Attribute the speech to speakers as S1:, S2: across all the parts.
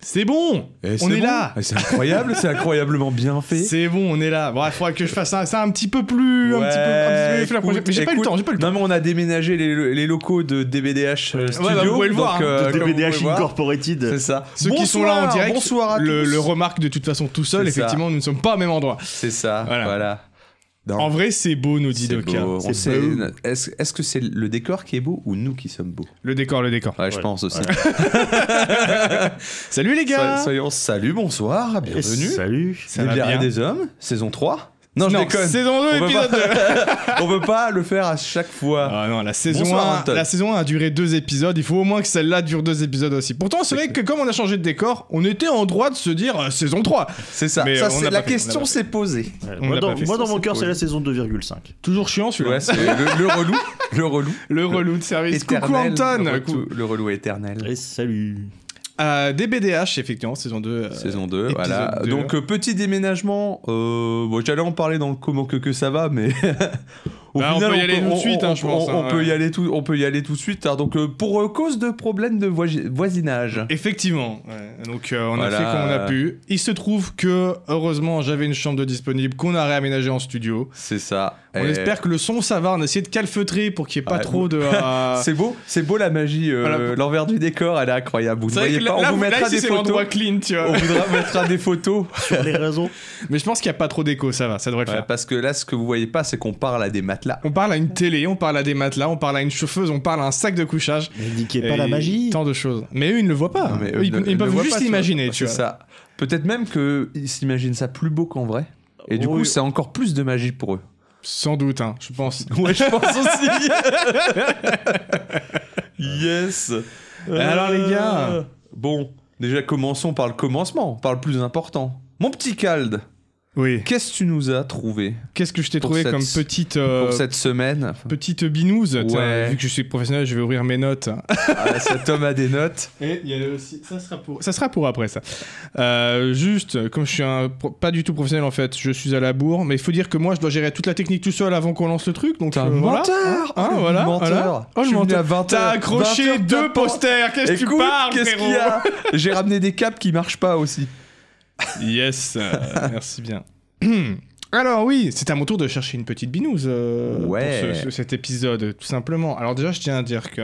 S1: C'est bon
S2: Eh, c'est
S1: On est
S2: bon.
S1: là
S2: Eh, C'est incroyable, c'est incroyablement bien fait.
S1: C'est bon, on est là. Bref, faudra que je fasse ça, ça un petit peu plus. un petit peu- un petit peu plus la prochaine- Mais j'ai pas eu le temps, j'ai pas eu le temps.
S2: Non, mais on a déménagé les, les locaux de DBDH euh, Studio.
S1: bah, vous pouvez le
S2: donc,
S1: voir, hein,
S2: euh,
S1: de
S2: comme vous pouvez
S3: DBDH
S2: voir,
S3: Incorporated.
S2: C'est ça.
S1: Ceux qui sont là en
S2: Bonsoir,
S1: direct,
S2: Bonsoir à
S1: le,
S2: tous.
S1: le remarque de toute façon tout seul,
S2: C'est ça.
S1: effectivement, nous ne sommes pas au même endroit.
S2: C'est ça,
S1: Voilà.
S2: voilà. Non,
S1: En vrai, c'est beau, nous dit hein.
S2: c'est
S1: Doka.
S2: beau.
S3: C'est
S2: On sait-
S3: beau.
S2: Est-ce est-ce que c'est le décor qui est beau ou nous qui sommes beaux
S1: Le décor, le décor.
S2: ouais, je
S3: Ouais.
S2: pense aussi.
S1: Salut les gars
S2: So- Soyons salut, bonsoir,
S3: Et
S2: bienvenue.
S3: Salut.
S1: Ça
S2: Des
S1: va
S2: bières
S1: bien
S2: et des hommes, saison 3. Non, je déconne.
S1: Saison 2,
S2: On peut
S1: épisode 2
S2: On peut pas le faire à chaque fois.
S1: Ah non, la saison,
S2: Bonsoir,
S1: 1,
S2: Anton.
S1: la saison 1 a duré deux épisodes, il faut au moins que celle-là dure deux épisodes aussi. Pourtant, c'est vrai que comme on a changé de décor, on était en droit de se dire euh, saison 3.
S2: C'est ça.
S1: Mais, euh,
S2: ça
S1: on
S2: c'est-
S1: l'a
S2: la
S1: pas fait, on l'a
S2: question
S1: pas
S2: s'est posée.
S3: Ouais,
S1: On
S3: Moi,
S1: l'a
S3: dans,
S1: pas fait,
S3: moi,
S1: ça,
S3: dans mon
S1: c'est
S3: cœur,
S1: cool.
S3: c'est la saison 2,5.
S1: Toujours chiant celui-là.
S2: Ouais, c'est le, le relou, le relou.
S1: Le relou de service. Coucou
S2: éternel, le,
S1: Anton
S2: retou- le relou éternel.
S3: Et salut.
S1: Euh, DBDH, effectivement, saison 2. euh,
S2: Saison 2,
S1: épisode
S2: voilà.
S1: deux.
S2: Donc, euh, petit déménagement. Euh, bon, J'allais en parler dans le comment que, que ça va, mais. Au
S1: Bah, on peut y aller tout de suite, hein,
S2: on-
S1: je pense,
S2: On,
S1: hein,
S2: on peut
S1: ouais.
S2: y aller tout, on peut y aller tout de suite. hein. donc, euh, pour euh, cause de problèmes de voisi- voisinage.
S1: Effectivement. ouais. Donc euh, on
S2: Voilà.
S1: a fait comme on a pu. Il se trouve que heureusement j'avais une chambre de disponible qu'on a réaménagée en studio.
S2: C'est ça.
S1: On
S2: Et-
S1: espère que le son ça va. On a essayé de calfeutrer pour qu'il n'y ait pas
S2: Ouais.
S1: trop de. euh,
S2: C'est beau, c'est beau la magie. euh,
S1: Voilà.
S2: L'envers du décor, elle est incroyable. Vous ne
S1: C'est vrai
S2: voyez
S1: que
S2: pas,
S1: là- là,
S2: on vous
S1: vous- là,
S2: mettra
S1: ici,
S2: des
S1: c'est l'endroit
S2: photos.
S1: clean, tu vois.
S2: On vous mettra des photos.
S3: Sur les réseaux.
S1: Oh. Mais je pense qu'il n'y a pas trop d'écho, ça va, ça devrait le
S2: Ouais,
S1: faire.
S2: parce que là, ce que vous voyez pas, c'est qu'on parle à des matelas.
S1: On parle à une télé, on parle à des matelas, on parle à une chauffeuse, on parle à un sac de couchage.
S3: Mais niquez pas la
S1: Et
S3: magie.
S1: Tant de choses. Mais eux, ils ne le voient pas.
S2: Non, mais euh,
S1: Eux, Ah, ils,
S2: ne-
S1: ils
S2: ne
S1: peuvent
S2: voient
S1: juste
S2: pas,
S1: l'imaginer,
S2: vois.
S1: tu vois.
S2: C'est ça. Peut-être même qu'ils s'imaginent ça plus beau qu'en vrai. Et du
S3: Oui,
S2: coup,
S3: oui.
S2: c'est encore plus de magie pour eux.
S1: Sans doute, hein, je pense.
S2: Ouais, je pense aussi. yes.
S3: Euh,
S2: Alors, les gars, bon, déjà commençons par le commencement, par le plus important. Mon petit Cald,
S1: Oui.
S2: qu'est-ce que tu nous as trouvé
S1: Qu'est-ce que je t'ai
S2: Pour
S1: trouvé
S2: cette-
S1: comme petite. euh,
S2: pour cette semaine
S1: Petite binouse, t'as-
S2: Ouais.
S1: vu que je suis professionnel, je vais ouvrir mes notes.
S2: Ah, Cet homme a des notes.
S1: Et il y a aussi, ça sera pour, ça sera pour après ça. Euh, juste, comme je suis un pro- pas du tout professionnel en fait, je suis à la bourre, mais il faut dire que moi je dois gérer toute la technique tout seul avant qu'on lance le truc, donc
S2: T'es un
S1: euh, voilà.
S2: menteur
S1: Hein,
S2: Oh, le
S1: voilà,
S2: menteur
S1: voilà. Oh, le
S2: Je suis venu
S1: menteur.
S2: à 20
S1: T'as
S2: heures.
S1: accroché
S2: 20 heures,
S1: deux
S2: t'as pas-
S1: posters, qu'est-ce que tu
S2: Écoute,
S1: parles,
S2: qu'est-ce
S1: frérot
S2: qu'il y a J'ai ramené des câbles qui marchent pas aussi.
S1: Yes, euh, merci bien. Alors oui, c'est à mon tour de chercher une petite binouse euh,
S2: Ouais.
S1: pour ce- ce- cet épisode, tout simplement. Alors déjà, je tiens à dire que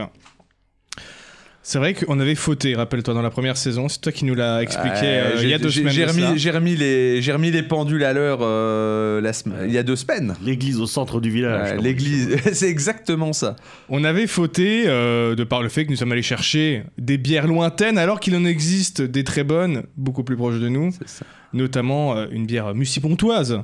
S1: c'est vrai qu'on avait fauté, rappelle-toi, dans la première saison. C'est toi qui nous l'as expliqué
S2: Ouais,
S1: euh, il y a
S2: j'ai-
S1: deux
S2: j'ai-
S1: semaines.
S2: J'ai
S1: de cela.
S2: remis, j'ai remis les, j'ai remis les pendules à l'heure euh, la sem- il y a deux semaines.
S3: L'église au centre du village.
S2: Ouais,
S3: comme on
S2: L'église, c'est exactement ça.
S1: On avait fauté euh, de par le fait que nous sommes allés chercher des bières lointaines alors qu'il en existe des très bonnes, beaucoup plus proches de nous,
S2: C'est ça.
S1: notamment euh, une bière mucipontoise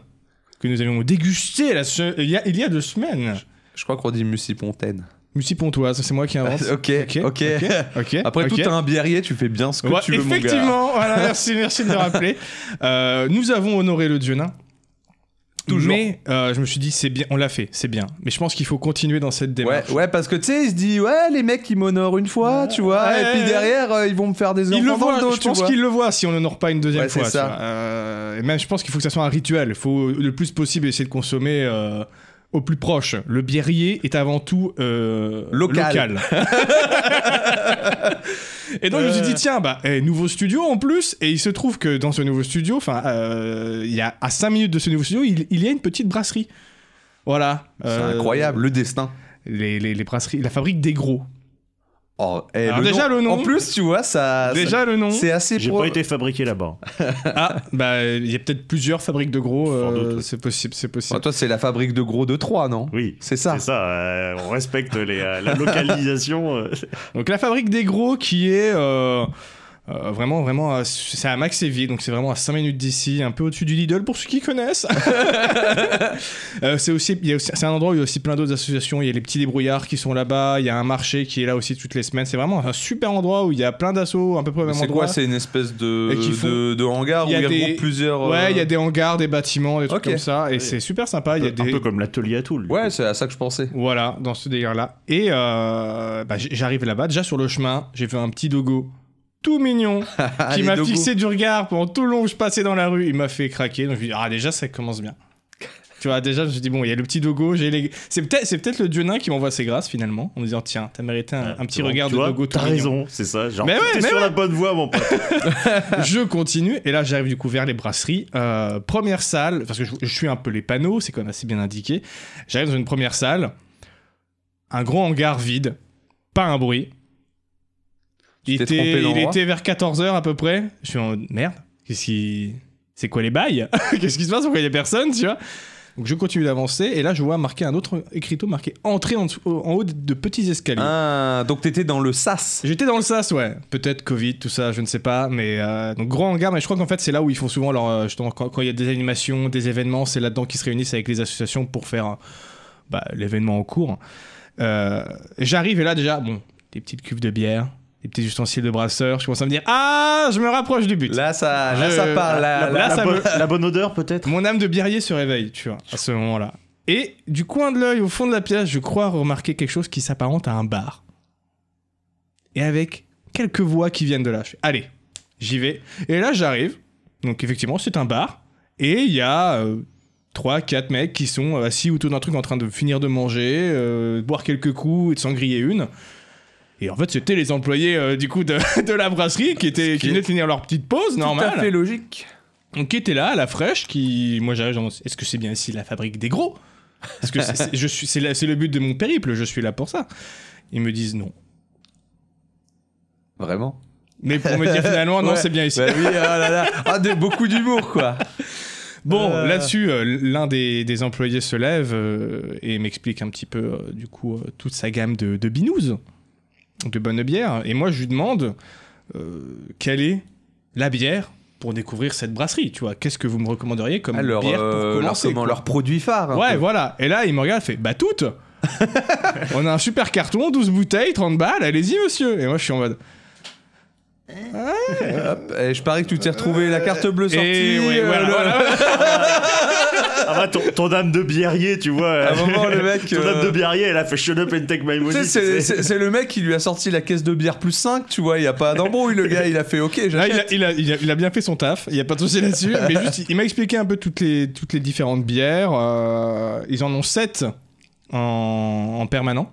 S1: que nous avions dégustée la se- il, y a, il y a deux semaines.
S2: Je crois qu'on dit Mussy-Pontaine.
S1: Mucipontoise, c'est moi qui invente.
S2: ok, ok.
S1: Ah Ok.
S2: Après,
S1: ok.
S2: tout un biérier, tu fais bien ce que
S1: Ouais,
S2: tu veux, mon gars.
S1: effectivement, voilà, merci, merci de le rappeler. Euh, nous avons honoré le dieu nain.
S2: Toujours.
S1: Mais euh, je me suis dit, c'est bien, on l'a fait, c'est bien. Mais je pense qu'il faut continuer dans cette
S2: Ouais,
S1: démarche.
S2: ouais, parce que tu sais, il se dit, ouais, les mecs, ils m'honorent une fois, tu vois,
S1: Ouais,
S2: et puis
S1: ouais,
S2: derrière, euh, ils vont me faire des
S1: Il le
S2: enfants dans
S1: voit,
S2: le dos,
S1: je
S2: tu
S1: pense
S2: vois.
S1: qu'il le voit si on n'honore pas une deuxième
S2: Ouais,
S1: fois.
S2: c'est
S1: tu
S2: ça.
S1: vois. Euh, et même, je pense qu'il faut que ça soit un rituel. Il faut le plus possible essayer de consommer euh, au plus proche. Le biérier est avant tout euh,
S2: Local.
S1: local. et donc, je me suis dit,
S3: Euh.
S1: tiens, bah, eh, nouveau studio en plus. Et il se trouve que dans ce nouveau studio, enfin, euh, il y a à 5 minutes de ce nouveau studio, il, il y a une petite brasserie. Voilà.
S2: C'est
S1: Euh,
S2: incroyable, le destin.
S1: Les, les- les brasseries, la fabrique des gros.
S2: Oh, eh,
S1: Alors déjà, le nom.
S2: En plus, tu vois, Ah, ça.
S1: Déjà le nom.
S2: ça- c'est
S3: dit.
S2: assez
S3: J'ai
S2: pro-
S3: pas été fabriqué là-bas.
S1: Ah, bah, il y a peut-être plusieurs fabriques de gros.
S3: Sans
S1: euh,
S3: doute, oui.
S1: c'est possible, Bah, c'est possible.
S2: Enfin, toi, c'est la fabrique de gros de Troyes, non
S3: Oui.
S2: C'est ça.
S3: C'est ça. euh, on respecte les, euh, la localisation. euh,
S1: Donc la fabrique des gros qui est euh, euh, vraiment, vraiment, à- c'est à Maxéville, donc c'est vraiment à 5 minutes d'ici, un peu au-dessus du Lidl pour ceux qui connaissent. Euh, c'est aussi, il y a aussi- c'est un endroit où il y a aussi plein d'autres associations. Il y a les petits débrouillards qui sont là-bas, il y a un marché qui est là aussi toutes les semaines. C'est vraiment un super endroit où il y a plein d'assauts, à peu près au même
S2: C'est
S1: endroit.
S2: quoi C'est une espèce de,
S1: Et qui font-
S2: de, de hangar
S1: Il y a
S2: où il
S1: des-
S2: regroupe plusieurs. euh,
S1: Ouais, il y a des hangars, des bâtiments, des trucs
S2: Ok.
S1: comme ça, et
S3: Oui.
S1: c'est super sympa. Il y a
S3: Un
S1: des
S3: peu comme l'atelier à Toul.
S2: Ouais, c'est à ça que je pensais.
S1: Voilà, dans ce délire-là. Et euh, bah, j- j'arrive là-bas, déjà sur le chemin, j'ai vu un petit dogo tout mignon qui
S2: les
S1: m'a
S2: dogos.
S1: fixé du regard pendant tout le long où je passais dans la rue. Il m'a fait craquer, donc je me dis, ah déjà ça ah, commence bien. Tu vois, déjà, je me suis dit, bon, il y a le petit Dogo. j'ai les... C'est peut-être c'est peut-être le dieu nain qui m'envoie ses grâces finalement, en me disant, tiens, t'as mérité un, un petit
S3: Tu vois,
S1: regard
S3: tu
S1: de
S3: vois,
S1: Dogo. tout
S3: T'as
S1: mignon.
S3: raison, c'est ça. Genre,
S1: Mais ouais,
S3: t'es
S1: mais ouais.
S3: sur
S1: Euh,
S3: la bonne voie, mon pote.
S1: je continue et là j'arrive du coup vers les brasseries. Euh, première salle, parce que je, je suis un peu les panneaux, c'est quand même assez bien indiqué. J'arrive dans une première salle, un gros hangar vide, pas un bruit.
S2: Tu
S1: Il
S2: t'es
S1: était,
S2: trompé
S1: il
S2: d'endroit
S1: était vers 14h à peu près. Je suis en mode merde, qu'est-ce qui. C'est quoi les bails Qu'est-ce qui se passe Pourquoi il y a personne, tu vois Donc je continue d'avancer et là je vois marqué un autre écriteau marqué entrée en, dessous- en haut de, de petits escaliers.
S2: Ah, donc t'étais dans le sas.
S1: J'étais dans le sas, ouais. Peut-être Covid, tout ça, je ne sais pas. Mais euh, donc grand hangar, mais je crois qu'en fait c'est là où ils font souvent leur euh, justement quand quand il y a des animations, des événements, c'est là-dedans qu'ils se réunissent avec les associations pour faire euh, bah, l'événement en cours. Euh, J'arrive et là déjà, bon, des petites cuves de bière, des petits ustensiles de brasseur. Je commence à me dire ah, je me rapproche du but.
S2: Là, ça, là, ça
S1: Je-
S2: parle. Là,
S1: là,
S2: là-
S1: ça
S3: bonne,
S1: me-
S3: la bonne odeur, peut-être
S1: Mon âme de birrier se réveille, tu vois, à ce moment-là. Et du coin de l'œil, au fond de la pièce, je crois remarquer quelque chose qui s'apparente à un bar. Et avec quelques voix qui viennent de là. Je fais, allez, j'y vais. Et là, j'arrive. Donc, effectivement, c'est un bar. Et il y a 3-4 mecs qui sont euh, assis autour d'un truc en train de finir de manger, euh, de boire quelques coups et de s'en griller une. Et en fait, c'était les employés euh, du coup de, de la brasserie qui, étaient, qui
S2: est
S1: venaient de finir leur petite pause, normale.
S2: Tout à fait logique.
S1: Donc qui était là, à la fraîche, qui... Moi j'arrive, j'en- est-ce que c'est bien ici la fabrique des gros Parce que c'est- c'est je suis- c'est la- c'est le but de mon périple, je suis là pour ça. Ils me disent non.
S2: Vraiment.
S1: Mais pour me dire finalement, non,
S2: Ouais.
S1: c'est bien ici.
S2: Bah oui, oh là là. Ah, de, beaucoup d'humour, quoi.
S1: Bon,
S2: Euh.
S1: là-dessus, euh, l'un des, des employés se lève euh, et m'explique un petit peu, euh, du coup, euh, toute sa gamme de, de binous, de bonnes bières. Et moi, je lui demande euh, quelle est la bière pour découvrir cette brasserie, tu vois. Qu'est-ce que vous me recommanderiez comme
S2: Alors,
S1: bière pour
S2: euh, leur,
S1: commencer
S2: comment,
S1: quoi.
S2: leur produit phare. un
S1: Ouais,
S2: peu.
S1: voilà. Et là, il me regarde, il fait Bah, toutes On a un super carton, 12 bouteilles, 30 balles, allez-y, monsieur Et moi, je suis en mode.
S2: Hop, et je parie que tu t'es retrouvé la carte bleue sortie.
S1: Eh oui,
S2: euh,
S1: voilà,
S2: le-
S1: voilà.
S3: Ah bah, ton, ton âme de biarrier, tu vois.
S2: À un
S3: euh,
S2: moment, le mec,
S3: ton
S2: euh,
S3: âme de biarrier, elle a fait shut up and take my money.
S2: Tu sais,
S3: tu
S2: c'est-
S3: sais.
S2: c'est c'est le mec qui lui a sorti la caisse de bière plus 5, tu vois, il n'y a pas d'embrouille, le gars, il a fait OK,
S1: Là,
S2: j'achète.
S1: il a, il, a, il a- il a bien fait son taf, il n'y a pas de souci là-dessus. mais juste, il- il m'a expliqué un peu toutes les, toutes les différentes bières. euh, ils en ont 7 en, en permanent.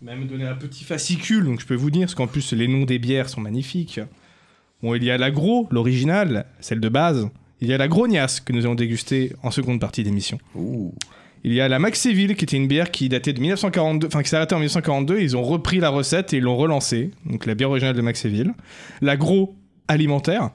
S1: Il m'a même donné un petit fascicule, donc je peux vous dire, parce qu'en plus, les noms des bières sont magnifiques. Bon, il y a la Gros, l'originale, celle de base. Il y a la Grognasse, que nous allons déguster en seconde partie d'émission.
S2: Ouh.
S1: Il y a la Maxéville qui était une bière qui datait de 1942, enfin qui s'est arrêtée en 1942. Ils ont repris la recette et ils l'ont relancée. Donc la bière originale de Maxéville. La Gros alimentaire,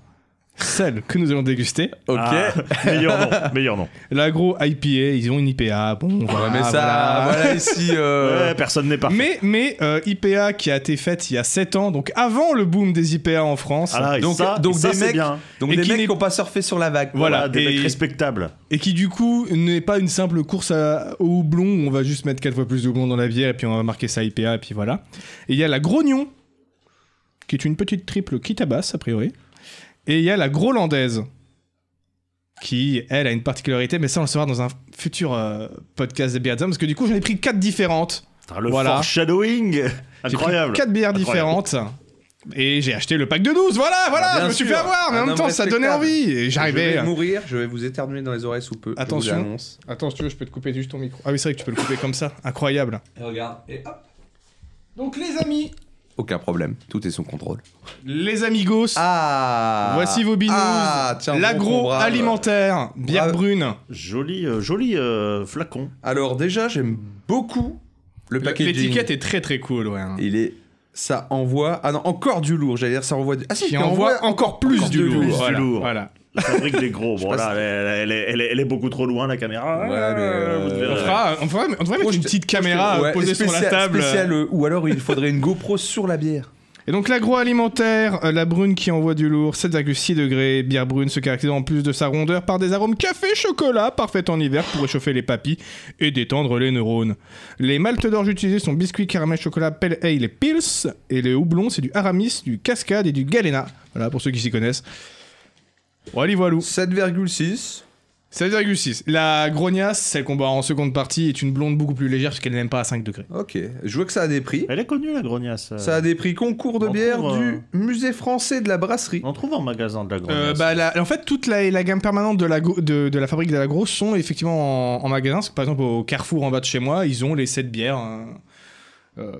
S1: celle que nous allons déguster.
S2: OK.
S3: Ah, meilleur nom, meilleur nom.
S1: La Gros IPA, ils ont une IPA. Bon, on
S2: On va
S1: va
S2: mettre ça, voilà, ici. euh,
S3: Ouais, personne n'est parfait.
S1: Mais, mais euh, IPA qui a été faite il y a 7 ans, donc avant le boom des IPA en France.
S3: Ah là, et
S2: Donc- euh,
S3: ça,
S2: donc
S3: et ça,
S2: des
S3: c'est
S2: mecs-
S3: bien.
S2: Donc
S1: Et
S2: des
S1: qui
S2: mecs
S1: n'est-
S2: qui n'ont pas surfé sur la vague.
S1: Voilà,
S3: Voilà, des
S1: et-
S3: mecs respectables.
S1: Et qui du coup n'est pas une simple course à, au houblon où on va juste mettre 4 fois plus de houblon dans la bière et puis on va marquer ça IPA et puis voilà. Et il y a la Grognon, qui est une petite triple qui tabasse a priori. Et il y a la Grolandaise, qui elle a une particularité, mais ça on le saura dans un futur euh, podcast des bières d'hommes, parce que du coup j'en ai pris 4 différentes.
S3: Putain, Le
S1: Voilà.
S3: foreshadowing
S1: J'ai pris
S3: Incroyable
S1: 4 bières
S3: Incroyable.
S1: différentes. Et j'ai acheté le pack de 12, voilà, voilà,
S2: Ah, bien
S1: je me suis
S2: sûr.
S1: fait avoir, mais
S2: Un
S1: en même
S2: homme
S1: temps ça donnait
S2: respectable.
S1: envie. Et
S2: Je
S1: j'arrivais. hein.
S2: vais mourir, je vais vous éternuer dans les oreilles sous peu. je vous
S1: Attention.
S2: l'annonce.
S1: Attends, si tu veux, je peux te couper juste ton micro. Ah oui, c'est vrai que tu peux le couper comme ça, incroyable.
S2: Et regarde, et hop.
S1: Donc les amis,
S2: Aucun problème, tout est sous contrôle.
S1: les amigos,
S2: Ah
S1: voici vos binous.
S2: Ah, tiens, bon, bravo.
S1: L'agroalimentaire, bière
S2: Bravo.
S1: brune.
S3: Joli, euh, joli euh, flacon.
S2: Alors déjà, j'aime beaucoup le packaging.
S1: L'étiquette est très très cool, ouais. hein.
S2: Il est... Ça envoie... Ah non, encore du lourd, j'allais dire ça envoie du... Ah si,
S1: Qui envoie encore plus
S2: encore
S1: du
S2: de
S1: lourd.
S2: plus du
S1: voilà,
S3: lourd.
S1: voilà.
S3: La fabrique des gros.
S2: sais
S3: Bon,
S2: pas
S3: là,
S2: si-
S3: elle, est- elle est- elle est- elle est beaucoup trop loin, la caméra.
S2: Ouais,
S3: Ah,
S2: mais, euh,
S3: Vous devez-
S1: On, fera- on fera- on devrait mettre une petite caméra euh,
S2: Ouais,
S1: posée sur la
S2: spécial-
S1: table.
S2: spécial, euh, ou alors il faudrait une GoPro sur la bière.
S1: Et donc l'agroalimentaire, euh, la brune qui envoie du lourd, 7,6 degrés, bière brune se caractérise en plus de sa rondeur par des arômes café chocolat, parfait en hiver pour réchauffer les papilles et détendre les neurones. Les maltes d'orge utilisés sont biscuit caramel chocolat pale ale et pils et les houblons c'est du aramis, du cascade et du galena. Voilà pour ceux qui s'y connaissent. Voilà, voilà.
S2: 7,6.
S1: 7,6. La grognasse, celle qu'on boit en seconde partie, est une blonde beaucoup plus légère parce qu'elle n'aime pas à 5 degrés.
S2: Ok. Je vois que ça a des prix.
S3: Elle est connue, la grognasse. euh.
S2: Ça a des prix concours de
S3: On
S2: bière
S3: trouve, euh,
S2: du Musée français de la brasserie.
S3: On trouve en magasin de la grognasse.
S1: Euh, bah, la- en fait, toute la, la gamme permanente de la, go- de, de la fabrique de la grosse sont effectivement en, en magasin. Parce que, par exemple, au Carrefour en bas de chez moi, ils ont les 7 bières hein, euh,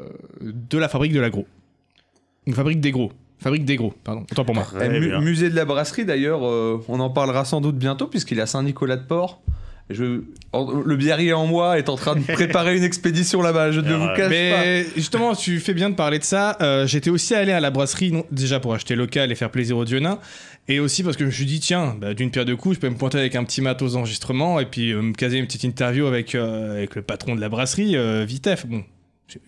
S1: de la fabrique de la gros. Une fabrique des gros. Fabrique des gros, pardon. Autant pour moi.
S3: Très
S2: Eh, mu-
S3: bien.
S2: musée de la brasserie d'ailleurs, euh, on en parlera sans doute bientôt puisqu'il est à Saint-Nicolas-de-Port. Je... en- Le biarrier en moi est en train de préparer une expédition là-bas, je ne
S3: Alors,
S2: vous
S3: euh,
S2: cache pas.
S1: Ah Mais justement, tu fais bien de parler de ça. Euh, J'étais aussi allé à la brasserie, non, déjà pour acheter local et faire plaisir aux Dionins, et aussi parce que je me suis dit, tiens, bah, d'une pierre deux coups, je peux me pointer avec un petit matos d'enregistrement et puis euh, me caser une petite interview avec, euh, avec le patron de la brasserie, euh, Vitef. Bon.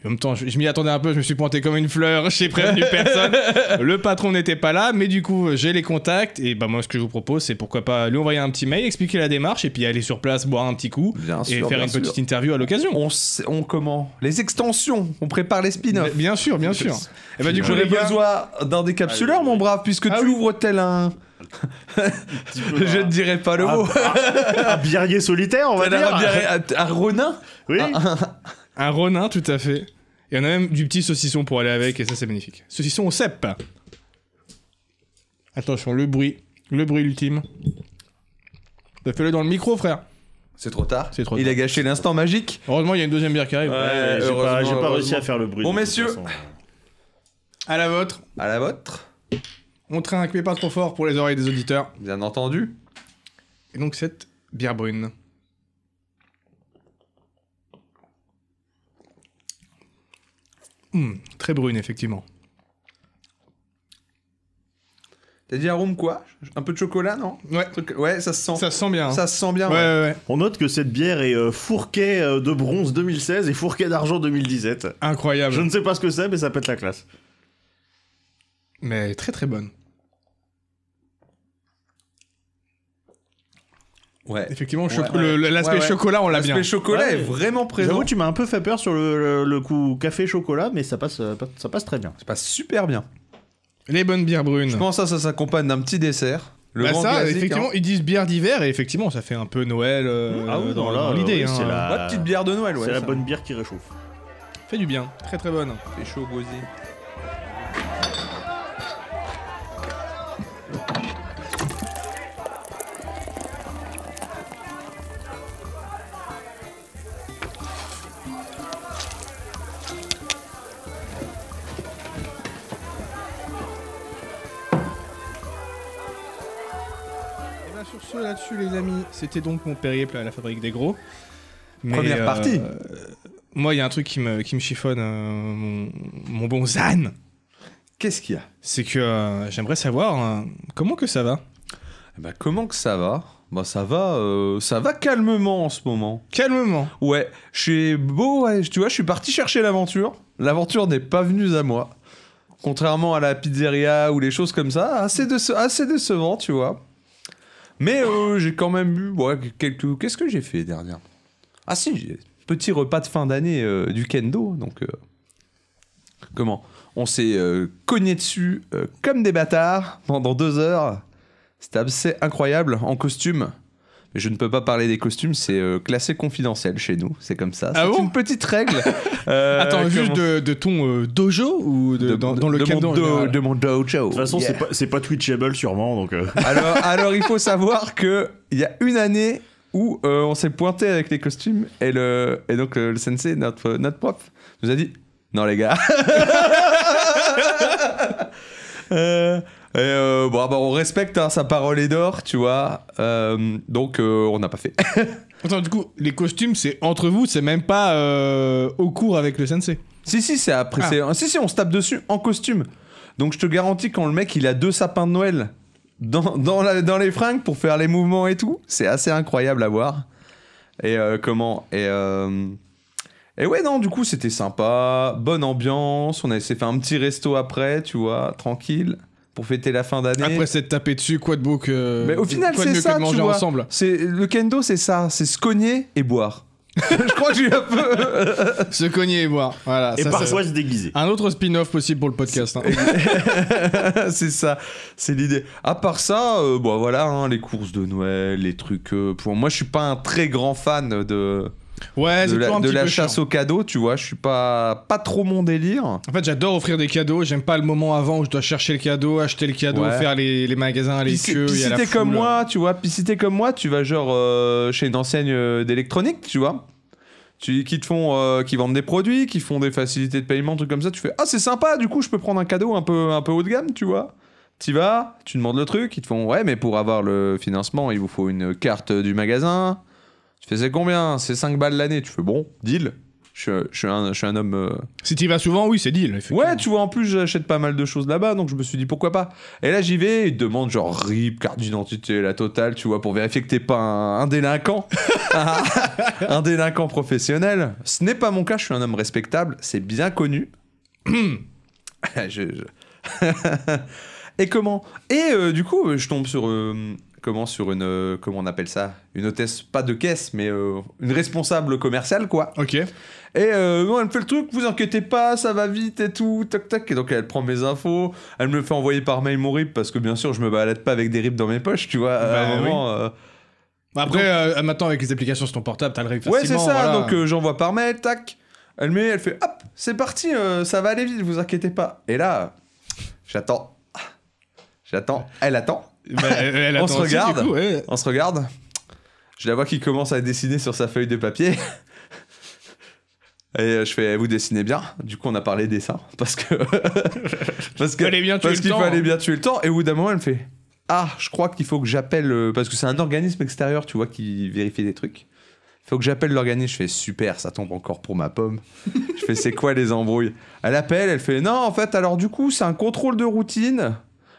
S1: En même temps, je, je m'y attendais un peu, je me suis pointé comme une fleur, j'ai prévenu personne. Le patron n'était pas là, mais du coup, j'ai les contacts. Et bah, moi, ce que je vous propose, c'est pourquoi pas lui envoyer un petit mail, expliquer la démarche, et puis aller sur place, boire un petit coup,
S2: Bien
S1: et
S2: sûr,
S1: faire
S2: bien
S1: une
S2: sûr.
S1: petite interview à l'occasion.
S2: On, s- on comment Les extensions, on prépare les spin-offs.
S1: Mais Bien sûr, bien sûr. Et bah, du coup,
S2: J'aurais
S1: les gars,
S2: besoin d'un décapsuleur,
S3: Allez,
S2: mon brave, puisque
S1: Ah
S2: tu
S1: oui.
S2: ouvres tel un.
S3: Petit peu,
S2: Je
S3: euh,
S2: ne dirais pas le
S3: Ah,
S2: mot.
S3: ah, un biarrier solitaire, on va
S2: Un
S3: dire.
S2: biarrier- un- un ronin
S3: Oui.
S1: un ronin, tout à fait. Et on a même du petit saucisson pour aller avec, et ça, c'est magnifique. Saucisson au cep. Attention, le bruit. Le bruit ultime. Ça Fais-le dans le micro, frère.
S2: C'est trop tard.
S1: C'est trop
S2: Il a gâché l'instant magique.
S1: Heureusement, il y a une deuxième bière qui arrive.
S2: Ouais,
S3: Ouais, J'ai
S2: heureusement,
S3: pas, j'ai pas réussi
S2: Euh, heureusement.
S3: à faire le bruit.
S2: Bon,
S3: de toute
S2: messieurs.
S3: façon.
S1: À la vôtre.
S2: À la vôtre,
S1: On trinque, mais pas trop fort pour les oreilles des auditeurs.
S2: bien entendu.
S1: Et donc, cette bière brune. Hmm, très brune, effectivement.
S2: T'as dit arôme quoi Un peu de chocolat, non
S1: Ouais,
S2: Truc- Ouais, ça se sent.
S1: ça sent bien. hein.
S2: Ça se sent bien.
S1: ouais,
S2: ouais.
S1: ouais, ouais.
S3: On note que cette bière est euh, fourquet euh, de bronze 2016 et fourquet d'argent 2017.
S2: Ah
S1: Incroyable.
S3: Je ne sais pas ce que c'est, mais ça pète la classe.
S1: Mais très très bonne.
S2: Ouais.
S1: Effectivement, le
S2: Ouais,
S1: choc-
S2: ouais.
S1: le- le- l'aspect
S2: Ouais, ouais.
S1: chocolat, on l'a
S2: L'aspect
S1: bien.
S2: chocolat
S3: Ouais.
S2: est vraiment présent.
S3: J'avoue, tu m'as un peu fait peur sur le, le- le coup café-chocolat, mais ça passe, euh, ça passe très bien.
S2: Ça passe super bien.
S1: Les bonnes bières brunes.
S2: Je pense que ça, ça s'accompagne d'un petit dessert. Le
S1: Bah
S2: grand
S1: ça,
S2: classique,
S1: effectivement,
S2: hein.
S1: ils disent bière d'hiver et effectivement, ça fait un peu Noël euh,
S3: Ah oui,
S1: dans,
S3: non, là,
S1: dans l'idée.
S3: oui, c'est
S1: hein.
S3: la-
S2: Ouais, petite bière de Noël, ouais.
S3: Euh, c'est la
S2: ça.
S3: bonne bière qui réchauffe.
S1: Fait du bien, très très bonne.
S2: Fait chaud, gosier.
S1: Et bien Eh ben, sur ce là-dessus, les amis, c'était donc mon périple à la fabrique des gros. Mais,
S2: Première
S1: euh,
S2: partie.
S1: euh, moi, il y a un truc qui me, qui me chiffonne, euh, mon, mon bon Zan,
S2: Qu'est-ce qu'il y a
S1: c'est que euh, j'aimerais savoir euh, comment que ça va.
S2: Eh ben, comment que ça va Bah ça va, euh, ça va calmement en ce moment.
S1: Calmement.
S2: Ouais, je suis beau, ouais, tu vois, je suis parti chercher l'aventure. L'aventure n'est pas venue à moi. Contrairement à la pizzeria ou les choses comme ça, assez, déce- assez décevant, tu vois. Mais euh, j'ai quand même eu ouais, quelques... Qu'est-ce que j'ai fait dernière Ah si, j'ai- petit repas de fin d'année euh, du kendo, donc... euh, Comment On s'est euh, cogné dessus euh, comme des bâtards pendant deux heures. C'était assez incroyable, en costume. Mais je ne peux pas parler des costumes, c'est euh, classé confidentiel chez nous, c'est comme ça.
S1: Ah
S2: c'est
S1: bon
S2: une petite règle. Euh,
S1: Attends, juste
S2: comment-
S1: de, de ton euh, dojo ou de-
S2: de-
S1: dans,
S2: de-
S1: dans le
S2: de mon
S1: kendo en
S2: do-
S1: général
S2: de mon dojo.
S3: De toute façon, c'est pas- c'est pas, Twitchable sûrement, donc. euh,
S2: alors, alors, il faut savoir que il y a une année où euh, on s'est pointé avec les costumes et le et donc euh, le sensei, notre notre prof, nous a dit non les gars. Euh, et euh, bon, bah, on respecte hein, sa parole est d'or, tu vois. Euh, donc euh, on n'a pas fait.
S1: Attends, du coup, les costumes, c'est entre vous, c'est même pas euh, au cours avec le sensei.
S2: Si, si, c'est après.
S1: Ah.
S2: c'est- Si, si, on se tape dessus en costume. Donc je te garantis, quand le mec il a deux sapins de Noël dans, dans, la- dans les fringues pour faire les mouvements et tout, c'est assez incroyable à voir. Et euh, comment Et. euh, Et ouais, non, du coup, c'était sympa, bonne ambiance, on a- s'est fait un petit resto après, tu vois, tranquille, pour fêter la fin d'année.
S1: Après s'être tapé dessus, quoi de beau que.
S2: Mais au final,
S1: quoi de
S2: c'est
S1: mieux
S2: ça,
S1: que
S2: tu
S1: de manger
S2: vois.
S1: ensemble.
S2: C'est le kendo, c'est ça, c'est se cogner et boire. je crois que j'ai un peu.
S1: Se cogner et boire. Voilà.
S2: Ah,
S3: Et
S1: ça,
S3: parfois se déguiser.
S1: c'est- Un autre spin-off possible pour le podcast. hein.
S2: c'est ça, c'est l'idée. À part ça, euh, bon voilà, hein, les courses de Noël, les trucs. euh, pour moi, je suis pas un très grand fan de
S1: Ouais,
S2: de
S1: c'est toujours
S2: la,
S1: un
S2: de
S1: petit
S2: la
S1: peu chiant.
S2: chasse aux cadeaux, tu vois. Je suis pas pas trop mon délire.
S1: En fait, j'adore offrir des cadeaux. J'aime pas le moment avant où je dois chercher le cadeau, acheter le cadeau,
S2: Ouais.
S1: faire les, les magasins, les
S2: Puis si-
S1: queues.
S2: puis
S1: il y a
S2: si
S1: la
S2: t'es comme
S1: foule.
S2: moi, tu vois, puis si t'es comme moi, tu vas genre euh, chez une enseigne euh, d'électronique, tu vois, tu, qui te font, euh, qui vendent des produits, qui font des facilités de paiement, trucs comme ça, tu fais ah c'est sympa, du coup je peux prendre un cadeau un peu un peu haut de gamme, tu vois. T'y vas, tu demandes le truc, ils te font ouais mais pour avoir le financement il vous faut une carte du magasin. Tu fais c'est combien C'est 5 balles l'année. Tu fais bon deal. Je, suis- je suis un, je suis un homme. euh,
S1: Si t'y vas souvent, oui, c'est deal.
S2: Ouais, tu vois, en plus, j'achète pas mal de choses là-bas, donc je me suis dit pourquoi pas. Et là, j'y vais, ils te demandent genre RIP, carte d'identité, la totale, tu vois, pour vérifier que t'es pas un, un délinquant. un délinquant professionnel. Ce n'est pas mon cas, je suis un homme respectable, c'est bien connu. Je- je- Et comment Et euh, du coup, euh, je tombe sur. euh, comment sur une. euh, comment on appelle ça Une hôtesse, pas de caisse, mais euh, une responsable commerciale, quoi.
S1: Ok.
S2: Et euh, bon, elle me fait le truc, vous inquiétez pas, ça va vite et tout, tac tac. Et donc elle prend mes infos, elle me le fait envoyer par mail mon RIP parce que bien sûr je me balade pas avec des RIP dans mes poches, tu vois. à un
S1: Bah, oui.
S2: moment, euh,
S1: Après, euh, maintenant, avec les applications sur ton portable, t'as le rêve
S2: Ouais, c'est
S1: facilement,
S2: ça,
S1: voilà.
S2: donc euh, j'envoie par mail, tac. Elle met, elle fait hop, c'est parti, euh, ça va aller vite, vous inquiétez pas. Et là, j'attends, j'attends, elle attend,
S1: Bah, elle- elle
S2: On
S1: attend
S2: se
S1: aussi, du
S2: regarde.
S1: coup, ouais.
S2: on se regarde. Je la vois qui commence à dessiner sur sa feuille de papier. Et euh, je fais, vous dessinez bien. Du coup, on a parlé dessin. Parce que. parce que
S1: Fallait bien tuer
S2: parce
S1: le
S2: qu'il
S1: temps,
S2: fallait
S1: hein.
S2: bien tuer le temps. Et au bout d'un moment, elle me fait Ah, je crois qu'il faut que j'appelle. euh, Parce que c'est un organisme extérieur, tu vois, qui vérifie des trucs. Il faut que j'appelle l'organisme. Je fais Super, ça tombe encore pour ma pomme. je fais C'est quoi les embrouilles Elle appelle, elle fait Non, en fait, alors du coup, c'est un contrôle de routine.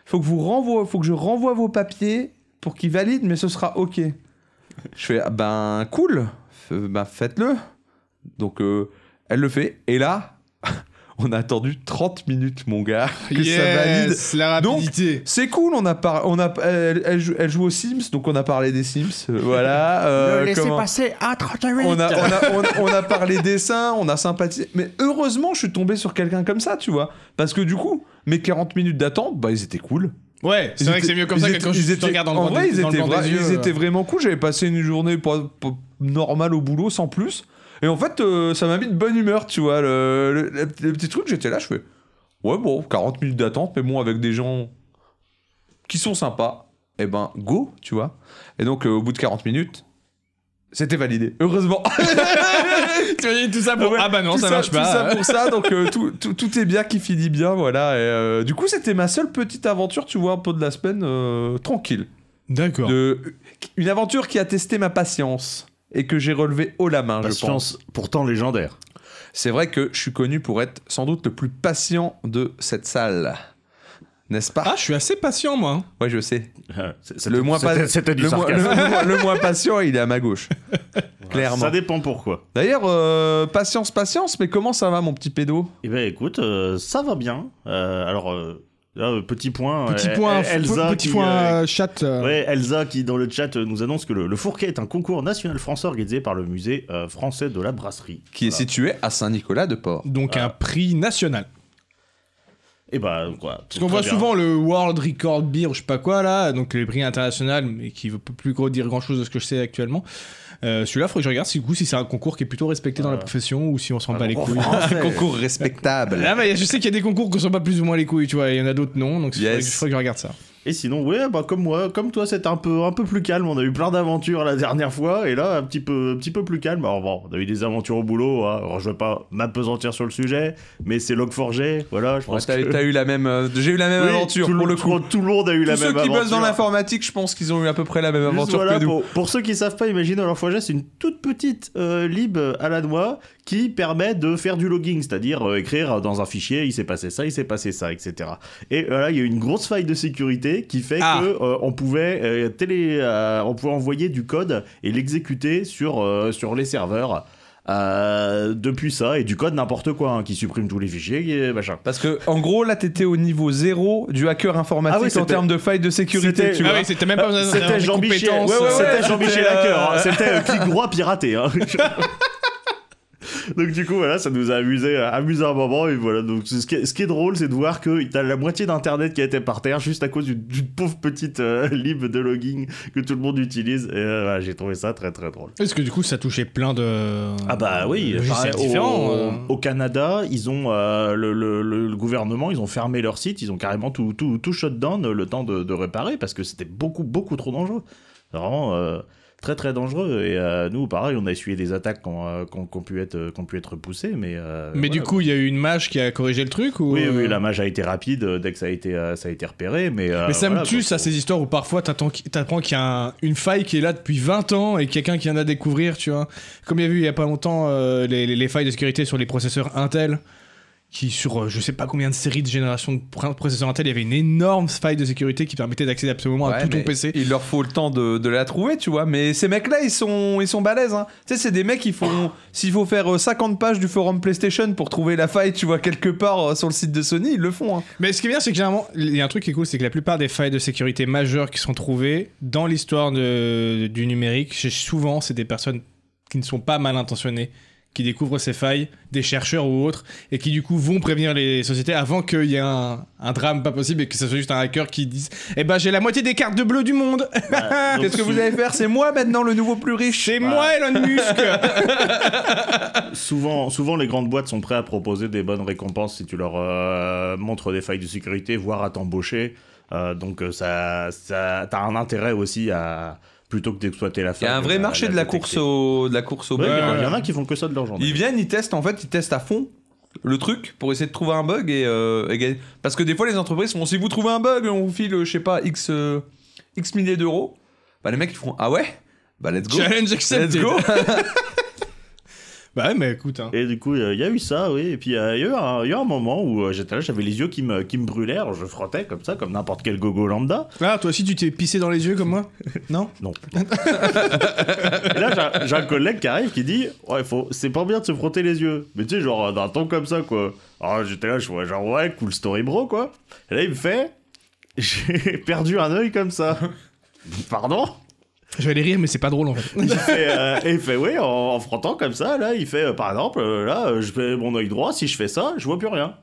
S2: Il faut, que vous renvoie- faut que je renvoie vos papiers pour qu'ils valident, mais ce sera OK. Je fais Ah Ben, cool. F- Ben, faites-le. Donc, euh, elle le fait. Et là. On a attendu 30 minutes, mon gars, que ça valide.
S1: Yes, la
S2: Donc,
S1: rapidité.
S2: C'est cool, on a par... on a... Elle, elle joue, elle joue aux Sims, donc on a parlé des Sims. euh, voilà. euh, comment-
S4: passer à 30 minutes.
S2: on a, on, a, on a- on a parlé dessin, on a sympathisé. Mais heureusement, je suis tombé sur quelqu'un comme ça, tu vois. Parce que du coup, mes 40 minutes d'attente, bah, ils étaient cool.
S1: ouais, c'est
S2: Ils
S1: vrai que
S2: étaient-
S1: c'est mieux comme
S2: ils
S1: ça que
S2: étaient-
S1: quand
S2: ils
S1: je te
S2: étaient-
S1: regarde dans le
S2: En
S1: blanc
S2: vrai,
S1: des-
S2: ils
S1: dans le
S2: étaient,
S1: blanc
S2: vra-
S1: des
S2: ils
S1: yeux,
S2: étaient
S1: euh.
S2: vraiment cool. J'avais passé une journée pas, pas- normale au boulot, sans plus. Et en fait, euh, ça m'a mis de bonne humeur, tu vois. Le, le- le- le petit truc, j'étais là, je fais Ouais, bon, 40 minutes d'attente, mais bon, avec des gens qui sont sympas, eh ben, go, tu vois. Et donc, euh, au bout de 40 minutes, c'était validé. Heureusement.
S1: Tu vois, tout ça pour.
S2: Ouais,
S1: Ah bah non,
S2: tout
S1: ça marche
S2: tout ça
S1: pas.
S2: pour ça, donc euh, tout, tout- tout est bien qui finit bien, voilà. Et, euh, du coup, c'était ma seule petite aventure, tu vois, un peu de la semaine, euh, tranquille.
S1: D'accord.
S2: De, une aventure qui a testé ma patience et que j'ai relevée haut la main, je pense.
S3: Patience pourtant légendaire.
S2: C'est vrai que je suis connu pour être sans doute le plus patient de cette salle. N'est-ce pas
S1: Ah, je suis assez patient, moi.
S2: Ouais, je sais.
S3: C'est-
S2: Le
S3: c'était-
S2: moins pas-
S3: c'était- C'était du
S2: le, moins, le-
S3: sarcasme.
S2: le moins- le moins patient, il est à ma gauche. Clairement.
S3: Ça dépend pourquoi.
S2: D'ailleurs, euh, patience, patience, mais comment ça va, mon petit pédo
S3: Eh ben écoute, euh, ça va bien. Euh, alors euh, là, euh, petit point.
S1: Petit
S3: euh,
S1: point,
S3: euh, Elsa
S1: petit
S3: qui,
S1: point
S3: euh,
S1: eh, euh, chat. euh,
S3: Ouais, Elsa qui dans le chat euh, nous annonce que le, le Fourquet est un concours national français organisé par le musée euh, français de la brasserie.
S2: Qui est situé à Saint-Nicolas-de-Port.
S1: Donc un prix national.
S3: Et bah quoi.
S1: Parce qu'on voit souvent le World Record Beer, je sais pas quoi là, donc les prix internationaux, mais qui veut plus gros dire grand chose de ce que je sais actuellement. Euh, Celui-là, faut que je regarde si, du coup, si c'est un concours qui est plutôt respecté dans la profession ou si on s'en bat les couilles.
S2: Concours respectable.
S1: Là, mais je sais qu'il y a des concours qui s'en bat plus ou moins les couilles, tu vois, et il y en a d'autres non, donc il faudrait
S2: Yes.
S1: que- faudrait que je regarde ça.
S3: Et sinon, ouais, bah comme moi, comme toi, c'est un peu, un peu plus calme. On a eu plein d'aventures la dernière fois, et là, un petit peu, un petit peu plus calme. Alors bon, on a eu des aventures au boulot. hein. Alors je vais pas m'apesantir sur le sujet, mais c'est Logforgé, voilà. Je
S2: Ouais,
S3: pense
S2: t'as,
S3: que
S2: t'as eu la même, euh, j'ai eu la même
S3: Oui,
S2: aventure
S3: tout
S2: pour le
S3: tout
S2: coup.
S3: Tout le monde a eu la
S2: Tous
S3: même
S2: ceux qui
S3: aventure.
S2: bossent dans l'informatique, je pense qu'ils ont eu à peu près la même
S3: Juste
S2: aventure
S3: voilà,
S2: que nous.
S3: pour, pour ceux qui savent pas, imaginez alors Fourget, c'est une toute petite euh, lib à la noix qui permet de faire du logging, c'est-à-dire euh, écrire dans un fichier, il s'est passé ça, il s'est passé ça, etc. Et euh, là, il y a eu une grosse faille de sécurité qui fait
S1: Ah.
S3: que euh, on pouvait euh, télé, euh, on pouvait envoyer du code et l'exécuter sur euh, sur les serveurs. euh, depuis ça et du code n'importe quoi hein, qui supprime tous les fichiers et machin.
S2: Parce que, en gros, là, t'étais au niveau zéro du hacker informatique
S3: Ah oui,
S2: en
S3: c'était-
S2: termes de failles de sécurité,
S3: c'était-
S2: tu
S1: ah
S2: vois.
S1: oui, c'était même pas besoin d'avoir
S3: C'était
S1: des
S3: Jean-Michel
S1: compétences,
S2: ouais, ouais,
S1: euh,
S3: c'était Jean-Michel
S2: c'était,
S3: Hacker, hein.
S2: euh,
S3: c'était euh, clic droit piraté. hein. Donc du coup, voilà, ça nous a amusé, euh, amusé un moment. Et voilà, donc ce qui est, ce qui est drôle, c'est de voir que t'as la moitié d'Internet qui était par terre juste à cause d'une- d'une pauvre petite euh, lib de logging que tout le monde utilise. Et euh, voilà, j'ai trouvé ça très très drôle.
S1: Parce que du coup, ça touchait plein de.
S3: Ah
S1: Euh,
S3: bah oui,
S1: logiciels
S3: pareil, au,
S1: différents. euh.
S3: au Canada, ils ont euh, le, le- le- le gouvernement, ils ont fermé leur site, ils ont carrément tout tout tout shut down euh, le temps de, de réparer parce que c'était beaucoup beaucoup trop dangereux. Vraiment euh, très très dangereux et euh, nous pareil, on a essuyé des attaques qu'on euh, qu'on- qu'on pu être qu'on pu être repoussées mais euh,
S1: Mais du
S3: voilà.
S1: coup, il y a eu une mage qui a corrigé le truc ou
S3: oui, oui, la mage a été rapide euh, dès que ça a été, euh, ça a été repéré, mais... euh,
S1: Mais ça
S3: voilà,
S1: me tue,
S3: faut-
S1: ça, ces histoires où parfois t'attends qu- t'apprends qu'il y a un- une faille qui est là depuis 20 ans et quelqu'un qui vient de la découvrir, tu vois. Comme il y a eu il y a pas longtemps euh, les, les- les failles de sécurité sur les processeurs Intel, qui sur euh, je sais pas combien de séries de générations de pr- processeurs Intel, il y avait une énorme faille de sécurité qui permettait d'accéder absolument à
S2: Ouais,
S1: tout ton
S2: mais
S1: PC.
S2: Il leur faut le temps de, de la trouver, tu vois. Mais ces mecs-là, ils sont, ils sont balèzes. hein. Tu sais, c'est des mecs qui font. S'il faut faire euh, 50 pages du forum PlayStation pour trouver la faille, tu vois, quelque part euh, sur le site de Sony, ils le font. hein.
S1: Mais ce qui est bien, c'est que généralement, il y a un truc qui est cool, c'est que la plupart des failles de sécurité majeures qui sont trouvées dans l'histoire de- du numérique, c'est- souvent, c'est des personnes qui ne sont pas mal intentionnées, qui découvrent ces failles, des chercheurs ou autres, et qui du coup vont prévenir les sociétés avant qu'il y ait un, un drame pas possible et que ce soit juste un hacker qui dise Eh ben, j'ai la moitié des cartes de bleu du monde
S3: Bah, donc,
S2: Qu'est-ce que
S3: sou-
S2: vous allez faire C'est moi maintenant le nouveau plus riche.
S1: Chez moi, Elon Musk
S3: souvent, souvent, les grandes boîtes sont prêtes à proposer des bonnes récompenses si tu leur euh, montres des failles de sécurité, voire à t'embaucher. Euh, donc, euh, ça, ça, t'as un intérêt aussi à... Plutôt que d'exploiter
S2: Il
S3: la
S2: y
S3: faille.
S2: a un vrai
S3: euh,
S2: marché de la
S3: détecter.
S2: course au, de la course au
S3: Ouais,
S2: bug.
S3: il y en a-
S1: Ouais,
S3: il y en
S1: ouais.
S3: a qui font que ça de leur journée.
S2: Ils viennent, ils testent en fait, ils testent à fond le truc pour essayer de trouver un bug et, euh, et gagner. Parce que des fois les entreprises font si vous trouvez un bug, on vous file euh, je sais pas x euh, x milliers d'euros. Bah les mecs ils font ah ouais bah let's go.
S1: Challenge
S2: Let's
S1: accepted
S2: go.
S1: Bah ouais, mais écoute, hein.
S3: Et du coup, euh, il y a eu ça, oui. Et puis, euh, il y, a eu un- il y a eu un moment où euh, j'étais là, j'avais les yeux qui me, qui me brûlaient. Alors, je frottais comme ça, comme n'importe quel gogo lambda.
S1: Ah, toi aussi, tu t'es pissé dans les yeux comme moi Non
S3: Non. et là, j'ai un- j'ai un collègue qui arrive qui dit Ouais, faut... c'est pas bien de se frotter les yeux. Mais tu sais, genre, d'un ton comme ça, quoi. Alors j'étais là, je vois, genre, ouais, cool story, bro, quoi. Et là, il me fait J'ai perdu un œil comme ça. Pardon
S1: Je vais aller rire, mais c'est pas drôle en fait.
S3: il fait, euh, et il fait oui, en, en frottant comme ça, là, il fait, euh, par exemple, euh, là, euh, je fais mon œil droit, si je fais ça, je vois plus rien.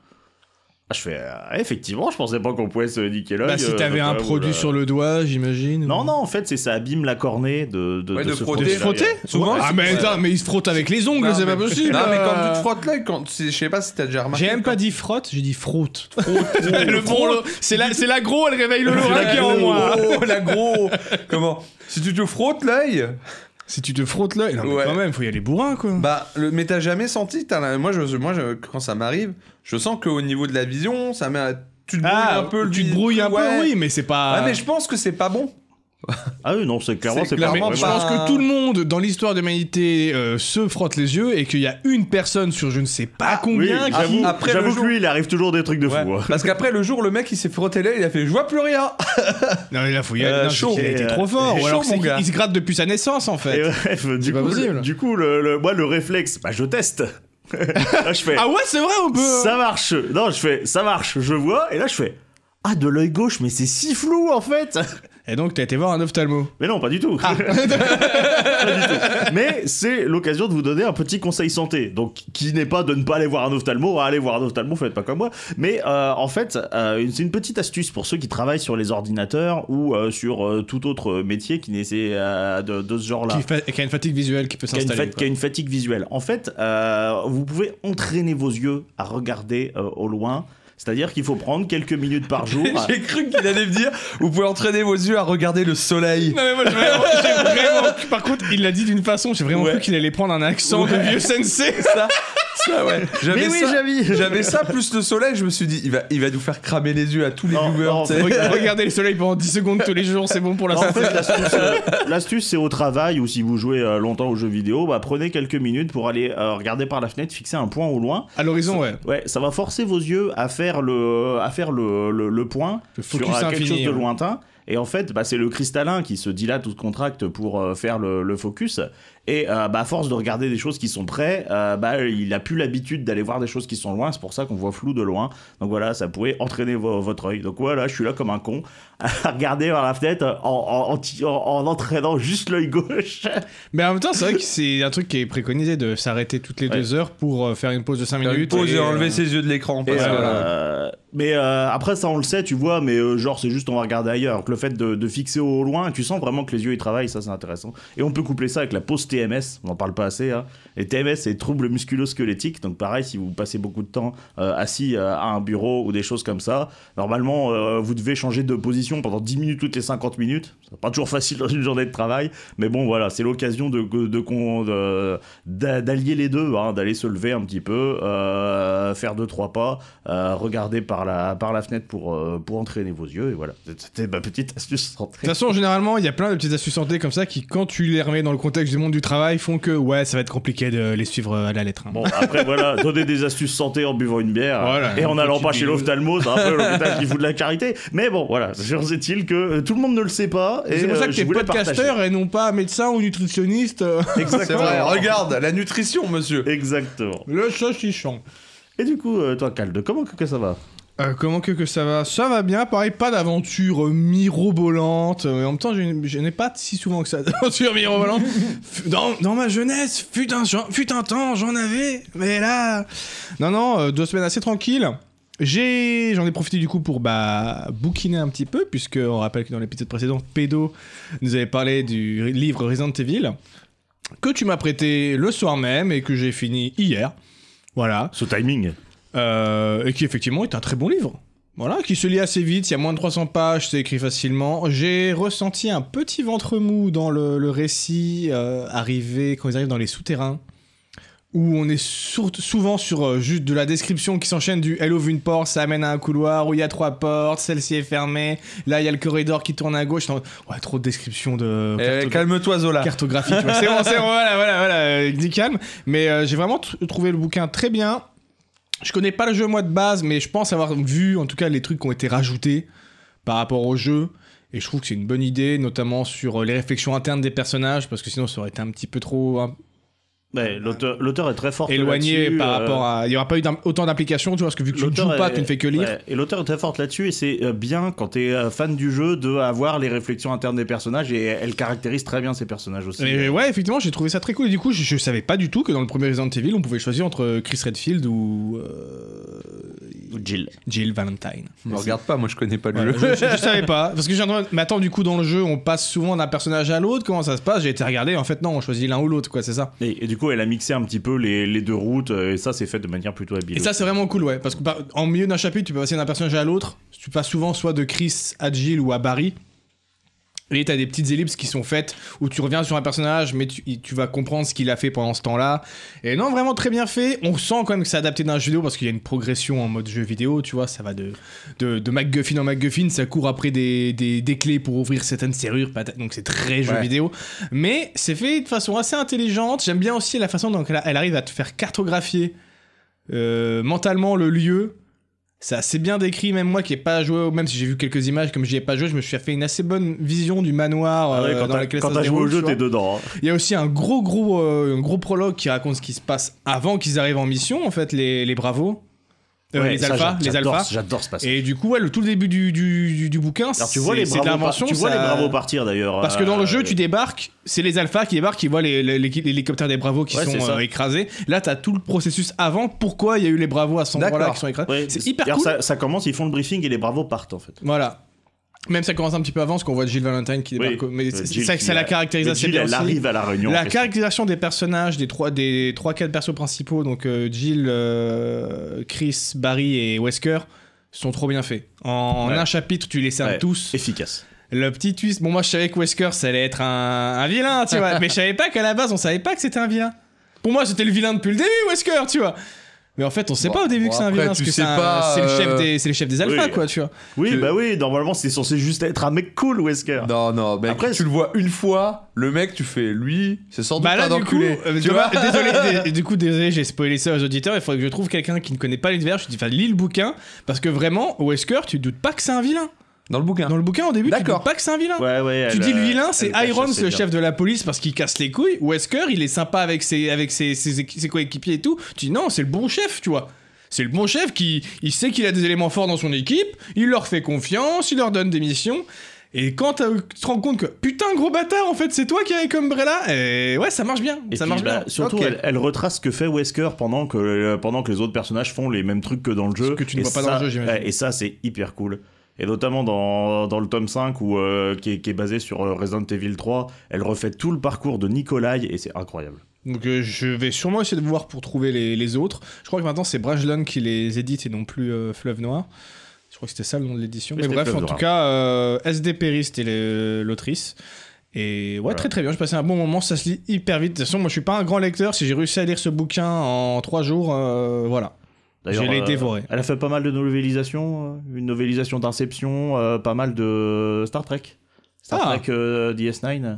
S3: Ah, je fais, euh, effectivement, je pensais pas qu'on pouvait se niquer l'œil.
S1: Bah, si
S3: euh,
S1: t'avais
S3: donc,
S1: un
S3: euh,
S1: produit
S3: voilà.
S1: sur le doigt, j'imagine.
S3: Non,
S1: ou-
S3: non, en fait, c'est ça abîme la cornée de, de,
S2: Ouais,
S3: de
S2: de
S3: se
S2: frotter.
S3: frotter.
S1: De se
S3: l'œil.
S1: frotter
S2: Souvent,
S1: Ah,
S2: c'est-
S1: mais
S2: ouais.
S1: attends, mais il se frotte avec les ongles,
S2: Non,
S1: c'est
S2: mais-
S1: pas possible.
S2: Non mais quand
S1: euh.
S2: tu te frottes l'œil, quand tu- je sais pas si t'as déjà remarqué.
S1: J'ai même pas dit frotte, j'ai dit frotte. le bon, le- c'est la, c'est la gros, elle réveille le Laura qui est en moi.
S2: Oh, la gros. Comment Si tu te frottes l'œil,
S1: Si tu te frottes là, non, mais
S2: Ouais.
S1: quand même, faut y aller bourrin quoi.
S2: Bah, le, mais t'as jamais senti t'as la- Moi, je, moi je- quand ça m'arrive, je sens qu'au niveau de la vision, ça met. un- Tu te brouilles
S1: ah,
S2: un peu le
S1: tu te
S2: vis-
S1: brouilles un
S2: ouais.
S1: peu, oui, mais c'est pas.
S2: Ouais, mais je pense que c'est pas bon.
S3: Ah oui, non, c'est clairement,
S2: C'est
S3: c'est pas
S1: Mais
S2: clairement
S3: vrai.
S1: je
S2: pas-
S1: pense que tout le monde dans l'histoire de l'humanité euh, se frotte les yeux et qu'il y a une personne sur je ne sais pas
S3: Oui,
S1: combien qui-
S3: j'avoue,
S2: Ah, après
S3: j'avoue
S2: le
S3: que
S2: jour-
S3: lui, il arrive toujours des trucs de fou.
S2: Ouais.
S3: hein.
S2: Parce qu'après, le jour, le mec, il s'est frotté l'œil, il a fait Je vois plus rien
S1: Non, mais là, faut y aller.
S2: Euh,
S1: non, c'est
S2: chaud.
S1: qu'il a été
S3: Et,
S1: trop fort.
S2: euh,
S1: Ou alors
S2: chaud,
S1: c'est
S2: mon
S1: qu'il
S2: gars.
S1: il se gratte depuis sa naissance en fait.
S3: Et bref, du
S1: pas
S3: coup,
S1: possible.
S3: le, du coup le, le- moi, le réflexe, bah, je teste. là, je fais,
S1: Ah ouais, c'est vrai, on peut.
S3: ça marche. Non, je fais, ça marche, je vois. Et là, je fais, ah, de l'œil gauche, mais c'est si flou, en fait.
S1: Et donc, t'as été voir un ophtalmo.
S3: Mais non, pas du tout.
S2: Ah.
S3: Mais c'est l'occasion de vous donner un petit conseil santé. Donc, qui n'est pas de ne pas aller voir un ophtalmo, allez voir un ophtalmo, faites pas comme moi. Mais euh, en fait, euh, une- c'est une petite astuce pour ceux qui travaillent sur les ordinateurs ou euh, sur euh, tout autre métier qui n'est c'est, euh, de, de ce genre-là
S2: Bah.
S1: qui, fa- qui a une fatigue visuelle qui peut
S3: qui a, une
S1: s'installer.
S3: fat- qui a une fatigue visuelle. En fait, euh, vous pouvez entraîner vos yeux à regarder euh, au loin. C'est-à-dire qu'il faut prendre quelques minutes par jour.
S2: J'ai cru qu'il allait me dire Vous pouvez entraîner vos yeux à regarder le soleil.
S1: Non mais moi j'ai vraiment, j'ai vraiment- Par contre, il l'a dit d'une façon, j'ai vraiment
S2: Ouais.
S1: cru qu'il allait prendre un accent de vieux sensei.
S2: Ça, ça, ouais. J'avais
S3: Mais oui,
S2: ça-
S3: Javi
S2: j'avais ça plus le soleil, je me suis dit Il va, il va nous faire cramer les yeux à tous les
S3: Non,
S2: viewers.
S3: non,
S2: tu sais.
S3: faut-
S1: Regardez le soleil pendant 10 secondes tous les jours, c'est bon pour la
S3: En
S1: santé.
S3: fait, l'astuce, euh, l'astuce, c'est au travail ou si vous jouez euh, longtemps aux jeux vidéo, bah, prenez quelques minutes pour aller euh, regarder par la fenêtre, fixer un point au loin.
S1: À l'horizon, ouais.
S3: Ouais, ça va forcer vos yeux à faire le, à faire le, le, le point
S1: Le
S3: sur
S1: focus
S3: euh, quelque
S1: infini, hein.
S3: chose de
S1: ouais.
S3: lointain. Et en fait, bah, c'est le cristallin qui se dilate ou se contracte pour euh, faire le, le focus. Et euh, bah, à force de regarder des choses qui sont près, euh, bah, il a plus l'habitude d'aller voir des choses qui sont loin, c'est pour ça qu'on voit flou de loin. Donc voilà, ça pourrait entraîner vo- votre œil. Donc voilà, je suis là comme un con à regarder par la fenêtre en, en- en- en entraînant juste l'œil gauche.
S1: Mais en même temps, c'est vrai que c'est un truc qui est préconisé de s'arrêter toutes les
S3: Ouais.
S1: deux heures pour euh, faire une pause de 5
S2: Une
S1: minutes.
S2: pause et
S1: euh,
S2: enlever ses yeux de l'écran.
S3: Et,
S2: parce que-
S3: euh, mais euh, après ça on le sait tu vois mais euh, genre c'est juste on va regarder ailleurs Donc, le fait de, de fixer au loin tu sens vraiment que les yeux ils travaillent ça c'est intéressant et on peut coupler ça avec la pause TMS on n'en parle pas assez hein. les TMS c'est troubles musculo-squelettiques donc pareil si vous passez beaucoup de temps euh, assis euh, à un bureau ou des choses comme ça normalement euh, vous devez changer de position pendant 10 minutes toutes les 50 minutes c'est pas toujours facile dans une journée de travail mais bon voilà c'est l'occasion de, de, con- de- d'a- d'allier les deux hein, d'aller se lever un petit peu euh, faire deux trois pas euh, regarder par la, par la fenêtre pour, euh, pour entraîner vos yeux. Et voilà, c'était ma petite astuce
S1: De
S3: rentrée.
S1: toute façon, généralement, il y a plein de petites astuces santé comme ça qui, quand tu les remets dans le contexte du monde du travail, font que ouais, ça va être compliqué de les suivre euh, à la lettre. hein.
S3: Bon, après voilà, donner des astuces santé en buvant une bière
S1: Voilà,
S3: et en
S1: une
S3: n'allant pas
S1: petite
S3: chez
S1: bise.
S3: l'ophtalmo, c'est un peu l'hôpital qui fout de la charité. Mais bon, voilà, je est-il que euh, tout le monde ne le sait pas. et,
S1: C'est pour ça
S3: euh,
S1: que
S3: je
S1: t'es
S3: voulais
S1: podcasteur et non pas médecin ou nutritionniste. euh,
S3: partager.
S2: C'est
S3: Exactement.
S2: vrai, regarde, la nutrition, monsieur.
S3: Exactement.
S1: le saucisson.
S3: Et du coup, euh, toi, Calde, comment que, que ça va
S1: Euh, comment que, que ça va Ça va bien, pareil, pas d'aventure euh, mirobolante. Euh, en même temps, je, n- je n'ai pas si souvent que ça d'aventure mirobolante. Fu- dans, dans ma jeunesse, fut un, j'en- fut un temps, j'en avais, mais là... Non, non, euh, deux semaines assez tranquilles. J'ai, j'en ai profité du coup pour bah, bouquiner un petit peu, puisque on rappelle que dans l'épisode précédent, Pédo nous avait parlé du livre Resident Evil, que tu m'as prêté le soir même et que j'ai fini hier. Voilà.
S3: Ce timing
S1: Euh, et qui effectivement est un très bon livre. Voilà, qui se lit assez vite, il y a moins de 300 pages, c'est écrit facilement. J'ai ressenti un petit ventre mou dans le, le récit euh, arrivé quand ils arrivent dans les souterrains, où on est sour- souvent sur euh, juste de la description qui s'enchaîne du elle ouvre une porte, ça amène à un couloir où il y a trois portes, celle-ci est fermée, là il y a le corridor qui tourne à gauche. J'étais en mode, Ouais, trop de descriptions de.
S2: Eh,
S1: carto-
S2: Calme-toi, Zola.
S1: cartographie. tu vois. C'est bon, c'est bon, voilà, voilà, voilà, euh, dis calme. Mais euh, j'ai vraiment tr- trouvé le bouquin très bien. Je connais pas le jeu moi de base, mais je pense avoir vu en tout cas les trucs qui ont été rajoutés par rapport au jeu. Et je trouve que c'est une bonne idée, notamment sur euh, les réflexions internes des personnages, parce que sinon ça aurait été un petit peu trop hein,
S3: Ouais, l'auteur, l'auteur est très fort.
S1: éloigné
S3: là-dessus,
S1: par
S3: euh,
S1: rapport à. Il n'y aura pas eu d'im- autant d'implications, tu vois, parce que vu que tu ne
S3: L'auteur
S1: joues pas,
S3: est-
S1: tu ne fais que lire.
S3: ouais, Et l'auteur est très forte là-dessus et c'est euh, bien quand t'es euh, fan du jeu de avoir les réflexions internes des personnages et elle caractérise très bien ses personnages aussi. euh,
S1: Et ouais, effectivement, j'ai trouvé ça très cool. Et du coup, je, je savais pas du tout que dans le premier Resident Evil, on pouvait choisir entre euh, Chris Redfield ou euh,
S3: Ou Jill.
S1: Jill Valentine.
S2: Ne regarde pas, moi je connais pas
S1: Voilà,
S2: le jeu.
S1: je, je- je savais pas. Parce que j'ai entendu, mais attends, du coup, dans le jeu, on passe souvent d'un personnage à l'autre. Comment ça se passe J'ai été regarder. En fait, non, on choisit l'un ou l'autre, quoi, c'est ça.
S3: Et, et du coup, elle a mixé un petit peu les, les deux routes euh, et ça, c'est fait de manière plutôt habile.
S1: Et ça, c'est vraiment cool, ouais. Parce que par- en milieu d'un chapitre, tu peux passer d'un personnage à l'autre. Tu passes souvent soit de Chris à Jill ou à Barry. Et t'as des petites ellipses qui sont faites où tu reviens sur un personnage, mais tu, il- tu vas comprendre ce qu'il a fait pendant ce temps-là. Et non, vraiment très bien fait. On sent quand même que c'est adapté d'un jeu vidéo parce qu'il y a une progression en mode jeu vidéo, tu vois. Ça va de, de, de MacGuffin en MacGuffin, ça court après des, des, des clés pour ouvrir certaines serrures, patate. donc c'est très jeu
S2: Ouais.
S1: vidéo. Mais c'est fait de façon assez intelligente. J'aime bien aussi la façon dont elle, elle arrive à te faire cartographier euh, mentalement le lieu. C'est assez bien décrit, même moi qui ai pas joué, au- même si j'ai vu quelques images, comme j'y ai pas joué, je me suis fait une assez bonne vision du manoir
S3: Ah ouais,
S1: euh,
S3: quand
S1: dans
S3: t'as,
S1: lequel
S3: quand
S1: ça
S3: t'as
S1: se
S3: joué au
S1: déroule,
S3: jeu,
S1: tu
S3: t'es
S1: vois.
S3: dedans. hein.
S1: Il y a aussi un gros gros euh, un gros prologue qui raconte ce qui se passe avant qu'ils arrivent en mission en fait les les bravos Euh,
S3: Ouais,
S1: les
S3: ça,
S1: alphas
S3: j'a-
S1: les
S3: j'adore-
S1: alphas
S3: J'adore ce passage.
S1: et du coup ouais, le tout le début du, du, du- du bouquin
S3: Alors, tu
S1: c'est-
S3: vois les
S1: c'est de
S3: bravos, par-
S1: l'invention,
S3: tu vois les
S1: ça-
S3: bravos partir d'ailleurs.
S1: parce que dans le
S3: euh,
S1: jeu, tu débarques, c'est les alphas qui débarquent, qui voient les- les- les- l'hélicoptère des bravos qui
S3: Ouais, c'est
S1: sont
S3: ça.
S1: euh, écrasés. Là, t'as tout le processus avant. Pourquoi il y a eu les bravos à cet endroit-là
S2: D'accord.
S1: qui sont écrasés
S3: ouais,
S1: C'est hyper
S3: d'ailleurs,
S1: cool.
S3: Ça, ça commence, ils font le briefing et les bravos partent en fait.
S1: Voilà. Même ça commence un petit peu avant, parce qu'on voit Jill Valentine qui
S3: Oui,
S1: débarque. mais
S3: euh,
S1: c'est-
S3: Jill
S1: ça,
S3: qui
S1: ça la
S3: a-
S1: caractérise
S3: Mais
S1: assez
S3: Jill,
S1: bien.
S3: elle
S1: aussi.
S3: arrive à la réunion. en
S1: La
S3: question.
S1: caractérisation des personnages, des 3 des trois quatre persos principaux, donc euh, Jill, euh, Chris, Barry et Wesker, sont trop bien faits. En
S3: Ouais.
S1: un chapitre, tu les cernes
S3: Ouais.
S1: tous.
S3: Efficace.
S1: Le petit twist. Bon, moi, je savais que Wesker, ça allait être un, un vilain, tu vois. mais je savais pas qu'à la base, on savait pas que c'était un vilain. Pour moi, c'était le vilain depuis le début, Wesker, tu vois. Mais en fait, on sait
S2: Bon,
S1: pas au début
S2: bon,
S1: que c'est un
S2: après,
S1: vilain,
S2: tu
S1: parce que
S2: sais
S1: c'est un-
S2: pas,
S1: c'est le
S2: euh,
S1: chef des, c'est le chef des alphas,
S3: oui.
S1: quoi, tu vois.
S3: Oui,
S2: Que-
S3: bah oui, normalement, c'est censé juste être un mec cool, Wesker.
S2: Non, non, mec,
S3: Après,
S2: tu le vois une fois, le mec, tu fais lui, c'est sans doute
S1: Bah là,
S2: un
S1: du coup,
S2: enculé.
S1: euh,
S2: tu
S1: dommage-
S2: vois
S1: désolé, dé- du coup, désolé, j'ai spoilé ça aux auditeurs. Il faudrait que je trouve quelqu'un qui ne connaît pas l'univers. Je dis, enfin, lis le bouquin, parce que vraiment, Wesker, tu te doutes pas que c'est un vilain.
S2: Dans le bouquin.
S1: Dans le bouquin, au début, tu dis
S2: D'accord.
S1: pas que c'est un vilain.
S3: Ouais, ouais,
S1: Tu
S3: elle,
S1: dis le
S3: euh,
S1: vilain, c'est
S3: elle cache
S1: Irons,
S3: assez
S1: le
S3: bien.
S1: chef de la police, parce qu'il casse les couilles. Wesker, il est sympa avec ses, avec ses, ses, équi- ses coéquipiers et tout. Tu dis non, c'est le bon chef, tu vois. C'est le bon chef qui il sait qu'il a des éléments forts dans son équipe, il leur fait confiance, il leur donne des missions. Et quand t'as- tu te rends compte que putain, gros bâtard, en fait, c'est toi qui es avec Umbrella, et ouais, ça marche bien.
S3: Et
S1: ça
S3: puis,
S1: marche
S3: bah,
S1: bien.
S3: Surtout,
S2: Ok.
S3: elle, elle retrace ce que fait Wesker pendant que, euh, pendant que les autres personnages font les mêmes trucs que dans le jeu.
S1: que tu ne
S3: Et
S1: vois pas
S3: ça-
S1: dans le jeu, j'imagine.
S3: ouais, Et ça, c'est hyper cool. Et notamment dans, dans le tome 5, où, euh, qui, est, qui est basé sur euh, Resident Evil 3, elle refait tout le parcours de Nikolai et c'est incroyable.
S1: Donc euh, je vais sûrement essayer de voir pour trouver les, les autres. Je crois que maintenant c'est Brajlon qui les édite et non plus euh, Fleuve Noir. Je crois que c'était ça le nom de l'édition.
S3: Oui,
S1: Mais
S3: c'était
S1: bref,
S3: Fleuve
S1: en
S3: Noir.
S1: tout cas, euh, SD Perry c'était le- l'autrice. Et ouais,
S3: Voilà.
S1: très très bien. J'ai passé un bon moment. Ça se lit hyper vite. De toute façon, moi je suis pas un grand lecteur. Si j'ai réussi à lire ce bouquin en trois jours, euh, voilà. Je
S3: D'ailleurs,
S1: l'ai
S3: euh,
S1: dévoré.
S3: Elle a fait pas mal de novélisations, euh, une novélisation d'Inception, euh, pas mal de Star Trek, Star
S1: Ah.
S3: Trek euh, DS9,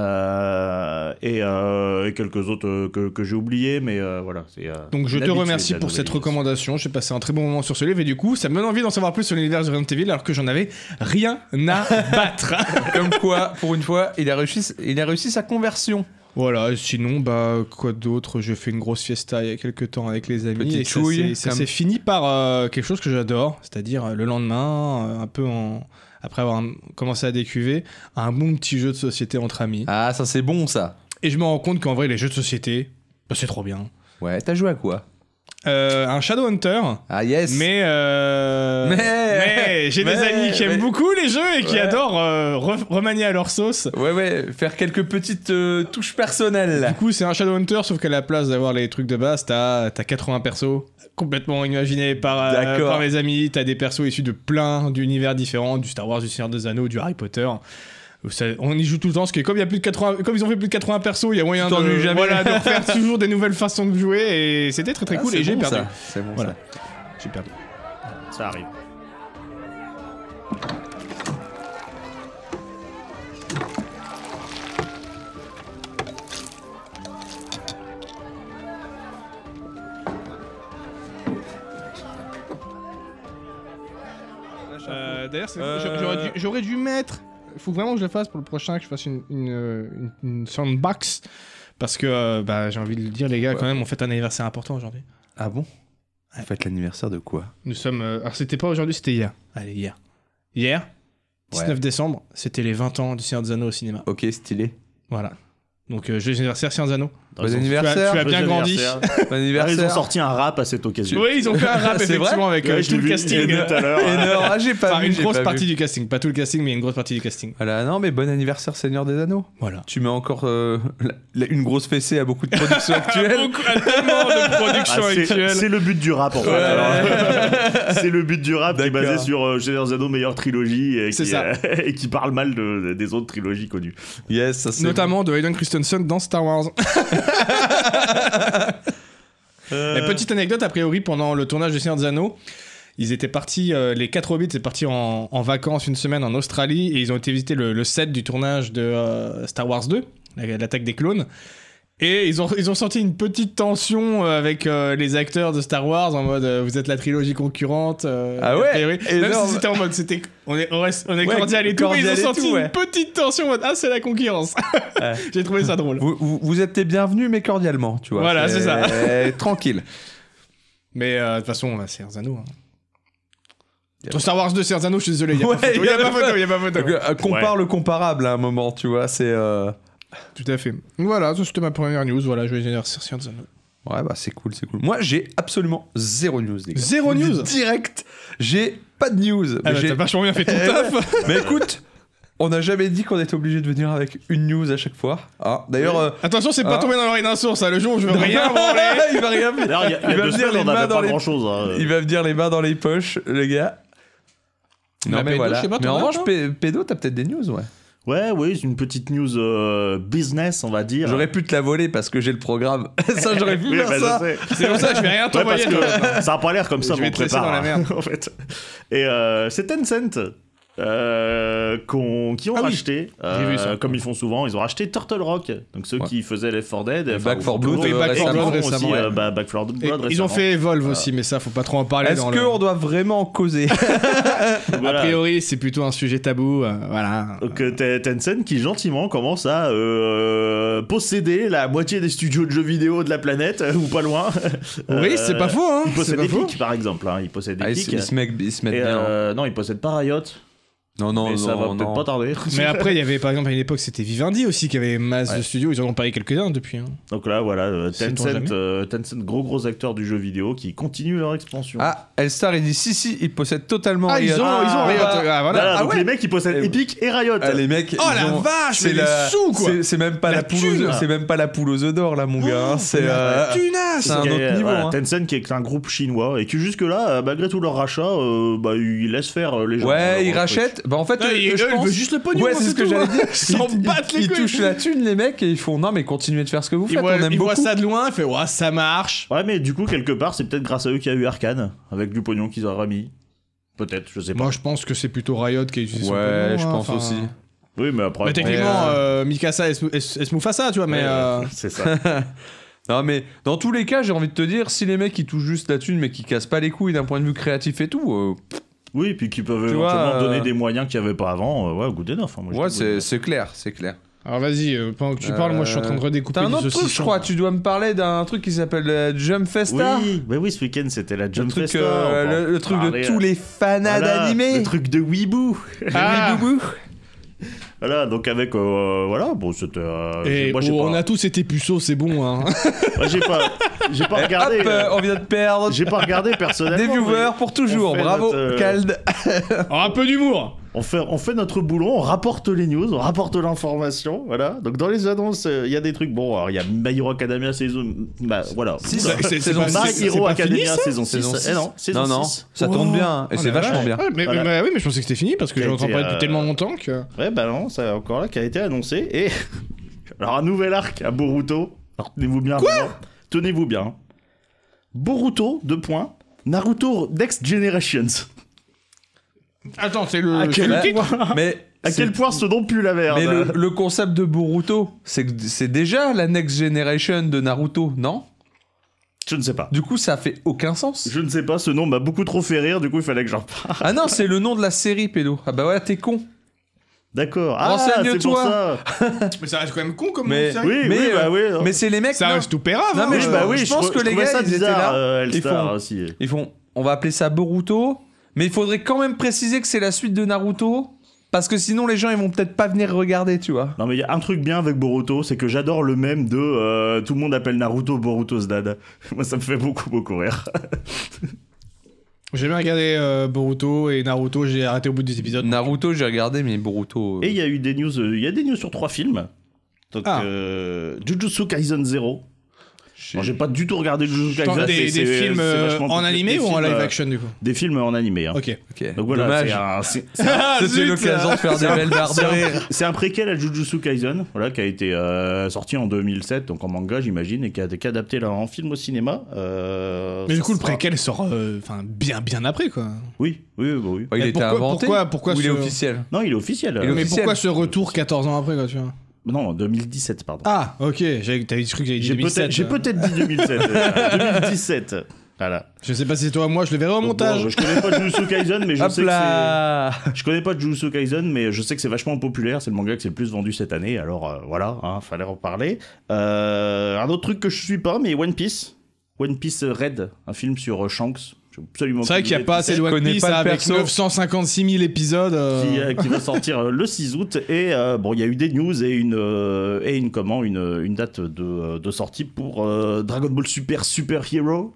S3: euh, et, euh, et quelques autres euh, que, que j'ai oubliés, mais euh, voilà. c'est, euh,
S1: Donc je
S3: une
S1: te
S3: habituée
S1: remercie
S3: de la
S1: pour cette
S3: novélisation.
S1: recommandation. J'ai passé un très bon moment sur ce livre et du coup, ça me donne envie d'en savoir plus sur l'univers de Resident Evil alors que j'en avais rien à battre.
S2: Comme quoi, pour une fois, il a réussi, il a réussi sa conversion.
S1: Voilà, et sinon, bah, quoi d'autre J'ai fait une grosse fiesta il y a quelques temps avec les amis.
S2: Petite
S1: et ça
S2: chouille,
S1: s'est- ça
S2: comme-
S1: s'est fini par euh, quelque chose que j'adore, c'est-à-dire euh, le lendemain, euh, un peu en... après avoir hum, commencé à décuver, un bon petit jeu de société entre amis.
S2: Ah, ça c'est bon ça.
S1: Et je me rends compte qu'en vrai, les jeux de société, bah, c'est trop bien.
S2: Ouais, t'as joué à quoi
S1: Euh, un Shadowhunter,
S2: Ah yes.
S1: mais, euh,
S2: Mais-
S1: mais j'ai des
S2: mais-
S1: amis qui aiment
S2: mais-
S1: beaucoup les jeux et qui
S2: Ouais.
S1: adorent euh, re- remanier à leur sauce.
S2: Ouais, ouais, faire quelques petites euh, touches personnelles.
S1: Du coup, c'est un Shadowhunter, sauf qu'à la place d'avoir les trucs de base, t'as t'as 80 persos complètement imaginés par, euh,
S2: D'accord.
S1: par mes amis. T'as des persos issus de plein d'univers différents, du Star Wars, du Seigneur des Anneaux, du Harry Potter. Ça- on y joue tout le temps, parce que comme, il y a plus de 80, comme ils ont fait plus de 80 persos, il y a moyen
S2: Tu t'ennuies
S1: de,
S2: jamais.
S1: voilà, de refaire toujours des nouvelles façons de jouer. Et c'était très très
S2: Ah,
S1: cool.
S2: c'est
S1: Et j'ai
S2: bon,
S1: perdu.
S2: ça. C'est bon
S1: Voilà.
S2: ça.
S1: J'ai perdu.
S3: Ça arrive.
S1: Euh, D'ailleurs, c'est-
S2: Euh,
S1: j'a- j'aurais dû- j'aurais dû, mettre. Il faut vraiment que je le fasse pour le prochain, que je fasse une, une, une- une soundbox. Parce que euh, bah, j'ai envie de le dire, les gars, quand même, on fête un anniversaire important aujourd'hui.
S2: Ah bon En fait, l'anniversaire de quoi
S1: Nous sommes. euh, alors, c'était pas aujourd'hui, c'était hier. Allez, hier. Hier, 19 décembre, c'était les 20 ans du Seigneur des Anneaux au cinéma.
S2: Ok, stylé.
S1: Voilà. Donc, euh, joyeux anniversaire, Seigneur des Anneaux.
S3: Dans
S2: Bon
S3: les-
S1: Tu as,
S2: anniversaire.
S1: tu as
S3: Joyeux
S1: bien grandi.
S3: anniversaire.
S2: Bon
S3: Ah, Ils ont
S2: anniversaire.
S3: sorti un rap à cette occasion.
S1: Oui, ils ont fait un rap,
S2: C'est vrai
S1: effectivement, avec euh,
S3: Ouais, je
S1: tout
S3: l'ai
S1: le
S3: vu, je
S1: casting.
S3: l'ai vu tout à l'heure.
S2: Et non, ah, j'ai pas
S1: Enfin,
S2: vu.
S1: une
S2: j'ai
S1: grosse
S2: pas
S1: partie
S2: vu.
S1: du casting. Pas tout le casting, mais une grosse partie du casting.
S2: Voilà, Ah non, mais bon anniversaire, Seigneur des Anneaux.
S1: Voilà.
S2: Tu mets encore euh, la- la- une grosse fessée à beaucoup de productions actuelles.
S1: Beaucoup, tellement de
S3: Ah,
S1: production
S3: c'est
S1: actuelle.
S3: c'est le but du rap en fait.
S2: Ouais.
S3: alors. c'est le but du rap qui est
S2: D'accord.
S3: basé sur euh, Seigneur des Anneaux, meilleure trilogie et
S1: C'est
S3: qui, euh,
S1: ça.
S3: et qui parle mal de- des autres trilogies connues.
S2: Yes, ça c'est.
S1: Notamment de Hayden Christensen dans Star Wars.
S2: Euh.
S1: Et petite anecdote, a priori, pendant le tournage de Seigneur des Anneaux, ils étaient partis, euh, les 4 Hobbits étaient partis en, en vacances une semaine en Australie et ils ont été visiter le, le set du tournage de euh, Star Wars 2, la- l'attaque des clones. Et ils ont, ils ont senti une petite tension euh, avec euh, les acteurs de Star Wars en mode euh, vous êtes la trilogie concurrente. euh,
S2: Ah
S1: a
S2: ouais,
S1: priori. Même
S2: énorme.
S1: si c'était en mode c'était, on est, on reste- on est
S2: Ouais,
S1: cordial et tout, mais ils
S2: cordial
S1: ont
S2: et
S1: senti
S2: tout, ouais.
S1: une petite tension en mode ah c'est la concurrence.
S2: Ouais.
S1: J'ai trouvé ça drôle.
S2: Vous, vous, vous êtes les bienvenus, mais cordialement, tu vois.
S1: Voilà, c'est ça.
S2: Eh, Tranquille.
S1: Mais euh, de toute façon, bah, c'est Erzano. Hein.
S2: Y a
S1: Ton Star Wars 2, c'est Erzano, je suis désolé. Il
S2: Ouais,
S1: n'y a, pas photo, il a pas photo.
S2: Donc, euh, compare le comparable à un moment, tu vois. C'est. euh,
S1: Tout à fait. Voilà, ça, c'était ma première news. Voilà, je vais anniversaire sur Erzano.
S2: Ouais, bah c'est cool, c'est cool. Moi, j'ai absolument zéro news, les gars.
S1: Zéro
S2: Je vous le
S1: news
S2: dis Direct, j'ai pas de news.
S1: Ah
S2: mais,
S1: bah,
S2: j'ai-
S1: t'as vachement bien fait ton
S2: Eh
S1: taf.
S2: mais écoute, on n'a jamais dit qu'on était obligé de venir avec une news à chaque fois. Ah, D'ailleurs, euh,
S1: Attention, c'est pas
S2: Ah.
S1: tombé dans l'oreille d'un source. hein. Le jour où je veux rien branler.
S2: il va rien faire.
S3: D'ailleurs, il y a, il y a
S2: Il va
S3: deux
S2: venir
S3: semaines,
S2: les
S3: on
S2: mains
S3: n'avait
S2: dans
S3: pas hein.
S2: les-
S3: grand chose.
S2: Il va venir les mains dans les poches, le gars.
S1: La pédo, je sais pas, hein
S2: Mais
S1: t'en
S2: en
S1: as,
S2: revanche,
S1: toi
S2: pé- pédo, t'as peut-être des news, ouais.
S3: Ouais, oui, c'est une petite news euh, business, on va dire.
S2: J'aurais pu te la voler parce que j'ai le programme. ça, j'aurais pu
S3: Oui,
S2: faire
S3: bah, je
S2: ça.
S3: sais.
S1: C'est pour ça, je vais rien
S3: Ouais, parce
S1: t'envoyer.
S3: que ça a pas l'air comme ça,
S1: Je
S3: mais
S1: vais
S3: on
S1: te laisser
S3: prépare.
S1: dans la merde.
S3: en fait. Et euh, c'est Tencent. euh, euh, qu'on- qui ont
S2: Ah oui.
S3: racheté, euh,
S1: J'ai vu ça.
S3: comme ils font souvent, ils ont racheté Turtle Rock. Donc ceux
S2: Ouais.
S3: qui faisaient Left 4 Dead, enfin,
S2: Back
S3: ou-
S2: 4 Blood,
S3: ou-
S1: et
S2: euh,
S1: Back 4
S2: récemment.
S1: Blood
S3: Blood
S1: récemment,
S3: aussi,
S1: ouais.
S3: euh, bah, Back 4 Blood
S1: Et ils ont
S3: récemment.
S1: fait Evolve aussi, mais ça, faut pas trop en parler.
S2: Est-ce
S1: dans
S2: qu'on
S1: le...
S2: doit vraiment causer
S3: Donc, voilà.
S1: A priori, c'est plutôt un sujet tabou. euh, voilà.
S3: Donc euh, t'as Tencent qui gentiment commence à euh, posséder la moitié des studios de jeux vidéo de la planète, euh, ou pas loin. Euh,
S1: oui, c'est pas faux, hein.
S3: Ils
S1: C'est
S3: possèdent
S1: pas faux.
S3: Epic par exemple, hein. ils possèdent
S2: Ah, ils,
S3: Epic.
S2: se- ils se mettent, ils se mettent
S3: Et,
S2: bien. hein.
S3: euh, non, ils possèdent pas Riot,
S2: Non, non,
S3: mais
S2: non.
S3: ça va
S2: Oh non.
S3: peut-être pas tarder.
S1: Mais après, il y avait par exemple à une époque, c'était Vivendi aussi qui avait masse de
S3: Ouais.
S1: studios. Ils en ont parlé quelques-uns depuis. hein.
S3: Donc là, voilà, euh,
S1: Sait-on
S3: Tencent,
S1: jamais.
S3: euh, Tencent, gros gros acteur du jeu vidéo qui continue leur expansion.
S2: Ah, Elstar, il dit si, si, ils possèdent totalement
S1: Ah, ils
S2: Riot.
S1: ont, ils ont
S2: Ah,
S1: Riot.
S2: bah,
S1: Ah,
S3: Voilà,
S1: voilà.
S2: ah
S3: donc
S2: ouais.
S3: les mecs ils possèdent
S2: Et-
S3: Epic et Riot.
S2: Ah, les mecs.
S1: Oh
S2: ils
S1: la
S2: ont-
S1: vache, mais
S2: la-
S1: les sous, quoi.
S2: c'est- C'est même pas
S1: La
S2: la, poule, aux-
S1: thune.
S2: c'est même pas la poule aux œufs d'or là, mon gars. hein. C'est euh,
S1: Tunasse
S2: c'est un
S3: Et,
S2: autre
S3: euh,
S2: niveau.
S3: voilà,
S2: hein.
S3: Tencent qui est un groupe chinois et qui jusque là, malgré tout leur rachat, euh, bah, ils laissent faire euh, les gens.
S2: Ouais,
S3: Leur-
S2: ils
S3: leur
S2: rachètent. Bah en fait, eux, eux, je pense-
S1: juste le pognon. hein.
S2: Ouais, hein, c'est ce que j'allais dire.
S1: Ils s'en
S2: Ils-
S1: battent les
S2: Ils
S1: couilles.
S2: touchent la thune, les mecs, et ils font non, mais continuez de faire ce que vous
S1: Ils
S2: faites.
S1: voient,
S2: On aime
S1: ils voient
S2: beaucoup.
S1: ça de loin, ils font ouais, ça marche.
S3: truc. Ouais, mais du coup, quelque part, c'est peut-être grâce à eux qu'il y a eu Arkane avec du pognon qu'ils auraient mis. Peut-être, je sais pas.
S1: Moi, je pense que c'est plutôt Riot qui a utilisé son pognon,
S2: Ouais, je
S1: hein,
S2: pense
S1: enfin.
S2: aussi.
S3: Oui, mais après.
S1: Mais techniquement,
S2: euh,
S1: euh, Mikasa et Smu- et S- et Smufasa, tu vois, mais.
S3: Ouais,
S1: euh,
S3: C'est ça.
S2: Non mais dans tous les cas j'ai envie de te dire si les mecs ils touchent juste la thune mais qui cassent pas les couilles d'un point de vue créatif et tout euh,
S3: Oui, puis qu'ils peuvent
S2: Tu
S3: éventuellement
S2: vois, euh,
S3: donner des moyens qu'il n'y avait pas avant. euh, ouais, good enough. hein, moi, je
S2: ouais
S3: dis
S2: c'est
S3: good
S2: c'est clair c'est clair
S1: Alors vas-y, euh, pendant que tu parles, moi je suis en train de redécouper
S2: Euh, T'as un
S1: du
S2: autre truc, je
S1: saucisson.
S2: crois. Tu dois me parler d'un truc qui s'appelle euh, Jump Festa.
S3: enough. hein. Oui, mais oui, ce week-end c'était la
S2: Le
S3: Jump
S2: truc,
S3: Festa,
S2: euh,
S3: on va
S2: le, le truc
S3: parler,
S2: de tous
S3: euh,
S2: les fanas
S3: voilà,
S2: d'animé.
S3: Le truc de Weeboo.
S1: Ah.
S2: Boubou.
S3: Voilà, donc avec. euh, voilà, bon, c'était. euh,
S1: Et
S3: j'ai- moi, j'ai
S1: oh,
S3: pas,
S1: on a tous été puceaux, c'est bon. Hein.
S3: moi, j'ai pas, j'ai pas
S2: Eh,
S3: regardé.
S2: hop,
S3: euh,
S2: euh, on vient de perdre
S3: j'ai pas regardé
S2: des
S3: personnellement.
S2: viewers
S3: mais
S2: pour toujours.
S3: on fait
S2: Bravo,
S3: notre, euh,
S2: Cald.
S1: Oh, un peu d'humour.
S3: On fait, on fait notre boulot, on rapporte les news, on rapporte l'information. Voilà. Donc dans les annonces, euh, il y a des trucs. Bon, alors il y a My Hero Academia saison. Bah voilà.
S2: Six.
S3: Oula.
S1: C'est- c'est-
S2: Saison
S1: c'est pas-
S3: My
S1: c'est- c'est
S3: Hero
S1: pas fini, ça
S3: Academia saison 6.
S2: Saison six.
S3: Eh non, saison Ah,
S2: Non, non,
S3: 6.
S2: ça tourne bien hein, et
S1: Oh
S2: c'est
S1: la
S2: vachement
S1: vache.
S2: bien.
S1: Ouais, mais,
S3: Voilà.
S1: mais- ouais, oui, mais je pensais que c'était fini parce que
S3: Ça a
S1: j'entends
S3: été,
S1: parler depuis
S3: euh,
S1: tellement longtemps que.
S3: Ouais, bah non, ça encore là qui a été annoncé. Et alors un nouvel arc à Boruto. Alors tenez-vous bien. vraiment. Tenez-vous bien. Boruto, deux points. Naruto Next Generations.
S1: Attends, c'est le.
S3: À
S1: c'est le
S3: Ah, quel
S1: titre
S3: point
S2: Mais
S3: hein. À
S2: c'est-
S3: quel point ce nom pue la merde hein.
S2: mais le, le concept de Boruto, c'est que c'est déjà la next generation de Naruto, non
S3: Je ne sais pas.
S2: Du coup, ça fait aucun sens.
S3: Je ne sais pas, ce nom m'a beaucoup trop fait rire, du coup il fallait que j'en parle.
S2: Ah non, c'est le nom de la série, pédo. Ah bah voilà, t'es con.
S3: D'accord. Ah, c'est pour
S2: Renseigne-toi.
S3: ça.
S1: Mais ça reste quand même con comme
S2: Mais-
S1: nom de série.
S3: Oui,
S2: Mais, euh,
S3: oui, bah oui.
S2: Mais c'est les mecs.
S1: Ça
S2: non
S1: reste tout pérave.
S2: Non,
S1: hein,
S2: mais je-
S1: euh,
S2: bah oui. je pense
S3: trou-
S2: que les
S3: trouvais
S2: gars,
S3: ça
S2: ils étaient
S3: bizarre,
S2: là,
S3: euh,
S2: ils
S3: Elstar
S2: font-
S3: aussi.
S2: Ils font, on va appeler ça Boruto, mais il faudrait quand même préciser que c'est la suite de Naruto, parce que sinon les gens ils vont peut-être pas venir regarder, tu vois.
S3: Non mais il y a un truc bien avec Boruto, c'est que j'adore le même de euh, tout le monde appelle Naruto Boruto's dad. Moi ça me fait beaucoup beaucoup rire.
S1: J'ai bien regardé euh, Boruto et Naruto, j'ai arrêté au bout des épisodes.
S2: Naruto, j'ai regardé, mais Boruto. euh,
S3: Et il y a eu des news, euh, il y a des news sur trois films. Donc
S1: Ah.
S3: euh, Jujutsu Kaisen 0.
S2: j'ai-
S3: Alors, J'ai pas du tout regardé Jujutsu
S1: Attends,
S3: Kaisen.
S1: des,
S3: c'est-
S1: des
S3: c'est-
S1: films
S3: c'est
S1: euh,
S3: vachement
S1: en
S3: plus-
S1: animé
S3: des
S1: ou en
S3: films,
S1: live
S3: euh,
S1: action du coup
S3: Des films en animé. hein.
S1: Ok.
S2: ok.
S3: Donc voilà, c'est
S2: Dommage.
S3: un- c'est
S2: C'était l'occasion de faire des belles barres de rire.
S3: C'est un préquel à Jujutsu Kaisen, voilà, qui a été euh, sorti en 2007, donc en manga j'imagine, et qui a été adapté là en film au cinéma. Euh,
S1: Mais du
S3: ça
S1: coup, le
S3: sera-
S1: préquel sort euh, enfin bien bien après quoi.
S3: Oui, oui, bah oui.
S2: Oh, il
S1: Mais
S2: était
S1: pourquoi-
S2: inventé.
S1: pourquoi- pourquoi
S2: ou il est
S1: ce-
S2: officiel
S3: Non, il est officiel.
S2: Il est
S3: euh,
S1: Mais
S2: officiel.
S1: pourquoi ce retour 14 ans après quoi, tu vois
S3: Non, 2017, pardon.
S1: Ah, ok, j'avais- t'avais dit ce truc, j'avais dit
S3: j'ai
S1: 2007.
S3: peut-être j'ai
S1: euh.
S3: peut-être dit 2007. euh, 2017. Voilà.
S1: Je sais pas si c'est toi ou moi, je le verrai au
S3: Donc,
S1: montage.
S3: Oh, bon, je connais pas Jujutsu Kaisen, mais je
S2: Hop
S3: sais que c'est.
S2: là
S3: Je connais pas Jujutsu Kaisen, mais je sais que c'est vachement populaire. C'est le manga qui s'est le plus vendu cette année. Alors euh, voilà, hein, fallait en parler. Euh, un autre truc que je suis pas, mais One Piece. One Piece Red, un film sur euh, Shanks. J'ai absolument
S1: C'est vrai
S3: aucune
S1: qu'il n'y a
S3: idée
S1: pas
S3: de qui
S1: assez de
S3: c'est,
S1: One
S2: connais
S1: Piece
S2: pas le
S1: avec
S2: perso.
S1: 956 000 épisodes. euh.
S3: Qui, euh, qui va sortir euh, le 6 août et euh, bon il y a eu des news et une euh, et une comment une, une date de, euh, de sortie pour euh, Dragon Ball Super Super Hero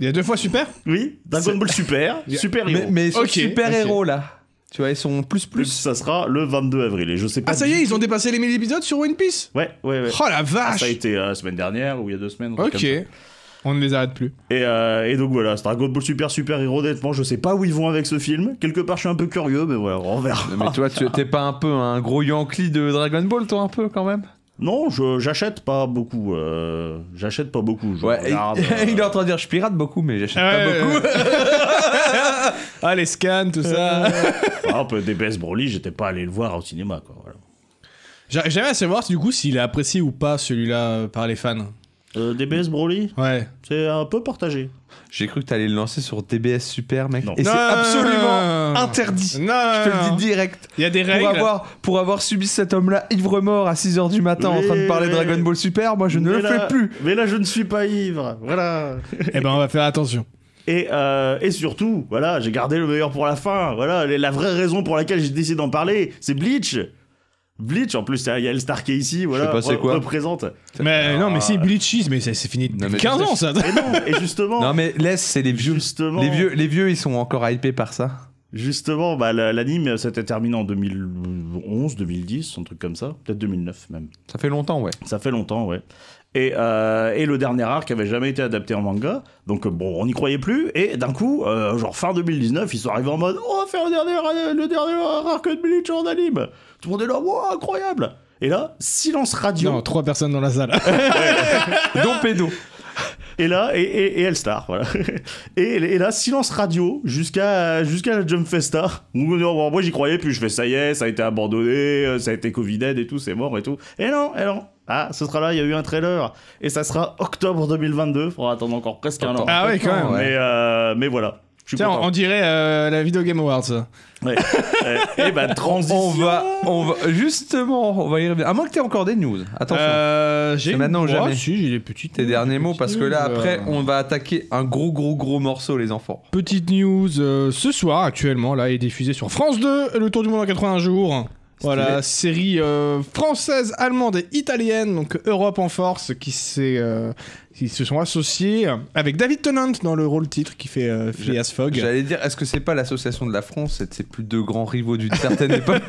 S1: Il y a deux fois super
S3: Oui, Dragon Ball Super,
S1: Yeah.
S3: Super Hero.
S2: Mais, mais ils sont
S1: Ok,
S2: super
S1: ok.
S2: héros là. Tu vois, ils sont plus
S3: Plus
S2: plus.
S3: ça sera le 22 avril et je sais pas.
S1: Ah, ça y
S3: du-
S1: est, ils ont dépassé les 1000 épisodes sur One Piece
S3: Ouais, ouais, ouais.
S1: Oh la
S3: Ah,
S1: vache
S3: ça a été euh, la semaine dernière ou il y a deux semaines. un truc
S1: Ok.
S3: comme ça.
S1: On ne les arrête plus.
S3: Et, euh, et donc voilà, c'est Dragon Ball Super Super Hero. Honnêtement, je sais pas où ils vont avec ce film. Quelque part, je suis un peu curieux, mais voilà, on verra.
S2: Non, mais toi, tu t'es pas un peu un gros Yankee de Dragon Ball, toi, un peu quand même
S3: Non, je- j'achète pas beaucoup. euh, j'achète pas beaucoup. Je
S2: Ouais,
S3: regarde,
S2: il,
S3: euh,
S2: il est en train de dire je pirate beaucoup, mais j'achète
S1: Ouais,
S2: pas beaucoup.
S1: ah, les scans, tout ça.
S3: Par exemple, DBS Broly, j'étais pas allé le voir au cinéma. Quoi, voilà.
S1: J'a- J'aimerais à savoir du coup s'il est apprécié ou pas celui-là euh, par les fans.
S3: Euh, DBS Broly,
S1: Ouais.
S3: c'est un peu partagé.
S2: J'ai cru que t'allais le lancer sur DBS Super, mec.
S3: Non.
S2: Et c'est
S1: Non,
S2: absolument
S1: non, non,
S2: interdit.
S1: Non, non,
S2: Je te
S1: non,
S2: le
S1: non.
S2: dis direct.
S1: Il y a des
S2: Pour
S1: règles.
S2: avoir, pour avoir subi cet homme-là ivre-mort à 6h du matin en
S3: Oui,
S2: train de parler
S3: oui.
S2: Dragon Ball Super, moi je ne
S3: Mais
S2: le
S3: là-
S2: fais plus.
S3: Mais là, je ne suis pas ivre. Voilà.
S1: Eh ben, on va faire attention.
S3: Et, euh, et surtout, voilà, j'ai gardé le meilleur pour la fin. Voilà, la vraie raison pour laquelle j'ai décidé d'en parler, c'est Bleach. Bleach, en plus, il y a Elstar qui est ici, voilà,
S2: pas c'est
S3: re-
S2: quoi.
S3: représente.
S1: Mais
S2: Ah.
S1: non, mais si, Bleach Cheese, mais c'est c'est fini
S2: Non,
S1: depuis
S2: mais
S1: 15 ans, ça.
S3: Et non, et justement,
S2: Non mais laisse, c'est les vieux.
S3: justement,
S2: Les vieux, les vieux, ils sont encore hypés par ça.
S3: justement, bah, la- l'anime, c'était terminé en 2011, 2010, un truc comme ça, peut-être 2009 même.
S2: Ça fait longtemps, ouais.
S3: Ça fait longtemps, ouais. Et, euh, et le dernier arc avait jamais été adapté en manga, donc euh, bon, on n'y croyait plus. Et d'un coup, euh, genre fin 2019, ils sont arrivés en mode on va faire le dernier, le dernier arc de Bleach en anime. Tout le monde est là, wow, incroyable. Et là, silence radio.
S1: Non, trois personnes dans la salle.
S2: Don Pédo.
S3: Et là, et, et, et Elstar, voilà. et, et là, silence radio jusqu'à jusqu'à la Jump Festa. Où, non, bon, moi, j'y croyais plus. Je fais ça y est, ça a été abandonné, euh, ça a été Covided et tout, c'est mort et tout. Et non, et non. Ah, ce sera là, il y a eu un trailer. Et ça sera octobre 2022. Faudra attendre encore presque un an.
S1: Ah ouais, quand même.
S2: ouais.
S3: Mais, euh, mais voilà. Je suis
S1: Tiens, on,
S3: content.
S1: on dirait euh, la Video Game Awards. ça.
S3: Ouais. et, bah, transition.
S2: On va, on va, justement, on va y revenir. À moins que t'aies encore des news. Attention.
S1: Euh, j'ai
S2: C'est maintenant ou
S1: moi,
S2: jamais.
S1: si, j'ai des petites.
S2: Tes derniers mots, parce que là,
S1: Euh,
S2: après, on va attaquer un gros, gros, gros morceau, les enfants.
S1: Petite news, euh, ce soir actuellement, là, est diffusé sur France 2, le tour du monde en 80 jours. Voilà, série euh, française, allemande et italienne, donc Europe en force, qui, s'est, euh, qui se sont associés avec David Tennant dans le rôle titre qui fait euh, Phileas Fogg.
S2: J'allais dire, est-ce que c'est pas l'association de la France C'est de ces plus deux grands rivaux d'une certaine époque.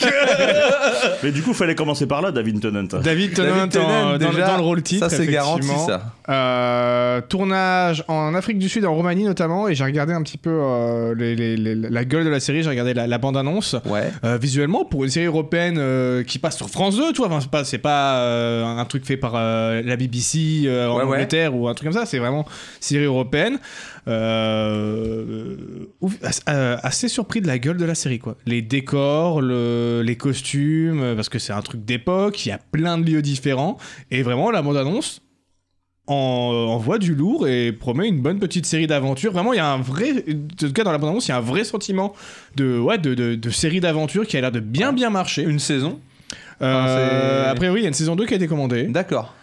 S3: Mais du coup, fallait commencer par là, David Tennant.
S1: David Tennant,
S2: David Tennant,
S1: en- dans, le-
S2: déjà,
S1: dans le rôle titre.
S2: ça, c'est garanti,
S1: effectivement.
S2: ça.
S1: Euh, tournage en Afrique du Sud, en Roumanie notamment, et j'ai regardé un petit peu euh, les- les- les- la gueule de la série, j'ai regardé la, la bande-annonce.
S2: Ouais.
S1: Euh, visuellement, pour une série européenne euh, qui passe sur France 2, tu vois, enfin, c'est pas, c'est pas euh, un truc fait par euh, la BBC euh, en
S2: Ouais, ouais.
S1: Angleterre ou un truc comme ça, c'est vraiment série européenne. Euh, ouf, as- euh, assez surpris de la gueule de la série, quoi. Les décors, le- les costumes, euh, parce que c'est un truc d'époque, il y a plein de lieux différents, et vraiment, la bande-annonce en, envoie du lourd et promet une bonne petite série d'aventures. Vraiment, il y a un vrai, en tout cas dans la bande-annonce, il y a un vrai sentiment de, ouais, de, de, de série d'aventures qui a l'air de bien bien marcher.
S2: Une saison
S1: Euh,
S2: Ah, c'est-
S1: a priori, il y a une saison 2 qui a été commandée.
S2: D'accord.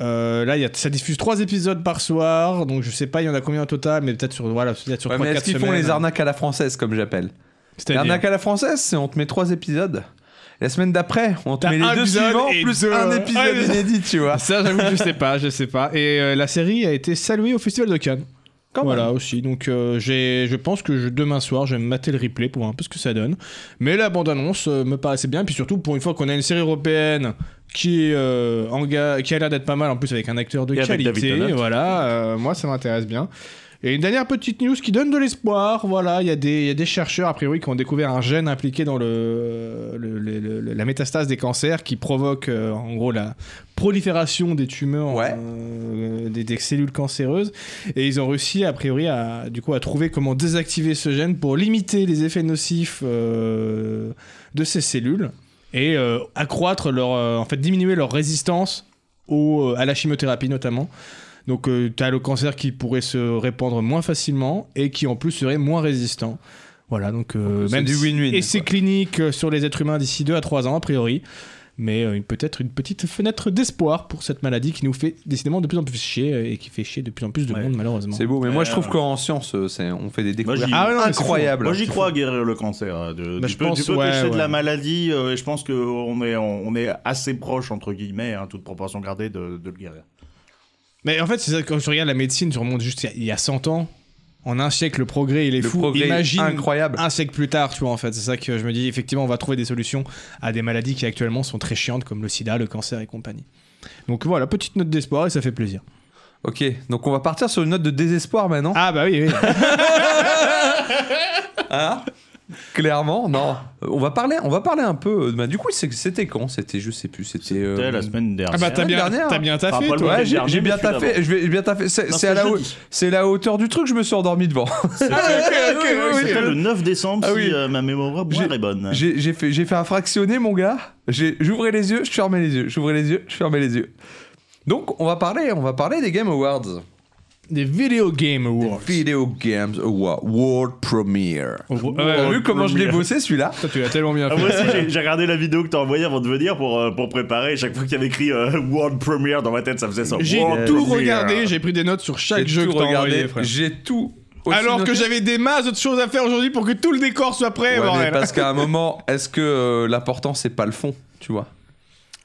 S1: Euh, là, il y a, ça diffuse 3 épisodes par soir, donc je sais pas, il y en a combien au total, mais peut-être sur, voilà, peut-être sur
S2: Ouais, mais
S1: 3-4
S2: est-ce qu'ils
S1: semaines. hein.
S2: font les arnaques à la française, comme j'appelle
S1: C'est-à-dire-
S2: L'arnaque à la française, c'est on te met trois épisodes. La semaine d'après, on te
S1: T'as
S2: met les
S1: un
S2: deux
S1: épisode
S2: suivants,
S1: et
S2: plus
S1: deux.
S2: un
S1: Ah,
S2: épisode
S1: mais-
S2: inédit, tu vois.
S1: Ça, j'avoue, que je sais pas, je sais pas. Et euh, la série a été saluée au Festival de Cannes.
S2: Quand
S1: voilà
S2: même.
S1: aussi. Donc euh, j'ai- je pense que je- demain soir, je vais me mater le replay pour voir un peu ce que ça donne. Mais la bande-annonce euh, me paraissait bien. Puis surtout, pour une fois qu'on a une série européenne qui, est, euh, enga- qui a l'air d'être pas mal en plus avec un acteur de
S3: Et avec David
S1: qualité,
S3: Tennant.
S1: voilà, euh, moi ça m'intéresse bien. Et une dernière petite news qui donne de l'espoir. Voilà, il y, a des- il y a des chercheurs, a priori, qui ont découvert un gène impliqué dans le, le- le- le- la métastase des cancers qui provoque, euh, en gros, la prolifération des tumeurs,
S2: Ouais.
S1: euh, des, des cellules cancéreuses. Et ils ont réussi, a priori, à, du coup, à trouver comment désactiver ce gène pour limiter les effets nocifs euh, de ces cellules et euh, accroître leur, euh, en fait, diminuer leur résistance au, euh, à la chimiothérapie notamment. Donc tu as le cancer qui pourrait se répandre moins facilement et qui en plus serait moins résistant. Voilà, donc euh,
S2: Donc, c'est
S1: même
S2: du
S1: si-
S2: win-win,
S1: Et c'est
S2: quoi.
S1: clinique euh, sur les êtres humains d'ici 2 à 3 ans a priori. Mais euh, une- peut-être une petite fenêtre d'espoir pour cette maladie qui nous fait décidément de plus en plus chier euh, et qui fait chier de plus en plus de
S3: Ouais.
S1: monde malheureusement.
S2: C'est beau, mais moi je
S3: Euh,
S2: trouve qu'en science, euh, c'est- on fait des découvertes
S3: j'y-
S1: Ah ouais, non, mais c'est
S2: incroyables.
S3: Moi, j'y crois à guérir le cancer. hein, De,
S1: Bah,
S3: tu
S1: je
S3: peux, tu
S1: pense,
S3: peux
S1: ouais,
S3: te sécher de
S1: ouais.
S3: la maladie euh, et je pense qu'on est, on est assez proche, entre guillemets, hein, toute proportion gardée, de, de le guérir.
S1: Mais en fait, c'est ça, quand je regarde la médecine, je remonte juste il y a 100 ans. En un siècle, le progrès, il est
S2: Le
S1: fou.
S2: progrès
S1: Imagine Ah.
S2: incroyable.
S1: un siècle plus tard, tu vois, en fait. C'est ça que je me dis, effectivement, on va trouver des solutions à des maladies qui actuellement sont très chiantes, comme le sida, le cancer et compagnie. Donc voilà, petite note d'espoir et ça fait plaisir.
S2: Ok, donc on va
S1: bah
S2: partir sur une note de désespoir maintenant.
S1: Ah bah oui, oui.
S2: Hein Clairement, non. Euh, On va parler, on va parler un peu. euh, bah, du coup, c'est- c'était quand C'était, je sais plus. C'était. euh,
S3: C'était la semaine dernière.
S1: Ah bah t'as
S2: la
S1: bien,
S2: dernière.
S1: t'as bien taffé,
S3: Enfin, pas le
S1: toi.
S2: Ouais, j'ai
S3: dernier,
S2: j'ai bien
S3: mais celui
S2: taffé.
S3: d'avant.
S2: Je vais, j'ai bien taffé. C'est
S3: Non,
S2: c'est à la, hau-
S3: jeudi.
S2: c'est la hauteur du truc. Je me suis endormi devant. Ah, ok, ok,
S3: C'était
S2: ok.
S3: le 9 décembre,
S2: Ah oui.
S3: si euh, ma mémoire
S2: J'ai-
S3: est bonne.
S2: J'ai j'ai fait, j'ai fait un fractionné, mon gars. J'ai- J'ouvrais les yeux, je fermais les yeux. J'ouvrais les yeux, je fermais les yeux. Donc, on va parler, on va parler des Game Awards.
S1: Des Video Game Awards.
S2: Video Games Awards, World Premiere.
S1: Oh, ouais,
S2: T'as
S1: ouais,
S2: vu comment je l'ai
S3: Premiere.
S2: bossé celui-là
S1: toi, tu l'as tellement bien
S3: Ah,
S1: fait.
S3: moi aussi, j'ai- j'ai regardé la vidéo que t'as envoyée avant de venir pour, euh, pour préparer. Chaque fois qu'il y avait écrit euh, World Premiere dans ma tête, ça faisait ça.
S1: J'ai
S3: World
S1: tout
S3: Premiere.
S1: regardé, j'ai pris des notes sur
S2: J'ai
S1: chaque jeu
S2: tout
S1: que t'as
S2: regardé,
S1: envoyé, frère.
S2: j'ai tout. aussi
S1: Alors
S2: noté.
S1: que j'avais des masses d'autres choses à faire aujourd'hui pour que tout le décor soit prêt,
S2: Ouais, mais
S1: bordel.
S2: parce qu'à un moment, est-ce que euh, l'important c'est pas le fond, tu vois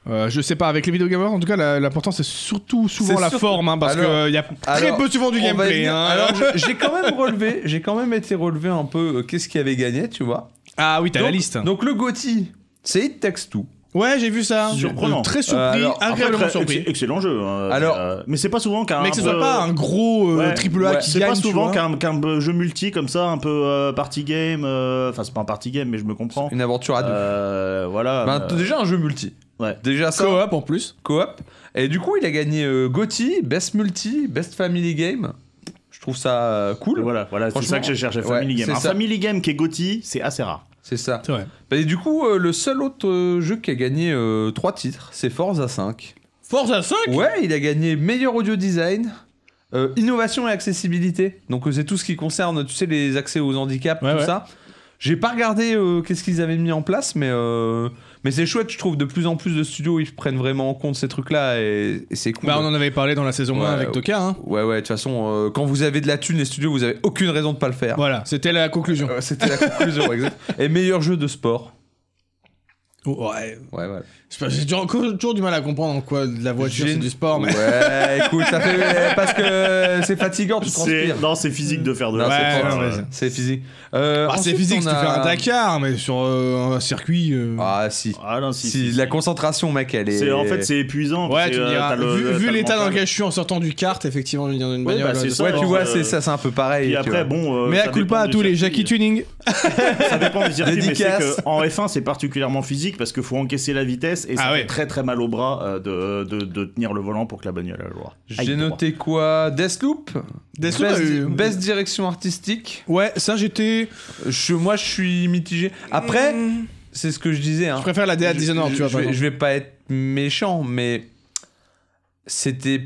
S1: Euh, je sais pas, avec les Video Game Awards, en tout cas, la- l'important c'est surtout souvent
S2: C'est
S1: la
S2: surtout-
S1: forme, hein, parce qu'il
S2: Alors-
S1: y a très
S2: alors,
S1: peu souvent du
S2: On va y
S1: gameplay.
S2: venir.
S1: hein.
S2: Alors je- j'ai quand même relevé, j'ai quand même été relevé un peu euh, qu'est-ce qui avait gagné, tu vois
S1: Ah oui, t'as
S2: donc,
S1: la liste.
S2: Donc le Gotti, c'est It Takes Two.
S1: ouais, j'ai vu ça.
S3: Surprenant.
S1: Euh, Très surpris,
S2: Euh, alors, après,
S1: agréablement
S3: Après,
S1: surpris.
S3: ex- excellent jeu. hein,
S2: Alors-
S3: mais, euh, mais c'est pas souvent qu'un.
S1: Mais que ce
S3: un
S1: soit
S3: peu-
S1: pas un gros euh,
S3: Ouais.
S1: triple A
S2: Ouais.
S1: qui
S3: Bah, C'est
S1: gagne,
S3: pas
S1: tu
S3: souvent
S1: vois.
S3: qu'un qu'un jeu multi comme ça, un peu euh, party game. euh, Enfin, c'est pas un party game, mais je me comprends.
S2: Une aventure à deux.
S3: Euh, voilà.
S1: Bah,
S2: Ben,
S3: euh,
S2: déjà un jeu multi.
S3: ouais.
S2: Déjà ça,
S1: Co-op en plus.
S2: coop. Et du coup, il a gagné euh, GOTY, Best Multi, Best Family Game. Je trouve ça euh, cool.
S3: Voilà, voilà c'est
S2: Franchement,
S3: ça que j'ai cherché.
S2: ouais,
S3: Family
S2: c'est
S3: Game. Un
S2: ça.
S3: Family Game qui est Gotti, c'est assez rare.
S1: Ah,
S2: C'est ça.
S1: C'est vrai.
S2: Ben, et du coup, euh, le seul autre euh, jeu qui a gagné 3 titres, c'est Forza 5.
S1: Force à 5
S2: Ouais, il a gagné meilleur audio design, euh, innovation et accessibilité. Donc euh, c'est tout ce qui concerne, tu sais, les accès aux handicaps,
S1: Ouais,
S2: tout
S1: ouais.
S2: ça. J'ai pas regardé euh, qu'est-ce qu'ils avaient mis en place, mais, euh, mais c'est chouette, je trouve. De plus en plus de studios, ils prennent vraiment en compte ces trucs-là et, et c'est cool.
S1: Bah, on en avait parlé dans la saison 1
S2: Ouais,
S1: avec
S2: ouais.
S1: Toka, hein.
S2: Ouais, ouais, de toute façon, euh, quand vous avez de la thune, les studios, vous avez aucune raison de pas le faire.
S1: Voilà, c'était la conclusion.
S2: Euh, C'était la conclusion, exact. Et meilleur jeu de sport.
S1: Oh, ouais.
S2: Ouais, ouais.
S1: Je sais pas, J'ai toujours, encore- toujours du mal à comprendre en quoi de la voiture
S2: J'ai
S1: c'est
S2: une-
S1: du sport, Oh, mais.
S2: Ouais, écoute, ça fait. Parce que c'est fatigant, tu
S3: C'est-
S2: transpires.
S3: Non, c'est physique de faire de
S2: Non,
S3: la
S1: Ouais,
S2: c'est
S3: force,
S2: fort,
S1: ouais,
S3: euh,
S1: ouais.
S2: c'est physique. Euh,
S1: Ah, c'est
S2: ensuite,
S1: physique
S2: on
S1: si tu fais un
S2: a-
S1: Dakar, mais sur euh, un circuit. euh,
S2: Ah, si.
S3: Ah non, si.
S2: Si,
S3: si,
S2: la
S3: si.
S2: concentration, mec, elle est.
S3: C'est- En fait, c'est épuisant.
S1: ouais,
S3: parce
S1: tu
S3: que,
S1: me
S3: euh,
S1: diras.
S3: t'as le-
S1: vu vu
S3: t'as le
S1: l'état dans
S3: mental.
S1: lequel je suis en sortant du kart, effectivement, je viens d'une
S3: Ouais,
S1: bagnole.
S3: bah, c'est
S1: de
S3: ça.
S2: Ouais, tu
S3: alors,
S2: vois,
S3: euh,
S2: c'est ça, c'est un peu pareil.
S3: Puis
S2: tu vois.
S3: après, bon. euh,
S1: Mais à
S3: ça
S1: coup
S3: dépend
S1: pas à
S3: du
S1: tous les
S3: circuit.
S1: Jackie Tuning.
S3: Ça dépend du circuit, mais c'est
S2: Dédicace.
S3: que en F1, c'est particulièrement physique parce qu'il faut encaisser la vitesse et ça
S1: Ah
S3: fait
S1: ouais.
S3: très très mal au bras euh, de, de, de tenir le volant pour que la bagnole aille droit.
S2: J'ai noté quoi Deathloop
S1: Deathloop
S2: best,
S1: a eu-
S2: best direction artistique.
S1: euh, Ouais, ça j'étais.
S2: Je, moi, je suis mitigé. Après,
S1: Mm.
S2: c'est ce que je disais. hein.
S1: je préfère la DA de
S2: Je-
S1: Dishonored,
S2: je-
S1: tu vois.
S2: Je
S1: par
S2: vais,
S1: exemple.
S2: je vais pas être méchant, mais c'était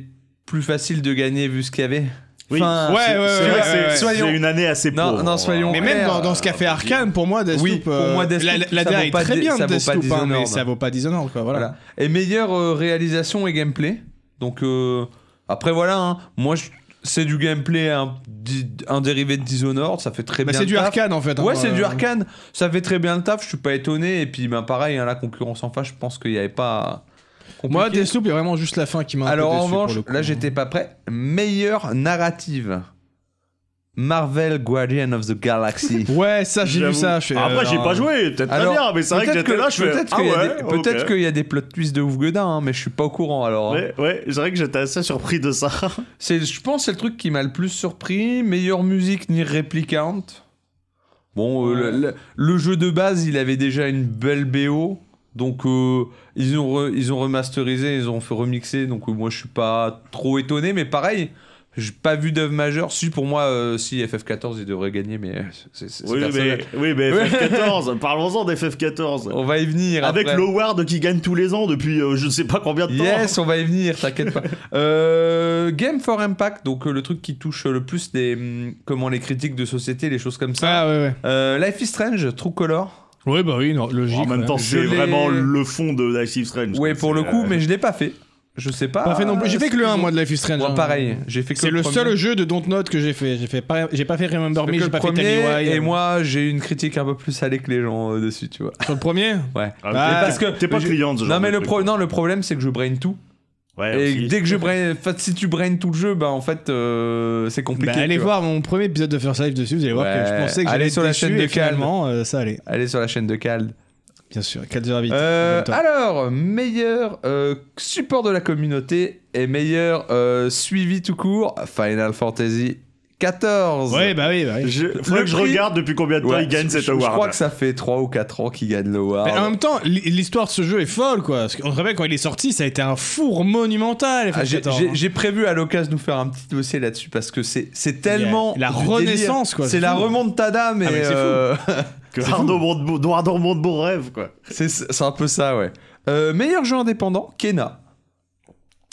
S2: plus facile de gagner vu ce qu'il y avait.
S3: Oui.
S2: Enfin,
S1: Eh, Ouais, ouais,
S3: C'est
S1: ouais,
S3: vrai que
S1: ouais,
S3: c'est-
S1: ouais.
S2: Soyons-
S3: C'est une année assez
S2: Non,
S3: pauvre.
S2: non, soyons-
S1: Mais
S2: Ouais,
S1: même dans,
S2: euh,
S1: dans ce qu'a fait Arkane, pour moi, Deathloop.
S2: Oui, pour
S1: euh,
S2: moi, Deathloop,
S1: la- la
S2: ça
S1: DA
S2: vaut
S1: est
S2: pas
S1: très
S2: Di-
S1: bien de
S2: ça vaut pas
S1: Deathloop, hein, mais
S2: Dishonored.
S1: ça vaut pas Dishonored, quoi. Voilà.
S2: Voilà. Et meilleure euh, réalisation et gameplay. Donc euh, après voilà, hein. moi je- c'est du gameplay un, di- un dérivé de Dishonored, ça fait très
S1: Bah,
S2: bien.
S1: c'est
S2: le
S1: du
S2: taf.
S1: Arkane en fait. hein,
S2: Ouais, c'est
S1: euh,
S2: du arcane. Ça fait très bien le taf. Je suis pas étonné. Et puis, ben, pareil, hein, la concurrence en face, je pense qu'il n'y avait pas. compliqué.
S1: Moi, Deathloop, il y a vraiment juste la fin qui m'a un peu
S2: Alors en
S1: déçu, pour
S2: revanche,
S1: le coup.
S2: là j'étais pas prêt. Meilleure narrative. Marvel Guardian of the Galaxy.
S1: Ouais, ça, j'ai vu
S3: J'avoue.
S1: ça. je fais,
S3: Après,
S1: euh,
S3: j'ai
S1: non.
S3: pas joué, peut-être très
S2: Alors,
S3: bien, mais c'est vrai que
S2: Peut-être
S3: j'étais là, je fais.
S2: peut-être
S3: ah
S2: qu'il y a
S3: ouais,
S2: des-
S3: ok.
S2: peut-être qu'il y a des plot twists de ouf gueudin, hein, mais je suis pas au courant alors. hein.
S3: Ouais, ouais, c'est vrai que j'étais assez surpris de ça.
S2: C'est, je pense, que c'est le truc qui m'a le plus surpris. Meilleure musique, ni Replicant. Bon, euh, le, le- le jeu de base, il avait déjà une belle BO. Donc, euh, ils, ont re- ils ont remasterisé, ils ont fait remixer. Donc, euh, moi, je suis pas trop étonné. Mais pareil, j'ai pas vu d'œuvre majeure. Si, pour moi, euh, si FF14, il devrait gagner. Mais euh, c'est, c'est- c'est
S3: Oui mais,
S2: personnel.
S3: oui, mais
S2: Ouais.
S3: FF14, parlons-en d'FF14.
S2: On va y venir.
S3: Avec
S2: après.
S3: Loward qui gagne tous les ans depuis euh, je ne sais pas combien de temps.
S2: Yes, on va y venir, t'inquiète pas. Euh, Game for Impact, donc euh, le truc qui touche le plus les, hum, comment, les critiques de société, les choses comme ça.
S1: Ah ouais, ouais.
S2: Euh, Life is Strange, True Color.
S1: Ouais, bah oui, non, logique.
S3: Oh, En même
S1: ouais.
S3: temps,
S2: Je
S3: c'est
S2: l'ai-
S3: vraiment le fond de Life is Strange.
S2: Ouais,
S3: quoi.
S2: pour le
S3: C'est,
S2: coup,
S3: euh,
S2: mais je l'ai pas fait. Je sais pas.
S1: Pas fait non plus. J'ai fait que le 1 moi de Life is Strange.
S2: Moi,
S1: hein.
S2: pareil, j'ai fait que
S1: C'est le
S2: premier.
S1: seul jeu de Dontnod que j'ai fait. J'ai fait pas, j'ai pas fait Remember Me,
S2: J'ai fait que
S1: j'ai
S2: le
S1: pas fait
S2: premier,
S1: Tell Me Why.
S2: et moi j'ai une critique un peu plus salée que les gens euh, dessus, tu vois.
S1: sur le premier.
S2: Ouais.
S1: Bah,
S3: ah, t'es-
S1: parce
S2: que-
S3: t'es pas
S2: je-
S3: client de ce
S2: Non
S3: genre
S2: mais
S3: de
S2: le
S3: truc,
S2: pro-
S3: quoi.
S2: non, le problème c'est que je brain tout
S3: Ouais,
S2: et
S3: aussi.
S2: dès que je brain enfin, si tu brain tout le jeu bah en fait euh, c'est compliqué.
S1: Bah, allez
S2: tu vois.
S1: voir mon premier épisode de First Life dessus, vous allez voir que
S2: Ouais.
S1: je pensais que
S2: Allez
S1: j'allais
S2: sur la chaîne de
S1: et finalement euh, ça allait.
S2: Allez sur la chaîne de Cal.
S1: Bien sûr, 4h8.
S2: Euh, alors, meilleur euh, support de la communauté et meilleur euh, suivi tout court, Final Fantasy 14.
S1: Ouais, bah oui, bah oui.
S3: Je,
S2: le
S3: faudrait que je
S2: prix-
S3: regarde depuis combien de temps
S2: Ouais,
S3: il gagne
S2: je-
S3: cet
S2: je- Je crois
S3: award.
S2: que ça fait 3 ou 4 ans qu'il gagne
S1: Mais en
S2: l'award.
S1: même temps, l'hi- l'histoire de ce jeu est folle, quoi. Parce qu'on se rappelle quand il est sorti, ça a été un four monumental.
S2: Ah,
S1: FF14,
S2: J'ai
S1: hein.
S2: j'ai- j'ai prévu à l'occasion de nous faire un petit dossier là-dessus parce que c'est c'est tellement.
S1: la
S2: du
S1: renaissance,
S2: délire.
S1: quoi,
S2: C'est
S1: c'est
S2: la
S1: fou.
S2: remontada, mais.
S1: Ah, mais c'est fou.
S2: euh,
S3: Que
S1: C'est
S3: Arnaud Montebourg- dont Arnaud Montebourg rêve, quoi.
S2: c'est c'est un peu ça, ouais. Euh, meilleur jeu indépendant, Kena.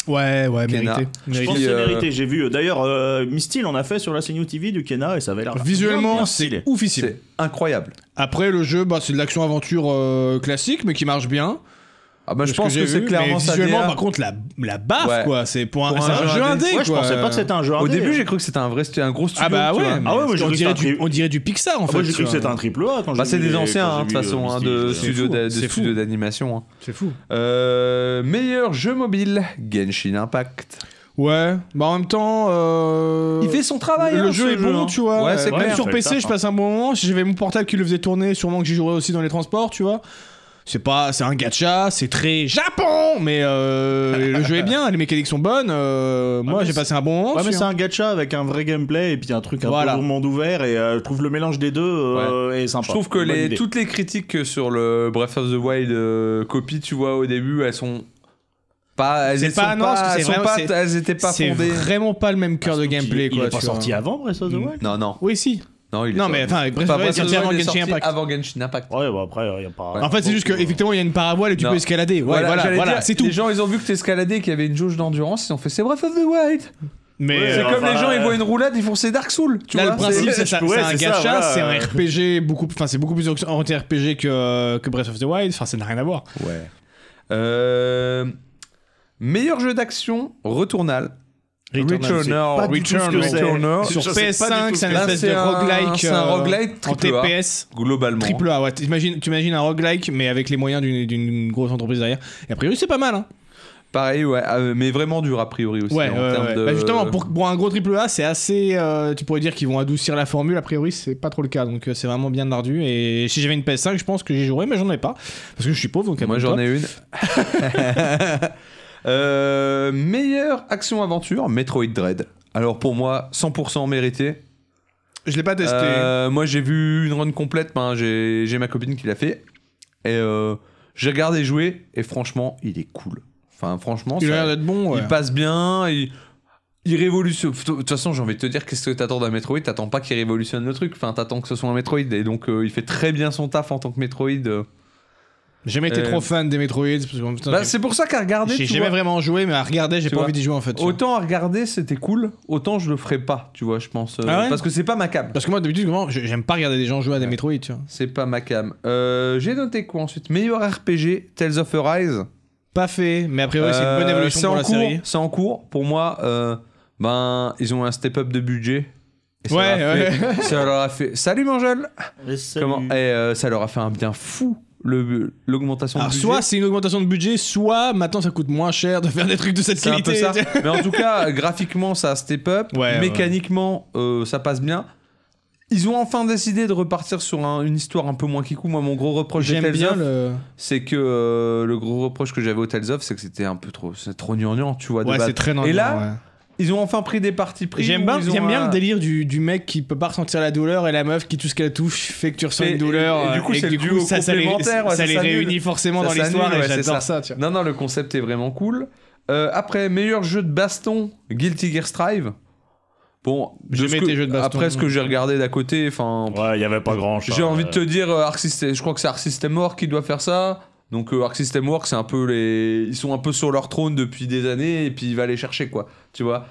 S1: Ouais, ouais,
S2: Kenna.
S1: mérité.
S3: Je
S1: Mérité.
S3: pense que
S2: Puis,
S3: c'est
S2: euh,
S3: mérité. J'ai vu. euh, D'ailleurs, euh, Mistil en a fait sur la CNU TV du Kena et ça avait l'air.
S1: Visuellement,
S3: bien
S1: c'est
S3: stylé.
S1: oufissime.
S2: C'est incroyable.
S1: Après, le jeu, bah, c'est de l'action-aventure euh, classique, mais qui marche bien.
S2: Ah bah je
S1: de ce
S2: pense que,
S1: j'ai
S2: c'est
S1: vu,
S2: clairement
S1: mais
S2: ça.
S1: visuellement,
S2: DA.
S1: par contre, la, la baffe,
S2: Ouais.
S1: quoi. C'est pour un,
S2: Pour
S1: c'est un jeu indé,
S3: Ouais, je
S1: quoi.
S3: pensais pas que c'était un jeu
S2: Au
S3: indé,
S2: début,
S3: hein.
S2: j'ai cru que c'était un vrai stu- un gros studio.
S1: Ah bah
S2: tu
S1: ouais,
S2: vois,
S1: mais
S2: mais-
S3: Ah ouais, moi, j'ai
S1: on,
S3: cru que
S1: dirait
S3: c'était un
S1: du,
S3: tri-
S1: on dirait du Pixar, en
S3: Ah,
S1: fait.
S3: moi, j'ai
S1: tu
S3: cru que
S1: vois.
S3: c'était un triple A quand
S2: Bah,
S3: j'ai
S2: c'est
S3: vu
S2: des
S3: les-
S2: anciens,
S3: quand
S2: hein, de
S3: j'ai
S2: toute
S3: vu,
S2: façon,
S3: euh,
S2: hein,
S3: Misty,
S2: de
S3: euh,
S2: studio d'a- de
S1: C'est fou.
S2: studio d'animation. hein.
S1: C'est fou.
S2: Euh, meilleur jeu mobile, Genshin Impact.
S1: Ouais, bah en même temps. euh,
S2: son
S1: Le jeu hein. est bon, tu vois.
S2: Ouais, c'est
S1: Même
S2: clair.
S1: sur
S3: Ça fait
S1: PC,
S3: taf,
S1: je
S3: hein.
S1: passe un bon moment. Si j'avais mon portable qui le faisait tourner, sûrement que j'y jouerais aussi dans les transports, tu vois. C'est pas, c'est un gacha, c'est très Japon, mais euh, le jeu est bien, les mécaniques sont bonnes. euh, moi,
S3: mais
S1: j'ai
S3: c'est-
S1: passé un bon moment.
S3: Ouais, mais
S1: dessus,
S3: c'est
S1: hein.
S3: un gacha avec un vrai gameplay et puis un truc un
S1: Voilà.
S3: peu au monde ouvert et euh, je trouve le mélange des deux euh, est sympa.
S2: Je trouve que
S3: Bonne
S2: les,
S3: idée.
S2: toutes les critiques sur le Breath of the Wild euh, copie, tu vois, au début, elles sont pas. Elles
S1: C'est
S2: elles
S1: pas-
S2: sont
S1: non, parce que c'est
S2: elles sont
S1: vraiment-
S2: pas-
S1: c'est-
S2: elles étaient pas
S1: hein. C'est
S2: fondées.
S1: vraiment pas le même cœur de
S3: Surtout
S1: gameplay,
S3: qu'il-
S1: quoi.
S3: Il est pas
S1: tu vois.
S3: sorti avant Breath of the Wild
S2: Mm. Non, non.
S1: Oui, si.
S2: Non, il est
S1: Non,
S2: sorti-
S1: mais enfin, bref,
S2: Enfin,
S1: ouais,
S2: Breath
S1: il est
S2: of the
S1: sorti avant
S2: Wild est
S1: Genshin
S2: sorti
S1: Impact.
S2: avant Genshin Impact.
S3: Ouais, bah après, il y a pas.
S1: En fait, c'est juste qu'effectivement, il y a une parabole et tu
S2: Non.
S1: peux escalader. Ouais, voilà,
S2: j'allais
S1: voilà,
S2: dire,
S1: c'est tout.
S2: Les gens, ils ont vu que t'escaladais, qu'il y avait une jauge d'endurance, ils ont fait c'est Breath of the Wild.
S1: Mais
S3: Ouais,
S2: C'est
S1: euh,
S2: comme
S3: enfin,
S2: les gens, ils
S3: euh,
S2: voient une roulade, ils font c'est Dark Souls. Tu
S1: Là,
S2: vois,
S1: le principe, c'est ça,
S3: Ouais,
S1: c'est un
S3: c'est ça,
S1: gacha,
S3: voilà.
S1: c'est un RPG beaucoup, enfin c'est beaucoup plus orienté RPG que, que Breath of the Wild. Enfin, ça n'a rien à voir.
S2: Ouais. Euh, Meilleur jeu d'action, Retournal.
S1: Returnal, c'est
S2: Returner.
S3: pas du tout ce que c'est.
S2: Returner.
S1: Sur
S3: Je sais pas du
S1: PS5,
S3: tout
S1: c'est
S3: ce
S1: un
S2: que
S1: espèce
S2: c'est.
S1: de
S2: Là, c'est un-
S1: roguelike. euh,
S2: c'est un roguelike
S1: en
S2: triple A.
S1: TPS.
S2: Globalement.
S1: Triple A, ouais. T'imagines, t'imagines un roguelike, mais avec les moyens d'une- d'une grosse entreprise derrière. Et a priori, c'est pas mal, hein.
S2: Pareil, ouais, euh, mais vraiment dur a priori aussi.
S1: Ouais,
S2: en
S1: ouais,
S2: termes
S1: ouais.
S2: de-
S1: Bah, justement, pour, pour un gros triple A, c'est assez. euh, tu pourrais dire qu'ils vont adoucir la formule. A priori, c'est pas trop le cas. Donc, euh, c'est vraiment bien ardu. Et si j'avais une PS5, je pense que j'y jouerais, mais j'en ai pas. Parce que je suis pauvre, donc
S2: Moi j'en ai une. Euh, meilleure action-aventure, Metroid Dread. Alors pour moi, 100% mérité.
S1: Je l'ai pas testé.
S2: Euh, moi j'ai vu une run complète, ben, j'ai j'ai ma copine qui l'a fait. Et euh, j'ai regardé jouer, et franchement, il est cool. Enfin, franchement,
S1: Il a
S2: ça-
S1: l'air d'être bon. ouais.
S2: il passe bien, il, il révolutionne. De toute façon, j'ai envie de te dire, qu'est-ce que t'attends d'un Metroid T'attends pas qu'il révolutionne le truc. Enfin, t'attends que ce soit un Metroid. Et donc, euh, il fait très bien son taf en tant que Metroid. euh.
S1: J'ai jamais été
S2: Euh,
S1: trop fan des Metroids. Parce que, putain,
S2: Bah,
S1: j'ai-
S2: c'est pour ça qu'à regarder,
S1: j'ai
S2: tu
S1: jamais
S2: vois,
S1: vraiment joué, mais à regarder, j'ai
S2: Tu
S1: pas
S2: vois.
S1: envie d'y jouer en fait. tu vois.
S2: autant à regarder, c'était cool. Autant je le ferais pas, tu vois, je pense. euh,
S1: Ah ouais
S2: parce que c'est pas ma cam.
S1: Parce que moi, d'habitude, vraiment, je- j'aime pas regarder des gens jouer à des
S2: Ouais.
S1: Metroid, tu vois.
S2: C'est pas ma cam. Euh, j'ai noté quoi ensuite Meilleur RPG, Tales of Arise.
S1: Pas fait, mais a priori, c'est une bonne
S2: Euh,
S1: évolution
S2: c'est
S1: pour
S2: en
S1: la
S2: cours,
S1: série.
S2: C'est en cours. Pour moi, euh, ben, ils ont un step-up de budget. Et ça
S1: Ouais,
S2: leur a fait- ça leur a fait. Salut Mangel
S3: Et salut.
S2: Comment Et euh, ça leur a fait un bien fou le- l'augmentation de
S1: Alors, Ah,
S2: budget.
S1: soit c'est une augmentation de budget, soit maintenant ça coûte moins cher de faire des trucs de cette
S2: c'est un peu
S1: qualité.
S2: ça. Mais en tout cas, graphiquement, ça a step up.
S1: Ouais, ouais.
S2: Mécaniquement, euh, ça passe bien. Ils ont enfin décidé de repartir sur un- une histoire un peu moins kikou. Moi, mon gros reproche des
S1: J'aime
S2: Tales
S1: bien
S2: of,
S1: le.
S2: c'est que euh, le gros reproche que j'avais au Tales of, c'est que c'était un peu trop, c'est trop gnangnan, tu vois. de
S1: Ouais,
S2: base.
S1: c'est très normal.
S2: Et là, Ils ont enfin pris des parties prises.
S1: J'aime bien,
S2: où ils ont
S1: j'aime bien
S2: un-
S1: le délire du, du mec qui peut pas ressentir la douleur et la meuf qui tout ce qu'elle touche fait que tu ressens
S2: Et-
S1: une douleur
S2: et- et du
S1: euh,
S2: coup, c'est
S1: que
S2: le duo
S1: ça, ça les,
S2: complémentaire, ouais,
S1: ça
S2: ça
S1: les
S2: s'annule.
S1: réunit forcément
S2: Ça
S1: dans l'histoire
S2: s'annule,
S1: et
S2: ouais, c'est
S1: j'adore
S2: ça.
S1: ça. tu vois.
S2: Non, non, le concept est vraiment cool. Euh, après, meilleur jeu de baston, Guilty Gear Strive. Bon, de
S1: J'aimais
S2: ce que-
S1: tes jeux de baston.
S2: Après ce que j'ai regardé d'à côté, enfin,
S3: Ouais, il y avait pas grand chose.
S2: j'ai envie de te dire, euh, Arc System- je crois que c'est Arc System Works qui doit faire ça. Donc euh, Arc System Works, c'est un peu les, ils sont un peu sur leur trône depuis des années et puis il va les chercher quoi, tu vois.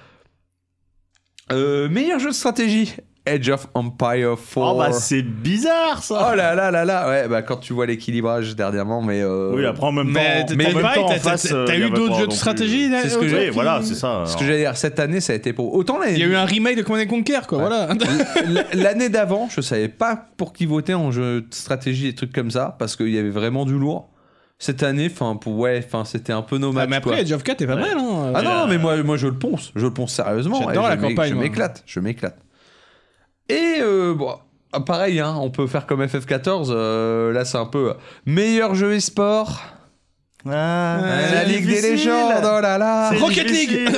S2: Euh, meilleur jeu de stratégie, Edge of Empire 4.
S3: Oh bah c'est bizarre ça.
S2: Oh là là là là, ouais, bah quand tu vois l'équilibrage dernièrement, mais. euh,
S3: Oui, après en même
S1: Mais
S3: temps.
S1: t'as-
S2: mais en
S1: t'as
S2: même
S1: pareil,
S3: temps, en
S1: t'as-
S3: face,
S1: t'as-
S3: euh,
S1: t'as
S3: y
S1: eu
S3: avait
S1: d'autres
S3: pas
S1: jeux de
S3: non plus.
S1: stratégie
S2: C'est ce que
S1: euh,
S2: j'ai-
S3: Oui,
S1: autour
S3: voilà,
S1: du-
S3: c'est ça. hein.
S2: Ce que j'allais dire, cette année, ça a été pour. Autant
S1: Il y a eu
S2: l'année
S1: un remake de Command and Conquer, quoi,
S2: Ouais.
S1: voilà. Bah,
S2: l- l'année d'avant, je savais pas pour qui voter en jeu de stratégie et trucs comme ça, parce qu'il y avait vraiment du lourd. Cette année, enfin, pour... ouais, enfin, c'était un peu nomade.
S1: Ah, mais
S2: quoi.
S1: après, Age of 4 est pas
S3: Ouais.
S1: mal, hein.
S2: Ah
S3: Et
S2: non, non,
S3: là-
S2: mais moi, moi je le ponce, je le ponce sérieusement.
S1: J'adore
S2: et
S1: la
S2: je m'é-
S1: campagne,
S2: Je
S1: moi.
S2: m'éclate, je m'éclate. Et euh, bon, ah, pareil, hein, on peut faire comme FF14. euh, là, c'est un peu euh, meilleur jeu e-sport.
S3: Ah,
S1: Ouais,
S2: Ah, la
S3: c'est
S1: Euh,
S2: Ligue des Ah,
S3: difficile.
S2: légendes, oh là là.
S3: C'est
S1: Rocket
S3: difficile.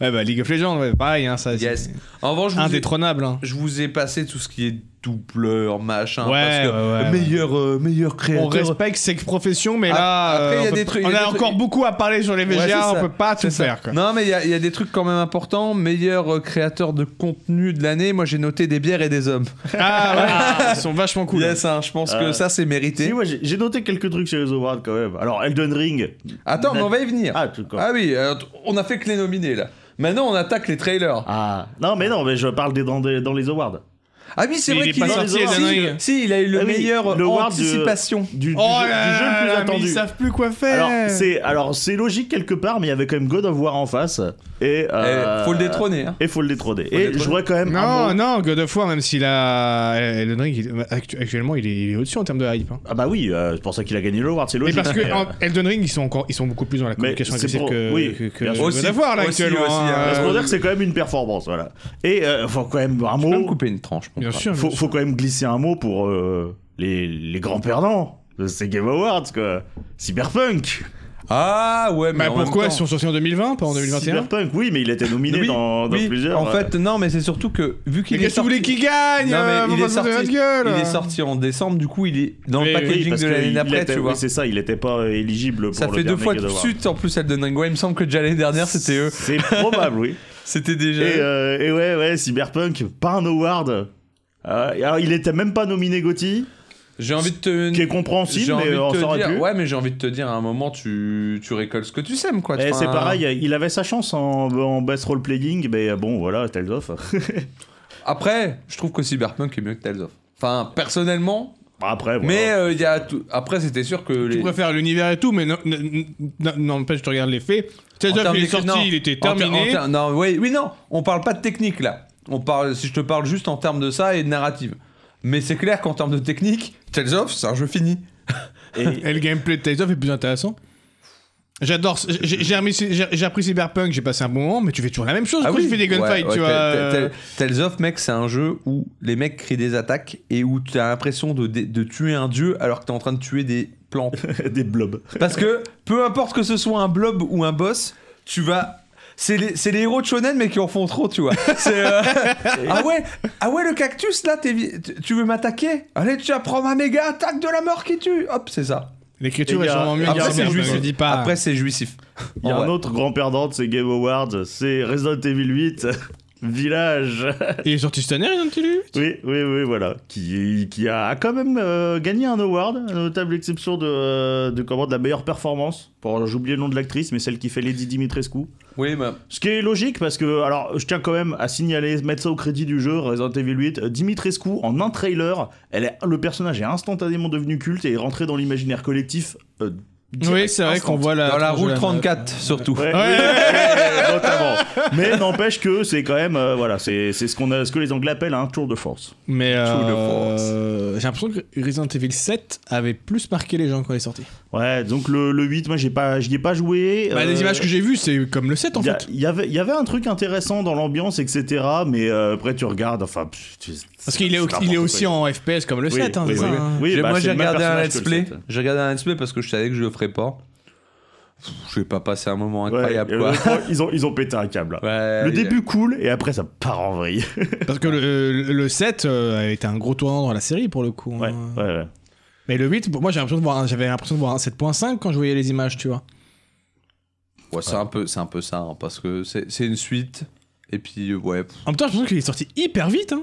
S1: Ouais, bah League of Legends, ouais, pareil, hein, ça.
S2: Yes.
S1: c'est
S2: En revanche, je vous, ai,
S1: Indétrônable. hein.
S2: je vous ai passé tout ce qui est doubleur, machin.
S1: Ouais,
S2: parce que
S1: ouais, ouais, ouais.
S2: meilleur, euh, meilleur
S1: On
S2: créateur.
S1: respecte ses professions, mais
S2: Ah,
S1: là,
S2: après,
S1: euh,
S2: il y a
S1: on, peut-
S2: des trucs- il
S1: on
S2: y a
S1: a,
S2: des trucs-
S1: encore beaucoup à parler sur les VGA,
S2: Ouais, c'est ça.
S1: on peut pas
S2: C'est
S1: tout
S2: ça.
S1: faire. Quoi.
S2: Non, mais il y, a- il y a des trucs quand même importants. Meilleur euh, créateur de contenu de l'année, moi j'ai noté des bières et des hommes.
S1: Ah ouais, ils sont vachement cool.
S2: Yes, hein, je pense que
S3: Euh,
S2: ça c'est mérité.
S3: Si, ouais, j'ai j'ai noté quelques trucs chez les awards quand même. Alors, Elden Ring.
S2: Attends, mais on va y venir.
S3: Ah, tout comme.
S2: Ah oui, euh, t- on a fait que les nominés là. Maintenant, on attaque les trailers.
S3: Ah. Non, mais non, mais je parle des, dans, des- dans les awards.
S2: Ah oui, c'est
S1: Il
S2: vrai
S1: est
S2: qu'il
S1: pas
S2: est-
S1: sorti,
S2: si,
S1: Elden Ring.
S2: si, il a eu le
S3: Ah oui,
S2: meilleur
S3: le Ward de-
S2: anticipation.
S3: Du, du
S1: Oh
S3: jeu,
S1: là
S3: du jeu le plus
S1: là, mais
S3: attendu.
S1: ils savent plus quoi faire.
S3: Alors c'est alors c'est logique quelque part, mais il y avait quand même God of War en face et euh,
S2: Eh, faut le détrôner. hein.
S3: Et faut le détrôner.
S2: le
S3: et
S2: détrôner.
S3: je vois quand même
S1: Non,
S3: un bon-
S1: non, God of War, même s'il a. Elden Ring, il- actu- actuellement, il est, il est au-dessus en termes de hype. hein.
S3: Ah bah oui, euh, c'est pour ça qu'il a gagné le award, c'est
S1: Mais
S3: logique.
S1: parce que
S3: Mais, euh,
S1: en Elden Ring, ils sont, encore, ils sont beaucoup plus dans la
S3: Mais
S1: communication
S3: c'est
S1: agressive
S3: pour-
S1: que,
S3: oui,
S1: que, que
S3: bien sûr.
S1: God
S2: Aussi,
S1: of War, là,
S2: aussi,
S1: actuellement.
S2: aussi,
S1: hein.
S2: euh,
S3: parce qu'on dire que c'est quand même une performance, voilà. Et euh, faut quand même un
S2: Je peux me
S3: mot.
S2: couper hein, une tranche. mon
S1: Bien
S2: frère.
S1: sûr. bien
S3: Faut,
S1: sûr.
S3: faut quand même glisser un mot pour euh, les, les grands perdants de ces Game Awards, quoi. Cyberpunk
S2: Ah ouais, mais
S1: Bah
S2: en même
S1: pourquoi
S2: temps-
S1: Ils sont sortis en 2020, pas en 2021
S3: Cyberpunk, oui, mais il était nominé
S2: Oui,
S3: dans, dans
S2: oui,
S3: plusieurs.
S2: En fait, non, mais c'est surtout que vu
S1: Mais
S2: qu'il est
S1: qu'est-ce que vous
S2: sorti,
S1: voulez qu'ils gagnent
S2: Non, mais
S1: euh,
S2: il
S1: faut
S2: est
S1: pas se foutre de
S2: sorti-
S1: notre gueule.
S2: il est sorti en décembre, du coup, il est dans
S1: Oui,
S2: le
S1: oui,
S2: packaging
S3: euh, parce
S2: de
S3: que
S2: l'année
S3: il
S2: d'après,
S3: était-
S2: tu vois.
S3: oui, c'est ça, il était pas euh, éligible pour
S2: ça
S3: le
S2: fait deux
S3: dernier
S2: fois
S3: God
S2: de
S3: of War.
S2: suite en plus Elden Ring. Ouais, il me semble que déjà l'année dernière c'était eux.
S3: C'est probable, oui.
S2: C'était déjà.
S3: Et, euh, et ouais, ouais, Cyberpunk, pas un award. Euh, alors, il était même pas nominé Gotti,
S2: J'ai envie de te.
S3: qui est
S2: j'ai
S3: compréhensible,
S2: envie
S3: mais
S2: de
S3: on
S2: te
S3: s'en aurait
S2: dire-
S3: plus.
S2: Ouais, mais j'ai envie de te dire, à un moment, tu, tu récoltes ce que tu sèmes, quoi.
S3: Et
S2: Eh, Enfin,
S3: Eh, c'est pareil, il avait sa chance en, en best role-playing, mais euh, bon, voilà, Tales of.
S2: Après, je trouve que Cyberpunk est mieux que Tales of. Enfin, personnellement.
S3: Bah, Après, voilà.
S2: Mais euh, il y a tout- après, c'était sûr que.
S1: Tu
S2: les...
S1: préfères l'univers et tout, mais non- non- non- n'empêche, je te regarde les faits.
S2: En
S1: C'est-à-dire
S2: termes
S1: qu'il est
S2: d'écrit- non.
S1: sorti, il était
S2: En ter- en
S1: terminé.
S2: ter- non, oui, oui, non, on parle pas de technique là. On parle, si je te parle juste en termes de ça et de narrative. Mais c'est clair qu'en termes de technique, Tales of, c'est un jeu fini.
S3: Et-
S1: Et le gameplay de Tales of est plus intéressant. J'adore. ce- j'ai- J'ai remis- j'ai- j'ai appris Cyberpunk, j'ai passé un bon moment, mais tu fais toujours la même chose. quand tu fais des
S2: Ah Ouais,
S1: gunfights,
S2: ouais,
S1: tu
S2: Tales-
S1: vois. euh,
S2: Tales- Tales of, mec, c'est un jeu où les mecs crient des attaques et où tu as l'impression de, de, de tuer un dieu alors que t'es en train de tuer des plantes.
S3: des blobs.
S2: Parce que peu importe que ce soit un blob ou un boss, tu vas. C'est les, c'est les héros de shonen mais qui en font trop, tu vois. C'est, euh, ah ouais, ah ouais le cactus là, t'es vi- tu- tu veux m'attaquer Allez, tu apprends ma méga attaque de la mort qui tue. Hop, c'est ça.
S1: L'écriture
S3: Et
S1: est
S3: il y a-
S1: sûrement mieux.
S3: et il y a
S1: que
S2: Après
S3: un
S2: c'est
S1: Cyberpunk,
S3: autre-
S1: je
S2: jouissif.
S1: dis pas.
S2: Après c'est jouissif.
S3: Il y a
S2: En
S3: un
S2: vrai.
S3: autre grand perdant de ces Game Awards, c'est Resident Evil 8 Village.
S1: il est sorti cette année, Resident Evil
S3: oui, oui, oui, voilà. Qui, qui a quand même euh, gagné un award, à notable exception de, euh, de, comment, de la meilleure performance. Pour, j'ai oublié le nom de l'actrice, mais celle qui fait Lady Dimitrescu.
S2: Oui, bah,
S3: Ce qui est logique parce que, alors, je tiens quand même à signaler, mettre ça au crédit du jeu, Resident Evil 8, euh, Dimitrescu, en un trailer, elle est, le personnage est instantanément devenu culte et est rentré dans l'imaginaire collectif. euh,
S1: Oui,
S3: direct,
S1: c'est vrai
S3: instant.
S1: qu'on voit la.
S2: dans la
S1: tranche de
S2: roue 34 surtout.
S3: Ouais,
S1: Ouais.
S3: oui, oui, notamment. Mais n'empêche que c'est quand même, euh, voilà, c'est c'est ce, qu'on a- ce que les Anglais appellent un tour de force.
S1: Mais
S2: True de
S1: euh, j'ai l'impression que Resident Evil 7 avait plus marqué les gens quand il est sorti.
S3: Ouais, donc le, le 8, moi, j'ai pas- j'y ai pas joué.
S1: Bah, les
S3: euh,
S1: images que j'ai vues, c'est comme le 7 en
S3: Il y, a-
S1: fait.
S3: il y avait, il y avait un truc intéressant dans l'ambiance, etc. Mais euh, après, tu regardes, enfin. pff, tu-
S1: Parce qu'il est, il
S3: c'est
S1: est
S3: n'importe
S1: aussi
S3: quoi.
S1: en FPS comme le
S3: Oui,
S1: 7. hein,
S3: oui,
S1: c'est ça,
S3: oui.
S1: hein.
S3: Oui,
S2: J'ai-
S3: bah,
S2: moi
S3: c'est
S2: j'ai
S3: le même
S2: regardé un
S3: personnage
S2: let's
S3: que le
S2: play.
S3: sept.
S2: J'ai regardé un let's play parce que je savais que je le ferais pas. Pff, Je vais pas passer un moment
S3: Ouais,
S2: incroyable
S3: et
S2: quoi.
S3: honnêtement, ils, ont, ils ont pété un câble. là.
S2: Ouais,
S3: le
S2: il y a-
S3: début cool et après ça part en vrille.
S1: Parce que le, le- le 7 euh, a été un gros tournant dans la série pour le coup. hein.
S3: Ouais, ouais, ouais.
S1: Mais le 8, pour moi j'ai l'impression de voir un- j'avais l'impression de voir un 7.5 quand je voyais les images, tu vois.
S2: Ouais, c'est un peu, c'est un peu ça, hein, parce que c'est c'est une suite. Et puis euh, ouais. pff.
S1: En même temps, j'ai l'impression qu'il est sorti hyper vite. hein.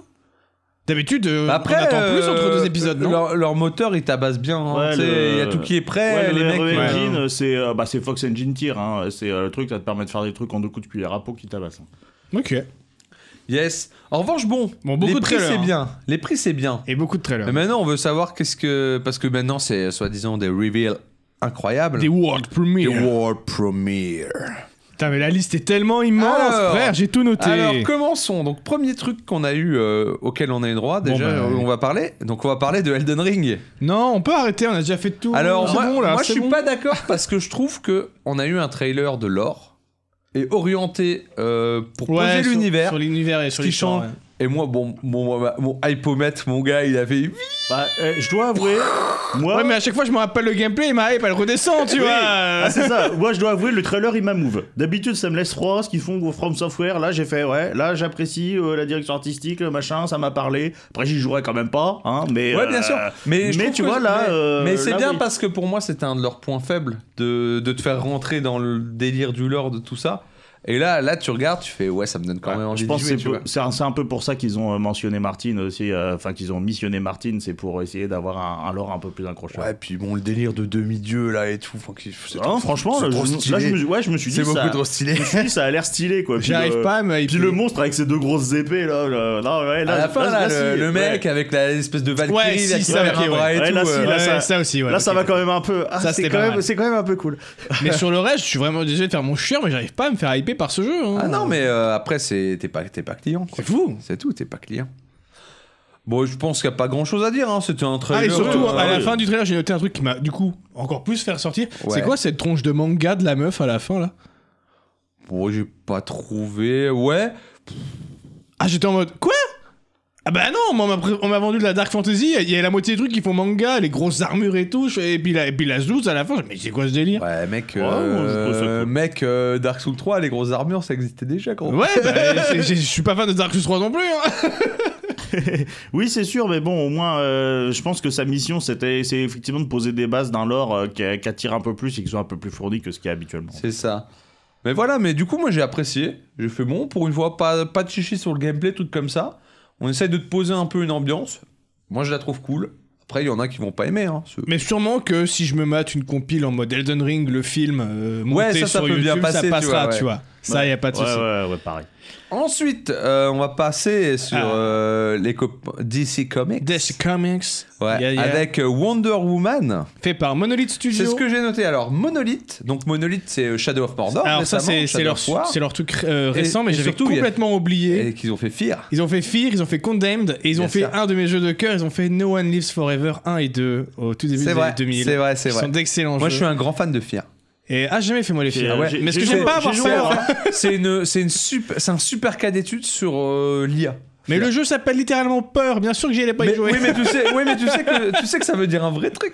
S1: D'habitude, euh,
S3: Bah,
S2: Après,
S1: on attend plus
S2: euh,
S1: entre deux épisodes, non
S2: leur, leur moteur, il tabasse bien. hein,
S3: Ouais,
S2: tu sais,
S3: le-
S2: Il y a tout qui est prêt.
S3: Ouais,
S2: les
S3: le
S2: mecs.
S3: RE
S1: ouais.
S3: Engine, euh, c'est euh, bah, c'est Fox Engine Tier. hein. C'est euh, le truc, ça te permet de faire des trucs en deux coups de cuillère à peau qui tabassent. hein.
S1: Ok.
S2: Yes. En revanche, bon.
S1: Bon, beaucoup de
S2: les prix,
S1: trailers,
S2: c'est
S1: hein.
S2: bien. Les prix, c'est bien.
S1: Et beaucoup de trailers.
S2: Mais maintenant, on veut savoir qu'est-ce que, parce que maintenant, c'est euh, soi-disant des reveals incroyables.
S1: Des world
S2: Des
S1: premiere.
S2: world premiere.
S1: Putain, mais la liste est tellement immense,
S2: Alors-
S1: frère, j'ai tout noté.
S2: Alors commençons. Donc premier truc qu'on a eu euh, auquel on a eu droit déjà,
S1: bah,
S2: euh, on va parler. Donc on va parler de Elden Ring.
S1: Non, on peut arrêter, on a déjà fait tout.
S2: Alors
S1: c'est
S2: moi,
S1: bon, là,
S2: moi, je
S1: c'est
S2: suis
S1: bon.
S2: pas d'accord parce que je trouve que on a eu un trailer de lore et orienté euh, pour
S1: Ouais,
S2: poser
S1: sur-
S2: l'univers.
S1: Sur l'univers et sur
S2: qui
S1: l'histoire,
S2: change.
S1: ouais.
S2: Et moi, bon, mon, mon, mon hypomètre, mon gars, il avait
S3: Bah, euh, je dois avouer, moi.
S2: euh,
S1: Ouais, mais à chaque fois, je me rappelle le gameplay et ma hype, elle redescend, tu
S3: Oui.
S1: vois.
S3: Ah, c'est ça. Moi, je dois avouer, le trailer, il m'amouve. D'habitude, ça me laisse froid, ce qu'ils font au From Software. Là, j'ai fait, ouais, là, j'apprécie euh, la direction artistique, le machin, ça m'a parlé. Après, j'y jouerai quand même pas, hein, mais.
S2: Ouais,
S3: euh,
S2: bien sûr. Mais, je
S3: mais
S2: trouve
S3: tu
S2: que-
S3: vois, là,
S2: Mais,
S3: euh,
S2: mais c'est
S3: là,
S2: bien
S3: oui.
S2: parce que pour moi, c'était un de leurs points faibles de, de te faire rentrer dans le délire du lore de tout ça. Et là, là, tu regardes, tu fais ouais, ça me donne quand même envie
S3: Je
S2: de
S3: pense que
S2: jouer.
S3: c'est
S2: tu
S3: peu-
S2: vois.
S3: c'est un, c'est un peu pour ça qu'ils ont euh, mentionné Martine aussi, euh, enfin qu'ils ont missionné Martine, c'est pour essayer d'avoir un, un lore un peu plus accrocheur.
S2: Ouais, puis bon, le délire de demi-dieu là et tout. enfin, qui- c'est
S3: Non,
S2: trop-
S3: franchement,
S2: c'est
S3: là,
S2: trop
S3: je,
S2: stylé.
S3: là, je me, suis- ouais, je me suis dit,
S2: c'est beaucoup
S3: ça,
S2: trop stylé.
S3: je me suis dit, ça a l'air stylé quoi. Puis
S1: J'y arrive
S3: le-
S1: Euh, pas, mais.
S3: Puis le monstre avec ses deux grosses épées là, là, là, ouais, là
S2: à la fin, là,
S3: si,
S2: le, le
S3: ouais.
S2: mec avec la espèce de Valkyrie
S1: Ouais, si,
S2: là, qui
S1: ça,
S2: perd
S1: ok,
S2: un bras et
S3: ouais,
S2: tout.
S3: là, si,
S2: euh,
S1: Ouais,
S3: ça-
S1: ça aussi, ouais.
S3: Là,
S1: ok.
S3: ça va quand même un peu. Ah,
S1: Ça,
S3: c'est
S1: c'était
S3: quand
S1: pas
S3: même,
S1: mal.
S3: c'est quand même un peu cool.
S1: Mais sur le reste, je suis vraiment désolé de faire mon chieur, mais j'arrive pas à me faire hyper par ce jeu. hein.
S2: Ah non, mais euh, après, c'est- t'es pas, t'es pas client. quoi.
S1: C'est fou.
S2: C'est tout, t'es pas client. Bon, je pense qu'il n'y a pas grand chose à dire. Hein. C'était un
S1: Ah,
S2: trailer.
S1: et surtout,
S2: euh,
S1: à la
S3: ouais.
S1: fin du trailer, j'ai noté un truc qui m'a, du coup, encore plus faire sortir.
S2: Ouais.
S1: C'est quoi cette tronche de manga de la meuf à la fin, là
S2: Bon, j'ai pas trouvé. Ouais.
S1: Ah, j'étais en mode, quoi Ah bah non, moi, on m'a pré- on m'a vendu de la Dark Fantasy, il y a la moitié des trucs qui font manga, les grosses armures et tout, je- et puis la, et puis la zouze à la fin, je- mais c'est quoi ce délire
S2: Ouais, mec.
S3: Ouais,
S2: euh,
S3: moi, je trouve ça cool.
S2: Mec, euh, Dark Souls 3, les grosses armures, ça existait déjà, gros.
S1: Ouais, bah, c'est- c'est- je suis pas fan de Dark Souls 3 non plus, hein
S3: Oui, c'est sûr, mais bon, au moins, euh, je pense que sa mission, c'était, c'est effectivement de poser des bases d'un lore euh, qui, qui attire un peu plus et qui soit un peu plus fourni que ce qu'il y a habituellement.
S2: C'est ça. Mais voilà, mais du coup, moi, j'ai apprécié. J'ai fait bon, pour une fois, pas, pas de chichi sur le gameplay, tout comme ça. On essaye de te poser un peu une ambiance. Moi, je la trouve cool. Après, il y en a qui vont pas aimer. Hein, ce-
S1: Mais sûrement que si je me mate une compile en mode Elden Ring, le film, euh, monté
S2: Ouais, ça, ça
S1: sur
S2: peut
S1: YouTube,
S2: bien passer, tu
S1: ça passera,
S2: vois,
S1: tu vois. Ça, y a pas de
S3: ouais,
S1: souci.
S3: ouais, ouais, pareil.
S2: Ensuite, euh, on va passer sur
S1: Ah.
S2: euh, les cop- DC Comics.
S1: Death Comics,
S2: Ouais,
S1: Yeah, yeah.
S2: Avec euh, Wonder Woman.
S1: fait par Monolith Studio.
S2: C'est ce que j'ai noté. Alors, Monolith. Donc, Monolith, c'est euh, Shadow of Mordor.
S1: Alors ça,
S2: récemment,
S1: c'est c'est
S2: Shadow
S1: leur,
S2: of War.
S1: c'est leur truc euh, récent,
S2: Et-
S1: mais
S2: et
S1: j'avais
S2: surtout, il y a-
S1: complètement oublié.
S2: Et qu'ils ont fait Fear.
S1: Ils ont fait Fear, ils ont fait Condemned, et ils ont
S2: Bien
S1: fait
S2: sûr.
S1: un de mes jeux de cœur, ils ont fait No One Lives Forever 1 et 2 au tout début des
S2: C'est vrai,
S1: années 2000.
S2: c'est vrai, c'est
S1: Qui
S2: vrai.
S1: sont d'excellents
S2: Moi,
S1: jeux.
S2: je suis un grand fan de Fear.
S1: Et ah, jamais fait moi les films.
S3: Ah ouais.
S1: Mais ce que
S3: J'ai
S1: j'aime
S3: joué-
S1: pas
S3: j'ai
S1: avoir
S3: joué
S1: fait.
S3: à
S1: hein.
S2: c'est une, c'est une super, c'est un super cas d'étude sur euh, l'IA.
S1: Mais le jeu s'appelle littéralement Peur, bien sûr que j'y allais pas
S2: Mais-
S1: y jouer.
S2: oui, mais tu sais, oui, mais tu sais que tu sais que ça veut dire un vrai truc.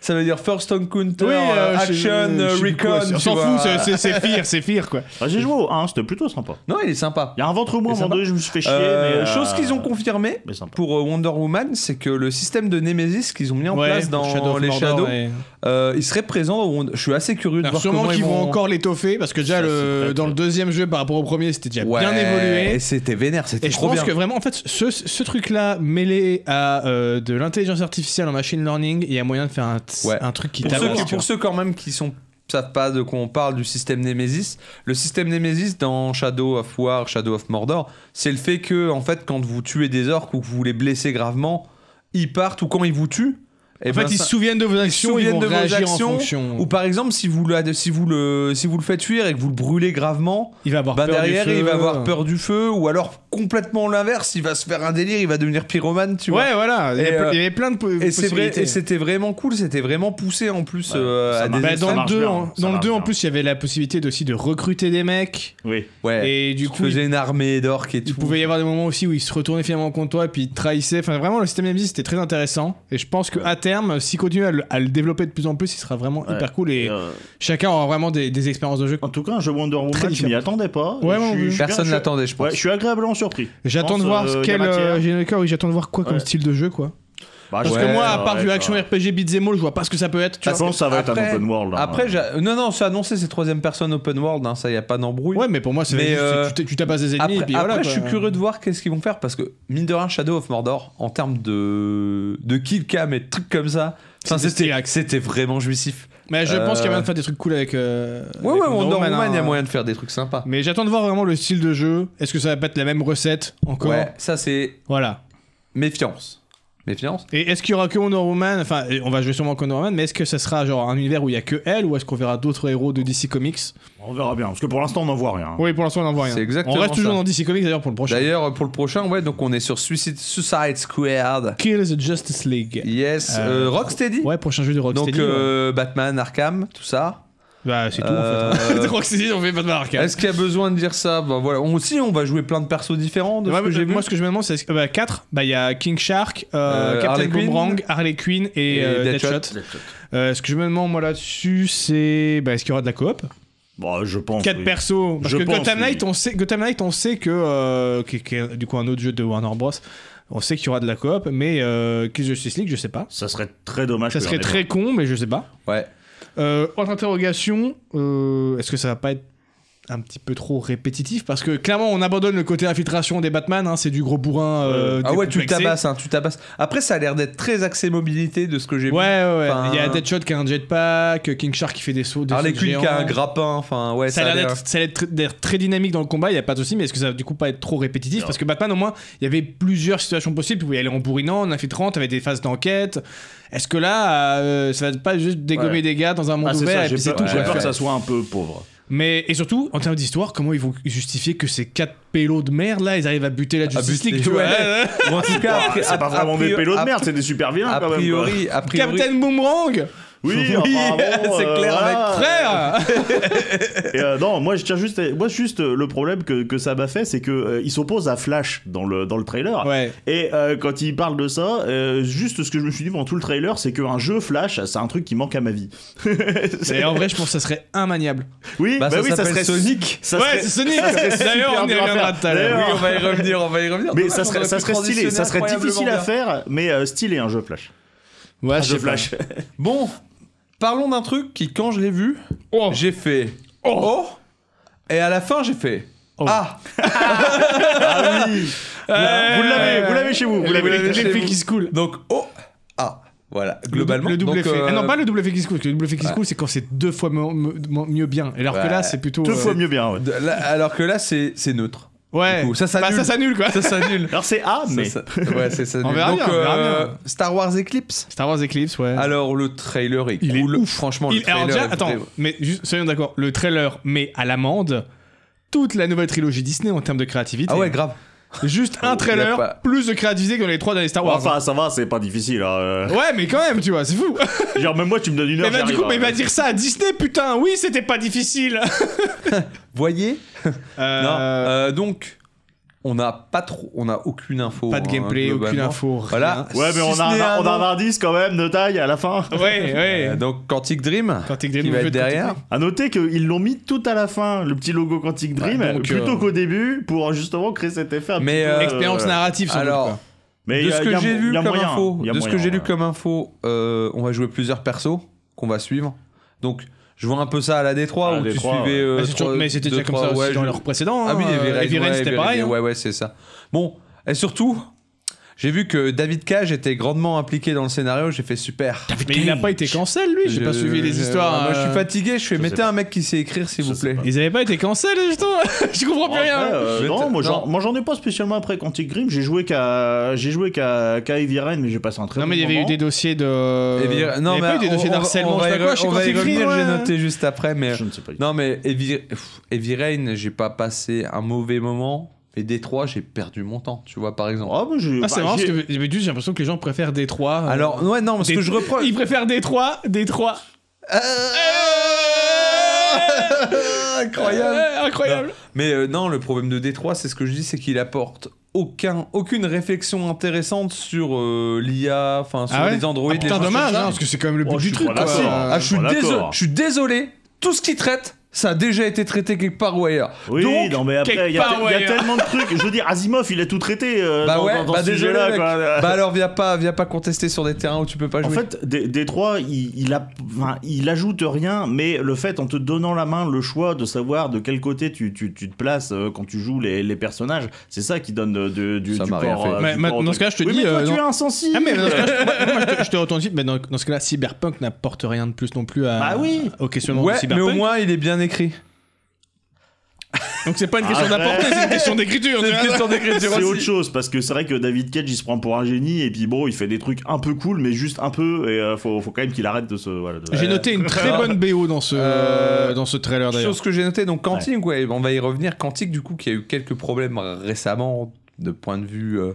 S2: Ça veut dire first encounter,
S1: Oui, euh,
S2: euh,
S1: je sais-
S2: action,
S1: je
S2: euh,
S1: sais plus quoi,
S2: recon.
S1: On
S2: tu
S1: s'en
S2: vois.
S1: fout, c'est- c'est- c'est Fear, c'est Fear quoi.
S3: Ah, j'ai joué au 1, c'était plutôt sympa.
S2: Non, il est sympa.
S3: Il y a un ventre mou à
S2: Mais
S3: un moment
S2: sympa.
S3: donné, je me suis fait chier.
S2: Euh,
S3: mais, euh,
S2: Chose qu'ils ont confirmée
S3: Mais sympa.
S2: pour euh, Wonder Woman, c'est que le système de Nemesis qu'ils ont mis en
S1: Ouais,
S2: place dans
S1: Shadow of
S2: les
S1: Mordor,
S2: Shadows,
S1: ouais.
S2: euh, il serait présent. Au Wonder- Je suis assez curieux de
S1: Alors,
S2: voir
S1: sûrement
S2: comment
S1: qu'ils
S2: ils
S1: vont
S2: vont
S1: encore l'étoffer parce que déjà
S3: Ça,
S1: le-
S3: c'est très
S1: dans le
S3: clair.
S1: deuxième jeu par rapport au premier c'était déjà
S2: Ouais,
S1: bien évolué.
S2: Et c'était vénère, c'était
S1: Et je
S2: trop
S1: pense
S2: bien.
S1: que vraiment, en fait, ce, ce truc-là, mêlé à euh, de l'intelligence artificielle en machine learning, il y a moyen de faire un, t-
S2: Ouais.
S1: un truc qui
S2: pour ceux,
S1: t'avance.
S2: qui-
S1: tu vois.
S2: pour ceux quand même qui sont savent pas de quoi on parle du système Nemesis. Le système Nemesis dans Shadow of War, Shadow of Mordor, c'est le fait que en fait quand vous tuez des orques ou que vous les blessez gravement, ils partent ou quand ils vous tuent, eh et
S1: En fait, ils se souviennent de vos actions, ils,
S2: souviennent
S1: vont
S2: de vos
S1: réagir
S2: actions,
S1: en fonction.
S2: ou par exemple si vous le si vous le si vous le faites fuir et que vous le brûlez gravement,
S1: il va avoir
S2: bah
S1: peur du
S2: derrière
S1: feu. euh.
S2: il va avoir peur du feu ou alors complètement l'inverse, il va se faire un délire, il va devenir pyromane, tu vois.
S1: ouais, voilà. Il y, a
S2: Et,
S1: ple-
S2: euh,
S1: il y avait plein de po-
S2: Et c'est vrai,
S1: possibilités.
S2: et c'était vraiment cool, c'était vraiment poussé en plus
S3: Ouais,
S2: euh,
S3: ça
S2: à
S3: marche.
S2: des
S1: Bah,
S3: ça
S1: dans le
S3: marche
S1: 2,
S3: bien,
S1: en,
S3: ça
S1: dans le
S3: marche
S1: deux, en
S3: bien.
S1: plus, il y avait la possibilité de- aussi de recruter des mecs.
S3: Oui.
S2: Ouais.
S1: Et du
S2: Tu
S1: coup,
S2: faisais une armée d'orques et
S1: il
S2: tout.
S1: pouvait y avoir des moments aussi où ils se retournaient finalement contre toi et puis ils te trahissaient. Enfin, vraiment, le système Nemesis c'était très intéressant. Et je pense qu'à terme, s'il continue à le, à le développer de plus en plus, il sera vraiment
S3: Ouais.
S1: hyper cool. Et,
S3: Et, euh,
S1: Chacun aura vraiment des, des expériences de jeu.
S3: en tout cas, un jeu Wonder Woman, je
S1: différent.
S3: m'y attendais pas.
S1: Ouais,
S3: Je
S1: ouais,
S3: suis-
S1: ouais.
S3: je suis bien-
S2: Personne
S3: je-
S2: l'attendait, je pense.
S3: Ouais, je suis agréablement surpris.
S1: J'attends
S3: Je
S1: de
S3: pense,
S1: voir
S3: euh, y a
S1: quel
S3: matière.
S1: euh, générique, oui, j'attends de voir quoi comme
S3: Ouais.
S1: style de jeu quoi.
S3: Bah,
S1: Parce
S2: Ouais,
S1: que moi, à part
S3: ouais,
S1: du
S3: ça
S1: action
S3: va.
S1: RPG beat'em all, je vois pas ce que ça peut être. Tu
S3: Je
S1: vois.
S3: pense que ça va être un
S2: Après-
S3: open world. hein.
S2: Après, j'a- euh, non, non, c'est annoncé, c'est troisième personne open world, hein, ça y a pas d'embrouille.
S1: Ouais, mais pour moi, c'est
S2: Mais,
S1: juste,
S2: euh,
S1: tu t- tu tapasses des ennemis
S2: Après,
S1: et puis
S2: après,
S1: voilà.
S2: je suis
S1: quoi.
S2: curieux de voir qu'est-ce qu'ils vont faire parce que mine de rien, Shadow of Mordor en termes de de kill cam et de trucs comme ça, enfin,
S1: C'était
S2: c'était
S1: stylé.
S2: c'était vraiment jouissif.
S1: Mais je pense qu'il y a
S2: Euh,
S1: moyen de faire des trucs cool avec. euh,
S2: Ouais,
S1: avec
S2: ouais, Wonder Woman, il y a
S1: hein.
S2: moyen de faire des trucs sympas.
S1: Mais j'attends de voir vraiment le style de jeu. Est-ce que ça va pas être la même recette encore
S2: Ouais, ça c'est
S1: Voilà.
S2: méfiance, méfiance.
S1: Et est-ce qu'il y aura que Wonder Woman Enfin, et on va jouer sûrement Wonder Woman, mais est-ce que ça sera genre un univers où il y a que elle ou est-ce qu'on verra d'autres héros de DC Comics
S3: On verra bien, parce que pour l'instant, on n'en voit rien.
S1: Oui, pour l'instant, on n'en voit rien.
S2: C'est exactement
S1: on reste toujours
S2: ça.
S1: dans DC Comics d'ailleurs pour le prochain.
S2: D'ailleurs, pour le prochain, ouais, donc on est sur Suicide, Suicide Squared.
S1: Kill the Justice League.
S2: Yes,
S1: Euh,
S2: euh, Rocksteady.
S1: Ouais, prochain jeu de Rocksteady.
S2: Donc euh, Batman, Arkham, tout ça.
S1: ouais. Bah, c'est tout en fait.
S2: Euh,
S1: Je crois que c'est on fait pas de marque. hein.
S2: Est-ce qu'il y a besoin de dire ça Bah voilà, on, aussi on va jouer plein de persos différents de
S1: Ouais,
S2: ce que
S1: moi,
S2: j'ai vu.
S1: moi, ce que je me demande, c'est 4. Bah, quatre, bah, il y a King Shark, euh,
S2: Euh,
S1: Captain
S2: Harley Quinn.
S1: Boomerang, Harley Quinn et,
S2: Et
S1: euh,
S2: Deadshot.
S1: Deadshot. Euh, ce que je me demande, moi, là-dessus, c'est. Bah, est-ce qu'il y aura de la coop
S3: Bon, Bah, je pense.
S1: 4
S3: oui.
S1: persos. Parce
S3: Je
S1: que
S3: pense,
S1: Gotham,
S3: oui.
S1: Knight, on sait, Gotham Knight, on sait que. euh, qui- qui est, du coup, un autre jeu de Warner Bros. On sait qu'il y aura de la coop, mais euh, Kill Justice League, je sais pas.
S3: Ça serait très dommage.
S1: Ça
S3: que
S1: serait
S3: j'en ai
S1: très con, mais je sais pas.
S2: Ouais.
S1: Euh, autre interrogation, euh, est-ce que ça va pas être un petit peu trop répétitif Parce que clairement, on abandonne le côté infiltration des Batman, hein, c'est du gros bourrin. euh,
S2: Ah ouais, tu
S1: décomplexé.
S2: tabasses, hein, tu tabasses. Après, ça a l'air d'être très axé mobilité de ce que j'ai
S1: Ouais, ouais, ouais.
S2: Enfin-
S1: Il y a Deadshot qui a un jetpack, King Shark qui fait des sauts.
S2: vu.
S1: Des
S2: Harley
S1: sauts
S2: Quinn qui a un
S1: géants.
S2: grappin, enfin ouais,
S1: Ça a l'air d'être- ça a l'air d'être d'être très dynamique dans le combat, il n'y a pas de souci, mais est-ce que ça va du coup pas être trop répétitif
S3: Non.
S1: Parce que Batman, au moins, il y avait plusieurs situations possibles. Tu pouvais aller en bourrinant, en infiltrant, t'avais des phases d'enquête. Est-ce que là, euh, ça va pas juste dégommer
S3: Ouais.
S1: des gars dans un monde
S3: Ah, c'est
S1: ouvert
S3: ça,
S1: et
S3: j'ai
S1: puis c'est
S3: peur,
S1: tout
S3: j'ai
S1: quoi.
S3: peur
S2: Ouais.
S3: que ça soit un peu pauvre.
S1: Mais et surtout en termes d'histoire, comment ils vont justifier que ces quatre pélos de merde là, ils arrivent à buter la
S2: À
S1: Justice
S2: buter,
S1: League, tu vois
S2: ouais.
S1: ouais, ouais.
S2: en tout cas,
S3: Ah,
S2: après-
S3: c'est
S2: a-
S3: pas vraiment
S2: a
S3: des
S2: priori-
S3: pélos de
S2: a-
S3: merde, c'est des super vilains
S2: A
S3: quand même. quoi.
S2: priori, a priori.
S1: Captain Boomerang,
S3: Oui,
S2: Oui,
S3: apparemment,
S2: c'est
S3: euh,
S2: clair,
S3: voilà.
S1: frère.
S3: Et, euh, non, moi je tiens juste, à- moi juste euh, le problème que, que ça m'a fait, c'est que euh, il s'oppose à Flash dans le dans le trailer.
S1: ouais.
S3: Et euh, quand il parle de ça, euh, juste ce que je me suis dit pendant tout le trailer, c'est qu'un jeu Flash, c'est un truc qui manque à ma vie.
S1: Et en vrai, je pense que ça serait immaniable.
S3: Oui,
S2: Bah,
S3: bah,
S2: ça
S3: oui, ça
S2: s'appelle
S3: serait
S2: Sonic.
S3: ça
S1: ouais,
S3: serait-
S1: c'est Sonic.
S3: serait
S1: D'ailleurs,
S3: super
S1: on y
S3: dur à
S1: reviendra
S3: faire.
S1: tout à l'heure.
S2: Oui,
S3: D'ailleurs.
S2: on va y revenir, on va y revenir.
S3: Mais
S2: Dommage, Ah,
S3: ça
S2: on
S3: serait,
S2: aurait
S3: ça
S2: pu
S3: serait stylé,
S2: transitionner
S3: ça serait
S2: incroyablement
S3: difficile à
S2: bien.
S3: faire, mais euh, stylé un jeu Flash.
S1: Ouais,
S3: Un
S1: Ah, je sais
S3: jeu
S1: pas.
S3: Flash.
S2: Bon, parlons d'un truc qui, quand je l'ai vu,
S1: Oh.
S2: j'ai fait oh. et à la fin j'ai fait
S1: Oh.
S2: ah.
S3: Ah oui
S1: Euh,
S3: Vous l'avez, vous l'avez chez vous, vous l'avez.
S2: l'avez chez
S1: L'effet
S2: vous.
S1: qui se coule.
S2: Donc oh ah voilà globalement
S1: Le double
S2: Donc,
S1: effet.
S2: euh,
S1: Ah non, pas le double effet qui se coule. parce que Le double effet qui se coule, c'est quand c'est deux fois mo- mo- mieux bien. Alors que
S2: Ouais.
S1: là, c'est plutôt.
S3: Deux
S1: euh,
S3: fois mieux bien, ouais.
S2: de- là, alors que là c'est c'est neutre.
S1: Ouais.
S2: Du coup, ça
S1: Bah,
S2: s'annule.
S1: ça s'annule quoi.
S2: Ça s'annule.
S3: Alors c'est A,
S2: Ça,
S3: mais.
S2: ça- ouais, c'est ça.
S1: On verra
S2: Donc euh,
S1: bien, on verra bien.
S2: Star Wars Eclipse.
S1: Star Wars Eclipse, ouais.
S2: Alors le trailer est
S1: Il est
S2: cool. Franchement le
S1: Il-
S2: trailer.
S1: alors déjà,
S2: est
S1: attends,
S2: vrai-
S1: mais juste, soyons d'accord, le trailer met à l'amende toute la nouvelle trilogie Disney en termes de créativité.
S2: Ah ouais grave.
S1: Juste un
S2: Il y
S1: trailer,
S2: a pas-
S1: plus de créativité que dans les trois derniers Star Wars.
S3: Enfin, ça va, c'est pas difficile. hein, euh.
S1: Ouais, mais quand même, tu vois, c'est fou.
S3: Genre, même moi, tu me donnes une heure.
S1: Mais bah,
S3: j'y
S1: du coup,
S3: arrive,
S1: mais
S3: hein.
S1: il va dire ça à Disney, putain. Oui, c'était pas difficile.
S2: Voyez.
S1: Euh,
S2: Non, euh, donc on n'a pas trop, on n'a aucune info.
S1: pas de
S2: hein,
S1: gameplay, aucune
S2: globalement.
S1: info. rien.
S2: Voilà.
S3: Ouais, mais
S2: Si
S3: on
S2: ce
S3: a,
S2: n'est
S3: un, on a
S2: nom.
S3: un indice quand même de taille à la fin.
S1: Ouais, ouais.
S2: Euh, donc Quantic Dream.
S1: Quantic
S2: qui
S1: Dream,
S2: va
S1: le jeu
S2: être
S1: de Quantic
S2: derrière.
S1: Dream.
S3: À noter qu'ils l'ont mis tout à la fin, le petit logo Quantic Dream,
S1: Ouais, donc,
S3: plutôt
S1: euh,
S3: qu'au début, pour justement créer cet effet. un
S2: Mais,
S3: petit peu,
S2: euh,
S1: Expérience
S3: voilà.
S1: narrative, sans
S2: Alors,
S1: doute,
S2: euh,
S1: quoi.
S2: de
S3: Mais euh, y a-
S2: ce
S3: y
S2: que
S3: a-
S2: j'ai vu
S3: y a
S2: comme
S3: moyen,
S2: info,
S3: y a
S2: de ce que
S3: moyen,
S2: j'ai lu
S3: ouais.
S2: comme info, euh, on va jouer plusieurs persos qu'on va suivre. Donc je vois un peu ça à la
S3: À
S2: D3
S3: la
S2: où tu
S3: D3,
S2: suivais. euh,
S1: Bah, c'est toujours-
S2: trois-
S1: mais c'était
S2: deux,
S1: déjà comme
S2: trois,
S1: ça aussi
S2: ouais,
S1: dans
S2: je-
S1: leur précédent.
S2: Ah oui,
S1: hein,
S2: Heavy
S1: euh,
S2: Rain,
S1: Heavy Rain,
S2: ouais,
S1: c'était
S2: Heavy
S1: pareil.
S2: Rain,
S1: hein.
S2: Ouais ouais c'est ça. Bon et surtout. J'ai vu que David Cage était grandement impliqué dans le scénario, j'ai fait super.
S1: Mais il n'a pas été cancel, lui. J'ai pas
S2: Je-
S1: suivi les
S2: je-
S1: histoires.
S2: Moi, je suis
S1: euh,
S2: fatigué. Je fais
S3: je sais
S2: mettez
S3: pas.
S2: un mec qui sait écrire, s'il
S3: Je
S2: vous
S3: sais
S2: plaît.
S3: pas.
S1: Ils avaient pas été cancel, justement. je comprends plus
S3: Après,
S1: rien.
S3: euh,
S2: Je vais
S3: non,
S2: te- non.
S3: moi j'en, moi, j'en ai pas spécialement après Quantic Dream. J'ai joué qu'à, j'ai joué qu'à, qu'à Heavy Rain, mais j'ai passé un très
S1: Non,
S3: bon
S1: mais il y avait eu
S3: moment.
S1: des dossiers de.
S2: Et bien- non,
S1: il y
S2: mais
S1: avait pas eu des
S2: on-
S1: dossiers
S2: on va-
S1: d'harcèlement,
S2: on
S1: je
S2: va
S1: sais
S2: y
S1: pas quoi, je sais
S2: on
S1: quand
S2: va y
S1: c'est écrit,
S2: revenir,
S1: ouais.
S2: j'ai noté juste après. Mais
S3: Je ne sais pas. du tout.
S2: non, mais Heavy, pff, Heavy Rain, j'ai pas passé un mauvais moment. Et Détroit, j'ai perdu mon temps, tu vois, par exemple.
S3: Ah, bah, j'ai-
S1: Ah, c'est
S3: bah,
S1: marrant parce
S3: j'ai-
S1: que mais du coup, j'ai l'impression que les gens préfèrent Détroit. euh,
S2: Alors, ouais, non, parce
S1: Dét-
S2: que je Ah, reprends.
S1: Ils préfèrent Détroit, Détroit. Euh,
S2: Incroyable.
S1: euh, Incroyable.
S2: Mais euh, non, le problème de Détroit, c'est ce que je dis, c'est qu'il apporte aucun, aucune réflexion intéressante sur euh, l'IA, enfin sur
S1: Ah ouais
S2: les androïdes.
S1: Ah,
S2: les
S1: putain,
S2: choses comme
S1: dommage,
S2: ça.
S1: hein, parce que c'est quand même le but
S3: Oh, je
S1: du
S3: suis
S1: truc. quoi.
S3: pas d'accord.
S1: Euh,
S2: Ah, je suis,
S3: Bon,
S2: désolé,
S3: d'accord.
S2: je suis désolé. Tout ce qu'il traite, ça a déjà été traité quelque part ou ailleurs.
S3: Oui,
S2: Donc,
S3: non, mais après,
S1: quelque
S3: il y a,
S1: part,
S3: il y a
S1: ouais, hein.
S3: tellement de trucs. Je veux dire, Asimov, il a tout traité euh,
S2: bah
S3: dans,
S2: ouais,
S3: dans- dans
S2: bah
S3: ce
S2: désolé,
S3: sujet-là.
S2: mec.
S1: Euh,
S3: quoi.
S2: Bah alors, viens pas, viens pas contester sur des terrains où tu peux pas
S3: En
S2: jouer.
S3: fait, Dé- Détroit, il, il, a- enfin, il ajoute rien, mais le fait, en te donnant la main, le choix de savoir de quel côté tu, tu, tu te places euh, quand tu joues les, les personnages, c'est ça qui donne de- de- du,
S2: Ça
S3: du
S2: m'a rien
S3: corps,
S2: fait.
S3: euh,
S1: Mais
S3: du
S1: ma-
S3: corps au
S1: dans ce
S3: truc.
S1: cas, je te
S3: Oui,
S1: dis,
S3: Mais toi,
S1: euh,
S3: tu
S1: non.
S3: es insensible
S1: Ah, mais dans ce cas, je- moi, moi, je te- je te retourne vite, mais dans, dans ce cas-là, Cyberpunk n'apporte rien de plus non plus à,
S3: Bah oui.
S1: au questionnement
S2: ouais,
S1: de
S2: mais
S1: Cyberpunk.
S2: au moins il est bien écrit.
S1: Donc c'est pas une question
S3: Arrête.
S1: d'apporter, c'est une question d'écriture. tu vois.
S3: C'est autre chose parce que c'est vrai que David Cage il se prend pour un génie et puis bon il fait des trucs un peu cool mais juste un peu et euh, faut, faut quand même qu'il arrête de se voilà, de-
S1: J'ai noté une très bonne BO dans ce,
S2: Euh,
S1: dans ce trailer d'ailleurs.
S2: Chose que j'ai noté, donc Quantic, ouais. on va y revenir. Quantic, du coup, qui a eu quelques problèmes récemment de point de vue euh,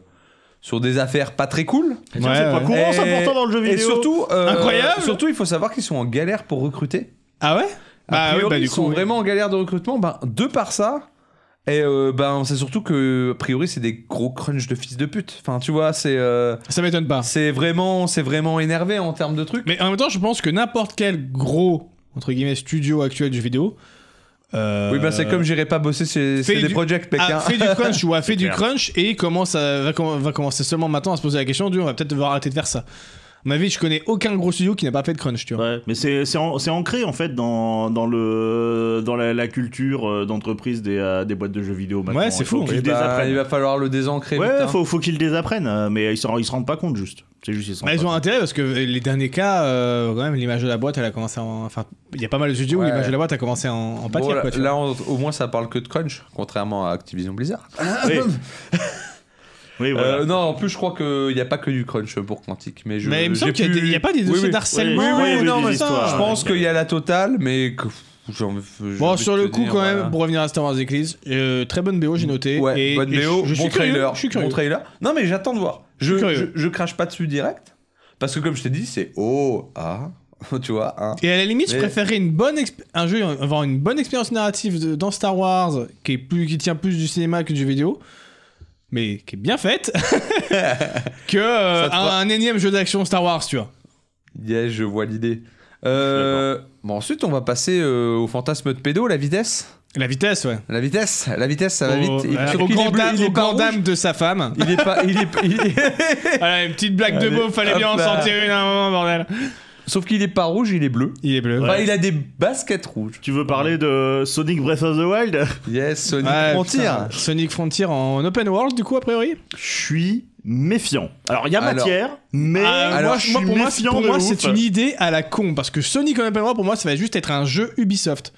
S2: sur des affaires pas très cool.
S3: Tiens, c'est pas courant ça
S2: Et-
S3: pourtant dans le jeu vidéo
S2: Et surtout, euh,
S1: Incroyable.
S2: surtout, il faut savoir qu'ils sont en galère pour recruter.
S1: Ah ouais Bah
S2: a
S1: oui,
S2: priori,
S1: bah du
S2: ils
S1: coup,
S2: sont
S1: oui.
S2: vraiment en galère de recrutement. Ben, de par ça, et euh, ben, c'est surtout que, a priori, c'est des gros crunchs de fils de pute. Enfin, tu vois, c'est euh,
S1: Ça m'étonne pas.
S2: c'est vraiment, c'est vraiment énervé en termes de trucs.
S1: Mais en même temps, je pense que n'importe quel gros entre guillemets studio actuel du jeu vidéo. euh,
S2: Oui, ben, c'est comme j'irai pas bosser chez
S1: fait
S2: des
S1: du-
S2: projects, mec.
S1: a
S2: hein.
S1: fait du crunch ou a fait du
S3: clair.
S1: crunch et commence à, va, com- va commencer seulement maintenant à se poser la question du on va peut-être devoir arrêter de faire ça. À ma vie, je connais aucun gros studio qui n'a pas fait de crunch, tu vois.
S3: Ouais, mais c'est c'est en- c'est ancré en fait dans, dans, le, dans la, la culture euh, d'entreprise des, euh, des boîtes de jeux vidéo maintenant.
S1: Ouais, c'est
S3: Il faut
S1: fou. bah,
S3: qu'ils
S2: Eh
S3: le
S2: ben,
S3: désapprennent.
S2: il va falloir le désancrer.
S3: Ouais,
S2: vite, hein.
S3: faut, faut qu'ils le désapprennent, euh, mais ils se, rend- ils se rendent pas compte juste. C'est juste ils se rendent
S1: Bah, ils
S3: pas
S1: ont intérêt parce que les derniers cas, euh, quand même, l'image de la boîte, elle a commencé en. Enfin, il y a pas mal de studios où
S2: Ouais.
S1: l'image de la boîte a commencé en, en pâtir,
S2: Bon, là,
S1: quoi, tu vois.
S2: là, on- au moins, ça parle que de crunch, contrairement à Activision Blizzard.
S3: compte. Oui, Oui, voilà.
S2: Euh, non, en plus, je crois qu'il n'y a pas que du crunch pour Quantic. Mais, je,
S1: mais il me
S2: j'ai
S1: semble qu'il
S2: plus-
S1: n'y a, pas des
S2: Oui,
S1: dossiers
S2: oui.
S1: d'harcèlement.
S3: Oui, oui,
S1: euh,
S3: oui, oui,
S1: non,
S3: des
S1: mais
S3: histoires,
S1: je
S2: Je
S3: ouais.
S1: pense.
S2: pense qu'il y a la totale, mais que- j'ai envie- j'ai
S1: Bon,
S2: envie de
S1: sur le
S2: te
S1: coup,
S2: dire,
S1: quand
S2: voilà.
S1: même, pour revenir à Star Wars Eclipse, euh, très bonne BO, j'ai noté.
S2: Ouais,
S1: et,
S2: bonne
S1: et
S2: BO,
S1: je, je
S2: bon
S1: suis curieux,
S2: trailer,
S1: Je suis curieux.
S2: bon trailer. Non, mais j'attends de voir. Je,
S1: suis curieux.
S2: je- je crache pas dessus direct, parce que comme je t'ai dit, c'est oh ah, tu vois, hein.
S1: Et à la limite, je
S2: Mais-
S1: préférerais une bonne exp- un jeu avoir une bonne expérience narrative de- dans Star Wars qui est plus qui tient plus du cinéma que du vidéo, mais qui est bien faite, que euh,
S2: Ça te
S1: un,
S2: fera-
S1: un énième jeu d'action Star Wars, tu vois.
S2: Yeah, je vois l'idée. Euh, bon, ensuite, on va passer euh, au fantasme de pédo, la vitesse.
S1: La vitesse, ouais.
S2: La vitesse, la vitesse, ça va vite.
S1: Au,
S2: Et
S1: euh,
S2: surtout,
S1: au
S2: il est
S1: grand
S2: bleu,
S1: dam-
S2: il est
S1: au
S2: pas
S1: grand
S2: rouge.
S1: dame de sa femme.
S2: Il est pas, il est, il est-
S1: Voilà, une petite blague de
S2: Allez,
S1: beau, fallait bien en
S2: hop là.
S1: sortir une à un moment, bordel.
S2: Sauf qu'il est pas rouge, il est bleu.
S1: Il est bleu.
S2: Enfin, il a des baskets rouges.
S3: Tu veux parler de Sonic Breath of the Wild
S2: Yes, Sonic
S1: Ouais,
S2: Frontier.
S1: putain. Sonic Frontier en open world, du coup, a priori.
S3: Je suis méfiant. Alors, il y a
S2: Alors-
S3: matière, mais
S1: Ah, moi,
S3: moi,
S1: je-
S3: je suis
S1: moi, pour moi, c'est-
S3: méfiant
S1: pour
S3: de
S1: moi,
S3: ouf.
S1: c'est une idée à la con parce que Sonic en open world, pour moi, ça va juste être un jeu Ubisoft.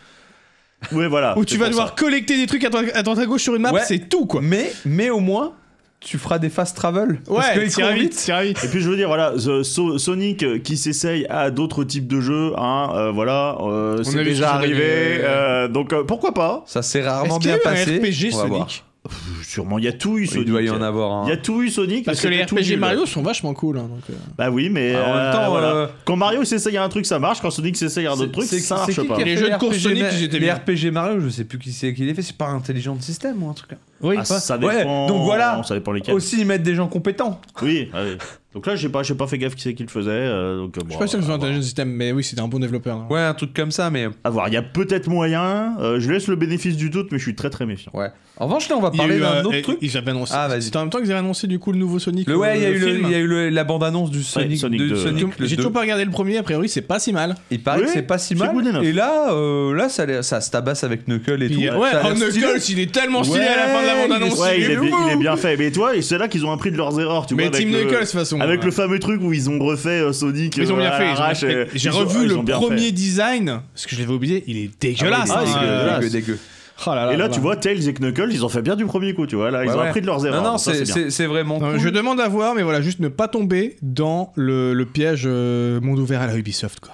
S3: Ouais, voilà.
S1: où tu
S3: c'est
S1: vas
S3: pour
S1: devoir
S3: ça.
S1: collecter des trucs à droite à, droite à gauche sur une map,
S2: Ouais.
S1: c'est tout quoi.
S2: Mais, mais au moins, tu feras des fast travel. parce que
S1: Ouais,
S2: ils
S1: t'iras
S2: courent
S1: vite,
S2: vite.
S1: t'iras vite.
S3: Et puis je veux dire voilà, The So- Sonic euh, qui s'essaye à d'autres types de jeux, hein, euh, voilà, euh,
S1: a
S3: c'est
S1: vu
S3: déjà
S1: ce que ça
S3: arrivé.
S1: donnait.
S3: euh, donc euh, pourquoi pas
S2: Ça s'est
S1: Est-ce
S2: rarement
S1: qu'il y a
S2: bien
S1: eu
S2: passé.
S1: un RPG
S2: On va voir.
S1: Sonic
S3: Pff, Sûrement, il y a tout eu Sonic.
S2: Il doit y en avoir hein. un.
S3: Il y a tout eu Sonic.
S1: Parce
S3: mais
S1: que les
S3: c'était tout
S1: RPG
S3: nul.
S1: Mario sont vachement cool. hein, donc, euh.
S3: Bah oui, mais
S2: Alors, Ah, en même
S3: euh,
S2: temps,
S3: voilà.
S2: euh,
S3: quand Mario s'essaye à un truc, ça marche. Quand Sonic s'essaye à un autre truc, ça marche pas.
S1: a Les fait jeux de course Sonic, ils étaient
S2: Les
S1: bien.
S2: RPG Mario, je sais plus qui c'est qui les fait. C'est pas intelligent de système ou un truc.
S1: Oui,
S3: Ah,
S1: pas-
S3: ça
S2: Ouais,
S3: dépend.
S2: donc voilà.
S3: Ça dépend lesquels.
S2: Aussi, ils mettent des gens compétents.
S3: Oui. ah oui. Donc là, j'ai pas, j'ai pas fait gaffe qui c'est qui le faisait. euh, donc, euh,
S1: Je
S3: bon,
S1: suis pas sûr que ce
S3: à
S1: soit un
S3: voir.
S1: jeu de système, mais oui, c'était un bon développeur. hein.
S2: Ouais, un truc comme ça, mais.
S3: À voir. Il y a peut-être moyen. euh, je laisse le bénéfice du doute, mais je suis très très méfiant.
S2: Ouais. En revanche, là, on va
S1: Il y a
S2: parler
S1: eu,
S2: d'un
S1: euh,
S2: autre
S1: et-
S2: truc.
S1: Ils avaient annoncé.
S2: Ah, vas-y.
S1: C'était en même temps qu'ils avaient annoncé du coup le nouveau Sonic.
S2: Le, ouais, il y a eu, le-
S1: film.
S2: il y a eu le- la bande-annonce du Sonic,
S3: Sonic
S2: 2,
S3: deux,
S2: Sonic
S1: Donc,
S2: le
S1: J'ai
S2: 2.
S1: toujours pas regardé le premier, a priori c'est pas si mal.
S2: Il paraît
S3: Oui,
S2: que c'est pas si
S3: c'est
S2: mal.
S3: good enough.
S2: Et là, euh, là ça, a l'air- ça se tabasse avec Knuckle et tout.
S1: Puis, euh, ouais,
S2: Ça a
S1: oh,
S2: l'air stylé.
S1: Knuckles, il est tellement stylé à la fin de la
S2: Ouais, il est
S1: bande-annonce.
S3: Ouais, il est, bi- il est
S1: fou.
S3: bien fait. Mais toi, et c'est là qu'ils ont appris de leurs erreurs. Tu
S1: Mais
S3: vois,
S1: Team
S3: avec le-
S1: Knuckles, de toute façon.
S3: Avec
S1: ouais.
S3: le fameux truc où ils ont refait euh, Sonic.
S1: euh, Ils ont
S3: euh,
S1: bien
S3: à
S1: fait. ils ont bien
S3: l'arrache, euh,
S1: fait. J'ai
S3: ils ont-
S1: revu
S3: ils
S1: le
S3: ont bien fait.
S1: premier design, parce que je l'avais oublié, il est dégueulasse.
S3: Ah oui,
S1: hein,
S3: il est
S1: euh,
S3: dégueulasse.
S2: dégueu, dégueu.
S1: oh là là
S3: Et là,
S1: là
S3: tu
S1: là.
S3: vois, Tails et Knuckles, ils ont fait bien du premier coup, tu vois. Là, ils
S2: Ouais,
S3: ont
S2: ouais.
S3: appris de leurs erreurs.
S2: Non, non,
S3: donc ça,
S2: c'est-
S3: bien.
S2: c'est c'est vraiment.
S1: Non,
S2: cool.
S1: Je demande à voir, mais voilà, juste ne pas tomber dans le, le piège euh, monde ouvert à la Ubisoft. Quoi.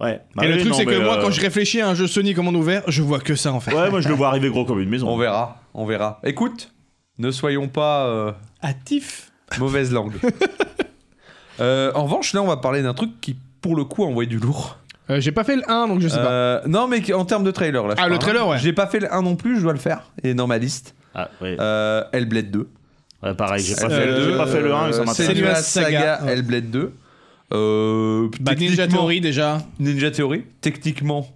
S3: Ouais. Bah
S1: et le
S3: oui,
S1: truc,
S3: non,
S1: c'est que
S3: mais,
S1: moi,
S3: euh,
S1: quand je réfléchis à un jeu Sonic en monde ouvert, je vois que ça en fait.
S3: Ouais, moi, je le vois arriver gros comme une maison.
S2: On verra, on verra. Écoute, ne soyons pas euh,
S1: Actif
S2: mauvaise langue. Euh, en revanche, là, on va parler d'un truc qui, pour le coup, a envoyé du lourd.
S1: Euh, J'ai pas fait le 1, donc je sais pas.
S2: Euh, non, mais qui- en termes de trailer, là. je
S1: Ah, le
S2: parle,
S1: trailer,
S2: hein.
S1: ouais.
S2: J'ai pas fait le 1 non plus, je dois le faire. Il est dans ma liste.
S3: Ah, ouais.
S2: Euh, Hellblade 2.
S3: Ouais, pareil, j'ai pas,
S1: Euh,
S3: fait, le- j'ai
S1: euh,
S3: pas fait le 1 et ça
S1: c'est
S3: m'intéresse.
S1: Senua
S2: Senua
S1: Saga,
S2: Saga,
S1: ouais.
S2: Hellblade 2. Euh,
S1: Bah, Ninja
S2: techniquement-
S1: Theory déjà.
S2: Ninja Theory. Techniquement,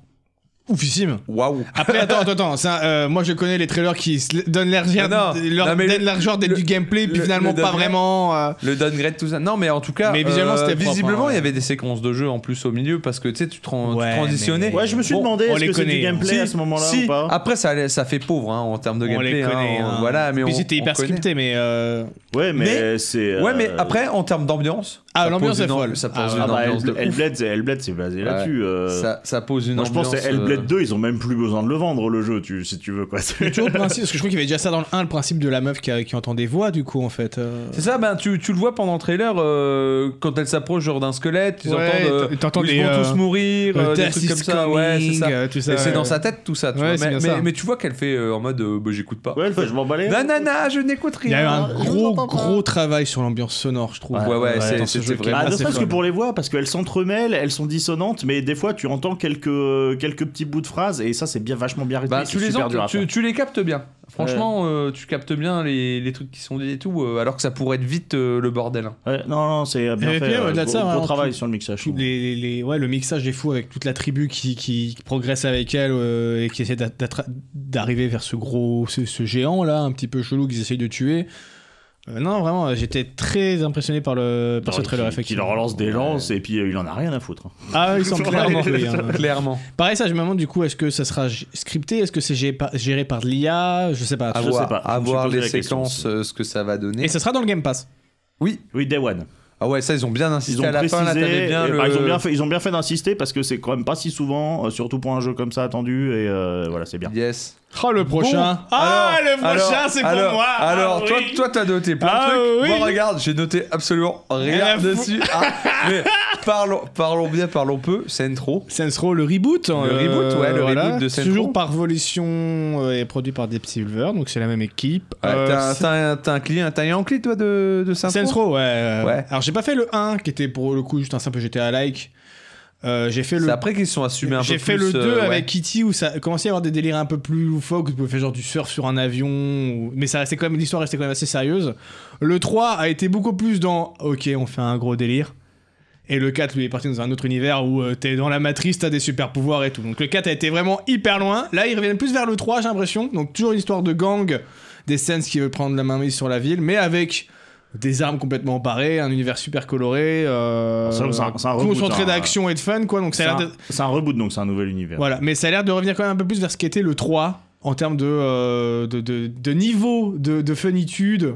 S1: Oufissime.
S2: waouh.
S1: Après, attends, attends, attends. ça, euh, moi, je connais les trailers qui se donnent l'air
S2: Non,
S1: leur,
S2: non. Non, mais
S1: donnent
S2: le-
S1: l'air genre d'être
S2: le-
S1: du gameplay, puis
S2: le-
S1: finalement
S2: le
S1: pas
S2: downgrade-
S1: vraiment. euh,
S2: Le downgrade, tout ça. Non, mais en tout cas, euh,
S1: Mais visuellement, c'était propre,
S2: visiblement,
S1: hein.
S2: il y avait des séquences de jeu en plus au milieu parce que tu sais, tu, tran- tu
S1: Ouais,
S2: transitionnais.
S1: mais-
S3: Ouais, je me suis
S2: Bon,
S3: demandé
S1: on
S3: est-ce
S1: les
S3: que c'est du
S1: connaît,
S3: gameplay
S2: si,
S3: à ce moment-là
S2: si.
S3: ou pas.
S2: Après, ça, ça fait pauvre hein, en termes de
S1: on
S2: gameplay.
S1: les
S2: hein,
S1: connaît.
S2: on-
S1: hein.
S2: Voilà, mais
S1: Puis
S2: on-
S1: c'était
S2: on
S1: hyper
S2: connaît.
S1: scripté, mais. euh,
S3: Ouais, mais,
S2: Mais-
S3: c'est. euh,
S2: Ouais, mais après, en termes d'ambiance.
S1: Ah,
S2: ça
S1: l'ambiance
S2: pose
S1: est
S2: une-
S1: folle.
S2: Ça pose
S1: Ah,
S2: une
S3: Ah bah,
S2: ambiance de
S3: Hell-
S2: ouf.
S3: Hellblade, c'est- Hellblade, c'est basé là-dessus. euh,
S2: Ça, ça pose une
S3: Moi, je
S2: ambiance.
S3: pense que c'est
S2: euh,
S3: Hellblade 2, ils ont même plus besoin de le vendre, le jeu, tu, si tu veux, quoi.
S1: Mais toujours le principe, parce que je crois qu'il y avait déjà ça dans le 1, le principe de la meuf qui, a- qui entend des voix, du coup, en fait. euh.
S2: C'est ça, ben, tu, tu le vois pendant le trailer, euh, quand elle s'approche genre d'un squelette, ils
S1: Ouais,
S2: entendent, euh,
S1: t'entends
S2: ils
S1: des,
S2: vont
S1: euh,
S2: tous mourir,
S1: Le
S2: euh, des
S1: death
S2: trucs
S1: is
S2: comme ça, ouais, c'est
S1: coming,
S2: ça.
S1: euh, tout ça,
S2: Et c'est
S1: ouais.
S2: dans sa tête tout ça, tu
S1: Ouais,
S2: vois.
S1: c'est
S2: Mais,
S1: bien ça.
S2: mais- mais tu vois qu'elle fait euh, en mode euh, bah, j'écoute pas.
S3: Ouais, elle fait, je m'en balais.
S2: Nanana, je n'écoute
S1: Il y a eu
S2: rien.
S1: un gros, gros travail sur l'ambiance sonore, je trouve.
S2: Ouais, ouais,
S1: dans
S2: c'est-
S1: ce
S2: c'était jeu
S1: c'est
S2: qui
S1: vrai.
S2: est
S3: Ah, ne
S2: assez
S3: serait-ce que
S2: fun.
S3: pour les voix, parce qu'elles s'entremêlent, elles sont dissonantes, mais des fois tu entends quelques, quelques petits bouts de phrases et ça c'est bien vachement bien rythmé.
S2: Bah,
S3: c'est
S2: tu les
S3: super
S2: entends,
S3: dur à
S2: tu,
S3: faire.
S2: tu les captes bien. Franchement, euh, tu captes bien les, les trucs qui sont dits et tout, euh, alors que ça pourrait être vite euh, le bordel. hein.
S3: Ouais, non, non, c'est bien
S1: Et
S3: fait.
S1: puis,
S3: euh,
S1: au-delà de
S3: gros,
S1: ça,
S3: gros
S1: vraiment,
S3: travail
S1: tout-
S3: sur le mixage.
S1: Tous les, les- les- ouais, le mixage des fous avec toute la tribu qui, qui progresse avec elle euh, et qui essaie d'at- d'attra- d'arriver vers ce gros, ce, ce géant là, un petit peu chelou qu'ils essayent de tuer. Euh, non, vraiment, euh, j'étais très impressionné par, le, par ce trailer,
S3: qui, qui
S1: effectivement.
S3: leur relance des lances et puis euh, il en a rien à foutre.
S1: Ah, ils sont clairement. oui, hein.
S2: Clairement.
S1: Pareil, ça, je me demande du coup, est-ce que ça sera g- scripté Est-ce que c'est géré par, géré par de l'IA Je sais pas.
S2: À
S3: je sais
S2: voir,
S3: pas.
S2: à
S3: Je me suis
S2: voir
S3: posé
S2: les
S3: la question
S2: séquences, euh, ce que ça va donner.
S1: Et ça sera dans le Game Pass.
S2: Oui.
S3: Oui, Day One.
S2: Ah ouais, ça, ils ont bien insisté
S3: Ils ont
S2: à la
S3: précisé.
S2: fin. Là, t'avais bien
S3: et,
S2: le...
S3: bah, ils, ont bien fait, ils ont bien fait d'insister parce que c'est quand même pas si souvent, euh, surtout pour un jeu comme ça attendu. Et euh, voilà, c'est bien.
S2: Yes.
S1: Oh, le prochain Ah,
S2: Alors,
S1: le prochain,
S2: alors,
S1: c'est pour
S2: alors,
S1: moi Ah,
S2: Alors, toi,
S1: oui.
S2: toi, t'as noté plein
S1: Ah,
S2: de trucs.
S1: oui.
S2: Moi, regarde, j'ai noté absolument
S1: Rien à
S2: rien
S1: foutre.
S2: dessus. Ah, mais parlons, parlons bien, parlons peu. Centro.
S1: Saints Row, le reboot. Le
S2: reboot, ouais, le reboot de Saints
S1: Toujours
S2: Row.
S1: par Volition euh, et produit par Deep Silver, donc c'est la même équipe.
S2: Ouais,
S1: Euh,
S2: t'as-
S1: Saints-
S2: T'as un- t'as un client, t'as un Yankee, toi, de, de Saints
S1: Saints
S2: Row
S1: Row, ouais. euh,
S2: Ouais.
S1: Alors j'ai pas fait le 1, qui était pour le coup juste un simple GTA-like. Euh, j'ai fait
S2: C'est
S1: le
S2: après qu'ils se sont assumés un peu
S1: J'ai fait
S2: plus,
S1: le 2
S2: euh, ouais.
S1: avec Kitty où ça commençait à y avoir des délires un peu plus loufoques. Vous pouvez faire genre du surf sur un avion. ou- Mais ça restait quand même, l'histoire restait quand même assez sérieuse. Le 3 a été beaucoup plus dans OK, on fait un gros délire. Et le 4, lui, est parti dans un autre univers où euh, t'es dans la matrice, t'as des super pouvoirs et tout. Donc le 4 a été vraiment hyper loin. Là, ils reviennent plus vers le 3, j'ai l'impression. Donc toujours une histoire de gang, des scènes qui veulent prendre la main mise sur la ville, mais avec des armes complètement barrées, un univers super coloré, euh,
S3: C'est un- c'est un reboot,
S1: concentré
S3: hein.
S1: d'action et de fun, quoi. Donc ça
S3: C'est
S1: a l'air d'être-
S3: un, c'est un reboot donc, c'est un nouvel univers.
S1: voilà, mais ça a l'air de revenir quand même un peu plus vers ce qu'était le 3 en termes de, euh, de, de- de niveau de, de funitude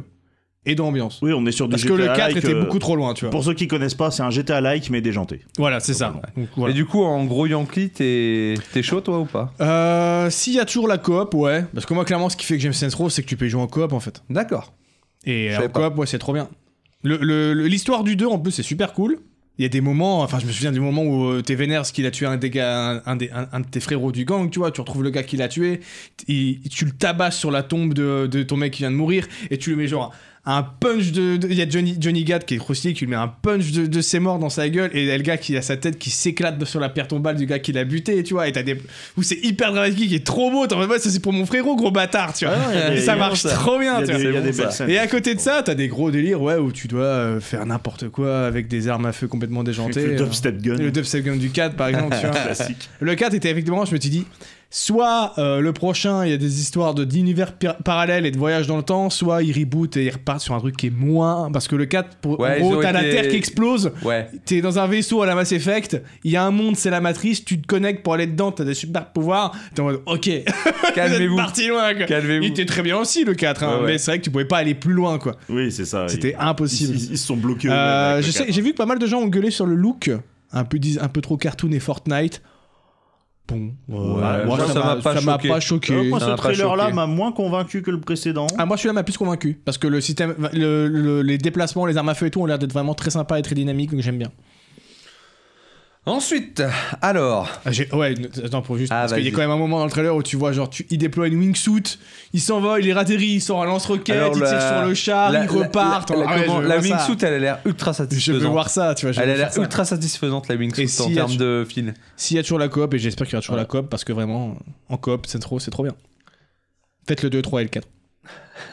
S1: et d'ambiance.
S3: Oui, on est sur du
S1: Parce que le 4
S3: GTA-like,
S1: était
S3: euh,
S1: beaucoup trop loin, tu vois.
S3: Pour ceux qui connaissent pas, c'est un GTA-like mais déjanté.
S1: Voilà, c'est ça. Donc,
S2: Et
S1: voilà.
S2: du coup, en gros Yankee, t'es t'es chaud, toi, ou pas
S1: Euh, S'il y a toujours la coop, ouais. Parce que moi, clairement, ce qui fait que j'aime Saints Row, c'est que tu peux y jouer en coop en fait.
S2: D'accord.
S1: Et
S2: Je
S1: en
S2: savais pas.
S1: coop, ouais, c'est trop bien. Le- le- le- L'histoire du 2, en plus, c'est super cool. Il y a des moments, enfin, je me souviens du moment où euh, t'es vénère parce qu'il a tué un, des gars, un, un des- un- un de tes frérots du gang, tu vois. Tu retrouves le gars qui l'a tué, il- tu le tabasses sur la tombe de, de ton mec qui vient de mourir et tu lui mets genre un punch de. de- Il y a Johnny, Johnny Gat qui est croustillé, qui lui met un punch de, de ses morts dans sa gueule et il y a le gars qui a sa tête qui s'éclate sur la pierre tombale du gars qui l'a buté, tu vois. Et t'as des. Où c'est hyper dramatique qui est trop beau, t'es en mode, ouais, ça c'est pour mon frérot, gros bâtard, tu vois.
S3: il y a
S1: Et
S3: des-
S1: ça
S3: Ah il y a
S1: marche
S2: ça.
S1: trop
S3: Il y
S1: bien,
S3: a
S1: tu vois.
S3: des, il y a
S2: bon,
S3: des
S2: ça.
S3: belles scènes.
S1: Et à côté de Ah, ça, t'as des gros délires ouais, où tu dois euh, faire n'importe quoi avec des armes à feu complètement déjantées.
S3: le
S1: euh.
S3: dubstep gun.
S1: Le dubstep gun du 4, par exemple. tu vois.
S2: Bah,
S3: classique.
S1: Le 4 était effectivement, je me suis dit, soit euh, le prochain, il y a des histoires de- d'univers pir- parallèles et de voyages dans le temps, soit ils rebootent et ils repartent sur un truc qui est moins. Parce que le 4, pour,
S2: Ouais,
S1: en
S2: ils
S1: gros,
S2: ont
S1: t'as la
S2: été-
S1: Terre qui explose,
S2: Ouais.
S1: t'es dans un vaisseau à la Mass Effect, il y a un monde, c'est la matrice, tu te connectes pour aller dedans, t'as des super pouvoirs, t'es en mode, ok, vous êtes
S2: Calmez-vous.
S1: parti loin, quoi. Il
S2: Calmez-vous.
S1: était très bien aussi le 4, hein,
S2: Ouais, ouais.
S1: mais c'est vrai que tu pouvais pas aller plus loin, quoi.
S3: Oui, c'est ça.
S1: C'était
S3: Ils-
S1: impossible.
S3: Ils, ils se sont bloqués.
S1: Euh,
S3: eux-mêmes
S1: je
S3: avec le
S1: sais- J'ai
S2: hein.
S1: vu que pas mal de gens ont gueulé sur le look, un peu, dis- un peu trop cartoon et Fortnite. Bon, euh, moi,
S2: Ouais, moi, ça m'a pas
S1: ça m'a
S2: choqué. Euh,
S1: pas
S3: quatre.
S1: choqué.
S3: Alors, Euh, moi,
S2: ça
S3: ce
S2: m'a pas
S3: trailer-là
S2: choqué.
S3: m'a moins convaincu que le précédent.
S1: Ah, moi, celui-là m'a plus convaincu parce que le système, le- le- les déplacements, les armes à feu et tout ont l'air d'être vraiment très sympa et très dynamique, donc j'aime bien.
S2: Ensuite, alors,
S1: Ah, j'ai- ouais, n- attends pour juste
S2: Ah,
S1: parce qu'il y a
S2: vas-y.
S1: quand même un moment dans le trailer où tu vois genre tu, il déploie une wingsuit, il s'envole, il atterrit, il sort un lance-roquette,
S2: Alors,
S1: il tire
S2: la-
S1: sur le char,
S2: la-
S1: il
S2: la-
S1: repart.
S2: La, la-
S1: Ah ouais,
S2: comment-
S1: je veux
S2: la
S1: voir ça.
S2: wingsuit, elle a l'air ultra
S1: Je veux
S2: satisfaisante.
S1: voir ça, tu vois. je
S2: Elle
S1: veux
S2: a
S1: voir
S2: l'air
S1: ça.
S2: ultra satisfaisante la wingsuit
S1: Et si
S2: en
S1: y a-
S2: termes de fil.
S1: S'il y a toujours la coop, et j'espère qu'il y aura toujours la coop, parce que vraiment, en coop, c'est trop, c'est trop bien. Faites le 2, 3 et le 4.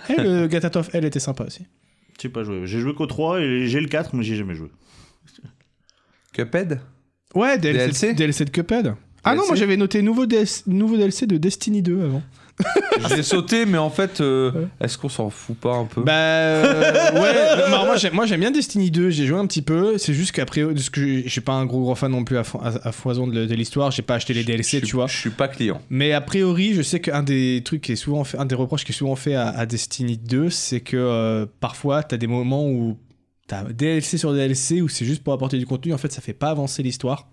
S1: Et le Gatat of Hell était sympa aussi.
S3: J'ai pas joué. J'ai joué qu'au 3 et j'ai le 4, mais j'ai jamais joué.
S2: Cuphead
S1: Ouais, DLC,
S2: DLC.
S1: DLC de Cuphead. Ah non,
S2: DLC.
S1: moi j'avais noté nouveau DLC, nouveau DLC de Destiny 2 avant.
S2: Mmh. J'ai sauté, mais en fait, euh,
S1: Ouais.
S2: est-ce qu'on s'en fout pas un peu
S1: Bah euh, ouais, non, moi j'aime- moi j'aime bien Destiny 2, j'ai joué un petit peu, c'est juste qu'après, parce que je je suis pas un gros gros fan non plus à, fo- à- à foison de, de l'histoire, j'ai pas acheté les
S2: je,
S1: DLC,
S2: suis-
S1: tu vois.
S2: Je suis pas client.
S1: Mais a priori, je sais qu'un des trucs qui est souvent fait, un des reproches qui est souvent fait à, à Destiny 2, c'est que euh, parfois t'as des moments où t'as DLC sur DLC où c'est juste pour apporter du contenu. En fait, ça fait pas avancer l'histoire.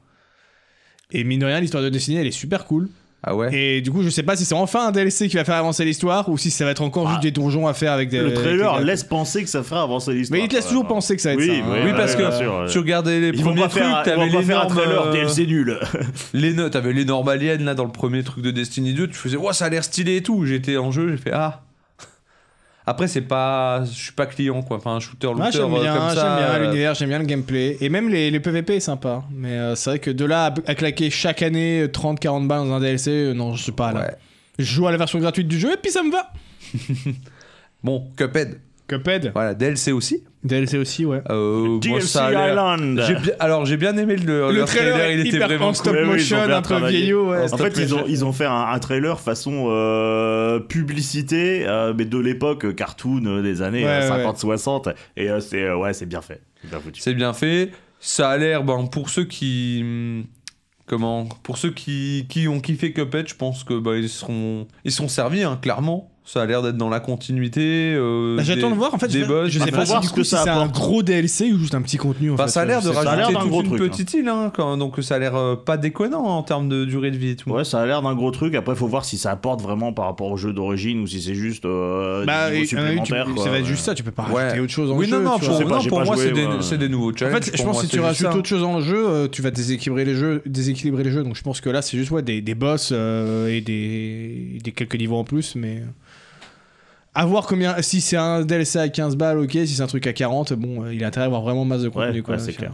S1: Et mine de rien, l'histoire de Destiny, elle est super cool.
S2: Ah ouais
S1: Et du coup, je sais pas si c'est enfin un DLC qui va faire avancer l'histoire ou si ça va être encore
S3: Ah.
S1: juste des donjons à faire avec des.
S3: Le trailer
S1: avec des-
S3: laisse penser que ça fera avancer l'histoire.
S1: Euh, Mais il te laisse
S3: quand
S1: toujours
S3: même, hein.
S1: penser que ça va être
S3: Oui,
S1: ça. hein.
S3: oui,
S2: Oui, parce
S3: ouais,
S2: que
S3: bien sûr, ouais.
S2: tu regardais les
S3: Ils vont
S2: premiers
S3: pas
S2: trucs,
S3: faire, ils
S2: t'avais
S3: vont pas faire un
S2: l'énorme.
S3: trailer
S2: euh,
S3: DLC nul.
S2: les no- T'avais l'énorme alien là dans le premier truc de Destiny 2. Tu faisais, ouais, ça a l'air stylé et tout. J'étais en jeu, j'ai fait, ah. Après, c'est pas, je suis pas client quoi. Enfin, un shooter looter
S1: Ah, j'aime
S2: euh,
S1: bien,
S2: comme
S1: j'aime
S2: ça.
S1: bien
S2: euh,
S1: l'univers, j'aime bien le gameplay. Et même les, les PVP est sympa. Mais euh, c'est vrai que de là à, à claquer chaque année 30-40 balles dans un DLC, euh, non, je suis pas là.
S2: ouais.
S1: Je joue à la version gratuite du jeu et puis ça me va.
S2: Bon, Cuphead,
S1: Cuphead.
S2: voilà, DLC aussi.
S1: DLC aussi, ouais.
S2: Euh, bon,
S3: DLC
S2: ça a l'air-
S3: Island.
S2: J'ai bien- Alors, j'ai bien aimé le,
S1: Le
S2: Oh, leur
S1: trailer
S2: il
S1: est
S2: était
S1: hyper
S2: vraiment
S1: en
S2: cool.
S1: stop
S3: Oui, oui, ils ont
S1: motion,
S3: bien
S1: un peu
S3: travaillé.
S1: vieillot. ouais.
S3: En
S2: Stop
S3: fait, ils ont,
S2: motion.
S3: ils ont fait un, un trailer façon euh, publicité, euh, mais de l'époque euh, cartoon euh, des années
S1: Ouais, ouais.
S3: 50-60. Et euh, c'est euh, ouais, c'est bien fait. C'est bien foutu.
S2: C'est bien fait. Ça a l'air, ben, pour ceux qui. hum, Comment Pour ceux qui, qui ont kiffé Cuphead, je pense que ben, ils seront ils sont servis, hein, clairement. Ça a l'air d'être dans la continuité. euh,
S1: Bah, J'attends
S2: des-
S1: de voir en fait.
S2: des
S1: je,
S2: boss.
S1: je sais
S3: Faut
S1: pas
S3: voir
S1: si, du
S3: ce
S1: coup,
S3: que
S1: si
S3: ça
S1: c'est un
S3: apporte.
S1: gros DLC ou juste un petit contenu. En
S2: Bah,
S1: fait,
S2: ça a l'air de
S1: je sais pas.
S3: a l'air
S2: rajouter
S3: d'un
S2: toute
S3: gros
S2: une
S3: truc, hein.
S2: petite île, hein, quand- donc ça a l'air euh, pas déconnant en termes de durée de vie et tout.
S3: Ouais, ça a l'air d'un gros truc. Après, faut voir si ça apporte vraiment par rapport au jeu d'origine ou si c'est juste euh,
S1: Bah, et-
S3: des niveaux
S1: et- tu-
S3: supplémentaires. quoi.
S1: ça va être
S3: Ouais.
S1: juste ça, tu peux pas
S2: Ouais.
S1: rajouter autre chose en
S2: Oui,
S1: jeu.
S2: non, non,
S1: tu vois.
S2: pour,
S3: sais pas,
S2: non,
S3: j'ai
S2: pour
S3: pas
S2: moi,
S3: joué,
S2: c'est des,
S3: moi.
S2: c'est des nouveaux
S1: En
S2: challenges.
S1: fait, je
S2: pour
S1: pense
S2: moi,
S1: que si
S2: c'est hein.
S1: tu
S2: juste
S1: rajoutes
S2: ça.
S1: autre chose dans le jeu, euh, tu vas déséquilibrer les jeux, déséquilibrer les jeux. Donc je pense que là, c'est juste ouais, des, des boss euh, et des, des quelques niveaux en plus, mais euh, à voir combien. Si c'est un DLC à 15 balles, ok. Si c'est un truc à 40, bon, euh, il a intérêt à avoir vraiment masse de contenu.
S3: Ouais,
S1: quoi, hein,
S3: ouais, c'est
S1: Enfin.
S3: clair.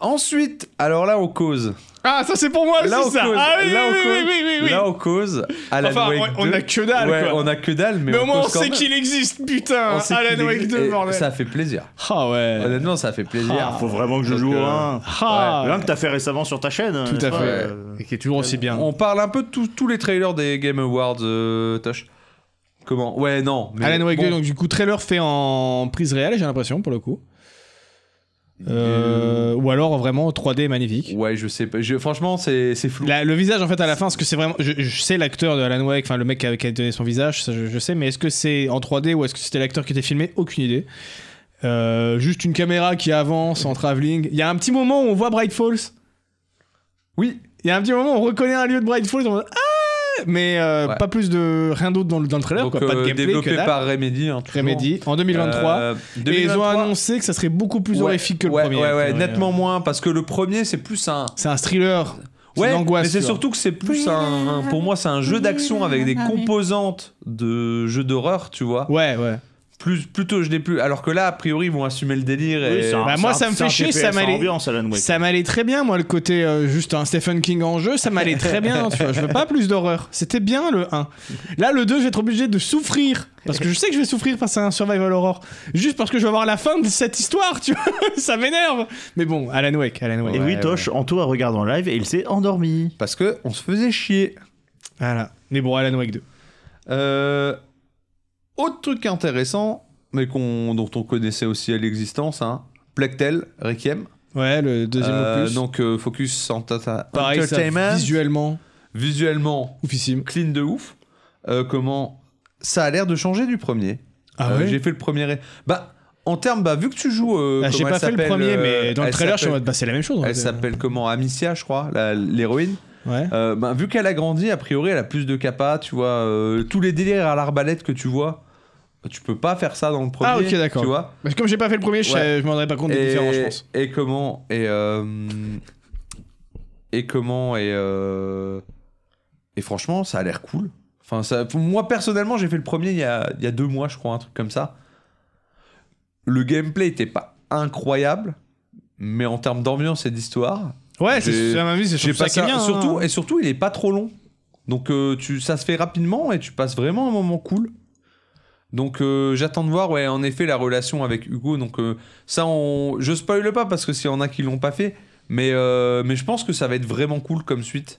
S2: Ensuite, alors là, on cause.
S1: Ah, ça c'est pour moi
S2: Là,
S1: aussi
S2: on
S1: ça.
S2: cause.
S1: Ah oui,
S2: Là, on
S1: oui, oui,
S2: cause.
S1: oui, oui, oui.
S2: Là, on cause. Alan
S1: Enfin,
S2: Wake
S1: on- on
S2: 2.
S1: a que dalle,
S2: Ouais,
S1: quoi.
S2: on a que dalle, mais,
S1: mais au moins on
S2: cause quand
S1: sait
S2: même.
S1: qu'il existe, putain.
S2: On sait qu'il
S1: Alan Wake
S2: existe
S1: 2,
S2: et
S1: bordel.
S2: Ça fait plaisir.
S1: Ah ouais.
S2: Honnêtement, ça fait plaisir.
S1: Ah,
S3: Faut vraiment que je
S2: Donc,
S3: joue au
S2: euh,
S3: un.
S1: Ah.
S3: L'un que t'as fait récemment sur ta chaîne.
S1: Tout à fait.
S3: Euh,
S1: Et qui est toujours aussi bien.
S2: On parle un peu de tous tous les trailers des Game Awards, euh, Tosh. Comment Ouais, non. mais
S1: Alan Wake
S2: bon.
S1: 2, donc du coup, trailer fait en prise réelle, j'ai l'impression, pour le coup. Euh, Ou alors vraiment 3D magnifique.
S2: Ouais, je sais pas. Je- franchement, c'est c'est flou.
S1: La- le visage, en fait, à la fin, est-ce que c'est vraiment. Je, je sais l'acteur de Alan Wake, enfin le mec qui a, qui a donné son visage, ça, je, je sais, mais est-ce que c'est en 3D ou est-ce que c'était l'acteur qui était filmé Aucune idée. Euh, juste une caméra qui avance en travelling. Il y a un petit moment où on voit Bright Falls.
S2: Oui,
S1: Il y a un petit moment où on reconnaît un lieu de Bright Falls. On... va, Ah mais euh,
S2: Ouais.
S1: pas plus de rien d'autre dans le, dans le trailer,
S2: donc,
S1: quoi. Pas de
S2: euh,
S1: gameplay.
S2: développé
S1: que dalle.
S2: par Remedy. hein, toujours.
S1: Remedy en 2023.
S2: Euh,
S1: Et ils ont
S2: 2023,
S1: annoncé que ça serait beaucoup plus
S2: ouais,
S1: horrifique que le
S2: ouais,
S1: premier.
S2: Ouais, ouais,
S1: Euh,
S2: nettement moins. Parce que le premier, c'est plus un.
S1: C'est un thriller. C'est
S2: Ouais,
S1: une angoisse,
S2: mais c'est
S1: tu vois.
S2: surtout que c'est plus un, pour moi c'est un jeu d'action avec des composantes de jeu d'horreur, tu vois.
S1: Ouais, ouais.
S2: Plus plutôt je l'ai plus. Alors que là a priori ils vont assumer le délire et
S3: oui, c'est un-
S1: Bah,
S3: c'est
S1: moi,
S3: un-
S1: ça me
S3: c'est
S1: fait
S3: un
S1: chier, ça
S3: TPS
S1: m'allait-
S3: ambiance, Alan Wake.
S1: Ça m'allait très bien, moi, le côté euh, juste un Stephen King en jeu, ça m'allait très bien, tu vois. Je veux pas plus d'horreur. C'était bien le 1. Là, le 2, je vais être obligé de souffrir. Parce que je sais que je vais souffrir face à un survival horror. Juste parce que je vais avoir la fin de cette histoire, tu vois. ça m'énerve. Mais bon, Alan Wake, Alan Wake.
S3: Et
S2: Ouais,
S3: oui, Tosh, Anto a regardé en live et il s'est endormi.
S2: parce que on se faisait chier.
S1: Voilà. Mais bon, Alan Wake 2.
S2: Euh, Autre truc intéressant mais qu'on dont on connaissait aussi à l'existence, hein. Plectel, Requiem.
S1: Ouais, le deuxième
S2: Euh,
S1: opus.
S2: donc euh, focus en tata-
S1: Pareil, ça,
S2: entertainment,
S1: visuellement,
S2: visuellement
S1: oufissime.
S2: clean de ouf. Euh, comment ça a l'air de changer du premier.
S1: Ah
S2: Euh,
S1: ouais
S2: J'ai fait le premier. ré- Bah, en termes, bah, vu que tu joues. euh,
S1: Ah,
S2: comment
S1: J'ai
S2: elle
S1: pas fait le
S2: s'appelle,
S1: premier,
S2: euh,
S1: mais dans le
S2: elle
S1: trailer, je suis en
S2: s'appelle-
S1: mode, bah, c'est la même chose. en
S2: Elle
S1: fait.
S2: s'appelle comment Amicia, je crois, la- l'héroïne.
S1: Ouais.
S2: Euh, bah, vu qu'elle a grandi, a priori, elle a plus de capa, tu vois. euh, tous les délires à l'arbalète que tu vois, tu peux pas faire ça dans le premier.
S1: Ah, ok, d'accord.
S2: Tu vois
S1: Parce que comme j'ai pas fait le premier, je,
S2: Ouais.
S1: sais- je m'en rendrais pas compte des différences, je pense.
S2: et comment Et euh, et comment et euh, et franchement, ça a l'air cool. Enfin, ça, pour moi personnellement, j'ai fait le premier il y a il y a deux mois, je crois, un truc comme ça. Le gameplay était pas incroyable, mais en termes d'ambiance et d'histoire,
S1: Ouais, c'est
S2: J'ai-
S1: ça, à ma vie, c'est
S2: j'ai
S1: surtout ça qui
S2: passé
S1: est
S2: un-
S1: bien. hein.
S2: surtout et surtout, il est pas trop long. Donc euh, tu, ça se fait rapidement et tu passes vraiment un moment cool. Donc euh, j'attends de voir, ouais, en effet, la relation avec Hugo. Donc euh, ça, on... je spoil pas parce que s'il y en a qui l'ont pas fait, mais, euh, mais je pense que ça va être vraiment cool comme suite.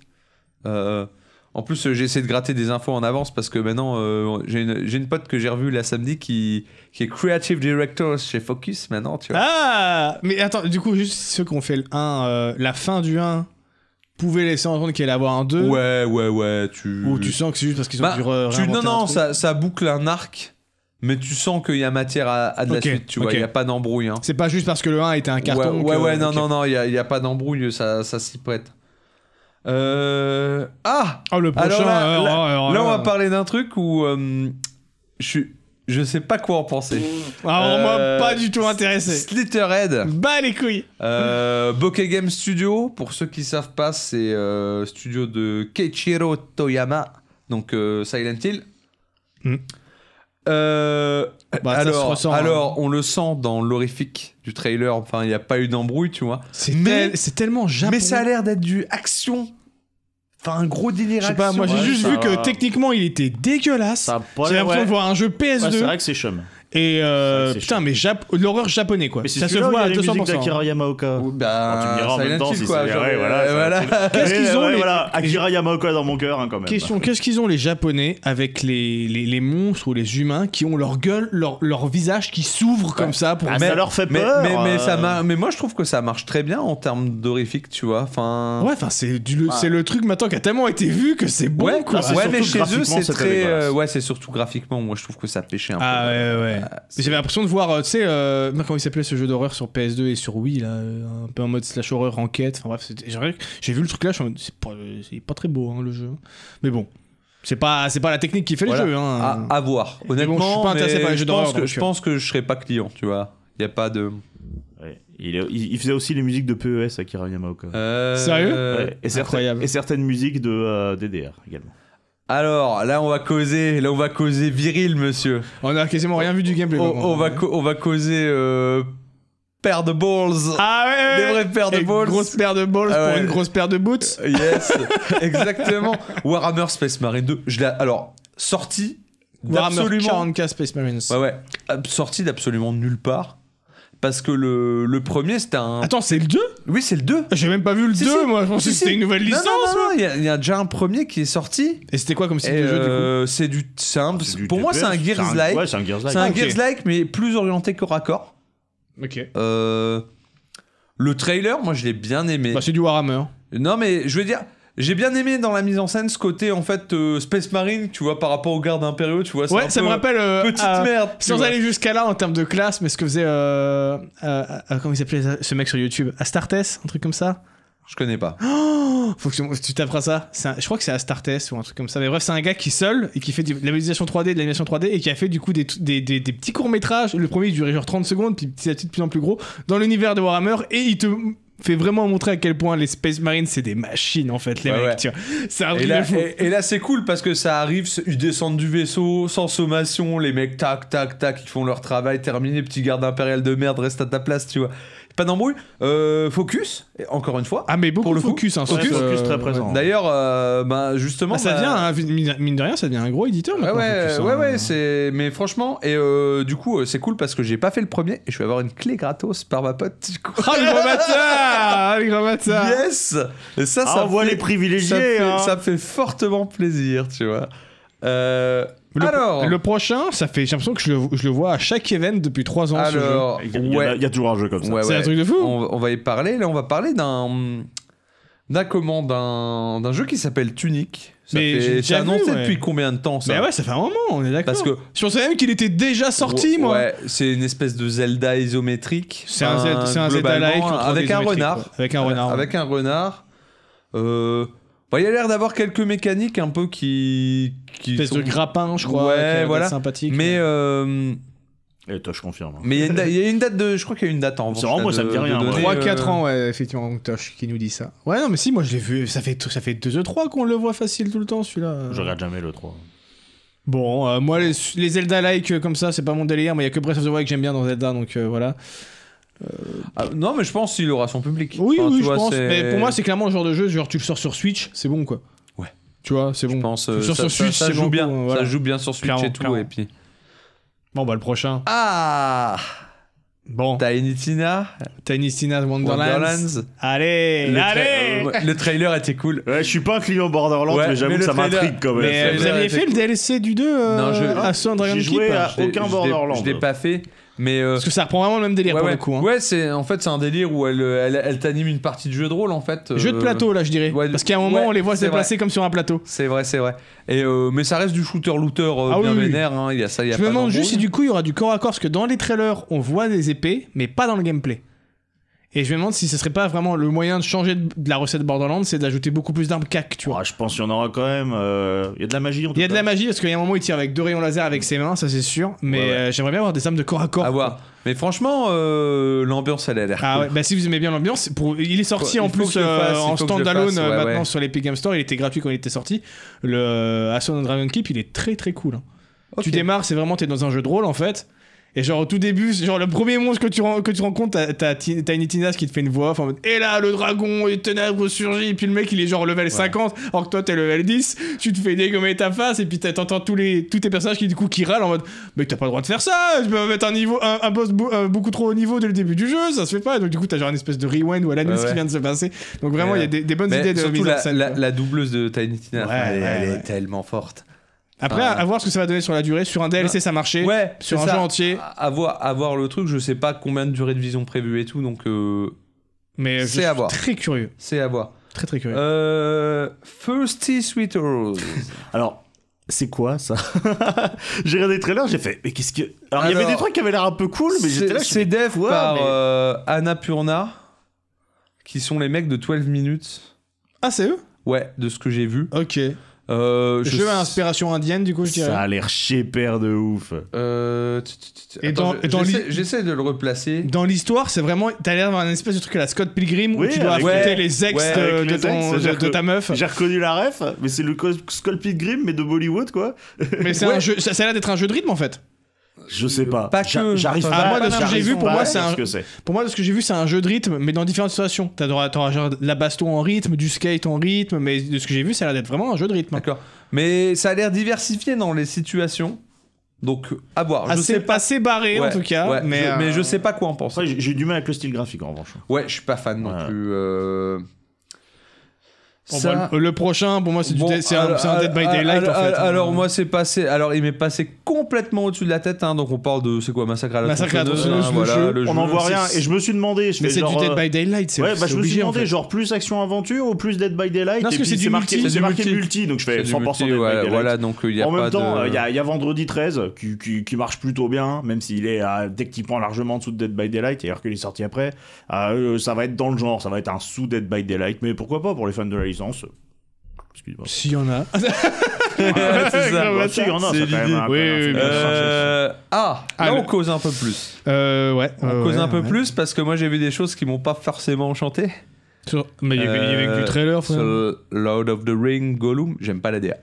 S2: Euh, en plus, euh, j'ai essayé de gratter des infos en avance parce que maintenant, euh, j'ai une, j'ai une pote que j'ai revue la samedi qui, qui est Creative Director chez Focus maintenant, tu vois.
S1: Ah Mais attends, du coup, juste ceux qui ont fait le 1, euh, la fin du 1, pouvaient laisser entendre qu'il allait avoir un 2.
S2: ouais, ouais, ouais, tu...
S1: Ah, Ou tu sens que c'est juste parce qu'ils ont
S2: Bah,
S1: dû re-
S2: tu-
S1: réinventer
S2: non,
S1: un
S2: non,
S1: truc.
S2: ça, ça boucle un arc, mais tu sens qu'il y a matière à, à de
S1: Ok,
S2: la suite, tu vois.
S1: ok.
S2: Il n'y a pas d'embrouille. Hein.
S1: C'est pas juste parce que le 1 était un carton.
S2: ouais, ouais,
S1: que-
S2: ouais, non,
S1: ok.
S2: non, non, il n'y a, il y a pas d'embrouille, ça, ça s'y prête. Euh, Ah
S1: Oh, le prochain.
S2: Alors là,
S1: euh,
S2: là-
S1: oh, alors
S2: Là, on va
S1: là.
S2: parler d'un truc où euh, je suis. Je sais pas quoi en penser.
S1: Alors, moi,
S2: Euh,
S1: Ah, pas du tout intéressé.
S2: Slitterhead,
S1: Bah les couilles
S2: euh, Bokeh Game Studio, pour ceux qui savent pas, c'est euh, studio de Keiichiro Toyama, donc euh, Silent Hill.
S1: Mm.
S2: Euh,
S1: Bah, ça se
S2: alors,
S1: ressent,
S2: alors on le sent dans l'horrifique du trailer. Enfin, il n'y a pas eu d'embrouille, tu vois.
S1: C'est
S2: Mais-
S1: tel- c'est tellement japonais.
S2: Mais ça a l'air d'être du action. Enfin, un gros délire.
S1: Je sais pas, moi j'ai
S3: Ouais,
S1: juste
S3: ça
S1: vu
S3: va.
S1: que techniquement il était dégueulasse.
S3: Ça a pas
S1: J'ai
S3: l'air-
S1: l'impression
S3: ouais.
S1: de voir un jeu
S3: Ouais, c'est
S1: PS2
S3: vrai que c'est chum.
S1: et euh,
S3: c'est vrai que c'est
S1: putain mais Jap- l'horreur japonais quoi.
S3: Mais c'est
S1: Ça se
S3: celui-là où
S1: voit à
S3: il y a les musiques
S1: 200%.
S3: d'Akira Yamaoka.
S2: Bah,
S3: Alors, hein. Ah, tu me diras en même
S2: Silent
S3: temps
S2: Hill,
S3: si
S2: quoi.
S3: c'est-
S2: Genre,
S3: ouais,
S2: euh,
S3: voilà, ça-
S2: voilà.
S1: Qu'est-ce
S3: Ouais,
S1: qu'ils ont,
S3: ouais,
S1: les-
S3: voilà, Akira Yamaoka dans mon cœur hein, quand même.
S1: Question, qu'est-ce qu'ils ont les japonais avec les, les, les monstres ou les humains qui ont leur gueule, leur, leur visage qui s'ouvre comme ça pour
S3: Ah,
S1: mettre-
S3: ça leur fait
S2: Mais,
S3: peur.
S2: mais,
S1: hein.
S2: mais, ça
S3: euh,
S2: mar- mais moi je trouve que ça marche très bien en termes d'horrifique, tu vois. Enfin,
S1: Ouais, enfin c'est du le- c'est le truc maintenant qui a tellement été vu que ah, c'est bon
S2: ouais,
S1: quoi.
S3: c'est
S2: ouais,
S3: surtout
S2: mais chez eux
S3: graphiquement,
S2: c'est
S3: c'est très
S2: très. euh,
S3: dégueulasse.
S2: ouais, c'est surtout graphiquement. Moi je trouve que ça pêchait un
S1: Ah
S2: peu.
S1: ouais ouais.
S2: Euh,
S1: Mais J'avais l'impression de voir, euh, tu sais, euh, comment il s'appelait ce jeu d'horreur sur PS2 et sur Wii, là, euh, un peu en mode slash horreur, enquête. Enfin bref, c'était- j'ai j'ai vu le truc là, je suis en mode, c'est pas, c'est pas très beau hein, le jeu. Mais bon, c'est pas, c'est pas la technique qui fait
S2: Voilà. Ah,
S1: le jeu. Hein.
S2: à, à voir.
S1: bon, je suis
S2: Honnêtement,
S1: pas intéressé
S2: mais
S1: par les jeux
S2: je pense
S1: d'horreur,
S2: que
S1: donc,
S2: je
S1: euh.
S2: pense que je serais pas client, tu vois. Il y a pas de.
S3: ouais. Il, est- il- il faisait aussi les musiques de PES, Akira Yamaoka.
S2: Euh,
S1: Sérieux
S3: Ouais, et, certaines-
S1: incroyable.
S3: et certaines musiques de euh, DDR également.
S2: Alors là on va causer, là on va causer viril, monsieur.
S1: On a quasiment rien vu du gameplay.
S2: On,
S1: par contre.
S2: on va co- on va causer euh, paire de balls.
S1: Ah ouais,
S2: Des
S1: ouais, ouais.
S2: vraies paires de
S1: Et
S2: balls.
S1: Grosse paire de balls
S2: Ah ouais.
S1: pour une grosse paire de boots.
S2: Yes, exactement. Warhammer Space Marine 2. Je l'ai- alors, sorti
S1: Warhammer
S2: d'absolument.
S1: 40K Space Marines.
S2: Ouais, ouais. ab- Sorti d'absolument nulle part. Parce que le, le premier, c'était un.
S1: Attends, c'est le 2
S2: Oui, c'est le 2.
S1: J'ai même pas vu le
S2: Si,
S1: 2,
S2: si.
S1: moi, je pensais
S2: Si,
S1: que
S2: si.
S1: Ah, c'était une nouvelle
S2: Non, non,
S1: licence.
S2: non,
S1: moi.
S2: non, Il y, a- il y a déjà un premier qui est sorti.
S1: Et c'était quoi comme
S2: Et,
S1: style de jeu du coup
S2: euh, C'est du. c'est un-
S3: Ah, C'est du
S2: pour moi, c'est
S3: TPS,
S2: un Gears Like.
S3: Ouais, c'est un Gears Like.
S2: c'est un
S1: ok.
S2: Gears Like, mais plus orienté corps à corps.
S1: Ok.
S2: Euh, le trailer, moi, je l'ai bien aimé.
S1: Bah, c'est du Warhammer.
S2: Non, mais je veux dire, j'ai bien aimé dans la mise en scène ce côté en fait euh, Space Marine, tu vois, par rapport aux gardes impériaux, tu vois. c'est un
S1: Ouais, ça
S2: peu
S1: me rappelle. euh,
S2: Petite
S1: euh,
S2: merde. tu
S1: Sans
S2: vois.
S1: aller jusqu'à là en termes de classe, mais ce que faisait. Euh, euh, euh, comment il s'appelait ça, ce mec sur YouTube Astartes Un truc comme ça
S2: Je connais pas.
S1: Oh, Faut que tu- tu taperas ça. C'est un- je crois que c'est Astartes ou un truc comme ça. Mais bref, c'est un gars qui est seul et qui fait du- de la modélisation 3D, de l'animation 3D et qui a fait du coup des, des, des- des petits courts-métrages. Le premier il durait genre 30 secondes, puis petit à petit de plus en plus gros, dans l'univers de Warhammer et il te fait vraiment montrer à quel point les Space Marines c'est des machines en fait, les
S2: Ouais,
S1: mecs.
S2: ouais.
S1: tu vois. C'est un
S2: Et
S1: truc de
S2: là,
S1: fou.
S2: et- et là, c'est cool parce que ça arrive, c- ils descendent du vaisseau sans sommation, les mecs tac tac tac, ils font leur travail, terminé, petit garde impérial de merde, reste à ta place, tu vois. Pas d'embrouille. Euh, focus, et encore une fois.
S1: Ah, mais beaucoup
S2: pour le
S1: le
S2: coup,
S1: focus, hein, sur
S2: focus,
S1: ce-
S3: focus très présent.
S2: D'ailleurs, euh, bah, justement,
S1: Ah, ça
S2: bah,
S1: devient, hein, mine mine de rien, ça devient un gros éditeur
S2: Ouais
S3: Ah,
S1: maintenant.
S2: ouais,
S1: Focus, hein.
S2: ouais, ouais, c'est. Mais franchement, et euh, du coup, euh, c'est cool parce que j'ai pas fait le premier et je vais avoir une clé gratos par ma pote. Du coup.
S1: Oh le gros bâtard Ah, le gros bâtard
S2: yes Et ça,
S3: Ah,
S2: ça
S3: on voit
S2: fait-
S3: les
S2: ça
S3: privilégiés.
S2: fait,
S3: hein.
S2: ça fait fortement plaisir, tu vois. Euh,
S1: le,
S2: alors,
S1: le prochain, ça fait, j'ai l'impression que je le, je le vois à chaque event depuis 3 ans. ce jeu.
S2: alors,
S3: Il y a- il y, en a- il y a toujours un jeu comme ça.
S2: Ouais,
S1: C'est
S2: ouais.
S1: un truc de fou.
S2: On, on va y parler. Là, on va parler d'un d'un comment d'un d'un jeu qui s'appelle Tunic. Ça
S1: Mais
S2: fait-
S1: j'ai
S2: c'est
S1: déjà vu,
S2: annoncé
S1: ouais.
S2: depuis combien de temps ça
S1: Mais ouais, ça fait un moment, on est d'accord.
S2: Parce que
S1: Je pensais même qu'il était déjà sorti,
S2: Ouais,
S1: moi.
S2: Ouais, c'est une espèce de Zelda isométrique.
S1: C'est un, Z-
S2: Enfin,
S1: c'est un
S2: globalement,
S1: Zelda-like.
S2: avec un renard.
S1: Avec un renard.
S2: Avec un renard. Euh, bah, il a l'air d'avoir quelques mécaniques un peu qui. qui
S1: Une espèce
S2: sont-
S1: de grappin, je crois.
S2: Ouais,
S1: qui a l'air
S2: voilà.
S1: Sympathique.
S2: mais euh,
S3: Et toi, je confirme. hein.
S2: mais il y a une da- il y, a une date de. Je crois qu'il y a une date en revanche,
S3: vraiment, moi,
S2: là,
S3: ça me
S2: de-
S3: dit
S2: de
S3: rien, moi.
S2: donner,
S1: 3-4
S2: euh,
S1: ans, ouais, effectivement, donc Tosh qui nous dit ça. Ouais, non, mais si, moi je l'ai vu, ça fait, ça fait 2 3 qu'on le voit facile tout le temps,
S2: Mm.
S1: celui-là.
S3: Je regarde jamais le 3.
S1: Bon, euh, moi, les, les Zelda-like euh, comme ça, c'est pas mon délire, mais il y a que Breath of the Wild que j'aime bien dans Zelda, donc euh, voilà.
S2: Ah, non, mais je pense qu'il aura son public.
S1: Oui,
S2: Enfin,
S1: oui,
S2: tu
S1: je
S2: vois,
S1: pense.
S2: c'est-
S1: Mais pour moi, c'est clairement le genre de jeu, genre tu le sors sur Switch, c'est bon, quoi.
S2: Ouais.
S1: Tu vois, c'est
S2: Je
S1: bon.
S2: pense euh,
S1: Sur-
S2: ça,
S1: sur
S2: ça-
S1: Switch,
S2: ça
S1: c'est
S2: joue
S1: beaucoup,
S2: bien.
S1: euh, voilà.
S2: Ça joue bien sur Switch
S1: Clairement,
S2: et tout.
S1: clairement.
S2: Et puis.
S1: Bon, bah, le prochain.
S2: Ah
S1: Bon,
S2: Tiny Tina,
S1: Tiny Tina's Wonderlands.
S2: Wonderlands.
S1: Allez,
S2: Le tra-
S1: allez
S2: euh, ouais, le trailer était cool.
S3: Ouais, je suis pas un client Borderlands,
S2: Ouais,
S3: mais j'avoue
S2: mais
S3: que
S2: le
S3: ça
S2: trailer-
S3: m'intrigue quand
S2: mais,
S1: Mais
S3: même.
S1: euh,
S2: c'est
S1: vous aviez
S2: vrai,
S1: fait le DLC du 2 euh,
S2: Non, je-
S1: à Son Dragon
S3: j'ai
S1: Keep
S3: joué à-
S1: hein.
S2: Je l'ai-
S3: Aucun
S2: je l'ai-
S3: Borderlands.
S2: Je l'ai pas fait, mais. euh,
S1: Parce que ça reprend vraiment le même délire
S2: ouais,
S1: pour
S2: ouais.
S1: le coup. hein.
S2: Ouais, c'est en fait c'est un délire où elle, elle, elle t'anime une partie de jeu de rôle en fait. euh,
S1: Jeu de plateau, là, je dirais.
S2: ouais,
S1: Parce qu'à un moment,
S2: ouais,
S1: on les voit se
S2: c'est
S1: déplacer comme sur un plateau.
S2: C'est vrai, c'est vrai. Et euh, mais ça reste du shooter looter euh,
S1: Ah
S2: bien
S1: oui, oui.
S2: vénère. hein, Il y a ça, il y a
S1: Je me
S2: pas
S1: demande juste si
S2: d'embrouille.
S1: du coup il y aura du corps à corps, parce que dans les trailers on voit des épées, mais pas dans le gameplay. Et je me demande si ce serait pas vraiment le moyen de changer de, de la recette Borderlands, c'est d'ajouter beaucoup plus d'armes cac, tu vois.
S3: Ah, je pense qu'il y en aura quand même. euh, Il y a de la magie en tout
S1: Il y a de la
S3: cas.
S1: magie parce qu'il y a un moment il tire avec deux rayons laser avec ses mains, ça c'est sûr, mais
S2: Ouais, Ah ouais.
S1: euh, j'aimerais bien avoir des armes de corps à corps.
S2: À voir. Mais franchement, euh, l'ambiance elle a l'air.
S1: Ah
S2: cool.
S1: ouais, bah si vous aimez bien l'ambiance, pour... il est sorti en
S2: Faut- il faut que
S1: plus
S2: je le
S1: euh,
S2: fasse, il
S1: en
S2: faut que je le fasse,
S1: standalone euh,
S2: ouais,
S1: maintenant
S2: ouais.
S1: euh, sur l'Epic Game Store, il était gratuit quand il était sorti. Le Assault on Dragon Keep, il est très très cool. hein. Tu démarres, c'est vraiment, t'es dans un jeu de rôle en fait. Et genre au tout début, c'est genre le premier monstre que tu, ren- que tu rencontres, t'as- t'as Ti- t'as une Itinas qui te fait une voix off en mode Et là, le dragon, et ténèbres surgit. Et puis le mec, il est genre level 50, alors que toi, t'es level 10. Tu te fais dégommer ta face. Et puis t'as- t'entends tous, les- tous tes personnages qui, du coup, qui râlent en mode Mais t'as pas le droit de faire ça. Tu peux mettre un, niveau, un, un boss bou- euh, beaucoup trop haut niveau dès le début du jeu. Ça se fait pas. Donc du coup, t'as genre une espèce de rewind ou à la news
S2: Ouais, ouais.
S1: qui vient de se passer. Donc vraiment, il
S2: Ouais.
S1: y a des, des bonnes
S2: Mais
S1: idées de
S2: surtout
S1: mise en
S2: la,
S1: scène.
S2: la-
S1: quoi.
S2: la doubleuse de Tiny Tina,
S1: Ouais,
S2: elle, est-
S1: ouais,
S2: elle
S1: ouais.
S2: est tellement forte.
S1: Après,
S2: Ah.
S1: à, à voir ce que ça va donner sur la durée. Sur un DLC,
S2: Non.
S1: ça marchait.
S2: Ouais,
S1: sur
S2: c'est
S1: un
S2: ça.
S1: jeu entier.
S2: À- À voir, à voir le truc, je sais pas combien de durée de vision prévue et tout, donc euh,
S1: Mais je
S2: C'est
S1: suis
S2: à voir.
S1: très curieux.
S2: c'est à voir.
S1: Très très curieux.
S2: Euh, Thirsty Sweet Rose.
S3: Oh, Alors, c'est quoi ça J'ai regardé les trailers, j'ai fait, mais qu'est-ce que. Alors, il y avait
S2: Alors,
S3: des trucs qui avaient l'air un peu cool, mais j'étais là,
S2: C'est
S3: je suis-
S2: c'est dev
S3: quoi,
S2: par
S3: mais-
S2: Anna Purna, qui sont les mecs de 12 minutes.
S1: Ah, c'est eux
S2: Ouais, de ce que j'ai vu.
S1: Ok.
S2: Euh, je
S1: Jeu à
S2: sais-
S1: inspiration indienne, du coup, je dirais.
S3: Ça a l'air père de ouf.
S2: Euh, tu- tu- tu- tu-
S1: Et
S2: attends,
S1: dans-
S2: je-
S1: dans
S2: j'essaie-
S1: l'i-
S2: J'essaie de le replacer.
S1: Dans l'histoire, c'est vraiment. T'as l'air d'avoir un espèce de truc à la Scott Pilgrim où
S3: Oui,
S1: tu dois
S3: avec-
S1: affronter
S2: Ouais.
S1: les ex
S2: Ouais,
S1: de,
S3: avec
S1: de
S3: les
S1: ton-
S3: ex,
S1: de-
S3: c'est-à-dire
S1: de
S3: que-
S1: ta meuf.
S3: J'ai reconnu la ref, mais c'est le Skull Pilgrim, mais de Bollywood, quoi.
S1: Mais c'est un
S2: Ouais.
S1: jeu, ça, ça a l'air d'être un jeu de rythme en fait.
S3: Je sais pas.
S2: Pas
S3: J'a-
S2: que.
S3: J'arrive
S2: Enfin,
S3: pas
S1: moi, de ce que
S3: j'arrive
S1: j'ai vu, pour
S3: pas
S1: moi,
S3: à
S1: c'est
S3: dire
S1: un-
S3: ce que c'est.
S1: Pour moi, de ce que j'ai vu, c'est un jeu de rythme, mais dans différentes situations. T'as droit- T'auras genre de la baston en rythme, du skate en rythme, mais de ce que j'ai vu, ça a l'air d'être vraiment un jeu de rythme.
S2: D'accord. Mais ça a l'air diversifié dans les situations. Donc, à voir. je
S1: Assez,
S2: sais pas.
S1: assez barré en
S2: Ouais,
S1: tout cas,
S2: ouais,
S1: mais,
S2: je,
S1: euh,
S2: mais je sais pas quoi en penser.
S3: Après, j'ai j'ai du mal avec le style graphique en revanche.
S2: Ouais, je suis pas fan non
S3: Ouais.
S2: plus. euh,
S1: bon,
S2: ça-
S1: bah, le, le prochain, pour moi, c'est du
S2: Bon,
S1: Dead- c'est un,
S2: alors-
S1: c'est un Dead by
S2: alors-
S1: Daylight
S2: alors,
S1: en fait. hein.
S2: alors, moi, c'est passé. Alors, il m'est passé complètement au-dessus de la tête. hein, donc, on parle de. C'est quoi Massacre à la
S1: Massacre à la tronçonneuse,
S2: hein,
S1: le jeu.
S2: le
S3: On
S2: jeu,
S3: n'en voit
S2: c'est-
S3: rien, et je me suis demandé, je
S1: mais
S3: fais
S1: c'est du
S3: genre,
S1: Dead
S3: euh,
S1: by Daylight, c'est
S3: Ouais, bah
S1: c'est
S3: je me suis
S1: obligé, en
S3: demandé,
S1: fait.
S3: genre plus action aventure ou plus Dead by Daylight
S1: Non, parce
S3: et
S1: que
S3: puis
S1: c'est du
S3: c'est marqué,
S1: multi,
S3: c'est
S2: c'est
S3: marqué
S2: multi.
S3: multi, donc je
S2: c'est
S3: fais
S2: du
S3: 100%
S2: multi,
S3: Dead by
S2: ouais,
S3: Daylight.
S2: Voilà, donc il y a
S3: en
S2: pas
S3: même temps, euh,
S2: de-
S3: il y, a- y a Vendredi 13 qui, qui- qui marche plutôt bien, même s'il est à- dès qu'il prend largement en dessous de Dead by Daylight, et alors qu'il est sorti après, euh, euh, ça va être dans le genre, ça va être un sous Dead by Daylight, mais pourquoi pas pour les fans de la licence Excuse-moi.
S1: S'il y en a.
S2: c'est ça.
S1: Grave.
S3: Ah, si, il y en
S2: C'est
S3: a, ça, quand même,
S2: l'idée.
S3: hein, quand
S1: Oui,
S3: même,
S1: oui,
S3: c'est bien.
S2: Euh, ah,
S1: Ah,
S2: là
S1: le-
S2: on cause un peu plus.
S1: Euh, ouais.
S2: On
S1: ouais,
S2: cause
S1: ouais,
S2: un peu
S1: ouais.
S2: plus parce que moi j'ai vu des choses qui m'ont pas forcément enchanté.
S1: Sur- Mais il y avait il y avait que
S2: Euh,
S1: du trailer, frère.
S2: Sur Lord of the Ring, Gollum, j'aime pas la DA.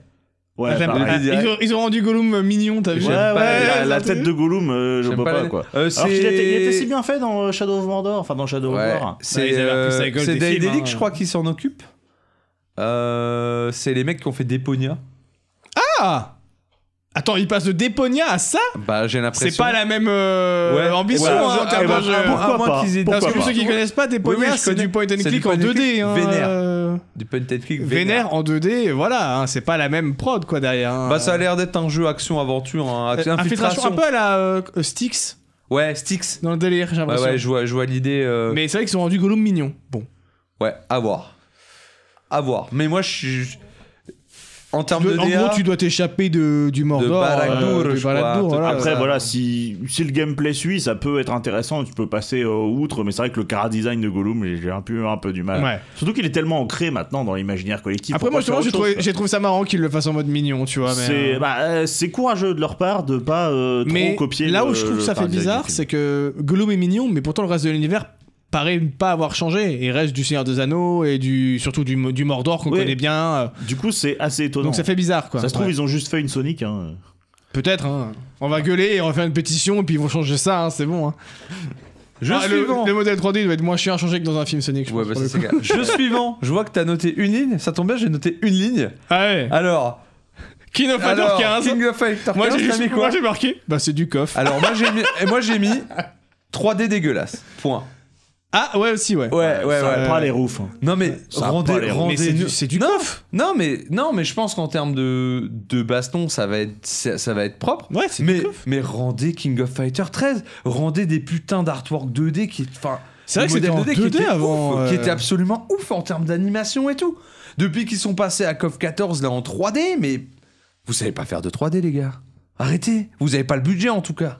S3: Ouais,
S1: Ah, j'aime-
S3: pareil.
S1: ah, ils, ont, ils ont rendu Gollum euh, mignon, t'as vu
S3: Ouais,
S2: j'aime pas
S3: ouais,
S2: la-
S3: la, la
S1: la
S3: tête de Gollum, euh, je
S2: J'aime
S3: peux
S2: pas
S3: pas,
S2: la-
S3: quoi.
S2: Euh,
S3: Alors qu'il
S2: c'est-
S3: était, il était si bien fait dans euh, Shadow of Mordor, enfin dans Shadow
S2: Ouais,
S3: of War.
S1: Ouais,
S2: c'est
S1: ils avaient
S2: euh,
S1: repris ça à l'école
S2: c'est
S1: des
S2: Daily
S1: films,
S2: League,
S1: hein.
S2: je crois, qui s'en occupe. Euh, c'est les mecs qui ont fait Déponia.
S1: Ah Attends, il passe de Déponia à ça
S2: Bah, j'ai l'impression.
S1: C'est pas la même euh,
S2: Ouais.
S1: ambition
S2: Ouais,
S1: hein,
S2: je-
S1: en termes
S3: eh ben,
S1: de jeu.
S3: ah, pourquoi
S2: à moins
S3: pas
S2: qu'ils aient-
S1: Parce
S3: Pourquoi
S1: que pour
S3: pas
S1: ceux qui connaissent pas, Déponia,
S2: Oui, oui, je
S1: c'est
S2: connais.
S1: du point and
S2: C'est du
S1: click
S2: point
S1: en
S2: and
S1: 2D.
S2: click,
S1: Hein,
S2: vénère.
S1: euh,
S2: Du point and click
S1: Vénère en 2D, voilà, hein, c'est pas la même prod quoi derrière. hein.
S2: Bah, ça a l'air d'être un jeu action-aventure. Hein,
S1: Euh,
S2: action-
S1: infiltration un peu à la euh, euh, Styx
S2: Ouais, Styx.
S1: dans le délire, j'ai
S2: Ouais,
S1: l'impression.
S2: ouais, je vois, je vois l'idée. euh,
S1: Mais c'est vrai qu'ils ont rendu Gollum mignon. Bon.
S2: Ouais, à voir. À voir. Mais moi, je suis. En termes de.
S1: en
S2: DA,
S1: gros, tu dois t'échapper de- du Mordor.
S2: Barad-dûr,
S1: du
S2: je crois.
S1: Barad-dûr, voilà.
S3: Après,
S2: ça-
S3: voilà, si, si le gameplay suit, ça peut être intéressant, tu peux passer euh, outre, mais c'est vrai que le chara-design de Gollum, j'ai j'ai un peu, un peu du mal.
S1: Ouais.
S3: Surtout qu'il est tellement ancré maintenant dans l'imaginaire collectif.
S1: Après, moi,
S3: pourquoi
S1: justement, j'ai
S3: faire autre
S1: trouvé,
S3: chose,
S1: j'ai trouvé ça marrant qu'ils le fassent en mode mignon, tu vois.
S3: quoi
S1: Mais,
S3: C'est
S1: euh,
S3: bah, euh, c'est courageux de leur part de pas euh, trop
S1: mais
S3: copier.
S1: là où
S3: le-
S1: je trouve
S3: le
S1: que ça fait
S3: paradis du
S1: bizarre,
S3: film.
S1: c'est que Gollum est mignon, mais pourtant le reste de l'univers paraît ne pas avoir changé. Il reste du Seigneur des Anneaux et du, surtout du, Mo- du Mordor qu'on
S3: Oui.
S1: connaît bien. euh,
S3: Du coup, c'est assez étonnant.
S1: donc ça fait bizarre, quoi.
S3: Ça se trouve,
S1: Ouais.
S3: ils ont juste fait une Sonic. hein.
S1: Peut-être, hein. On va gueuler et on va faire une pétition et puis ils vont changer ça, hein, c'est bon. hein.
S2: Jeu
S1: Ah, le,
S2: suivant.
S1: le modèle 3D doit être moins chiant à changer que dans un film Sonic. Je
S2: Ouais,
S1: pense,
S2: bah,
S1: pour
S2: ça,
S1: le
S2: c'est
S1: coup.
S2: grave. Jeu suivant. Je vois que t'as noté une ligne. Ça tombe bien, j'ai noté une ligne.
S1: Ah ouais.
S2: Alors.
S1: King of Fighters
S2: alors
S1: 15.
S2: King of Fighters
S1: Moi
S2: 15,
S1: j'ai
S2: t'as
S1: juste-
S2: mis quoi
S1: moi, j'ai marqué. Bah c'est du coffre.
S2: Alors moi j'ai mis, et moi j'ai mis 3D dégueulasse. Point.
S1: Ah ouais aussi ouais.
S2: Ouais, ouais, ouais.
S3: ça
S1: ouais.
S3: prend les roufs. hein.
S2: Non mais
S3: a pas
S2: rendez,
S3: l'air.
S1: Mais c'est
S2: rendez
S1: du, c'est du
S2: non,
S1: coffre.
S2: non mais non mais je pense qu'en termes de de baston ça va être ça, ça va être propre.
S1: Ouais c'est
S2: Mais
S1: du coffre.
S2: mais rendez King of Fighter 13, rendez des putains d'artwork 2D qui enfin
S1: C'est vrai
S2: des
S1: que c'était en
S2: modèles
S1: 2D,
S2: qui étaient
S1: avant.
S2: ouf,
S1: euh,
S2: qui étaient absolument ouf en termes d'animation et tout. Depuis qu'ils sont passés à KOF 14 là en 3D mais vous savez pas faire de 3D les gars. Arrêtez, vous avez pas le budget en tout cas.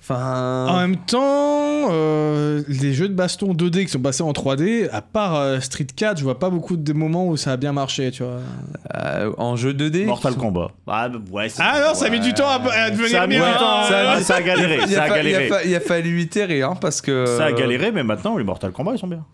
S2: Enfin
S1: En même temps, euh, les jeux de baston 2D qui sont passés en 3D, à part euh, Street 4, je vois pas beaucoup de moments où ça a bien marché, tu vois.
S2: Euh, en jeu 2D.
S3: Mortal Kombat. Ah, bah, ouais, c'est-
S1: Ah non, ça a mis
S2: Ouais.
S1: du temps à, à devenir
S3: Ça a mis
S1: bien.
S3: du temps.
S1: hein.
S2: ça a mis-
S3: Ça a galéré.
S2: Il a,
S3: Ça a
S2: fa- il, a
S3: galéré.
S2: fa- il a fallu itérer hein, parce que.
S3: Ça a galéré, mais maintenant, les Mortal Kombat, ils sont bien.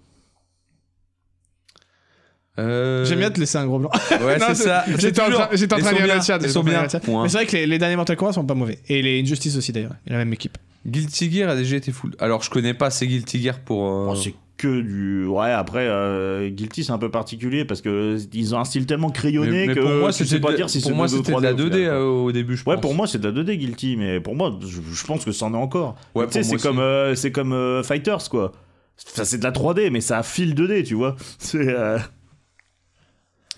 S2: Euh,
S1: J'aime bien te laisser un gros blanc.
S2: Ouais,
S1: Non,
S2: c'est
S1: c'est-
S2: ça.
S1: J'étais en train, j'étais en train de lire
S2: bien,
S1: le chat.
S2: Ils
S1: j'étais
S2: sont
S1: en train de lire
S2: bien.
S1: le chat.
S2: Point.
S1: Mais c'est vrai que les, les derniers Mortal Kombat sont pas mauvais. Et les Injustice aussi d'ailleurs. Il y a la même équipe.
S2: Guilty Gear a déjà été full. Alors, je connais pas ces Guilty Gear pour. euh,
S3: Bon, Oh, c'est que du. Ouais, après, euh, Guilty, c'est un peu particulier parce que ils ont un style tellement crayonné
S2: mais- mais
S3: que
S2: pour moi,
S3: tu
S2: c'était
S3: sais pas
S2: de-
S3: dire si c'est
S2: pour moi,
S3: 2D ou
S2: c'était de la
S3: 3D, au
S2: 2D
S3: final.
S2: euh, au début, je pense.
S3: Ouais, pour moi, c'est de la 2D, Guilty, mais pour moi, je, je pense que c'en est encore.
S2: Ouais,
S3: tu sais,
S2: pour moi
S3: c'est comme,
S2: aussi.
S3: euh, c'est comme euh, Fighters, quoi. Ça, c'est de la 3D, mais ça a fil 2D, tu vois. C'est. euh,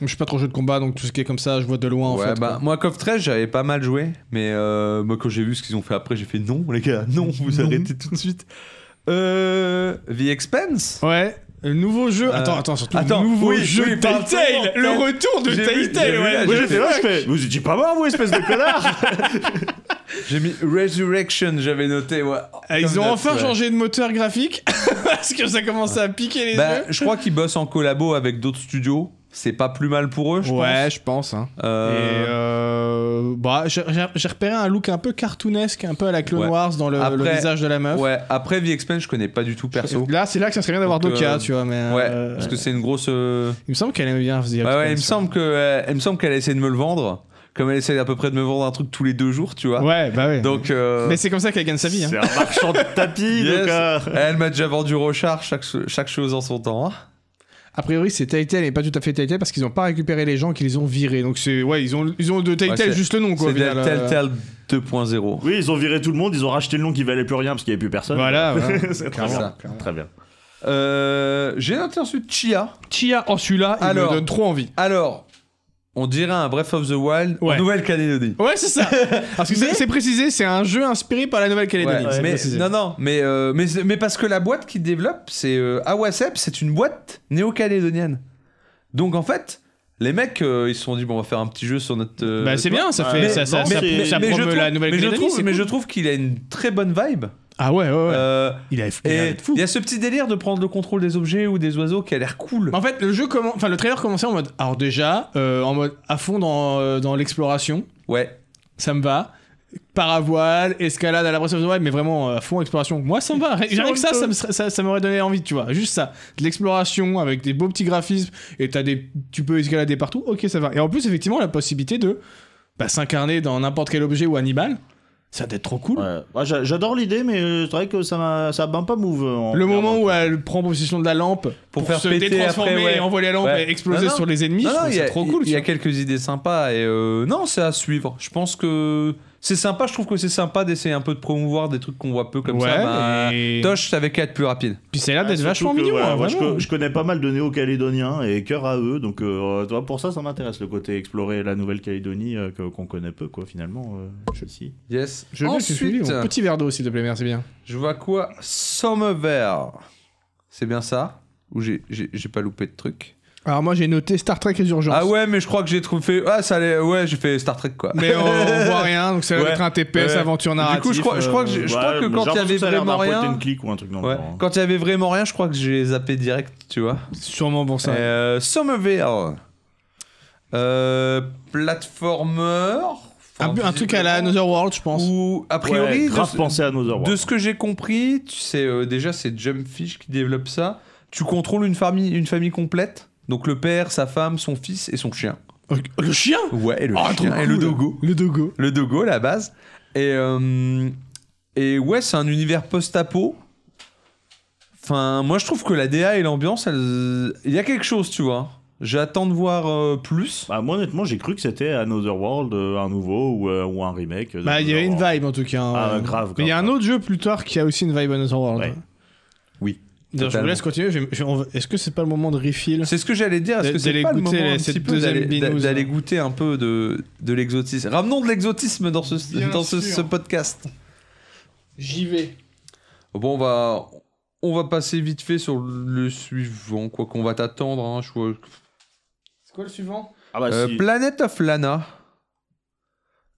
S1: Je suis pas trop jeu de combat donc tout ce qui est comme ça, je vois de loin en
S2: Ouais,
S1: fait.
S2: bah,
S1: quoi.
S2: moi, Cov 13, j'avais pas mal joué, mais euh, moi, quand j'ai vu ce qu'ils ont fait après, j'ai fait non, les gars, non, vous
S1: Non.
S2: arrêtez tout de suite. Euh, The Expense
S1: Ouais. Le nouveau jeu.
S2: Euh,
S1: Attends, attends, surtout
S2: attends,
S1: le nouveau
S2: oui,
S1: jeu
S2: oui, pardon.
S1: Telltale. Le
S2: Telltale.
S1: retour de
S2: J'ai vu, j'ai
S1: Telltale,
S2: vu,
S1: ouais.
S2: là,
S1: Ouais,
S3: Oui,
S2: j'ai
S3: j'étais là, je fais. Vous étiez pas mort, vous, espèce de connard
S2: J'ai mis Resurrection, j'avais noté, ouais.
S1: Ah, Ils
S2: Comme
S1: ont
S2: note,
S1: enfin
S2: ouais.
S1: changé de moteur graphique parce que ça commençait à piquer les
S2: Bah,
S1: yeux.
S2: je crois qu'ils bossent en collabo avec d'autres studios. C'est pas plus mal pour eux, je
S1: ouais, je pense. Hein.
S2: pense. Euh,
S1: Et euh, bah, j'ai- j'ai j'ai repéré un look un peu cartoonesque, un peu à la Clone
S2: Ouais.
S1: Wars dans le, le
S2: Après-
S1: visage de la meuf.
S2: Euh, Ouais, après The Expense, je connais pas du tout perso.
S1: Là, c'est là que ça serait bien d'avoir
S2: Donc,
S1: Doka,
S2: euh,
S1: tu vois, mais.
S2: Ouais,
S1: euh,
S2: parce que c'est une grosse. euh,
S1: Il me semble qu'elle aime bien The
S2: Ouais,
S1: Expanse,
S2: ouais, il me semble que, euh, il me semble qu'elle a essayé de me le vendre, comme elle essaie à peu près de me vendre un truc tous les deux jours, tu vois.
S1: Ouais, bah ouais.
S2: Donc, euh,
S1: Mais c'est comme ça qu'elle gagne sa vie. Hein.
S3: C'est un marchand de tapis,
S2: Yes.
S3: donc. euh,
S2: elle m'a déjà vendu Rochard, chaque, chaque chose en son temps. hein.
S1: A priori, c'est Telltale et pas tout à fait Telltale parce qu'ils ont pas récupéré les gens qui les ont virés. Donc c'est ouais, ils ont ils ont de Telltale
S2: Ouais, c'est-
S1: juste le nom quoi.
S2: C'est
S1: au final,
S2: Del-
S1: euh.
S2: Telltale 2.0.
S3: Oui, ils ont viré tout le monde, ils ont racheté le nom qui valait plus rien parce qu'il n'y avait plus personne.
S1: Voilà. voilà.
S3: c'est très
S1: Clairement,
S3: bien.
S1: clairement.
S3: Très bien.
S2: Euh, J'ai noté ensuite Chia.
S1: Chia, oh celui-là, il
S2: Alors.
S1: me donne trop envie.
S2: Alors, on dirait un Breath of the Wild en
S1: Ouais.
S2: Nouvelle-Calédonie.
S1: Ouais, c'est ça. Parce que c'est- c'est précisé, c'est un jeu inspiré par la Nouvelle-Calédonie.
S2: Ouais,
S1: c'est
S2: mais,
S1: précisé.
S2: non, non, mais, euh, mais, mais parce que la boîte qui développe, c'est euh, Awasep, c'est une boîte néo-calédonienne. Donc en fait, les mecs, euh, ils se sont dit, bon, on va faire un petit jeu sur notre. euh,
S1: Bah, c'est
S2: tu vois.
S1: bien, ça
S3: Ouais.
S1: fait
S3: Mais-
S1: ça, ça,
S3: non,
S1: ça-
S3: mais-
S1: ça
S2: mais je
S1: promeut la
S2: trouve- mais je
S1: Nouvelle-Calédonie.
S2: trouve,
S1: c'est
S2: mais
S1: cool.
S2: je trouve qu'il a une très bonne vibe.
S1: Ah ouais, ouais, ouais.
S2: Euh,
S1: il a il a l'air
S2: et
S1: d'être fou.
S2: il y a ce petit délire de prendre le contrôle des objets ou des oiseaux qui a l'air cool.
S1: En fait, le jeu commence, enfin le trailer commençait en mode, alors déjà, euh, en mode à fond dans, euh, dans l'exploration,
S2: Ouais.
S1: ça me va. Paravoile, escalade à la Breath of the Wild, mais vraiment euh, à fond exploration. Moi, ça me va. Rien rien que ça, ça, me serait- ça, ça m'aurait donné envie, tu vois. Juste ça, de l'exploration avec des beaux petits graphismes et t'as des, tu peux escalader partout. Ok, ça va. Et en plus, effectivement, la possibilité de bah, s'incarner dans n'importe quel objet ou animal, ça doit être trop cool.
S3: Ouais. Ouais, j'a- J'adore l'idée, mais euh, c'est vrai que ça m'a ça m'a pas move. euh, en-
S1: Le moment où elle prend possession de la lampe
S2: Pour
S1: pour,
S2: faire
S1: se
S2: péter
S1: détransformer
S2: après, ouais.
S1: et envoyer la lampe
S2: Ouais.
S1: et exploser
S2: Non, non.
S1: sur les ennemis,
S2: Non,
S1: je
S2: non,
S1: trouve
S2: il y a,
S1: ça trop cool.
S2: il y a
S1: tu
S2: quelques idées sympas et euh, non, c'est à suivre. Je pense que c'est sympa. Je trouve que c'est sympa d'essayer un peu de promouvoir des trucs qu'on voit peu comme
S1: Ouais,
S2: ça. Bah,
S1: et-
S2: Tosh, t'avais qu'à être plus rapide.
S1: vois. Puis c'est là
S3: Ah,
S1: d'être
S3: surtout
S1: vachement
S3: que,
S1: mignon.
S3: voilà,
S1: hein,
S3: moi, je,
S1: vraiment.
S3: co- je connais pas mal de néo-calédoniens et cœur à eux, donc euh, tu vois, pour ça, ça m'intéresse le côté explorer la Nouvelle-Calédonie euh, que- qu'on connaît peu, quoi, finalement. euh, ici.
S2: Yes.
S1: Je l'ai, c'est celui-là.
S2: Ensuite,
S1: Petit verre d'eau, s'il te plaît, merci bien.
S2: je vois quoi Sommervert. C'est bien ça Ou j'ai- j'ai j'ai pas loupé de truc
S1: Alors moi j'ai noté Star Trek Résurgence.
S2: Ah ouais, mais je crois que j'ai trouvé. Ah, ça allait. Ouais, j'ai fait Star Trek quoi.
S1: Mais on, on voit rien, donc ça va
S2: Ouais,
S1: être un TPS
S2: ouais.
S1: aventure narrative.
S2: Du coup, je crois, je crois que,
S1: euh,
S2: j'ai- je
S3: Ouais,
S2: crois que
S3: mais
S2: quand
S3: j'ai
S2: il y avait
S3: l'impression que ça a l'air d'un
S2: vraiment
S3: point
S2: rien.
S3: and click ou un truc dans le
S2: Ouais.
S3: genre, hein.
S2: Quand il y avait vraiment rien, je crois que j'ai zappé direct, tu vois.
S1: sûrement pour ça.
S2: Euh, Somerville. Euh, platformer.
S1: un, bu- un truc à la Another World, je pense.
S2: Ou, a priori,
S3: Ouais,
S2: de,
S3: grave
S2: ce-
S3: penser à nos
S2: de ce que j'ai compris, tu sais, euh, déjà, c'est Jumpfish qui développe ça. Tu contrôles une famille, une famille complète. Donc le père, sa femme, son fils et son chien.
S1: Le chien
S2: Ouais, et le
S1: Ah,
S2: chien.
S1: trop
S2: Et le
S1: cool.
S2: dogo.
S1: Le Dogo.
S2: Le dogo, la base. Et, euh, et ouais, c'est un univers post-apo. Enfin, moi, je trouve que la DA et l'ambiance, elles- il y a quelque chose, tu vois. J'attends de voir euh, plus.
S3: Bah, moi, honnêtement, j'ai cru que c'était Another World, euh, un nouveau ou, euh, ou un remake. de
S1: Bah il y avait une
S3: Another World.
S1: vibe en tout cas. hein,
S3: Ah,
S1: ouais.
S3: grave,
S1: Mais il y a
S3: grave,
S1: un autre jeu plus tard qui a aussi une vibe Another World.
S3: Ouais.
S1: D'ailleurs,
S2: Oui,
S1: je vous
S2: totalement.
S1: laisse continuer. je vais- je vais- on va- Est-ce que c'est pas le moment de refill
S2: C'est ce que j'allais dire. Est-ce
S1: D'a-
S2: que c'est
S1: d'aller
S2: pas le
S1: goûter
S2: moment un
S1: les- cette
S2: petit peu
S1: deuxième
S2: d'aller, d'a-
S1: binouze,
S2: d'aller
S1: hein.
S2: goûter un peu de, de l'exotisme Ramenons de l'exotisme dans ce,
S1: Bien
S2: dans ce,
S1: sûr.
S2: ce podcast.
S1: J'y vais.
S2: Bon, on va, on va passer vite fait sur le suivant, quoi qu'on va t'attendre. hein, je vois-
S1: C'est quoi le suivant
S3: Ah bah,
S2: Euh,
S3: si.
S2: Planet of Lana.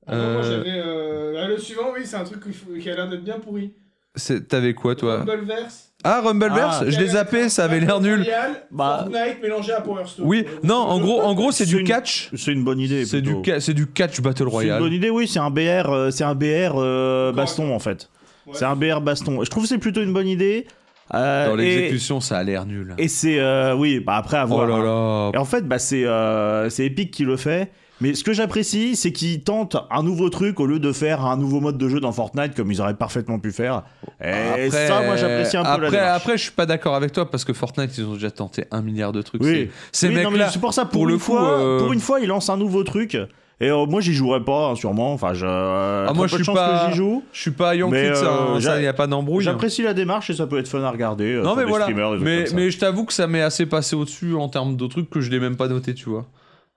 S1: Ah,
S2: Euh,
S1: Le suivant, oui, c'est un truc qui a l'air d'être bien pourri.
S2: c'est- T'avais quoi, toi
S1: Bumbleverse.
S2: Ah, Rumbleverse
S3: Ah.
S2: Je l'ai zappé, ça avait l'air nul.
S3: Bah-
S1: Fortnite mélangé à Power Stone.
S2: Oui, non, en gros, en gros c'est
S3: C'est
S2: du
S3: une-
S2: catch.
S3: C'est une bonne idée.
S2: C'est du,
S3: plutôt.
S2: ca- c'est du catch Battle
S3: C'est une bonne
S2: Royale.
S3: idée, oui, c'est un BR, euh, c'est un BR euh,
S1: Encore
S3: baston en fait.
S1: Ouais.
S3: C'est un BR baston. Je trouve que c'est plutôt une bonne idée. Euh,
S2: Dans
S3: et-
S2: l'exécution, ça a l'air nul.
S3: Et c'est. euh, oui, bah après
S2: Oh
S3: avoir.
S2: là là.
S3: Et en fait, bah, c'est euh, c'est Epic qui le fait. Mais ce que j'apprécie, c'est qu'ils tentent un nouveau truc au lieu de faire un nouveau mode de jeu dans Fortnite comme ils auraient parfaitement pu faire. Et
S2: Après-
S3: ça, moi, j'apprécie un peu
S2: après,
S3: la démarche.
S2: Après, je suis pas d'accord avec toi parce que Fortnite, ils ont déjà tenté un milliard de trucs.
S3: Oui.
S2: Ces ces
S3: Oui, non, mais
S2: mecs-là,
S3: c'est pour ça, pour,
S2: pour
S3: une
S2: le coup,
S3: fois,
S2: euh,
S3: pour une fois, ils lancent un nouveau truc. Et euh, moi, j'y jouerai pas, hein, sûrement. Enfin, je. trop
S2: Ah, moi,
S3: peu
S2: je
S3: de
S2: suis
S3: chances
S2: pas-
S3: que j'y joue.
S2: je suis pas Young
S3: Mais,
S2: Kids,
S3: euh,
S2: hein, ça,
S3: j'a-
S2: il n'y a pas d'embrouille.
S3: J'apprécie la démarche et ça peut être fun à regarder. euh,
S2: Non,
S3: sur
S2: mais
S3: des
S2: voilà.
S3: streamers, des trucs
S2: Mais,
S3: comme ça.
S2: mais je t'avoue que ça m'est assez passé au-dessus en termes de trucs que je l'ai même pas noté, tu vois.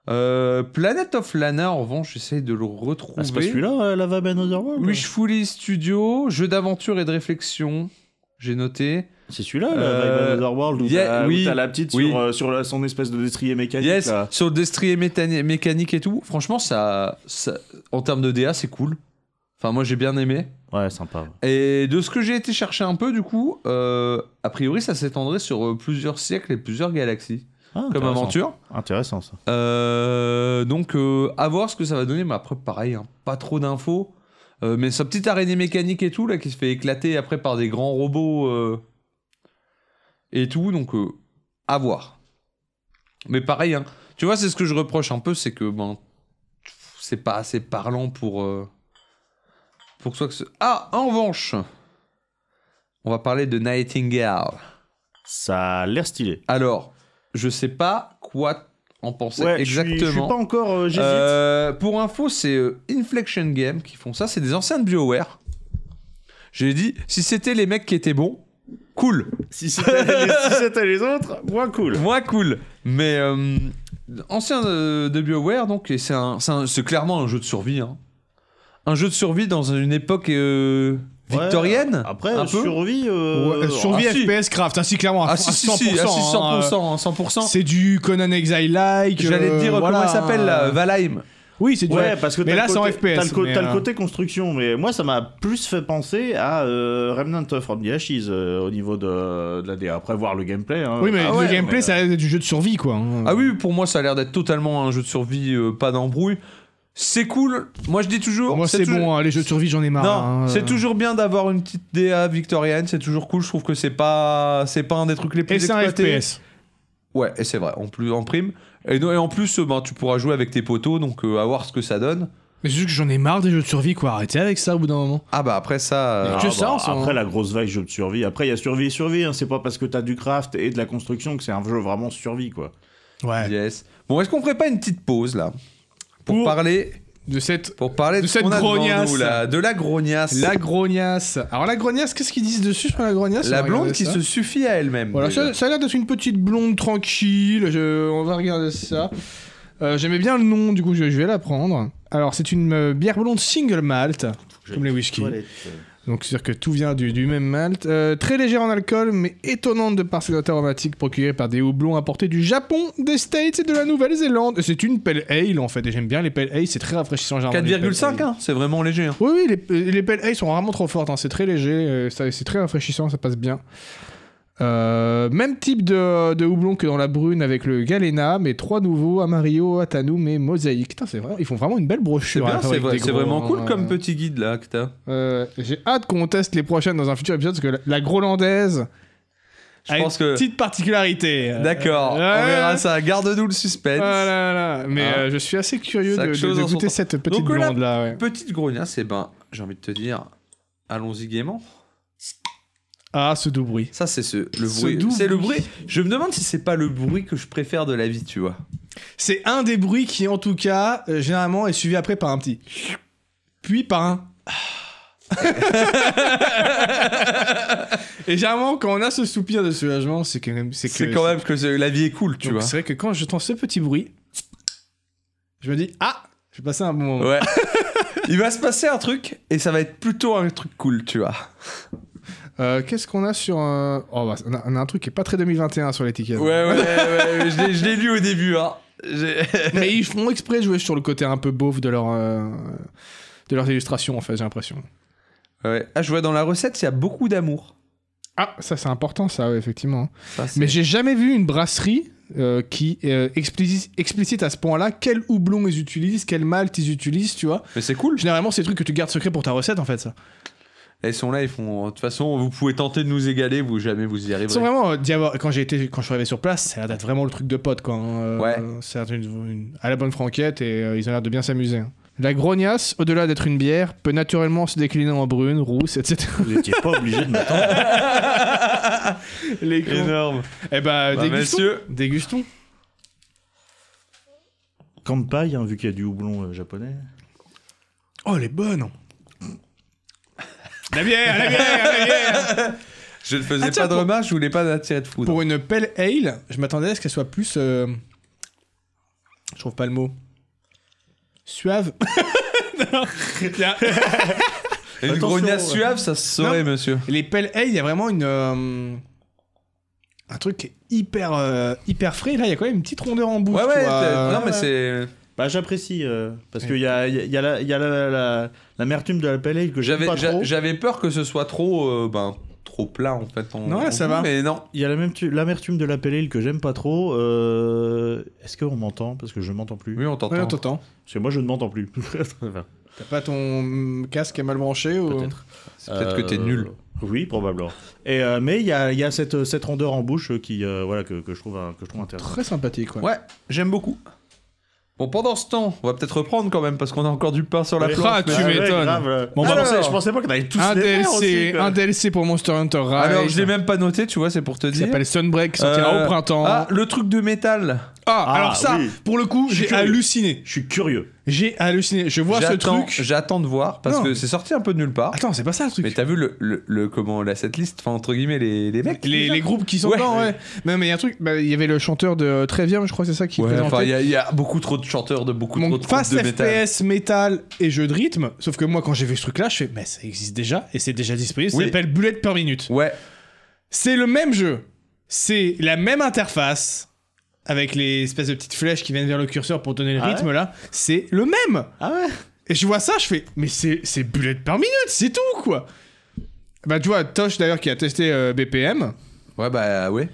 S2: Euh, Planet of Lana, en revanche, j'essaye de le retrouver.
S3: Ah, c'est pas celui-là, euh, Lava Ben Otherworld
S2: Wishfully Studio, jeu d'aventure et de réflexion, j'ai noté.
S3: C'est celui-là,
S2: Euh,
S3: Lava Ben Otherworld, où
S2: yeah,
S3: t'as- où
S2: oui,
S3: t'as la petite
S2: oui.
S3: sur, euh, sur la- son espèce de destrier mécanique.
S2: Yes,
S3: là.
S2: sur le destrier métani- mécanique et tout. Franchement, ça, ça- en termes de DA, c'est cool. Enfin, moi, j'ai bien aimé.
S3: Ouais, sympa.
S2: Et de ce que j'ai été chercher un peu, du coup, euh, a priori, ça s'étendrait sur euh, plusieurs siècles et plusieurs galaxies
S3: Ah,
S2: comme
S3: intéressant.
S2: aventure.
S3: Intéressant ça.
S2: Euh, donc, euh, à voir ce que ça va donner. Mais après, pareil, hein, pas trop d'infos. Euh, mais sa petite araignée mécanique et tout, là, qui se fait éclater après par des grands robots euh, et tout. Donc, euh, à voir. Mais pareil, hein, tu vois, c'est ce que je reproche un peu, c'est que ben, c'est pas assez parlant pour. euh, pour que soit que ce. Ah, en revanche, on va parler de Nightingale.
S3: Ça a l'air stylé.
S2: Alors, je sais pas quoi en penser
S3: Ouais, je suis-
S2: exactement.
S3: Je suis pas encore. euh, J'hésite.
S2: Euh, pour info, c'est euh, Inflection Game qui font ça. C'est des anciens de BioWare. J'ai dit, si c'était les mecs qui étaient bons, cool.
S3: Si c'était les, si c'était les autres, moins cool.
S2: Moi, cool. Mais euh, anciens de, de BioWare, donc, et c'est un- c'est un- c'est clairement un jeu de survie. hein. Un jeu de survie dans une époque euh, victorienne.
S3: Ouais, Après,
S2: un peu.
S3: survie. euh,
S1: Ouais, euh, survie
S2: ah, si.
S1: FPS Craft, ainsi clairement. À,
S2: Ah,
S1: fo-
S2: si,
S1: à
S2: si,
S1: 100%.
S2: si, ah, si,
S1: hein, euh,
S2: 100%, 100%.
S1: c'est du Conan Exile-like.
S2: J'allais te
S1: euh,
S2: dire
S1: voilà,
S2: comment il s'appelle là, Valheim.
S1: Oui, c'est du.
S3: Ouais, parce que
S1: mais
S3: t'as
S1: là,
S3: le
S1: c'est en
S3: côté-
S1: FPS,
S3: T'as le, co-
S1: mais,
S3: t'as le
S1: euh,
S3: côté construction, mais moi, ça m'a plus fait penser à euh, Remnant of From the Ashes euh, au niveau de, de la DA. Après, voir le gameplay. hein.
S1: Oui, mais
S2: Ah
S1: le
S2: ouais,
S1: gameplay,
S3: mais,
S1: ça a l'air du jeu de survie, quoi. hein.
S2: Ah oui, pour moi, ça a l'air d'être totalement un jeu de survie, euh, pas d'embrouille. C'est cool. Moi, je dis toujours.
S1: Moi, c'est
S2: tou-
S1: bon, hein, les jeux de survie, j'en ai marre.
S2: Non,
S1: hein,
S2: c'est
S1: euh.
S2: toujours bien d'avoir une petite DA victorienne. C'est toujours cool. Je trouve que c'est pas, c'est pas un des trucs les plus
S1: Et c'est un
S2: exploités.
S1: FPS.
S2: Ouais, et c'est vrai. En plus, en prime. Et, non- et en plus, euh, ben, tu pourras jouer avec tes poteaux, donc euh, à voir ce que ça donne.
S1: Mais c'est juste que j'en ai marre des jeux de survie, quoi. Arrêtez avec ça au bout d'un moment.
S2: Ah bah après ça. euh,
S1: que ça, en ce moment.
S3: après la grosse vague jeu de survie. Après il y a survie et survie. hein. C'est pas parce que t'as du craft et de la construction que c'est un jeu vraiment survie quoi.
S1: Ouais.
S2: yes. Bon, est-ce qu'on ferait pas une petite pause là pour,
S1: Ah. Pour-
S2: parler,
S1: De cette.
S2: pour parler
S1: De
S2: de
S1: cette
S2: ce qu'on a devant
S1: grognasse.
S2: nous, là, de la grognasse,
S1: La grognasse. Alors, la grognasse, qu'est-ce qu'ils disent dessus sur la grognasse
S2: La
S1: On va regarder
S2: blonde qui
S1: ça.
S2: se suffit à elle-même.
S1: Voilà,
S2: déjà.
S1: ça, ça a l'air d'être une petite blonde tranquille. je- On va regarder ça. Euh, J'aimais bien le nom, du coup, je, je vais la prendre. Alors, c'est une euh, bière blonde single malt, comme les whisky. Donc, c'est-à-dire que tout vient du, du même malt. Euh, très légère en alcool, mais étonnante de par ses notes aromatiques procurées par des houblons importés du Japon, des States et de la Nouvelle-Zélande. Et C'est une pale ale, en fait. Et j'aime bien les pale ale, c'est très rafraîchissant. généralement, les pale
S2: 4,5,
S1: ale.
S2: hein, c'est vraiment léger. hein.
S1: Oui, oui, les, les pale ale sont rarement trop fortes. hein. C'est très léger, euh, ça- c'est très rafraîchissant, ça passe bien. Euh, même type de, de houblon que dans la brune avec le Galena, mais trois nouveaux Amarillo, Atanum et Mosaïque. Putain, c'est vrai, ils font vraiment une belle
S2: C'est
S1: brochure.
S2: bien,
S1: hein,
S2: c'est
S1: avec
S2: vrai-
S1: des
S2: c'est
S1: gros,
S2: vraiment cool
S1: euh,
S2: comme petit guide là que t'as.
S1: euh, J'ai hâte qu'on teste les prochaines dans un futur épisode parce que la, la Grolandaise
S2: Je
S1: a
S2: pense
S1: une
S2: que.
S1: petite particularité. Euh,
S2: Euh. D'accord, on
S1: ouais.
S2: verra ça. Garde-nous le
S1: Ah
S2: suspense.
S1: là là, Mais
S2: Ah.
S1: euh, je suis assez curieux de,
S2: Chaque
S1: de-
S2: chose
S1: de
S2: en son
S1: goûter
S2: temps.
S1: cette petite
S2: Donc, on a-
S1: blonde là. ouais.
S2: Petite grognasse, et ben, j'ai envie de te dire, allons-y gaiement.
S1: Ah, ce doux bruit.
S2: Ça, c'est ce, le
S1: Ce
S2: bruit.
S1: doux
S2: C'est le
S1: bruit.
S2: bruit. Je me demande si c'est pas le bruit que je préfère de la vie, tu vois.
S1: C'est un des bruits qui, en tout cas, euh, généralement est suivi après par un petit. Puis par un. Et généralement, quand on a ce soupir de soulagement, c'est quand même. que-
S2: C'est quand même que c'est- la vie est cool, tu
S1: Donc,
S2: vois.
S1: C'est vrai que quand j'entends ce petit bruit, je me dis Ah, je vais passer un bon moment.
S2: Ouais. Il va se passer un truc et ça va être plutôt un truc cool, tu vois.
S1: Euh, Qu'est-ce qu'on a sur. euh, Oh, bah, on, a, on a un truc qui est pas très 2021 sur l'étiquette.
S2: Ouais, ouais, ouais. je l'ai- je l'ai lu au début, hein. J'ai-
S1: Mais ils font exprès de jouer sur le côté un peu beauf de, leur, euh, de leurs illustrations, en fait, j'ai l'impression.
S2: Ouais. Ah, je vois dans la recette, il y a beaucoup d'amour.
S1: Ah, ça, c'est important, ça, ouais, effectivement.
S2: Ça, Bah, c'est-
S1: Mais j'ai jamais vu une brasserie euh, qui euh, explicite, explicite à ce point-là quel houblon ils utilisent, quel malt ils utilisent, tu vois.
S2: Mais c'est cool.
S1: Généralement, c'est des trucs que tu gardes secret pour ta recette, en fait, ça.
S2: Là, ils sont là, ils font. De toute façon, vous pouvez tenter de nous égaler, vous jamais vous y
S1: Ils
S2: arriverez.
S1: sont vraiment euh, d'y avoir- quand j'ai été quand je suis arrivé sur place, ça a l'air d'être vraiment le truc de pote quoi. hein. Euh,
S2: Ouais.
S1: C'est une- une- à la bonne franquette et euh, ils ont l'air de bien s'amuser. hein. La grognasse, au-delà d'être une bière, peut naturellement se décliner en brune, rousse, etc.
S3: Vous n'étiez pas obligé de m'attendre.
S1: Les
S2: Énorme.
S1: Eh bah,
S2: Bah,
S1: dégustons.
S2: messieurs.
S1: Dégustons.
S3: Kanpai, hein, vu qu'il y a du houblon euh, japonais.
S1: Oh, elle est bonne. La bière, la bière, la bière.
S2: Je ne faisais
S1: Ah, tiens,
S2: pas de
S1: pour-
S2: remarques, je voulais pas attirer de foudre.
S1: Pour une pelle ale, je m'attendais à ce qu'elle soit plus. euh, Je trouve pas le mot. Suave. Non. Bien.
S2: Une
S3: Attention,
S2: grognasse
S3: ouais.
S2: suave, ça se saurait, monsieur.
S1: Les pelles ale, il y a vraiment une. euh, Un truc qui est hyper, euh, hyper frais. Là, il y a quand même une petite rondeur en bouche.
S2: Ouais,
S1: tu
S2: ouais,
S1: vois.
S2: t'as- non, mais
S3: ouais.
S2: c'est.
S3: Bah, j'apprécie, euh, parce qu'il y a, y a- y a la- y a la- la- l'amertume de la palais que j'aime
S2: J'avais,
S3: pas
S2: j'a-
S3: trop.
S2: j'avais peur que ce soit trop, euh, ben, trop plat en fait. en-
S1: Non, là,
S2: en
S1: ça
S2: goût,
S1: va.
S2: Mais non.
S3: Il y a la même tu- l'amertume de la palais que j'aime pas trop. euh, Est-ce qu'on m'entend Parce que je m'entends plus.
S2: Oui, on t'entend.
S1: Ouais, on t'entend.
S3: Parce que moi, je ne m'entends plus. Enfin,
S1: T'as pas ton mm, casque qui est mal branché ou...
S3: Peut-être.
S2: C'est peut-être que t'es
S3: Euh,
S2: nul.
S3: Oui, probablement. Et, euh, mais il y a, il y a cette, cette rondeur en bouche qui, euh, voilà, que, que je trouve, un- que je trouve intéressante.
S1: Très sympathique, ouais.
S2: Ouais, j'aime beaucoup. Bon, pendant ce temps, on va peut-être reprendre quand même parce qu'on a encore du pain sur la
S3: Ouais.
S2: planche.
S1: Ah, tu
S2: mais-
S1: m'étonnes.
S3: grave, là.
S1: Bon, bah,
S3: je, pensais,
S2: alors.
S3: je pensais pas qu'on allait tous
S1: un
S3: les
S1: DLC,
S3: faire aussi, quoi.
S1: un DLC pour Monster Hunter Rise.
S2: Ah, Alors, je l'ai même pas noté, tu vois, c'est pour te
S1: qui
S2: dire.
S1: s'appelle Sunbreak, qui sortira
S2: Euh,
S1: au printemps.
S2: Ah,
S1: Ah,
S2: le truc de métal.
S3: Ah,
S1: alors ça,
S3: oui.
S1: pour le coup,
S3: Je suis
S1: j'ai
S3: curieux.
S1: halluciné.
S3: Je suis curieux.
S1: J'ai halluciné. Je vois ce
S2: J'attends-
S1: truc.
S2: J'attends de voir parce
S1: Non.
S2: que c'est sorti un peu de nulle part.
S1: Attends, c'est pas ça le
S2: Mais
S1: truc.
S2: t'as vu le, le, le- comment la setlist, enfin entre guillemets les, les mecs.
S1: Les, les groupes qui sont
S2: Ouais.
S1: dedans, ouais. Non, mais il y a un truc. bah, Il y avait le chanteur de euh, Trevium, je crois, c'est ça qui
S2: Ouais, enfin,
S1: présentait.
S2: il y, a- il y a beaucoup trop de chanteurs de beaucoup trop
S1: Donc,
S2: de groupes
S1: face
S2: de métal.
S1: FPS, métal et jeu de rythme. Sauf que moi, quand j'ai vu ce truc-là, je fais, mais ça existe déjà et c'est déjà disponible.
S2: Oui.
S1: Ça s'appelle Bullet per minute.
S2: Ouais,
S1: C'est le même jeu. C'est la même interface avec les espèces de petites flèches qui viennent vers le curseur pour donner le
S3: Ah ouais
S1: rythme là. C'est le même.
S3: Ah ouais
S1: Et je vois ça, je fais, mais c'est, c'est bullet par minute, c'est tout, quoi. Bah, tu vois, Tosh d'ailleurs qui a testé euh, BPM.
S2: ouais, bah ouais.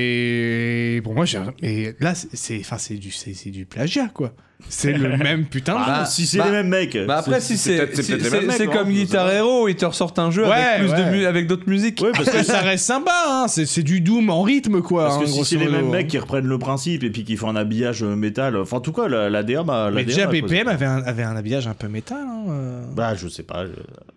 S1: Et pour moi, j'ai. Et là, c'est, c'est, enfin, c'est, du, c'est, c'est du plagiat, quoi. C'est le même putain de
S2: Ah,
S1: jeu.
S3: Si c'est
S2: bah-
S3: les mêmes mecs.
S2: Bah après, si c'est
S4: peut-être- c'est
S2: si-
S4: peut-être les
S2: c'est-
S4: mêmes
S2: c'est
S4: mecs,
S2: comme
S4: hein,
S2: Guitar Hero, ils te ressortent un jeu
S1: Ouais,
S2: avec plus de
S1: ouais.
S2: mu- avec d'autres musiques.
S3: Oui, parce
S1: Parce que
S3: que,
S1: ça reste sympa, hein. C'est, c'est du Doom en rythme, quoi.
S3: parce que
S1: hein,
S3: si
S1: grosso
S3: c'est les
S1: modo,
S3: mêmes
S1: hein.
S3: mecs qui reprennent le principe et puis qui font un habillage euh, métal. Enfin, en tout cas, la, la DA m'a. euh, la
S1: Mais
S3: DA
S1: déjà,
S3: m'a posé-
S1: BPM avait un, avait un habillage un peu métal, hein. euh.
S3: Bah, je sais pas. je-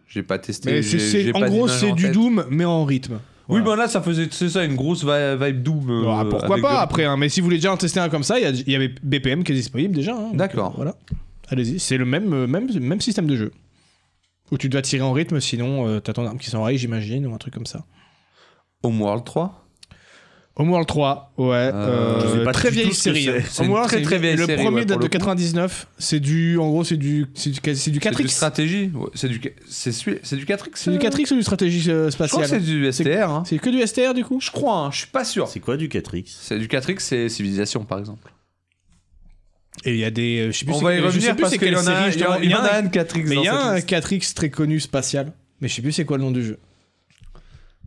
S2: J'ai pas testé.
S1: Mais
S2: j'ai-
S1: c'est, c'est-
S2: j'ai
S1: en
S2: pas
S1: gros,
S2: d'image
S1: c'est
S2: en
S1: du
S2: tête.
S1: Doom, mais en rythme.
S2: Oui,
S1: Voilà.
S2: ben là, ça faisait c'est ça une grosse vi- vibe Doom. euh,
S1: Ah, pourquoi
S2: avec
S1: pas
S2: de-
S1: après hein, Mais si vous voulez déjà en tester un comme ça, il y a- il y, avait BPM qui est disponible déjà. hein.
S2: D'accord.
S1: Donc, euh, Voilà. Allez-y, c'est le même, euh, même, même système de jeu. Où tu dois tirer en rythme, sinon euh, t'as ton arme qui s'enraye, j'imagine, ou un truc comme ça.
S2: Homeworld 3.
S1: Homeworld 3, ouais. euh,
S3: je sais pas
S1: très
S3: du
S1: vieille
S3: tout ce que
S1: série.
S3: c'est.
S1: hein.
S2: C'est une
S1: Homeworld,
S2: très,
S1: c'est
S2: très vieille
S1: le
S2: série,
S1: premier
S2: ouais, pour
S1: date
S2: le
S1: de
S2: coup.
S1: 99. C'est du. En gros, c'est du, c'est du, c'est du
S2: C'est du
S1: 4X.
S2: stratégie. ouais, C'est du c'est celui- c'est du 4X.
S1: C'est du 4X ou du stratégie euh,
S2: Je crois que c'est
S1: spatiale
S2: du STR. hein.
S1: C'est que du STR du coup
S2: Je crois, hein, je suis pas sûr.
S3: C'est quoi du 4X
S2: C'est du 4X, c'est civilisation par exemple.
S1: Et il y a des. euh, je sais plus
S2: On
S1: c'est-
S2: va y
S1: je sais
S2: revenir
S1: plus
S2: parce
S1: c'est
S2: qu'il y
S1: quelle
S2: en a,
S1: série,
S2: il y en-
S1: justement.
S2: il y en a un 4X.
S1: Mais
S2: dans
S1: il y a
S2: cette
S1: un
S2: liste.
S1: 4X très connu spatial, mais je sais plus c'est quoi le nom du jeu.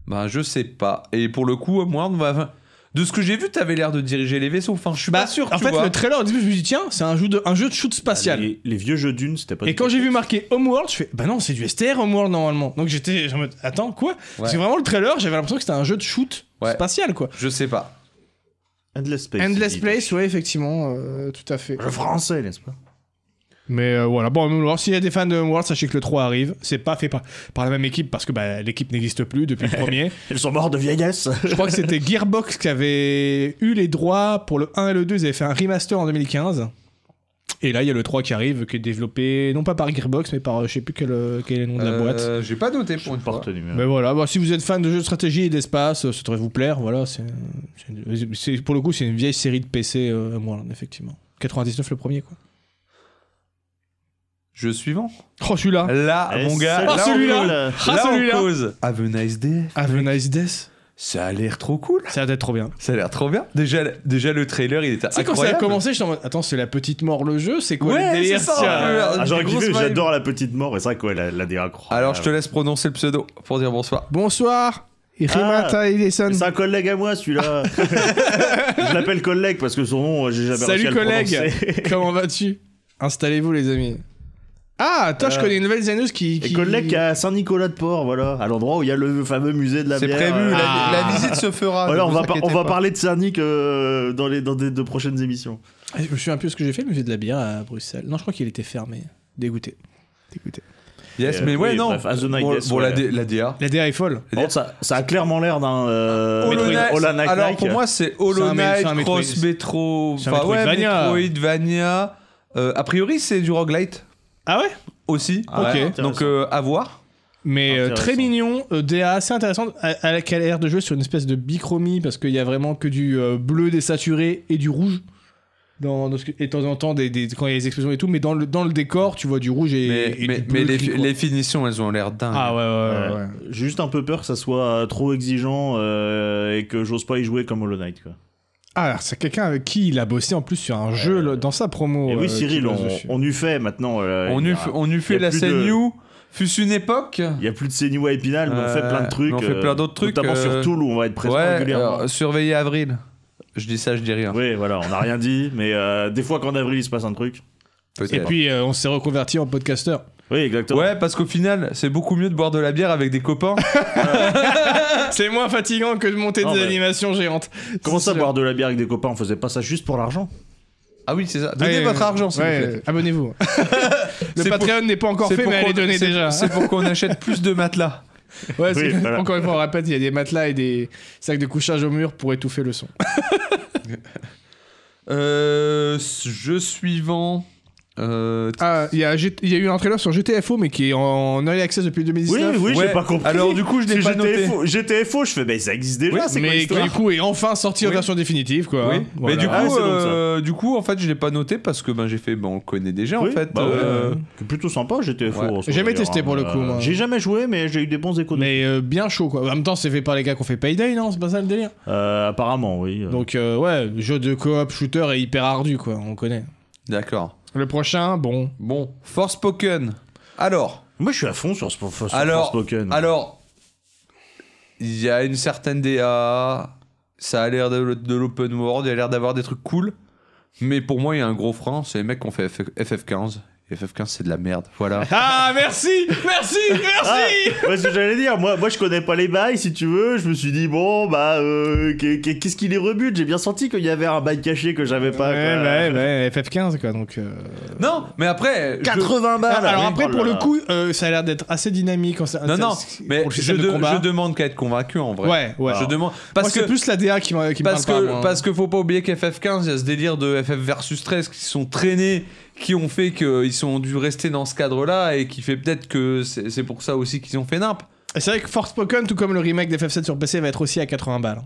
S2: Bah je sais pas. Et pour le coup, Homeworld va. enfin, De ce que j'ai vu, t'avais l'air de diriger les vaisseaux. Enfin, je suis pas sûr.
S1: Bah, en
S2: tu
S1: fait,
S2: vois.
S1: le trailer, au début, je me dis, tiens, c'est un jeu de, un jeu de shoot spatial.
S3: les, les vieux jeux d'une, c'était pas.
S1: Et
S3: du
S1: quand j'ai
S3: 4X.
S1: vu marqué Homeworld, je fais, bah non, c'est du STR Homeworld normalement. Donc j'étais en mode, attends, quoi Parce que
S2: Ouais.
S1: vraiment, le trailer, j'avais l'impression que c'était un jeu de shoot
S2: Ouais.
S1: spatial, quoi.
S2: Je sais pas.
S3: Endless Space.
S1: Endless
S3: il dit.
S1: Place, ouais, effectivement, euh, tout à fait.
S3: Le français, n'est-ce pas
S1: Mais euh, voilà, bon, Homeworld, s'il y a des fans de Homeworld, sachez que le 3 arrive. C'est pas fait par, par la même équipe parce que bah, l'équipe n'existe plus depuis le premier.
S3: Ils sont morts de vieillesse.
S1: Je crois que c'était Gearbox qui avait eu les droits pour le 1 et le 2. Ils avaient fait un remaster en 2015. Et là, il y a le 3 qui arrive, qui est développé non pas par Gearbox, mais par euh, je sais plus quel, euh, quel est le nom de la
S2: Euh,
S1: boîte.
S2: J'ai pas noté pour une fois.
S3: Porte numéro.
S1: Mais voilà, bah, si vous êtes fan de jeux de stratégie et d'espace, euh, ça devrait vous plaire. Voilà, c'est, c'est- c'est- pour le coup, c'est une vieille série de PC, euh, moi, effectivement. 99 le premier, quoi.
S2: Jeu suivant.
S1: Oh, celui-là.
S2: Là,
S3: Allez,
S2: mon gars.
S3: salut.
S1: Ah,
S2: là, on-
S1: celui-là.
S3: là,
S1: Ah,
S2: là, on
S1: celui-là.
S2: cause. Have a nice day.
S1: Have a nice death.
S2: Ça a l'air trop cool.
S1: Ça a être trop bien.
S2: Ça a l'air trop bien. Déjà, déjà le trailer, il était
S1: Tu sais, quand ça a
S2: incroyable.
S1: commencé, j'étais en mode Attends, c'est la petite mort le jeu C'est quoi
S2: Ouais,
S1: le délire
S2: c'est ça,
S1: tiens
S2: ouais.
S3: Ah, j'aurais
S2: Grosse
S3: kiffé,
S2: vibe.
S3: j'adore la petite mort. Et c'est vrai que ouais, la, la DA incroyable.
S1: Ah
S2: Alors, je te laisse prononcer le pseudo pour dire bonsoir.
S1: Bonsoir,
S3: Ah.
S1: Rimata Ileson.
S3: C'est un collègue à moi, celui-là. je l'appelle collègue parce que son nom, euh, j'ai jamais
S1: Salut
S3: réussi à le
S1: collègue
S3: prononcer.
S1: Comment vas-tu Installez-vous les amis. Ah, toi, je
S3: Euh,
S1: connais une nouvelle zaneuse qui.
S3: Et
S1: qui-
S3: Colec à Saint-Nicolas-de-Port, voilà, à l'endroit où il y a le fameux musée de la
S2: C'est
S3: bière. euh.
S2: prévu, la,
S1: Ah.
S2: la visite se fera.
S3: Voilà,
S2: ne
S3: on
S2: vous
S3: va, par- on
S2: inquiétez
S3: va
S2: pas.
S3: parler de Saint-Nic euh, dans, les, dans des deux prochaines émissions.
S1: Ah, Je me souviens plus de ce que j'ai fait, le musée de la bière à Bruxelles. Non, je crois qu'il était fermé. Dégoûté. Dégoûté.
S2: Yes,
S3: Euh,
S2: mais ouais,
S3: oui,
S2: non.
S3: bref, As the Night
S2: Bon,
S3: Gets,
S2: bon,
S3: ouais.
S2: la, D- la DA.
S1: La DA est folle.
S3: Par contre, ça, ça a clairement l'air d'un. euh,
S2: Hollow
S3: Metroid-
S2: Knight-
S3: Hollow Knight
S2: alors
S3: Like.
S2: pour moi c'est Hollow
S1: C'est un- c'est
S2: Knight,
S1: un Metroid-
S2: Cross Metro,
S1: c'est un
S2: enfin ouais,
S1: Metroidvania.
S2: Metroidvania. Euh, a priori c'est du roguelite
S1: Ah ouais
S2: aussi,
S3: Ah
S1: ok.
S3: ouais,
S1: Donc,
S3: intéressant.
S2: donc euh, à voir.
S1: Mais euh,
S3: Intéressant.
S1: très mignon, euh, DA assez intéressante, à, à la qu'elle a l'air de jouer sur une espèce de bichromie parce qu'il y a vraiment que du euh, bleu désaturé et du rouge. Dans, dans ce que- et de temps en temps, des, des- quand il y a les explosions et tout, mais dans le, dans le décor, tu vois du rouge et,
S2: Mais,
S1: et
S2: mais,
S1: du bleu
S2: mais les,
S1: gris, quoi.
S2: les finitions elles ont l'air dingues.
S1: Ah ouais, ouais,
S2: euh,
S1: ouais,
S3: Ouais.
S1: ouais.
S3: J'ai juste un peu peur que ça soit euh, trop exigeant euh, et que j'ose pas y jouer comme Hollow Knight. Quoi.
S1: Ah, alors, c'est quelqu'un avec qui il a bossé en plus sur un jeu le- dans sa promo.
S3: et oui,
S1: euh, qui
S3: Cyril,
S1: bosse
S3: on,
S1: dessus.
S3: on eût fait maintenant. euh,
S2: On
S3: il y
S2: eût
S3: a-
S2: f- on eût
S3: y
S2: fait
S3: a
S2: la
S3: plus de-
S2: CNU, fut une époque.
S3: Il n'y a plus de Senua et Pinal, mais on fait
S2: Euh,
S3: plein de trucs.
S2: mais on fait
S3: euh,
S2: plein d'autres trucs,
S3: Notamment
S2: euh,
S3: sur Toul où on va être présent
S2: Ouais,
S3: régulièrement.
S2: alors, euh, surveillez avril. Je dis ça, je dis rien.
S3: Oui, voilà, on n'a rien dit, mais euh, des fois qu'en avril il se passe un truc.
S2: Peut-être.
S1: Et puis, euh, on s'est reconverti en podcasteur.
S3: Oui, exactement.
S2: Ouais, parce qu'au final, c'est beaucoup mieux de boire de la bière avec des copains.
S1: Ah, C'est moins fatigant que de monter
S3: Non,
S2: Ah,
S1: des
S3: mais-
S1: animations géantes.
S3: Comment
S1: C'est
S3: ça,
S1: sûr.
S3: boire de la bière avec des copains On faisait pas ça juste pour l'argent
S2: ah oui, c'est ça. Donnez
S1: Ouais,
S2: votre argent, s'il
S1: ouais,
S2: vous plaît.
S1: Abonnez-vous. le
S2: C'est pour-
S1: Patreon n'est pas encore
S2: C'est
S1: fait,
S2: pour
S1: mais allez
S2: qu'on-
S1: donner
S2: c'est-
S1: déjà.
S3: hein.
S2: C'est pour qu'on achète plus de matelas.
S1: Ouais, c'est-
S3: Oui, voilà.
S1: Encore une fois, on répète, il y a des matelas et des sacs de couchage au mur pour étouffer le son.
S2: Euh, jeu suivant. Euh,
S1: Ah, il y, a G- il y a eu un trailer sur GTFO, mais qui est en early access depuis 2019.
S3: Oui, j'ai
S2: ouais.
S3: pas compris.
S2: Alors du coup, je n'ai
S3: Si
S2: pas noté.
S3: GTFO, GTFO, je fais, mais ça existe déjà,
S2: Oui,
S3: c'est quoi
S1: mais qui
S3: l'histoire
S1: du coup est enfin sorti en
S2: Oui.
S1: version définitive, quoi.
S2: Oui.
S1: hein.
S2: Mais
S1: Voilà.
S2: du coup,
S3: Ah, c'est donc ça.
S2: euh, du coup, en fait, je l'ai pas noté parce que ben j'ai fait, ben on le connaît déjà en
S3: Oui,
S2: fait.
S3: bah ouais.
S2: euh,
S3: C'est plutôt sympa, GTFO.
S2: Ouais.
S3: en soi,
S1: J'ai jamais
S3: d'ailleurs,
S1: testé
S3: hein,
S1: pour le
S3: mais,
S1: coup,
S3: euh,
S1: moi.
S3: J'ai jamais joué, mais j'ai eu des bons échos.
S1: Mais euh, bien chaud, quoi. En même temps, c'est fait par les gars qui ont fait Payday, non C'est pas ça le délire
S3: Euh, apparemment, oui.
S1: Donc, euh, ouais, jeu de coop, shooter et hyper ardu, quoi. On connaît.
S2: D'accord.
S1: Le prochain, bon.
S2: Bon, Forspoken. Alors,
S3: Moi, je suis à fond sur, ce sur
S2: alors,
S3: Forspoken.
S2: alors, il y a une certaine DA. Ça a l'air de, de l'open world. Il a l'air d'avoir des trucs cool. Mais pour moi, il y a un gros frein. C'est les mecs qui ont fait FF, 15 FF15, c'est de la merde. Voilà.
S1: Ah, merci Merci
S3: Ah,
S1: Merci
S3: ouais, c'est ce que j'allais dire, moi, moi je connais pas les bails si tu veux, je me suis dit bon bah euh, qu'est- qu'est- qu'est-ce qu'il les rebute, j'ai bien senti qu'il y avait un bail caché que j'avais pas. quoi.
S1: Ouais, ouais, ouais, FF15, quoi. Donc. euh,
S2: non, mais après. je-
S3: 80 balles.
S1: Alors
S3: oui.
S1: après,
S3: Oh
S1: pour
S3: là
S1: le
S3: là.
S1: coup, euh, ça a l'air d'être assez dynamique. En... ça-
S2: Non, non,
S1: ça-
S2: mais
S1: pour le
S2: je,
S1: système de
S2: de-
S1: combat.
S2: je demande qu'à être convaincu en vrai.
S1: Ouais, ouais.
S2: Je demande. Parce
S1: Moi,
S2: que
S1: c'est plus la DA qui me qui me
S2: Parce
S1: parle hein.
S2: que,
S1: pas, moi.
S2: parce que faut pas oublier qu'FF15, il y a ce délire de FF versus 13 qui sont traînés, qui ont fait qu'ils sont dû rester dans ce cadre-là et qui fait peut-être que c'est c'est pour ça aussi qu'ils ont fait nimp.
S1: Et C'est vrai que Forspoken, tout comme le remake d'FF7 sur PC, va être aussi à 80 balles.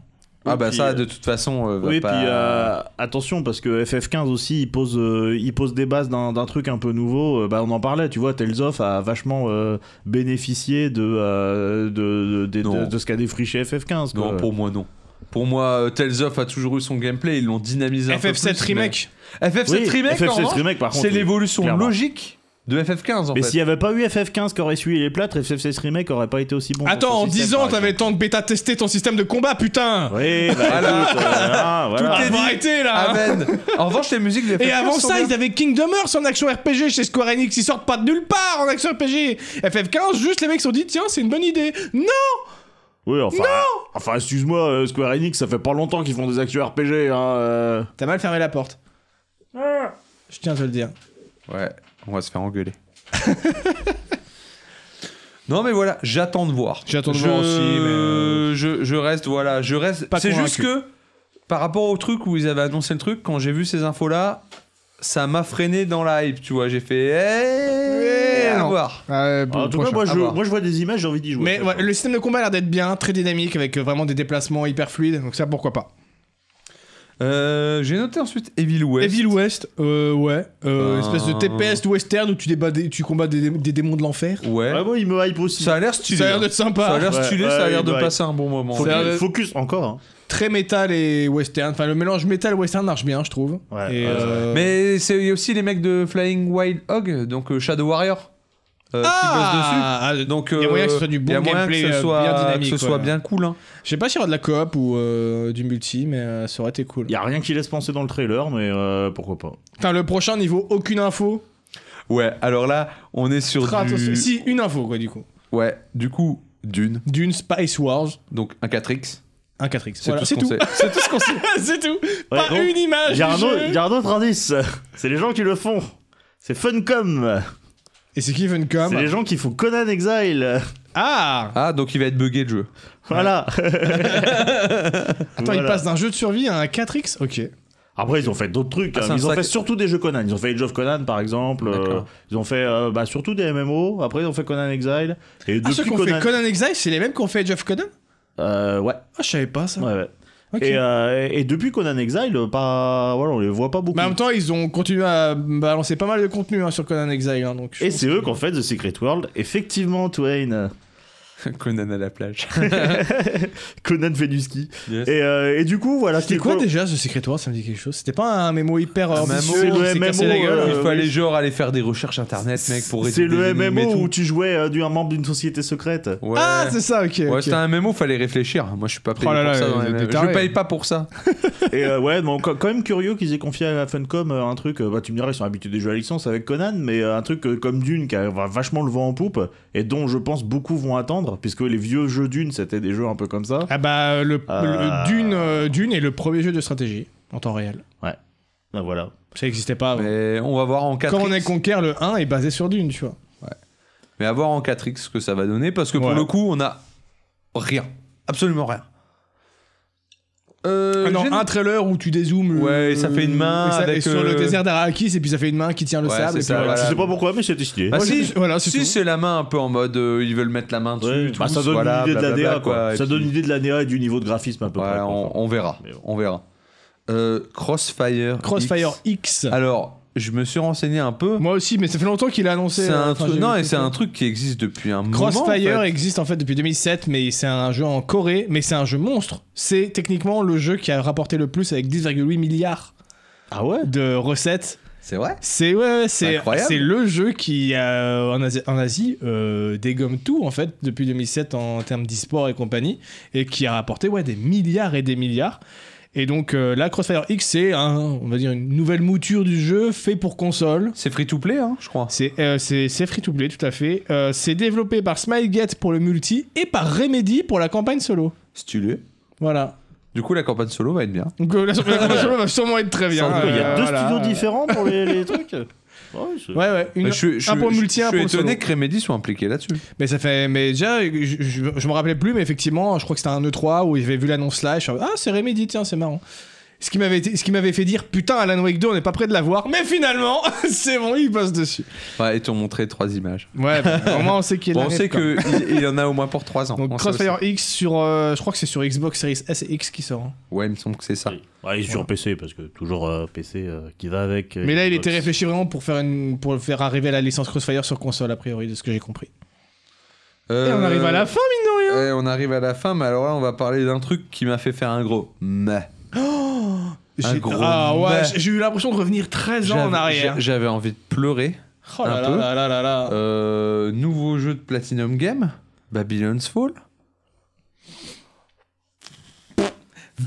S2: Ah
S3: Oui,
S2: bah
S3: puis,
S2: ça,
S3: euh,
S2: de toute façon, euh, va
S3: Oui,
S2: pas-
S3: puis euh, attention parce que FF15 aussi, il pose, euh, il pose des bases d'un d'un truc un peu nouveau. Euh, bah, on en parlait, tu vois, Tales of a vachement euh, bénéficié de, euh, de, de, de-
S2: Non.
S3: de- de ce qu'a défriché FF15. quoi.
S2: Non, pour moi, non. Pour moi, euh, Tales of a toujours eu son gameplay, ils l'ont dynamisé un peu
S1: FF7
S2: plus,
S1: remake.
S2: mais- FF7
S3: Oui,
S2: Remake, en
S3: FF7
S2: revanche,
S3: remake, par contre.
S2: c'est
S3: oui.
S2: l'évolution
S3: clairement.
S2: logique de FF15 en
S3: Mais
S2: fait.
S3: s'il n'y avait pas eu FF15 qui aurait essuyé les plâtres, FF16 Remake aurait pas été aussi bon. pour
S1: Attends,
S3: ce
S1: en
S3: système,
S1: 10 ans,
S3: par
S1: t'avais le
S3: exemple.
S1: temps de bêta-tester ton système de combat, putain
S3: Oui, bah
S2: Voilà.
S3: écoute, euh, voilà, voilà.
S1: Ah,
S2: est
S1: faut
S2: dit.
S1: arrêter, là hein.
S2: Amen. en revanche, les musiques de FF15
S1: Et avant
S2: sont
S1: ça,
S2: bien.
S1: ils avaient Kingdom Hearts en action RPG chez Square Enix, ils sortent pas de nulle part en action RPG FF15, juste les mecs se sont dit, tiens, c'est une bonne idée Non
S3: Oui, enfin, enfin excuse-moi, euh, Square Enix, ça fait pas longtemps qu'ils font des actions RPG. Hein, euh.
S1: T'as mal fermé la porte. Ah. Je tiens à te le dire.
S2: Ouais, on va se faire engueuler. non mais voilà, j'attends de voir.
S1: J'attends de
S2: Je-
S1: voir aussi, mais, euh,
S2: Je, je reste, voilà, je reste...
S1: Pas
S2: C'est juste
S1: convaincu.
S2: que, par rapport au truc où ils avaient annoncé le truc, quand j'ai vu ces infos-là, ça m'a freiné dans la hype, tu vois. J'ai fait... Eh,
S1: Eh,
S2: à
S1: non.
S2: voir.
S3: en tout cas, moi je,
S2: à voir.
S3: moi, je vois des images, j'ai envie d'y jouer.
S1: Mais ouais, le système de combat a l'air d'être bien, très dynamique, avec euh, vraiment des déplacements hyper fluides, donc ça pourquoi pas.
S2: Euh, j'ai noté ensuite Evil West.
S1: Evil West, euh, ouais, euh,
S2: Euh,
S1: espèce de TPS de western où tu, débats des- tu combats des, des démons de l'enfer.
S2: Ouais.
S3: Vraiment, il me hype aussi.
S2: Ça a l'air stylé.
S1: Ça a l'air
S2: hein.
S1: d'être
S2: Ça a
S1: sympa,
S2: l'air
S3: Ouais,
S2: stylé, ça a
S3: ouais,
S2: l'air de
S3: ouais.
S2: passer un bon moment.
S3: Faut-
S1: Ça a
S3: euh,
S1: l'air-
S3: Focus encore. hein.
S1: très métal et western. Enfin, le mélange métal western marche bien, je trouve.
S3: Ouais,
S1: Et,
S3: ouais,
S1: euh,
S2: Mais c'est il y a aussi les mecs de Flying Wild Hog, donc euh, Shadow Warrior, euh, qui bossent dessus.
S1: ah, ah,
S2: Donc,
S1: Il y a moyen que ce
S2: euh,
S1: soit du bon
S2: il y a moyen
S1: gameplay,
S2: que
S1: euh,
S2: ce soit,
S1: bien dynamique,
S2: que ce soit
S1: ouais.
S2: bien cool. hein.
S1: je sais pas s'il y aura de la coop ou euh, du multi, mais euh, ça aurait été cool.
S3: Il y a rien qui laisse penser dans le trailer, mais euh, pourquoi pas.
S1: Putain, le prochain niveau, aucune info.
S2: Ouais, alors là, on est sur
S1: Tra-
S2: du...
S1: Si, une info, quoi, du coup.
S2: Ouais, du coup, Dune,
S1: D'une Spice Wars,
S2: donc un 4X.
S1: un 4X.
S2: C'est
S1: Voilà,
S2: tout
S1: c'est
S2: ce qu'on
S1: tout.
S2: sait. C'est tout ce qu'on sait.
S1: c'est tout.
S3: Ouais,
S1: Pas
S3: donc,
S1: une image.
S3: Il y, a
S1: du
S3: un autre-
S1: jeu.
S3: il y a un autre indice. C'est les gens qui le font. C'est Funcom.
S1: Et c'est qui
S3: C'est
S1: Funcom
S3: les gens qui font Conan Exile.
S1: Ah
S2: Ah, donc il va être buggé le jeu.
S3: Voilà.
S1: Attends,
S3: Voilà.
S1: il passe d'un jeu de survie à un 4X Ok. Ah,
S3: Après, ils ont fait d'autres trucs.
S2: Ah,
S3: hein.
S2: c'est un
S3: Ils ont
S2: sac-
S3: fait surtout des jeux Conan. Ils ont fait Age of Conan, par exemple. Euh,
S2: D'accord.
S3: ils ont fait euh, bah, surtout des MMO. Après, ils ont fait Conan Exile. Et
S1: Ah,
S3: depuis
S1: ceux qu'on fait Conan Exile, c'est les mêmes qu'on fait Age of Conan
S3: Euh, ouais.
S1: Ah, je savais pas ça.
S3: ouais, ouais.
S1: Ok.
S3: Et, euh, et- et depuis Conan Exile, euh, pas... voilà, on les voit pas beaucoup.
S1: Mais en même temps, ils ont continué à balancer pas mal de contenu hein, sur Conan Exile. hein, donc je
S3: et
S1: pense
S3: c'est
S1: que-
S3: eux qui ont fait The Secret World. Effectivement, Twain.
S2: Conan à la plage.
S3: Conan fait du ski.
S2: Yes.
S3: Et, euh, et du coup, voilà.
S1: C'était quoi déjà ce Secret Wars Ça me dit quelque chose. C'était pas un mémo hyper
S2: Un
S1: ambitieux
S2: MMO,
S1: qui
S3: c'est
S1: s'est
S3: le
S1: cassé
S3: MMO,
S1: la gueule
S2: Il
S3: euh,
S2: fallait genre aller faire des recherches internet, mec, pour
S3: C'est
S2: résoudre
S3: le
S2: des énigmes et
S3: MMO où
S2: tout.
S3: tu jouais euh, du un membre d'une société secrète.
S2: Ouais.
S1: Ah, c'est ça, ok.
S2: Ouais,
S1: ok.
S2: c'était un MMO, fallait réfléchir. Moi, je suis pas payé
S1: Oh là
S2: pour
S1: là,
S2: ça. dans
S1: vous
S2: les
S1: êtes
S2: MMO.
S1: des
S2: je
S1: tarés.
S2: paye pas pour ça.
S3: Et euh, ouais, bon, quand quand même curieux qu'ils aient confié à Funcom euh, un truc. euh, bah, tu me diras, ils sont habitués des jeux à licence avec Conan, mais euh, un truc euh, comme Dune qui a va vachement le vent en poupe et dont je pense beaucoup vont attendre, puisque les vieux jeux Dune c'était des jeux un peu comme ça.
S1: Ah bah, le,
S3: Ah.
S1: le- Dune, euh, Dune est le premier jeu de stratégie en temps réel.
S3: Ah, voilà.
S1: Ça n'existait pas avant.
S2: Mais on va voir en 4X.
S1: Ah Quand on est conquer, le 1 est basé sur Dune, tu vois.
S2: Mais à voir en 4X ce que ça va donner, parce que pour
S1: Ouais.
S2: le coup, on a rien. Absolument rien. Euh,
S1: Ah non,
S2: j'ai-
S1: un trailer où tu dézoomes. le-
S2: Ouais, et ça fait une main
S1: et ça- et
S2: avec,
S1: sur
S2: euh,
S1: le désert d'Arakis, et puis ça fait une main qui tient le
S2: Ouais, c'est
S1: sable. et puis
S2: ça,
S1: voilà.
S2: voilà.
S3: Euh, Je sais pas pourquoi, mais c'était stylé.
S2: Ah,
S1: Moi,
S2: si,
S1: j'ai- voilà, c'est
S2: si
S1: tout.
S2: c'est la main un peu en mode euh, ils veulent mettre la main dessus.
S3: Ouais,
S2: tous,
S3: bah, ça donne
S2: voilà,
S3: une idée de la
S2: blablabla,
S3: DA, quoi.
S2: et
S3: Ça
S2: puis-
S3: donne une idée de la DA et du niveau de graphisme à peu
S2: Ouais,
S3: près. quoi.
S2: on, on verra.
S3: Mais bon.
S2: On verra. Euh, Crossfire.
S1: Crossfire
S2: X.
S1: X.
S2: Alors, je me suis renseigné un peu.
S1: Moi aussi, mais ça fait longtemps qu'il a annoncé.
S2: C'est
S1: euh,
S2: un
S1: enfin,
S2: truc.
S1: j'ai
S2: Non,
S1: vu
S2: et
S1: tout
S2: c'est
S1: ça.
S2: un truc qui existe depuis un moment.
S1: Crossfire
S2: en fait.
S1: existe en fait depuis 2007, mais c'est un jeu en Corée, mais c'est un jeu monstre. C'est techniquement le jeu qui a rapporté le plus avec 10,8 milliards
S3: Ah ouais
S1: de recettes.
S2: C'est vrai.
S1: C'est ouais, ouais, c'est
S2: Incroyable.
S1: c'est le jeu qui euh, en Asie, en Asie, euh, dégomme tout en fait depuis 2007 en termes d'e-sport et compagnie et qui a rapporté ouais des milliards et des milliards. Et donc euh, là, Crossfire X, c'est un, on va dire une nouvelle mouture du jeu fait pour console.
S2: C'est free to play, hein, je crois.
S1: C'est euh, c'est- c'est free to play, tout à fait. Euh, c'est développé par Smilegate pour le multi et par Remedy pour la campagne solo.
S2: Stylé.
S1: Voilà.
S2: Du coup, la campagne solo va être bien.
S1: Donc euh, la, la campagne solo va sûrement être très bien.
S2: Sans doute,
S3: Il y a
S1: Euh,
S3: deux
S1: voilà.
S3: studios différents pour les, les trucs. Ouais, c'est-
S1: Ouais, ouais. Une-
S2: Bah, je, je-
S1: un pour le
S2: je-
S1: multi,
S2: je
S1: un
S2: suis
S1: pour le
S2: étonné
S1: solo.
S2: que Remedy soit impliqué là-dessus.
S1: Mais ça fait. Mais déjà, je, je, je me rappelais plus, mais effectivement, je crois que c'était un E3 où j'avais vu l'annonce là et je suis en mode, Ah, c'est Remedy, tiens, c'est marrant. Ce qui m'avait été- ce qui m'avait fait dire Putain, Alan Wake 2, on n'est pas près de l'avoir, mais finalement, c'est bon, il passe dessus.
S2: Ouais, et t'ont montré trois images.
S1: Ouais, bah, au moins on sait qu'il est
S2: Bon, on sait qu'il il y en a au moins pour trois ans.
S1: Donc
S2: On sait
S1: Crossfire
S2: aussi.
S1: X sur. euh, je crois que c'est sur Xbox Series S et X qui sort. hein.
S2: Ouais, il me semble que c'est ça.
S3: Ouais, et sur PC, parce que toujours euh, PC euh, qui va avec. euh,
S1: Mais là, il était
S3: Xbox.
S1: réfléchi vraiment pour faire, une, pour faire arriver la licence Crossfire sur console, a priori, de ce que j'ai compris. Et on
S2: Euh,
S1: arrive à la fin, mine de rien.
S2: Ouais, on arrive à la fin, mais alors là, on va parler d'un truc qui m'a fait faire un gros. Mais un
S1: J'ai-
S2: Euh, gros
S1: ah ouais,
S2: mais.
S1: j'ai- j'ai eu l'impression de revenir 13 ans en arrière.
S2: J'avais envie de pleurer.
S1: Oh
S2: un
S1: là
S2: peu.
S1: là là là là là.
S2: Euh, nouveau jeu de Platinum Game, Babylon's Fall.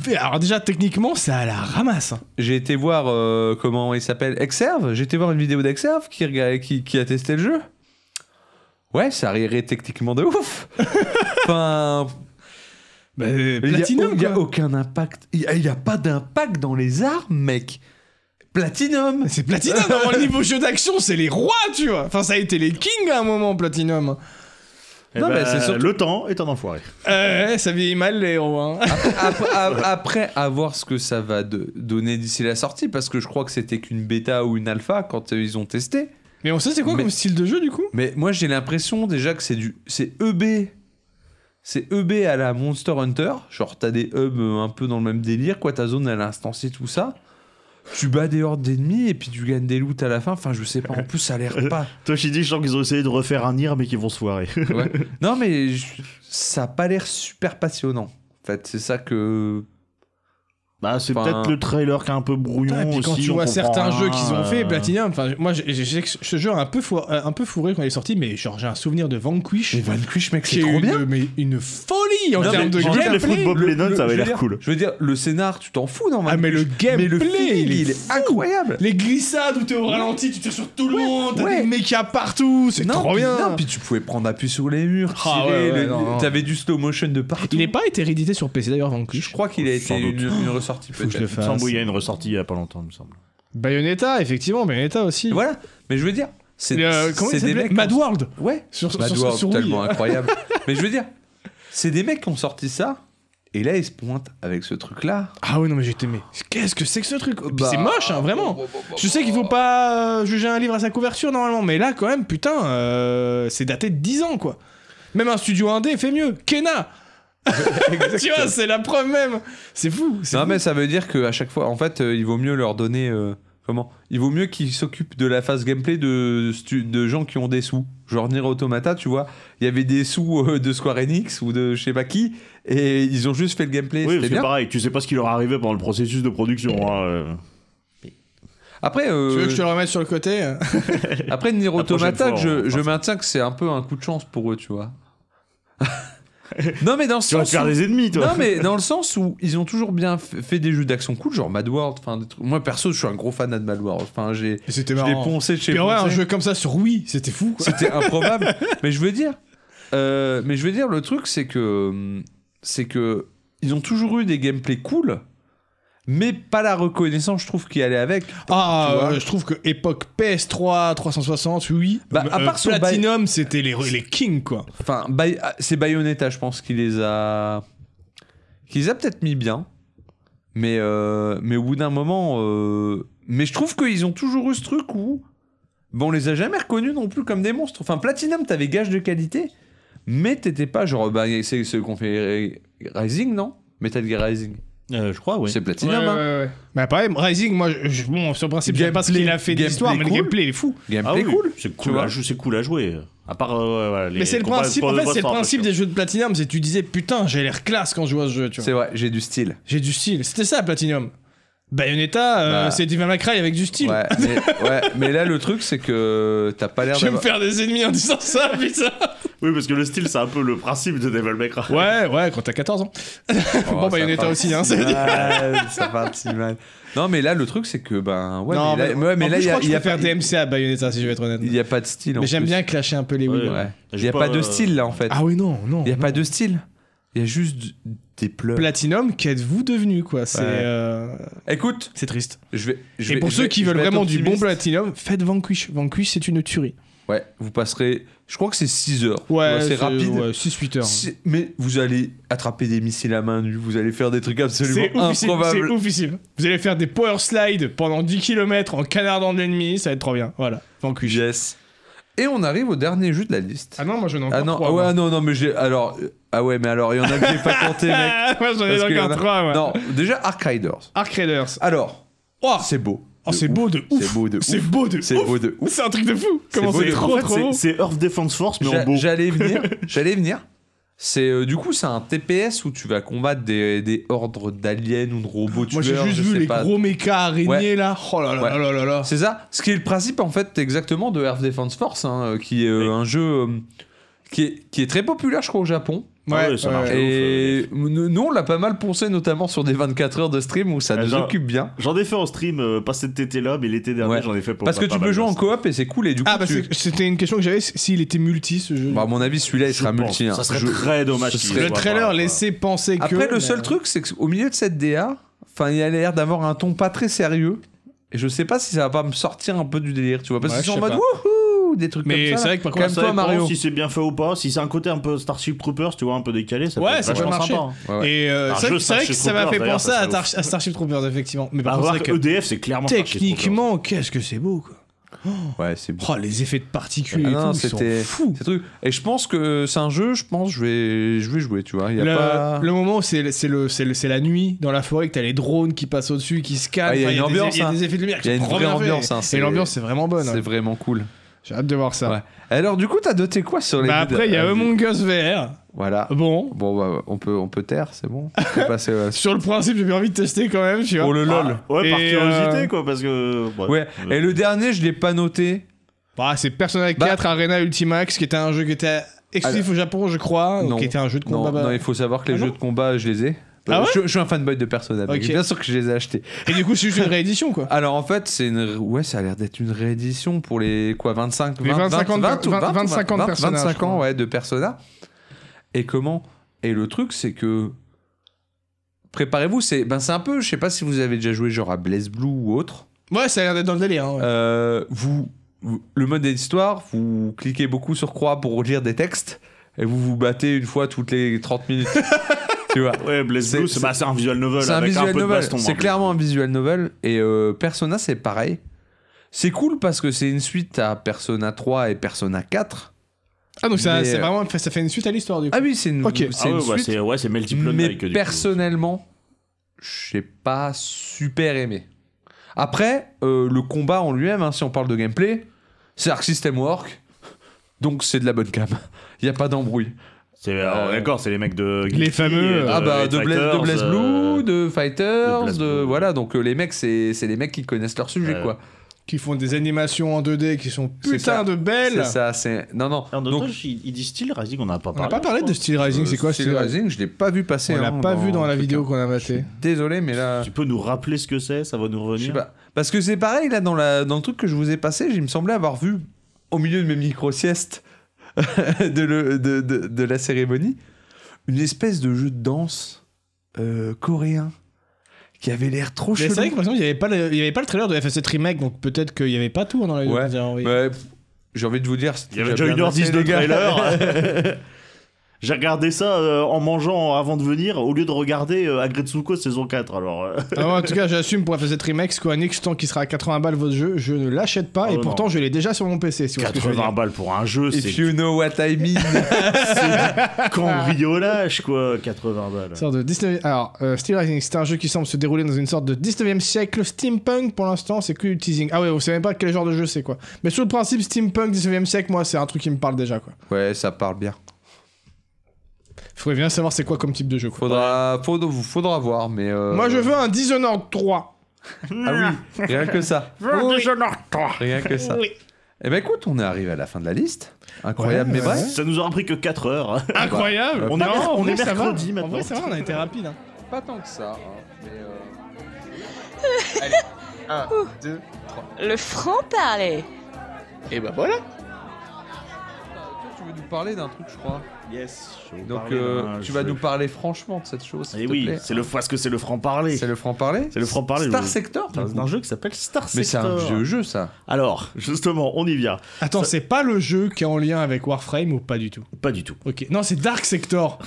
S1: Mais Alors déjà techniquement c'est à la ramasse. hein.
S2: J'ai été voir euh, comment il s'appelle Exerve. J'ai été voir une vidéo d'Exerve qui, rega- qui, qui a testé le jeu. Ouais, ça rirait techniquement de ouf. enfin, il y a-
S1: Bah, euh, Platinum
S2: il y a,
S1: quoi.
S2: aucun impact. Il y a- il y a pas d'impact dans les armes, mec. Platinum.
S1: C'est Platinum avant le niveau jeu d'action c'est les rois tu vois. Enfin ça a été les kings à un moment Platinum.
S3: Eh
S2: Non,
S3: ben,
S2: mais c'est surtout-
S3: Le temps est un enfoiré.
S1: Euh, ça vieillit mal les héros. hein.
S2: Ah. après, à- après, à voir ce que ça va de- donner d'ici la sortie, parce que je crois que c'était qu'une bêta ou une alpha quand euh, ils ont testé.
S1: Mais on sait c'est quoi
S2: Mais-
S1: comme style de jeu du coup
S2: Mais moi, j'ai l'impression déjà que c'est du, c'est EB, c'est EB à la Monster Hunter. Genre, t'as des hubs euh, un peu dans le même délire, quoi. Ta zone elle est instanciée, tout ça. Tu bats des hordes d'ennemis et puis tu gagnes des loot à la fin. Enfin, je sais pas. En plus, ça a l'air pas.
S3: Toshidi, je sens qu'ils ont essayé de refaire un IR, mais qu'ils vont se foirer.
S2: Ouais. Non, mais je- ça a pas l'air super passionnant. En fait, c'est ça que.
S3: Bah, c'est
S2: Enfin-
S3: peut-être le trailer qui est un peu
S1: Putain,
S3: brouillon.
S1: Ah, et puis quand
S3: aussi,
S1: tu
S3: on
S1: vois
S3: comprend
S1: certains
S3: rien,
S1: jeux qu'ils ont fait,
S3: euh,
S1: Platinum, enfin, moi, j'ai- j'ai- j'ai- ce jeu a un peu, fou- un peu fourré quand il est sorti, mais genre, j'ai un souvenir de Vanquish.
S2: Mais Vanquish, mec,
S1: qui
S2: c'est
S1: est
S2: trop
S1: une,
S2: bien.
S1: mais une folie en
S2: Non,
S1: termes
S2: mais
S1: de
S2: j'ai vu
S3: les
S1: gameplay.
S3: football- Bob Lennon,
S2: je
S3: ça avait
S2: veux
S3: l'air
S2: dire-
S3: cool.
S2: Je veux dire, le scénar, tu t'en fous dans
S1: Ah, mais le
S2: Mais le
S1: gameplay,
S2: film,
S1: il est
S2: il est
S1: fou.
S2: incroyable.
S1: Les glissades où t'es au ralenti, tu tires sur tout le monde, t'as
S2: ouais.
S1: des mechas partout, c'est
S2: Non,
S1: trop
S2: puis-
S1: bien.
S2: non, puis tu pouvais prendre appui sur les murs,
S1: Ah,
S2: tirer,
S1: ouais, ouais,
S2: le-
S1: non, non.
S2: t'avais du slow motion de partout.
S1: il n'est pas été réédité sur PC d'ailleurs, Vanquish.
S2: Je crois qu'il a
S3: Sans
S2: été une,
S3: doute.
S2: une ressortie
S1: Oh, Faut que je le
S2: peut-être.
S3: Il me
S1: fasse.
S3: semble il y a une ressortie il y a pas longtemps, il me semble.
S1: Bayonetta, effectivement, Bayonetta aussi.
S2: Voilà, mais je veux dire, c'est
S1: Euh, comment
S2: c'est
S1: il
S2: des
S1: s'appelait
S2: mecs.
S1: Mad World
S2: Ouais,
S1: sur, sur-
S2: Mad
S1: sur-
S2: World,
S1: sur Wii.
S2: tellement incroyable. mais je veux dire, c'est des mecs qui ont sorti ça, et là ils se pointent avec ce truc-là.
S1: Ah oui, non, mais j'étais, mais qu'est-ce que c'est que ce truc Puis
S2: Bah,
S1: C'est moche, hein, vraiment. Je sais qu'il faut pas euh, juger un livre à sa couverture normalement, mais là, quand même, putain, euh, c'est daté de 10 ans, quoi. Même un studio indé fait mieux. Kena Tu vois, c'est la preuve même. C'est fou. c'est
S2: Non,
S1: fou.
S2: mais ça veut dire qu'à chaque fois, en fait, euh, il vaut mieux leur donner. euh, comment Il vaut mieux qu'ils s'occupent de la phase gameplay de, stu- de gens qui ont des sous. Genre Nier Automata, tu vois, il y avait des sous euh, de Square Enix ou de je sais pas qui, et ils ont juste fait le gameplay.
S3: Oui,
S2: c'était
S3: parce que
S2: bien.
S3: pareil, tu sais pas ce qui leur est arrivé pendant le processus de production. hein, euh.
S2: Après, euh,
S1: Tu veux que je te le remette sur le côté euh
S2: après Nier Automata,
S3: prochaine fois, on
S2: je,
S3: fera
S2: je
S3: ça.
S2: maintiens que c'est un peu un coup de chance pour eux, tu vois. non, mais dans le
S3: Tu vas
S2: sens.
S3: te faire
S2: où-
S3: des ennemis, toi.
S2: Non, mais dans le sens où ils ont toujours bien f- fait des jeux d'action cool, genre Mad World. Enfin, des trucs- Moi, perso, je suis un gros fan de Mad World. Enfin, j'ai.
S1: Et C'était
S2: Je l'ai
S1: marrant.
S2: poncé de chez
S1: Puis ouais, un
S2: poncé.
S1: jeu comme ça sur Wii, c'était fou, quoi.
S2: C'était improbable. mais je veux dire, euh, mais je veux dire, le truc c'est que c'est que ils ont toujours eu des gameplays cool, mais pas la reconnaissance, je trouve, qui allait avec.
S1: Ah,
S2: Tu vois.
S1: euh, je trouve que époque PS3, 360, oui.
S2: Bah, à
S1: Euh,
S2: part sur
S1: Platinum, c'était les, les kings, quoi.
S2: Enfin, Bay- ah, c'est Bayonetta, je pense, qui les a, qui les a peut-être mis bien, mais euh, mais au bout d'un moment, euh, mais je trouve qu'ils ont toujours eu ce truc où, bon, on les a jamais reconnus non plus comme des monstres. Enfin, Platinum, t'avais gage de qualité, mais t'étais pas genre, bah, c'est ce qu'on fait Rising, non? Metal Gear Rising.
S3: Euh, je crois, oui.
S2: C'est Platinum. hein.
S1: Bah, pareil, Rising, moi, je- je- bon, sur le principe, j'aime pas ce
S2: Gameplay-
S1: qu'il a fait d'histoire, mais
S2: gameplay
S1: le
S2: cool.
S1: gameplay, il est fou.
S3: Ah
S2: Gameplay
S3: oui,
S2: cool.
S3: c'est
S2: tu
S3: cool, hein.
S2: vois.
S3: à jou- c'est cool à jouer. À part. euh, ouais, ouais, les
S1: Mais c'est le
S3: combats-
S1: principe,
S3: pour
S1: en
S3: le
S1: fait, c'est le
S3: boss hein, fight,
S1: principe
S3: quoi.
S1: des jeux de Platinum, c'est que tu disais, putain, j'ai l'air classe quand je vois ce jeu, tu vois.
S2: C'est vrai, j'ai du style.
S1: J'ai du style. C'était ça, Platinum. Bayonetta, euh,
S2: Bah.
S1: c'est Devil May Cry avec du style.
S2: Ouais mais, ouais, mais là le truc c'est que t'as pas l'air
S1: Je vais me faire
S2: d'avoir...
S1: des ennemis en disant ça, putain.
S3: Oui, parce que le style, c'est un peu le principe de Devil May Cry.
S1: Ouais, ouais, quand t'as 14 ans.
S2: Oh,
S1: bon,
S2: ça
S1: Bayonetta
S2: part
S1: aussi, hein.
S2: si
S1: c'est-
S2: mal, ça part si mal. Non mais là le truc c'est que ben ouais
S1: non,
S2: mais là, ouais,
S1: en
S2: mais là,
S1: plus,
S2: il
S1: je
S2: y a,
S1: crois que
S2: il y
S1: je
S2: a
S1: préfère
S2: pas-
S1: DMC à Bayonetta, si je vais être honnête.
S2: il y a pas de style. en
S1: Mais j'aime
S2: plus.
S1: bien clasher un peu les Wii.
S3: Ouais.
S2: Ouais. Il y
S3: J'ai
S2: a
S3: pas,
S2: pas de
S3: euh,
S2: style là en fait.
S1: Ah oui, non, non.
S2: Il y a pas de style. Il y a juste du- des pleurs.
S1: Platinum, qu'êtes-vous devenu, quoi C'est
S2: Ouais.
S1: euh,
S2: Écoute,
S1: c'est triste.
S2: je vais. je
S1: Et
S2: vais-
S1: pour
S2: je
S1: ceux
S2: vais-
S1: qui
S2: je
S1: veulent
S2: vais être
S1: vraiment du bon
S2: optimiste.
S1: Platinum, faites Vanquish. Vanquish, c'est une tuerie.
S2: Ouais, vous passerez. Je crois que c'est 6 heures.
S1: Ouais,
S2: c'est rapide.
S1: Ouais, 6-8 heures.
S2: Si- Mais vous allez attraper des missiles à main nue, vous allez faire des trucs absolument
S1: C'est oufissime, c'est
S2: improbables.
S1: oufissime. Vous allez faire des power slides pendant 10 km en canardant de l'ennemi, ça va être trop bien. Voilà, Vanquish.
S2: Yes. Et on arrive au dernier jeu de la liste.
S1: Ah non, moi j'en ai encore
S2: Ah non,
S1: trois,
S2: ah ouais,
S1: moi.
S2: ah non, non, mais j'ai. Alors, euh, ah ouais, mais alors, il y en a que j'ai pas compté, mec.
S1: moi j'en ai
S2: Parce qu'il y en
S1: encore 3,
S2: a-
S1: moi.
S2: Non, déjà Ark Riders.
S1: Ark Raiders.
S2: Alors,
S1: Oh,
S2: c'est beau.
S1: oh,
S2: De
S1: c'est
S2: ouf.
S1: beau de ouf.
S2: C'est beau de
S1: C'est
S2: ouf.
S1: beau de
S2: C'est
S1: ouf.
S2: beau de ouf.
S1: C'est un truc de fou. Comment
S2: beau
S1: c'est
S2: de
S1: trop
S3: En fait,
S1: trop
S3: c'est-
S1: beau.
S3: c'est Earth Defense Force, mais en
S2: J'a-
S3: beau.
S2: J'allais y venir. J'allais y venir. C'est euh, du coup c'est un TPS où tu vas combattre des, des ordres d'aliens ou de robots
S1: Moi j'ai
S2: tueurs,
S1: juste
S2: je
S1: vu
S2: sais
S1: les
S2: pas.
S1: gros mechas araignées
S2: Ouais.
S1: là. Oh là là
S2: Ouais.
S1: là là là.
S2: C'est ça. Ce qui est le principe en fait exactement de Earth Defense Force, hein, euh, qui est euh, un jeu euh, qui est, qui est très populaire je crois au Japon.
S3: Ah ouais, ça marche. Ouais.
S2: Et nous nous, on l'a pas mal poncé notamment sur des 24 heures de stream où ça
S3: Ah,
S2: nous
S3: genre-
S2: occupe bien.
S3: J'en ai fait en stream, euh, pas cet été-là, mais l'été dernier,
S2: Ouais.
S3: j'en ai fait pour
S2: Parce que
S3: pas
S2: tu
S3: mal
S2: peux
S3: de
S2: jouer en
S3: stream.
S2: coop et c'est cool et du coup
S1: Ah bah
S2: tu-
S1: c'est- c'était une question que j'avais, c'est- s'il était multi ce jeu.
S2: Bah, à mon avis celui-là il
S3: Je
S2: sera
S3: pense.
S2: multi. hein.
S3: Ça serait
S2: Je-
S3: très dommage.
S2: ce
S3: qu'il
S2: serait-
S3: soit
S1: le
S3: pas,
S1: trailer
S3: quoi.
S1: laissait penser que.
S2: Après, le
S1: mais-
S2: seul truc, c'est qu'au milieu de cette DA, enfin, il a l'air d'avoir un ton pas très sérieux. Et je sais pas si ça va pas me sortir un peu du délire, tu vois. Parce
S1: Ouais,
S2: qu'ils sont
S1: je
S2: en
S1: sais
S2: mode wouhou, des trucs
S1: Mais c'est
S2: comme ça.
S1: vrai que par
S2: Quand
S1: contre.
S2: même,
S3: Ça
S2: toi,
S3: dépend
S2: Mario.
S3: si c'est bien fait ou pas. Si c'est un côté un peu Starship Troopers, tu vois, un peu décalé, ça
S1: Ouais,
S3: peut être
S1: ça peut
S3: vachement
S1: marcher.
S3: sympa. hein.
S2: Ouais.
S1: Et euh,
S3: Un
S1: c'est
S3: jeu
S1: vrai, c'est vrai que
S3: Starship
S1: ça m'a fait
S3: Troopers,
S1: penser à,
S3: d'ailleurs, ça
S1: Tar-
S3: serait
S1: à Starship Troopers, effectivement. Mais
S3: Bah,
S1: par contre, c'est
S3: remarque,
S1: vrai que
S3: EDF, c'est clairement Starship Troopers.
S1: techniquement, qu'est-ce que c'est beau quoi.
S2: Ouais, c'est beau.
S1: Oh, les effets de particules
S2: Ah
S1: et
S2: non,
S1: tout, ils
S2: c'était-
S1: sont fous.
S2: Ces trucs. Et je pense que c'est un jeu, je pense, je vais, je vais jouer, tu vois. Il y a
S1: Le,
S2: pas.
S1: le moment où c'est le- c'est le- c'est le- c'est la nuit dans la forêt, que t'as les drones qui passent au-dessus, qui se calment,
S2: Ah, il y a
S1: enfin,
S2: une
S1: des-
S2: ambiance,
S1: il y a
S2: hein.
S1: des effets de lumière qui
S2: Il y a
S1: sont
S2: une
S1: trop
S2: vraie
S1: bien faits.
S2: ambiance, hein, c'est-
S1: Et l'ambiance, c'est vraiment bonne.
S2: C'est
S1: ouais.
S2: vraiment cool.
S1: J'ai hâte de voir ça.
S2: Ouais. Alors, du coup, t'as doté quoi sur les.
S1: Bah
S2: bides
S1: après, il y a
S2: Ah,
S1: Among Us VR.
S2: Voilà.
S1: Ah Bon.
S2: Bon, bah, on peut, on peut taire, c'est bon. On peut passer, euh,
S1: Sur le principe, j'ai bien envie de tester quand même, tu vois.
S2: Pour Oh, le lol.
S3: Ah, ouais, par
S1: Et,
S3: curiosité,
S1: euh,
S3: quoi, parce que. ouais.
S2: Ouais. Et le dernier, je l'ai pas noté.
S1: Bah, c'est Persona
S2: Bah- Ah,
S1: 4 Arena Ultimax, qui était un jeu qui était exclusif au Japon, je crois,
S2: Non.
S1: qui était un jeu de
S2: Non,
S1: combat. bah.
S2: non, il faut savoir que les
S1: Ah
S2: jeux
S1: non
S2: de combat, je les ai.
S1: Ah ouais
S2: je, je suis un fanboy de Persona. donc
S1: Ok.
S2: Bien sûr que je les ai achetés.
S1: Et du coup, c'est juste une réédition, quoi.
S2: Alors en fait, c'est une ouais, ça a l'air d'être une réédition pour les quoi 25
S1: Les 25 ans de-
S2: 20, ou 20,
S1: 25 ans de
S2: 20,
S1: Persona,
S2: 25
S1: je
S2: ans
S1: crois.
S2: ouais, de Persona. Et comment Et le truc c'est que préparez-vous, c'est ben c'est un peu, je sais pas si vous avez déjà joué genre à Blaze Blue ou autre.
S1: Ouais, ça a l'air d'être dans le délire. hein, ouais.
S2: Euh, vous, vous- le mode histoire, vous cliquez beaucoup sur croix pour lire des textes et vous vous battez une fois toutes les 30 minutes. tu vois.
S3: Ouais, Blaze
S2: C'est-
S3: Blue,
S2: c'est-
S3: c'est bah, c'est un visual novel
S2: C'est un
S3: avec un
S2: visual
S3: peu de
S2: novel.
S3: baston.
S2: C'est
S3: hein.
S2: clairement un visual novel. Et euh, Persona, c'est pareil. C'est cool parce que c'est une suite à Persona 3 et Persona 4.
S1: Ah, donc ça,
S2: mais,
S1: c'est
S2: euh,
S1: vraiment, ça fait une suite à l'histoire, du coup.
S2: Ah oui, c'est une,
S1: Ok.
S2: c'est
S3: Ah
S2: une
S3: ouais, ouais,
S2: suite.
S3: c'est ouais, c'est multiple
S2: mais
S3: like, du coup.
S2: personnellement, je n'ai pas super aimé. Après, euh, le combat en lui-même, hein, si on parle de gameplay, c'est Arc System Work. Donc c'est de la bonne cam. Il n'y a pas d'embrouille.
S3: C'est ah,
S2: Euh,
S3: D'accord, c'est les mecs de.
S1: les fameux,
S3: et
S1: Euh,
S2: ah bah
S3: les
S2: de, Blaze, de
S3: Trackers,
S2: Blaze
S3: euh,
S2: Blue, de Fighters,
S3: de Blaze
S2: de,
S3: Blue.
S2: voilà. Donc euh, les mecs, c'est c'est les mecs qui connaissent leur sujet
S3: Ouais.
S2: quoi.
S1: Qui font des animations en 2D qui sont
S2: C'est
S1: putain
S2: ça.
S1: de belles.
S2: C'est ça, c'est. Non, non.
S3: En
S2: Donc,
S3: otage, ils ils disent style Rising, on n'a pas
S1: On n'a
S3: parlé.
S1: pas parlé
S3: je
S1: de
S3: crois.
S1: Steel Rising, c'est quoi
S2: Euh, Steel
S1: Steel Rising
S2: Rising, je l'ai pas vu passer.
S1: On l'a
S2: hein,
S1: pas vu dans la
S2: le
S1: vidéo
S2: truc,
S1: qu'on a
S2: hein. Je suis
S1: maté.
S2: Désolé, mais là.
S3: Tu peux nous rappeler ce que c'est Ça va
S2: Je
S3: nous
S2: sais
S3: revenir.
S2: pas. Parce que c'est pareil, là, dans, la... dans le truc que je vous ai passé, il me semblait avoir vu, au milieu de mes micro-siestes de, le- de, de- de la cérémonie, une espèce de jeu de danse euh, coréen qui avait l'air trop
S1: Mais
S2: chelou.
S1: c'est vrai que par exemple, il n'y avait, pas le- il y avait pas le trailer de FF7 Remake, donc peut-être qu'il n'y avait pas tout dans la vidéo.
S2: Ouais.
S1: qu'on nous a envoyée.
S2: Mais, pff, J'ai envie de vous dire.
S3: Il y avait déjà 1h10 de trailer. J'ai regardé ça euh, en mangeant avant de venir, au lieu de regarder euh, Agretsuko saison 4. Alors, euh,
S1: Ah ouais, en tout cas, j'assume pour FF7 Remake, Square Enix, tant qu'il sera à 80 balles votre jeu, je ne l'achète pas
S3: Ah
S2: Oh
S1: et
S3: ouais,
S1: pourtant
S3: non.
S1: je l'ai déjà sur mon PC. Si vous voyez ce que je veux
S3: 80
S1: dire.
S3: balles pour un jeu,
S2: If
S3: c'est
S2: you know what I mean.
S3: cambriolage quoi, 80 balles.
S1: Sorte de 19... Alors, euh, Steel Rising, c'est un jeu qui semble se dérouler dans une sorte de 19e siècle steampunk pour l'instant, c'est que du teasing. Ah ouais, on sait même pas quel genre de jeu c'est quoi. Mais sur le principe steampunk 19e siècle, moi, c'est un truc qui me parle déjà quoi.
S2: ouais, ça parle bien.
S1: Faudrait bien savoir c'est quoi comme type de jeu quoi.
S2: Faudra, faudra, faudra voir, mais. euh,
S1: Moi, je veux un Dishonored 3.
S2: Ah oui, rien que ça.
S3: Dishonored 3.
S2: Rien que ça.
S1: Oui.
S2: Eh ben écoute, on est arrivé à la fin de la liste. Incroyable,
S1: Ouais,
S2: mais vrai.
S1: ouais.
S3: Ça nous aura pris que 4 heures.
S1: Incroyable.
S3: On est- on
S1: en vrai,
S3: est
S1: ça va.
S3: mercredi
S1: En
S3: maintenant.
S1: vrai, ça va, on a été rapide. hein.
S2: Pas tant que ça, mais. euh, Allez, 1, 2,
S4: Le franc-parler.
S5: Et bah voilà.
S2: Tu veux nous parler d'un truc, je crois.
S3: Yes. je vais vous
S2: Donc
S3: parler
S2: euh,
S3: d'un
S2: tu
S3: jeu.
S2: vas nous parler franchement de cette chose. s'il
S3: Eh
S2: te
S3: oui,
S2: plaît.
S3: c'est le parce que c'est le franc parler.
S2: C'est le franc-parler
S3: C'est le franc-parler,
S2: Star
S3: je-
S2: Sector du
S3: C'est
S2: coup.
S3: un jeu qui s'appelle Star Sector.
S2: Mais c'est un vieux jeu, ça.
S3: Alors, justement, on y vient.
S1: Attends,
S3: Ça-
S1: c'est pas le jeu qui est en lien avec Warframe ou pas du tout
S3: Pas du tout.
S1: Ok. Non, c'est Dark Sector.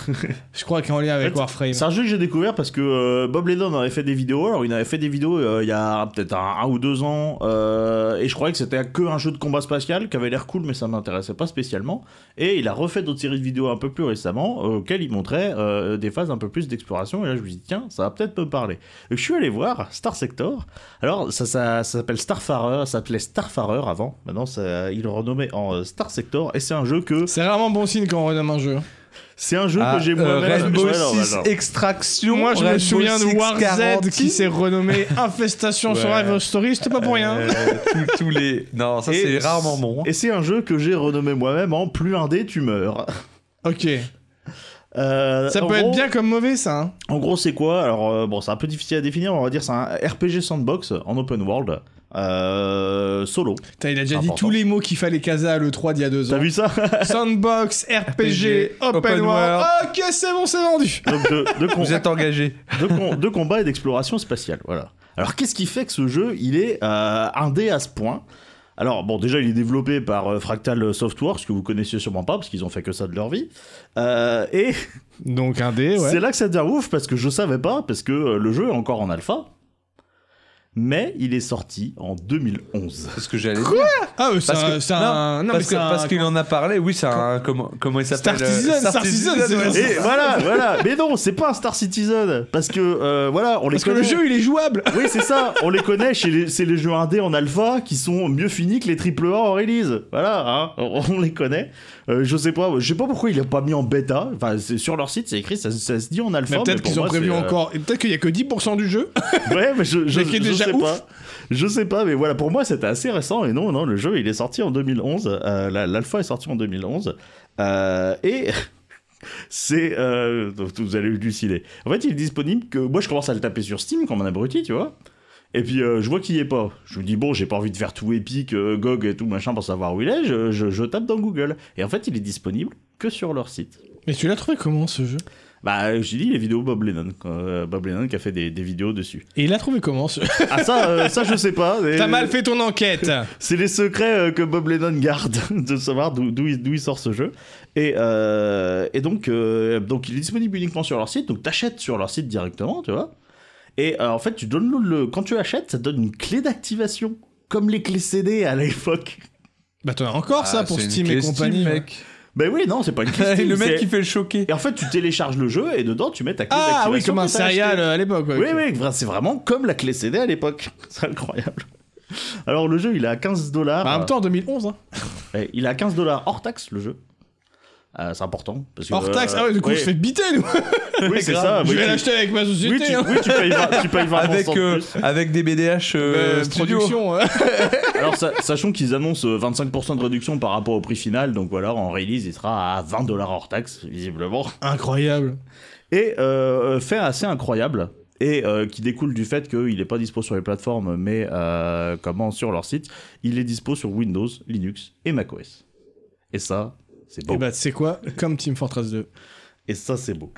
S1: je crois qu'il est en lien avec
S3: En fait,
S1: Warframe.
S3: C'est un jeu que j'ai découvert parce que euh, Bob Lennon avait fait des vidéos. Alors, il avait fait des vidéos euh, il y a peut-être un, un ou deux ans. euh, et je croyais que c'était que un jeu de combat spatial qui avait l'air cool, mais ça m'intéressait pas spécialement. Et il a refait d'autres séries de vidéos un peu plus récemment, euh, auxquelles il montrait euh, des phases un peu plus d'exploration. Et là, je me dis, tiens, ça va peut-être me parler. Et je suis allé voir Star Sector. Alors, ça, ça, ça s'appelle Starfarer. Ça s'appelait Starfarer avant. Maintenant, ça, il le renommait en euh, Star Sector. Et c'est un jeu que.
S1: C'est rarement bon signe quand on renomme un jeu. hein.
S3: C'est un jeu
S2: Ah,
S3: que j'ai
S2: euh,
S3: moi-même.
S2: Rainbow
S3: Ouais, non, bah,
S2: 6
S3: non.
S2: Extraction.
S1: Moi, je me
S2: Rainbow
S1: souviens de
S2: Six
S1: War Z qui
S2: Quarantine.
S1: s'est renommé Infestation sur
S2: Ouais.
S1: Survival Story, c'était pas pour rien.
S2: Euh, tous- Tous les. Non, ça
S3: Et
S2: c'est rarement bon.
S3: Et c'est un jeu que j'ai renommé moi-même en plus un dé, tu meurs.
S1: Ok.
S3: Euh,
S1: Ça
S3: en
S1: peut être
S3: gros-
S1: bien comme mauvais, ça. hein.
S3: En gros, c'est quoi Alors, euh, bon, c'est un peu difficile à définir, on va dire c'est un RPG sandbox en open world, euh, solo.
S1: Putain, il a déjà dit
S3: Important.
S1: tous les mots qu'il fallait caser à l'E3 d'il y a deux
S3: T'as
S1: ans.
S3: vu ça
S1: Sandbox, RPG,
S2: RPG,
S1: Open,
S2: open
S1: World.
S2: world.
S1: Ok, c'est bon, c'est vendu.
S3: Donc, de, de com-
S2: Vous êtes engagé.
S3: de com- de combat et d'exploration spatiale, voilà. Alors, qu'est-ce qui fait que ce jeu, il est euh, indé à ce point alors bon déjà il est développé par euh, Fractal Software, ce que vous connaissez sûrement pas parce qu'ils ont fait que ça de leur vie. Euh, et
S1: Donc un dé, ouais.
S3: C'est là que ça devient ouf parce que je savais pas, parce que euh, le jeu est encore en alpha. mais il est sorti en 2011.
S2: C'est ce que j'allais dire.
S1: Quoi Ah, euh, c'est
S2: Parce
S1: un.
S2: que-
S1: c'est
S2: non,
S1: un- non, mais
S2: parce
S1: c'est
S2: que-
S1: un-
S2: parce qu'il en a parlé, oui, c'est un. Comment, comment il s'appelle
S1: Star
S2: euh,
S1: Citizen, Star Citizen, c'est
S2: ouais.
S1: vrai.
S3: Et voilà, voilà. Mais non, c'est pas un Star Citizen parce que euh, voilà, on les
S1: Parce que
S3: connaît.
S1: le jeu, il est jouable.
S3: Oui, c'est ça. On les connaît. chez les- C'est les jeux indés en alpha qui sont mieux finis que les triple A en release. Voilà, hein, on on les connaît. Euh, je sais pas, je sais pas pourquoi il a pas mis en bêta. Enfin, c'est- sur leur site, c'est écrit, ça, ça se dit en alpha.
S1: Mais peut-être
S3: mais pour
S1: qu'ils ont
S3: moi,
S1: prévu
S3: c'est, euh,
S1: encore. et Peut-être qu'il y a que 10% du jeu.
S3: Ouais, mais je, je,
S1: Mais qui est
S3: je
S1: déjà
S3: sais
S1: ouf.
S3: pas. Je sais pas, mais voilà, pour moi c'était assez récent. Et non, non, le jeu il est sorti en 2011. euh, la- L'alpha est sorti en 2011. euh, et c'est. euh, donc, vous allez halluciner. En fait, il est disponible que. Moi je commence à le taper sur Steam comme un abruti, tu vois. Et puis euh, je vois qu'il y est pas. Je me dis, bon, j'ai pas envie de faire tout épique, euh, GOG et tout machin pour savoir où il est. Je, je- je tape dans Google. Et en fait, il est disponible que sur leur site.
S1: Mais tu l'as trouvé comment ce jeu
S3: Bah, j'ai dit les vidéos Bob Lennon. euh, Bob Lennon qui a fait des, des vidéos dessus.
S1: Et il l'a trouvé comment ce
S3: Ah, ça, euh, ça je sais pas.
S1: T'as
S3: Et-
S1: mal fait ton enquête.
S3: C'est les secrets euh, que Bob Lennon garde de savoir d'où d'où il, d'où il sort ce jeu. Et, euh, et donc, euh, donc, il est disponible uniquement sur leur site. Donc, t'achètes sur leur site directement, tu vois. Et euh, en fait, tu donnes le, quand tu achètes, ça te donne une clé d'activation, comme les clés CD à l'époque.
S1: Bah t'en as encore ça
S2: Ah,
S1: pour
S2: c'est une
S1: Steam et
S2: clé
S1: compagnie.
S2: Steam, mec.
S3: Ben oui, non, c'est pas une clé
S2: Et
S3: Steam,
S2: le mec
S3: c'est-
S2: qui fait le choquer.
S3: Et en fait, tu télécharges le jeu et dedans, tu mets ta clé
S1: Ah
S3: d'activation.
S1: oui, comme un
S3: que t'as achetée.
S1: serial euh, à l'époque. ouais,
S3: Oui,
S1: ok.
S3: oui, vra- c'est vraiment comme la clé CD à l'époque. C'est incroyable. Alors, le jeu, il est à 15 dollars. euh,
S1: Bah, en même temps, en 2011. Hein.
S3: Ouais, il est à 15 dollars hors taxe le jeu. Euh, c'est important. Parce que,
S1: Hors
S3: euh,
S1: taxe. Ah ouais, du coup,
S3: oui,
S1: je fais biter, nous.
S3: Oui, c'est ça.
S1: je
S3: oui,
S1: vais
S3: tu-
S1: l'acheter avec ma société.
S3: oui, tu,
S1: hein.
S3: oui, tu payes 20, tu payes 20%
S2: avec,
S3: de
S2: euh,
S3: plus.
S2: avec des BDH euh,
S1: Euh,
S2: studio.
S1: production. euh.
S3: Alors, sa- sachons qu'ils annoncent euh, 25% de réduction par rapport au prix final. Donc voilà, en release, il sera à 20 dollars hors taxe, visiblement.
S1: Incroyable.
S3: Et euh, fait assez incroyable. Et euh, qui découle du fait qu'il n'est pas dispo sur les plateformes, mais euh, comment sur leur site, il est dispo sur Windows, Linux et macOS. Et ça, c'est beau.
S1: Et bah, tu sais quoi Comme Team Fortress 2.
S3: et ça, c'est beau.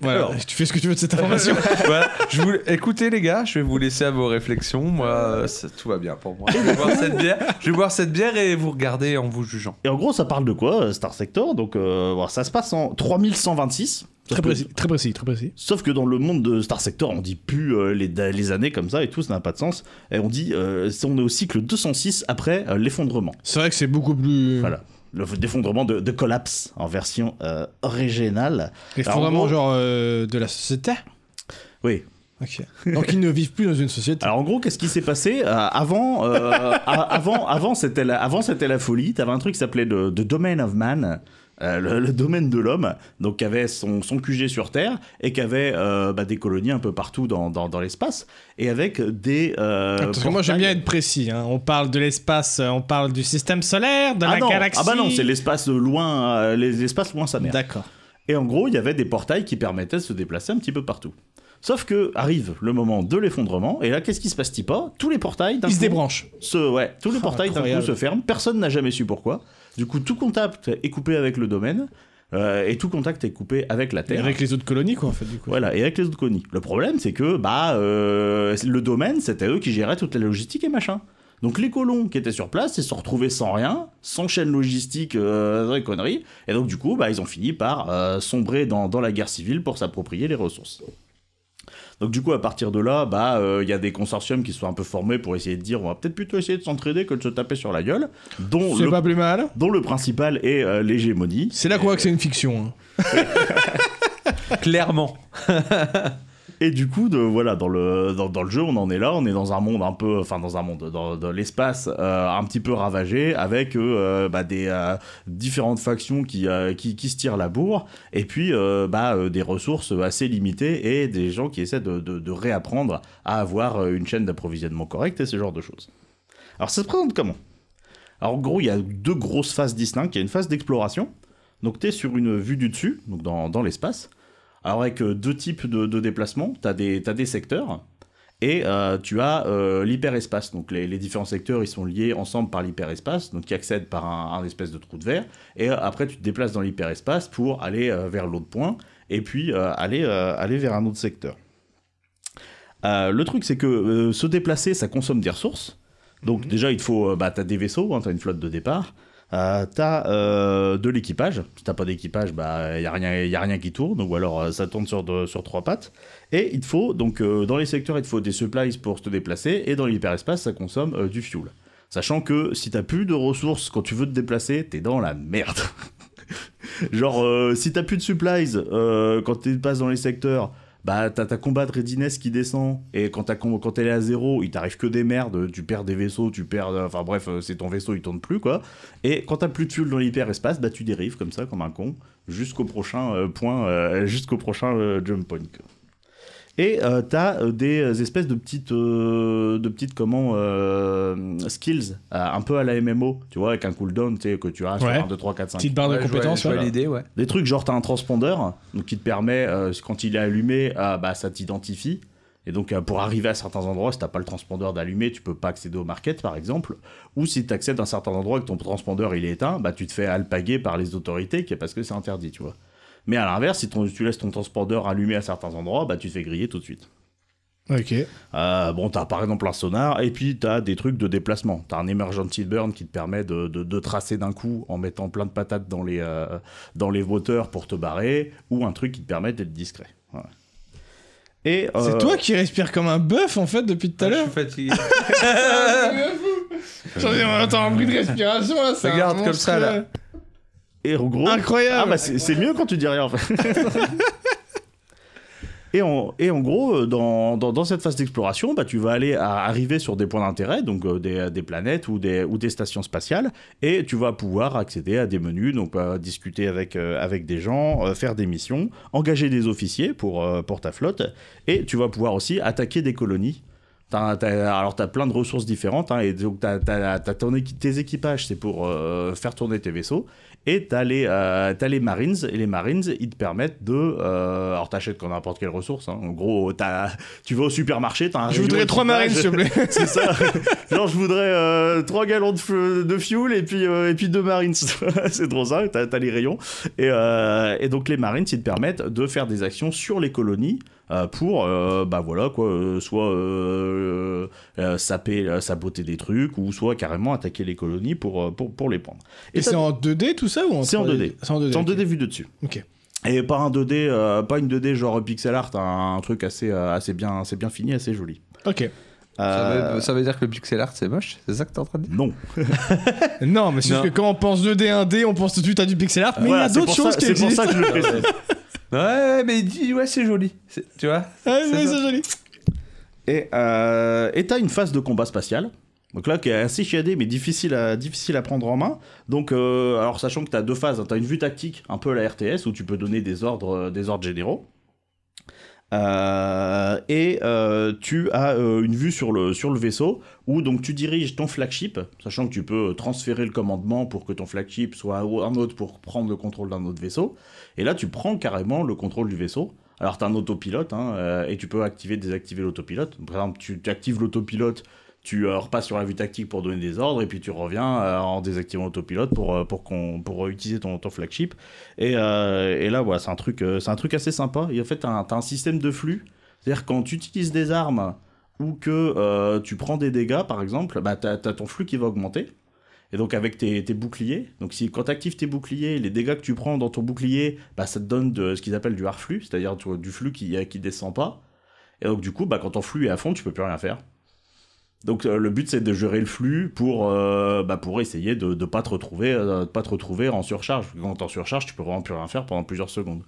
S1: Voilà.
S3: Alors.
S1: Tu fais ce que tu veux de cette information.
S2: Voilà, je vous... Écoutez les gars, je vais vous laisser à vos réflexions. Moi, euh, ça- tout va bien pour moi. Je vais boire cette bière. Je vais boire cette bière et vous regarder en vous jugeant.
S3: Et en gros, ça parle de quoi, euh, Star Sector Donc, euh, bon, ça se passe en 3126. Sauf
S1: très
S3: que-
S1: précis, très précis, très précis.
S3: Sauf que dans le monde de Star Sector, on dit plus euh, les, da- les années comme ça et tout, ça n'a pas de sens. Et on dit, euh, c'est- on est au cycle 206 après euh, l'effondrement.
S1: C'est vrai que c'est beaucoup plus.
S3: Voilà. Le l'effondrement de, de Collapse en version euh, originale.
S1: Ils font
S3: Alors, en
S1: vraiment
S3: gros-
S1: genre euh, de la société.
S3: Oui.
S1: Ok. Donc ils ne vivent plus dans une société.
S3: Alors en gros, qu'est-ce qui s'est passé Euh, Avant, euh, a- avant, avant, c'était la, avant, c'était la folie. T'avais un truc qui s'appelait le the Domain of Man. euh, le, le domaine de l'homme, donc qui avait son, son QG sur Terre et qui avait euh, bah, des colonies un peu partout dans, dans, dans l'espace et avec des. euh,
S1: Parce que moi j'aime bien
S3: portails-
S1: être précis. hein. On parle de l'espace, euh, on parle du système solaire, de
S3: ah
S1: la
S3: non,
S1: galaxie.
S3: ah bah non, c'est l'espace loin, euh, les- l'espace loin sa mère.
S1: D'accord.
S3: Et en gros, il y avait des portails qui permettaient de se déplacer un petit peu partout. Sauf que arrive le moment de l'effondrement et là, qu'est-ce qui se passe t pas Tous les portails d'un
S1: Ils se
S3: coup
S1: débranchent.
S3: se- ouais, tous les
S1: Ah,
S3: portails d'un coup
S1: incroyable.
S3: se ferment. Personne n'a jamais su pourquoi. Du coup, tout contact est coupé avec le domaine euh, et tout contact est coupé avec la
S1: Et
S3: Terre.
S1: avec les autres colonies quoi en fait du coup.
S3: Voilà, et avec les autres colonies. Le problème, c'est que bah, euh, le domaine, c'était eux qui géraient toute la logistique et machin. Donc les colons qui étaient sur place, ils se sont retrouvés sans rien, sans chaîne logistique, euh, dans les conneries. Et donc du coup, bah, ils ont fini par euh, sombrer dans, dans la guerre civile pour s'approprier les ressources. Donc du coup, à partir de là, bah, euh, il y a des consortiums qui se sont un peu formés pour essayer de dire, on va peut-être plutôt essayer de s'entraider que de se taper sur la gueule, dont,
S1: C'est
S3: le,
S1: pas plus mal.
S3: dont le principal est euh, l'hégémonie.
S1: C'est là qu'on voit que c'est une fiction. hein.
S2: Clairement.
S3: Et du coup, de, voilà, dans le, dans, dans le jeu, on en est là, on est dans un monde un peu, enfin dans un monde, dans, dans l'espace euh, un petit peu ravagé, avec euh, bah, des euh, différentes factions qui, euh, qui, qui se tirent la bourre, et puis euh, bah, euh, des ressources assez limitées et des gens qui essaient de, de- de réapprendre à avoir euh, une chaîne d'approvisionnement correcte et ce genre de choses. Alors ça se présente comment Alors en gros, il y a deux grosses phases distinctes. Il y a une phase d'exploration, donc tu es sur une vue du dessus, donc dans, dans l'espace. Alors avec euh, deux types de, de déplacements, tu as, des secteurs et euh, tu as euh, l'hyperespace. Donc les, les différents secteurs, ils sont liés ensemble par l'hyperespace, donc qui accèdent par un, un espèce de trou de verre. Et euh, après, tu te déplaces dans l'hyperespace pour aller euh, vers l'autre point et puis euh, aller, euh, aller vers un autre secteur. Euh, le truc, c'est que euh, se déplacer, ça consomme des ressources. Donc déjà, il te faut, euh, bah, t'as des vaisseaux, hein, t'as une flotte de départ. Euh, t'as euh, de l'équipage. Si t'as pas d'équipage, bah y a rien, y a rien qui tourne, ou alors euh, ça tourne sur deux- sur trois pattes. Et il te faut donc euh, dans les secteurs, il te faut des supplies pour te déplacer, et dans l'hyperespace, ça consomme euh, du fuel. Sachant que si t'as plus de ressources quand tu veux te déplacer, t'es dans la merde. Genre, euh, si t'as plus de supplies euh, quand tu passes dans les secteurs, bah t'as ta combat de readiness qui descend. Et quand, t'as com- quand elle est à zéro, il t'arrive que des merdes. Tu perds des vaisseaux, tu perds. Enfin bref, euh, c'est ton vaisseau, il tourne plus quoi. Et quand t'as plus de fuel dans l'hyperespace, bah tu dérives comme ça, comme un con, jusqu'au prochain euh, point, euh, jusqu'au prochain euh, jump point. quoi. Et euh, t'as euh, des espèces de petites, euh, de petites comment, euh, skills, euh, un peu à la MMO, tu vois, avec un cooldown, tu sais, que tu as sur
S1: Ouais.
S3: 1, 2, 3, 4, 5.
S1: Petite barre
S2: Ouais,
S1: de
S2: je vois-
S1: compétences.
S2: je vois
S1: ouais.
S2: l'idée, ouais.
S3: Des trucs genre t'as un transpondeur, donc qui te permet, euh, quand il est allumé, ah, bah, ça t'identifie. Et donc euh, pour arriver à certains endroits, si t'as pas le transpondeur d'allumé, tu peux pas accéder au market par exemple. Ou si t'accèdes à un certain endroit et que ton transpondeur il est éteint, bah tu te fais alpaguer par les autorités qui- parce que c'est interdit, tu vois. Mais à l'inverse, si ton- tu laisses ton transpondeur allumé à certains endroits, bah tu te fais griller tout de suite.
S1: Ok.
S3: Euh, bon, t'as par exemple un sonar, et puis t'as des trucs de déplacement. T'as un emergency burn qui te permet de, de- de tracer d'un coup en mettant plein de patates dans les, euh, dans les hauteurs pour te barrer, ou un truc qui te permet d'être discret. Voilà. Et,
S1: C'est
S3: euh,
S1: toi qui respire comme un bœuf en fait depuis tout à
S2: Ah, je
S1: l'heure.
S2: suis fatigué.
S1: J'en ai attends, un bruit de respiration là. c'est un
S2: Regarde, comme
S1: monstre,
S2: ça, là.
S1: euh,
S3: et en gros, Ah
S1: Incroyable.
S3: bah c'est c'est mieux quand tu dis rien en fait. Et en, et en gros, euh, dans, dans, dans cette phase d'exploration, bah, tu vas aller à- arriver sur des points d'intérêt, donc euh, des, des planètes ou des, ou des stations spatiales, et tu vas pouvoir accéder à des menus, donc euh, discuter avec, euh, avec des gens, euh, faire des missions, engager des officiers pour, euh, pour ta flotte, et tu vas pouvoir aussi attaquer des colonies. T'as- t'as- alors, tu as plein de ressources différentes, hein, et donc tu as, tes équipages, c'est pour euh, faire tourner tes vaisseaux, et t'as les, euh, t'as les Marines, et les Marines, ils te permettent de... euh, alors t'achètes quand n'importe quelle ressource, hein. en gros, t'as- tu vas au supermarché, t'as un
S1: Je
S3: rayon
S1: voudrais trois
S3: équipage.
S1: marines s'il te plaît.
S3: C'est ça. Genre, je voudrais euh, 3 gallons de, feu- de fuel et puis, euh, et puis 2 Marines. c'est trop ça, t'as t'as les rayons. Et, euh, et donc, les Marines, ils te permettent de faire des actions sur les colonies euh, pour, euh, bah voilà, quoi, euh, soit euh, euh, saper, euh, saboter des trucs ou soit carrément attaquer les colonies pour, euh, pour, pour les prendre.
S1: Et c'est en 2D tout ça ou en
S3: C'est en
S1: 3D? C'est en 2D.
S3: T'en
S1: ok.
S3: 2D vu de dessus.
S1: Ok.
S3: Et pas un 2D, euh, pas une 2D genre pixel art, un, un truc assez, euh, assez, bien, assez bien fini, assez joli.
S1: Ok.
S2: Ça, bah,
S3: Euh,
S2: veut, ça veut dire que le pixel art c'est moche C'est ça que t'es en train de dire
S3: Non.
S1: Non, mais c'est
S2: Non.
S1: juste que quand on pense 2D, 1D, on pense tout de suite à du pixel art, mais
S3: Voilà,
S1: il y
S3: c'est
S1: a d'autres
S3: pour ça-
S1: choses qui
S3: C'est pour
S1: existent.
S3: ça que je le précise.
S2: Ouais, ouais, mais il dit, ouais, c'est joli. C'est- Tu vois
S1: Ah,
S2: c'est
S1: mais
S2: ça.
S1: c'est joli.
S3: Et euh, et t'as une phase de combat spatial. Donc là, qui est assez chiadée, mais difficile à, difficile à prendre en main. Donc, euh, alors sachant que t'as deux phases, hein. t'as une vue tactique, un peu à la RTS, où tu peux donner des ordres, euh, des ordres généraux. Euh, et euh, tu as euh, une vue sur le, sur le vaisseau, où donc tu diriges ton flagship, sachant que tu peux euh, transférer le commandement pour que ton flagship soit un un autre pour prendre le contrôle d'un autre vaisseau. Et là, tu prends carrément le contrôle du vaisseau. Alors, tu as un autopilote hein, euh, et tu peux activer, désactiver l'autopilote. Par exemple, tu, tu actives l'autopilote, tu euh, repasses sur la vue tactique pour donner des ordres et puis tu reviens euh, en désactivant l'autopilote pour, euh, pour, qu'on, pour utiliser ton, ton flagship. Et, euh, et là, voilà, c'est, un truc, euh, c'est un truc assez sympa. Et en fait, tu as un, t'as un système de flux. C'est-à-dire, quand tu utilises des armes ou que euh, tu prends des dégâts, par exemple, bah, tu as ton flux qui va augmenter. Et donc avec tes, tes boucliers, donc si quand tu actives tes boucliers, les dégâts que tu prends dans ton bouclier, bah ça te donne de, ce qu'ils appellent du hard flux, c'est-à-dire du, du flux qui qui descend pas. Et donc du coup, bah quand ton flux est à fond, tu peux plus rien faire. Donc euh, le but c'est de gérer le flux pour euh, bah, pour essayer de ne pas te retrouver euh, de pas te retrouver en surcharge. Parce que Quand t'es en surcharge, tu peux vraiment plus rien faire pendant plusieurs secondes.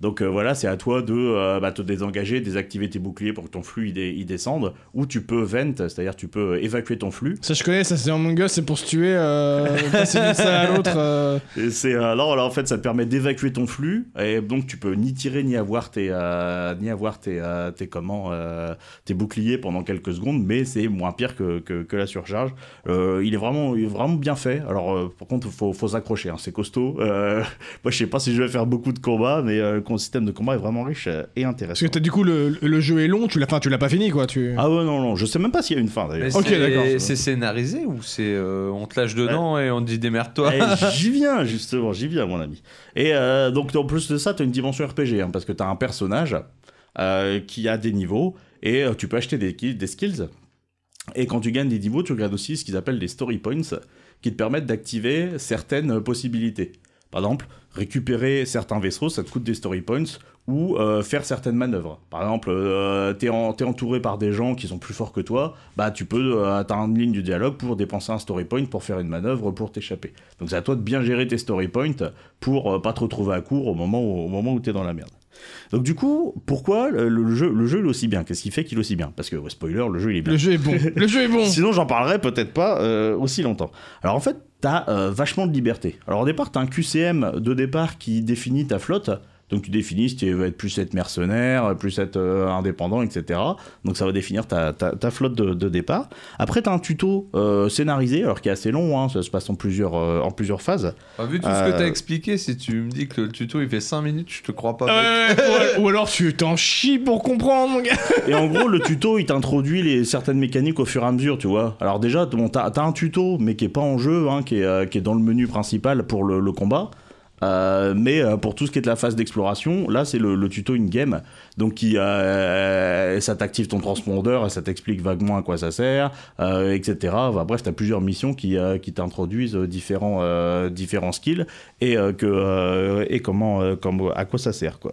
S3: Donc euh, voilà, c'est à toi de euh, bah, te désengager, désactiver tes boucliers pour que ton flux il, dé- il descende, ou tu peux vent, c'est-à-dire tu peux évacuer ton flux
S1: Ça, je connais, ça, c'est Among Us, c'est pour se tuer, euh, passer d'une salle à l'autre. euh.
S3: Et c'est euh, alors, alors en fait ça te permet d'évacuer ton flux et donc tu peux ni tirer ni avoir tes euh, ni avoir tes euh, tes comment euh, tes boucliers pendant quelques secondes mais c'est moins pire que, que, que la surcharge. Euh, il est vraiment il est vraiment bien fait. Alors euh, par contre faut faut s'accrocher hein, c'est costaud. Euh, moi je sais pas si je vais faire beaucoup de combats mais euh, le système de combat est vraiment riche euh, et
S1: Parce que
S3: intéressant.
S1: t'as- du coup, le, le jeu est long, tu l'as enfin, tu l'as pas fini quoi. Tu...
S3: Ah ouais non non, je sais même pas s'il y a une fin
S2: Mais
S3: d'ailleurs.
S1: Ok,
S2: c'est-
S1: d'accord.
S2: C'est scénarisé ou c'est euh, on te lâche dedans et on te dit démerde-toi
S3: Eh, j'y viens, justement, j'y viens, mon ami. Et euh, donc, en plus de ça, tu as une dimension RPG, hein, parce que tu as un personnage euh, qui a des niveaux, et euh, tu peux acheter des, ki- des skills. Et quand tu gagnes des niveaux, tu regardes aussi ce qu'ils appellent des story points, qui te permettent d'activer certaines possibilités. Par exemple, récupérer certains vaisseaux, ça te coûte des story points, ou euh, faire certaines manœuvres. Par exemple, euh, t'es, en- t'es entouré par des gens qui sont plus forts que toi, bah tu peux euh, atteindre une ligne du dialogue pour dépenser un story point pour faire une manœuvre pour t'échapper. Donc c'est à toi de bien gérer tes story points pour euh, pas te retrouver à court au moment où, au moment où t'es dans la merde. Donc du coup, pourquoi le, le jeu, le jeu il est aussi bien Qu'est-ce qui fait qu'il est aussi bien Parce que ouais, spoiler, le jeu il est bien.
S1: Le jeu est bon. Le jeu est bon.
S3: Sinon, j'en parlerai peut-être pas euh, aussi longtemps. Alors en fait, t'as euh, vachement de liberté. Alors au départ, t'as un QCM de départ qui définit ta flotte. Donc tu définis si tu vas être plus être mercenaire, plus être euh, indépendant, etc. Donc ça va définir ta, ta- ta flotte de, de départ. Après, t'as un tuto euh, scénarisé, alors qui est assez long, hein, ça se passe en plusieurs, euh, en plusieurs phases.
S2: Enfin, vu tout ce
S3: Euh,
S2: que t'as expliqué, si tu me dis que le tuto il fait 5 minutes, je te crois pas. mec.
S1: Ouais, ouais, ouais. ou alors tu t'en chies pour comprendre, mon gars.
S3: Et en gros, le tuto, il t'introduit les certaines mécaniques au fur et à mesure, tu vois. Alors déjà, t- bon, t'as t'as un tuto, mais qui est pas en jeu, hein, qui, est, euh, qui est dans le menu principal pour le, le combat. Euh, mais euh, pour tout ce qui est de la phase d'exploration, là c'est le, le tuto in-game, donc qui, euh, ça t'active ton transpondeur, et ça t'explique vaguement à quoi ça sert, euh, etc. Enfin, bref, t'as plusieurs missions qui, euh, qui t'introduisent euh, différents, euh, différents skills et, euh, que, euh, et comment, euh, comme- à quoi ça sert. quoi.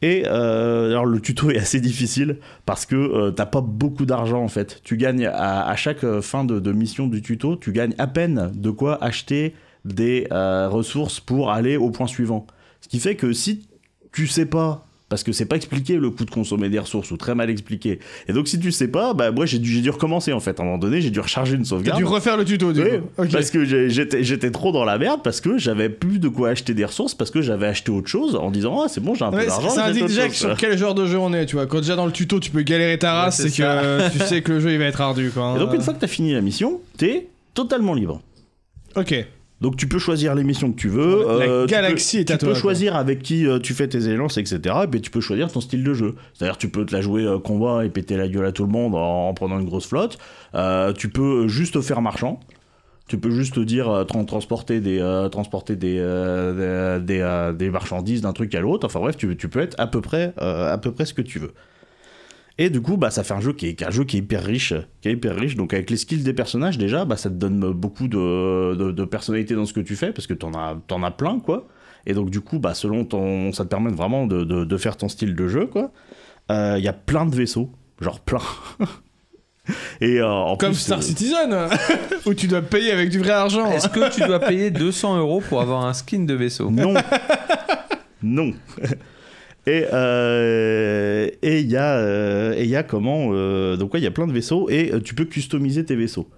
S3: Et euh, alors le tuto est assez difficile parce que euh, t'as pas beaucoup d'argent en fait. Tu gagnes à, à chaque euh, fin de, de mission du tuto, tu gagnes à peine de quoi acheter des euh, ressources pour aller au point suivant. Ce qui fait que si tu sais pas, parce que c'est pas expliqué le coût de consommer des ressources ou très mal expliqué. Et donc si tu sais pas, bah moi j'ai dû, j'ai dû recommencer en fait. À un moment donné, j'ai dû recharger une
S1: T'as
S3: sauvegarde.
S1: dû refaire le tuto, du
S3: Oui, Bah,
S1: coup. Ok.
S3: Parce que j'ai- j'étais j'étais trop dans la merde, parce que j'avais plus de quoi acheter des ressources, parce que j'avais acheté autre chose en disant Ah, c'est bon, j'ai un peu
S1: Ouais,
S3: d'argent.
S1: ça
S3: j'achète
S1: indique
S3: autre
S1: déjà
S3: chose.
S1: sur quel genre de jeu on est, tu vois. Quand déjà dans le tuto tu peux galérer ta race,
S2: Ouais, c'est
S1: c'est que euh, tu sais que le jeu il va être ardu, quoi. hein.
S3: Et donc, une fois que t'as fini la mission, t'es totalement libre.
S1: Ok.
S3: Donc tu peux choisir les missions que tu veux. euh,
S1: La
S3: tu peux-
S1: galaxie est à
S3: Tu peux
S1: toi, quoi.
S3: choisir avec qui euh, tu fais tes alliances, etc. Et puis tu peux choisir ton style de jeu. C'est-à-dire tu peux te la jouer euh, combat et péter la gueule à tout le monde en, en prenant une grosse flotte. Euh, tu peux juste te faire marchand. Tu peux juste te dire euh, tran- transporter des euh, transporter des euh, des, des, euh, des marchandises d'un truc à l'autre. Enfin bref, tu, tu peux être à peu près euh, à peu près ce que tu veux. Et du coup, bah, ça fait un jeu qui est, qui est un jeu qui est hyper riche, qui est hyper riche. Donc avec les skills des personnages déjà, bah, ça te donne beaucoup de, de, de personnalité dans ce que tu fais parce que t'en as t'en as plein quoi. Et donc du coup, bah, selon ton, ça te permet vraiment de, de, de faire ton style de jeu quoi. Euh, Il y a plein de vaisseaux, genre plein. Et euh, en
S1: Comme
S3: plus,
S1: Star
S3: euh,
S1: Citizen, où tu dois payer avec du vrai argent.
S2: Est-ce que tu dois payer 200 euros pour avoir un skin de vaisseau
S3: Non. non. Et euh, et il y a euh, et il y a comment euh, donc ouais il y a plein de vaisseaux et euh, tu peux customiser tes vaisseaux.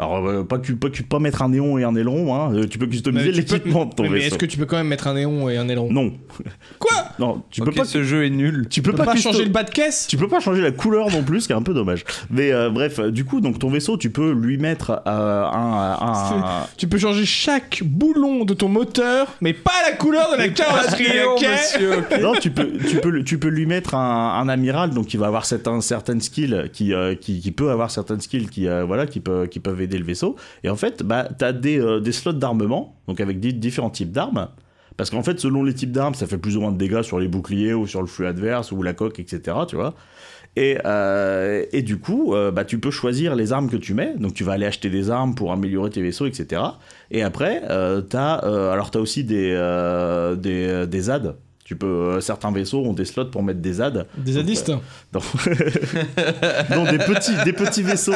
S3: Alors euh, pas que tu pas que tu peux pas mettre un néon et un aileron hein, euh, tu peux
S1: Mais
S3: customiser
S1: tu peux-
S3: l'équipement de ton
S1: Oui, mais
S3: vaisseau.
S1: est-ce que tu peux quand même mettre un néon et un aileron
S3: Non.
S1: Quoi
S3: Non, tu
S2: Ok,
S3: peux pas
S2: ce jeu est nul.
S3: tu peux
S1: Tu peux
S3: pas,
S1: pas
S3: custo-
S1: changer le bas de caisse
S3: tu peux pas changer la couleur non plus, ce qui est un peu dommage. Mais euh, bref, euh, du coup, donc ton vaisseau, tu peux lui mettre euh, un, un,
S1: Tu peux changer chaque boulon de ton moteur, mais pas la couleur de la carrosserie,
S2: Léon,
S1: Ah, ok
S2: monsieur, ok.
S3: non, tu peux, tu peux, tu peux lui mettre un, un amiral, donc il va avoir certains, certaines skills qui, euh, qui, qui peut avoir certaines skills qui, euh, voilà, qui, peut, qui peuvent aider le vaisseau. Et en fait, bah, t'as des, euh, des slots d'armement, donc avec di- différents types d'armes. Parce qu'en fait, selon les types d'armes, ça fait plus ou moins de dégâts sur les boucliers ou sur le flux adverse ou la coque, etc. Tu vois. Et, euh, et du coup, euh, bah, tu peux choisir les armes que tu mets. Donc, tu vas aller acheter des armes pour améliorer tes vaisseaux, etc. Et après, euh, t'as, euh, alors t'as aussi des, euh, des, des ZAD. Tu peux, euh, certains vaisseaux ont des slots pour mettre des ZAD.
S1: Des zadistes
S3: Non, Non, des petits, des petits vaisseaux.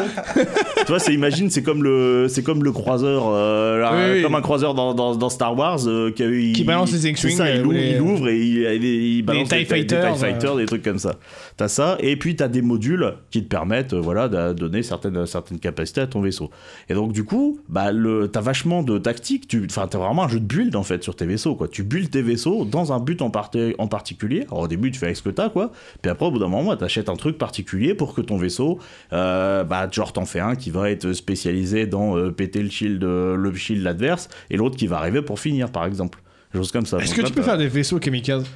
S3: tu vois, c'est imagine, c'est comme le, c'est comme le croiseur, euh, là,
S1: Oui, oui.
S3: comme un croiseur dans, dans, dans Star Wars euh, qui, a eu-
S1: Qui
S3: il-
S1: balance
S3: il-
S1: les
S3: c'est
S1: X-Wing,
S3: ça, il,
S1: euh, ou
S3: ouvre-
S1: les-
S3: il ouvre et il, il- il balance
S1: TIE
S3: des, des TIE
S1: Fighters, euh.
S3: Fighters, des trucs comme ça. T'as ça, et puis t'as des modules qui te permettent, euh, voilà, de donner certaines, certaines capacités à ton vaisseau. Et donc du coup, bah le, t'as vachement de tactique. Tu, enfin, t'as vraiment un jeu de build en fait sur tes vaisseaux. Quoi. Tu builds tes vaisseaux dans un but en, parti- en particulier. Alors au début, tu fais avec ce que t'as, quoi. Puis après, au bout d'un moment, t'achètes un truc particulier pour que ton vaisseau, euh, bah genre t'en fais un qui va être spécialisé dans euh, péter le shield, euh, le shield adverse, et l'autre qui va arriver pour finir, par exemple. Des choses comme ça.
S1: Est-ce
S3: Donc
S1: que
S3: là,
S1: tu peux
S3: t'as-
S1: faire des vaisseaux kamikazes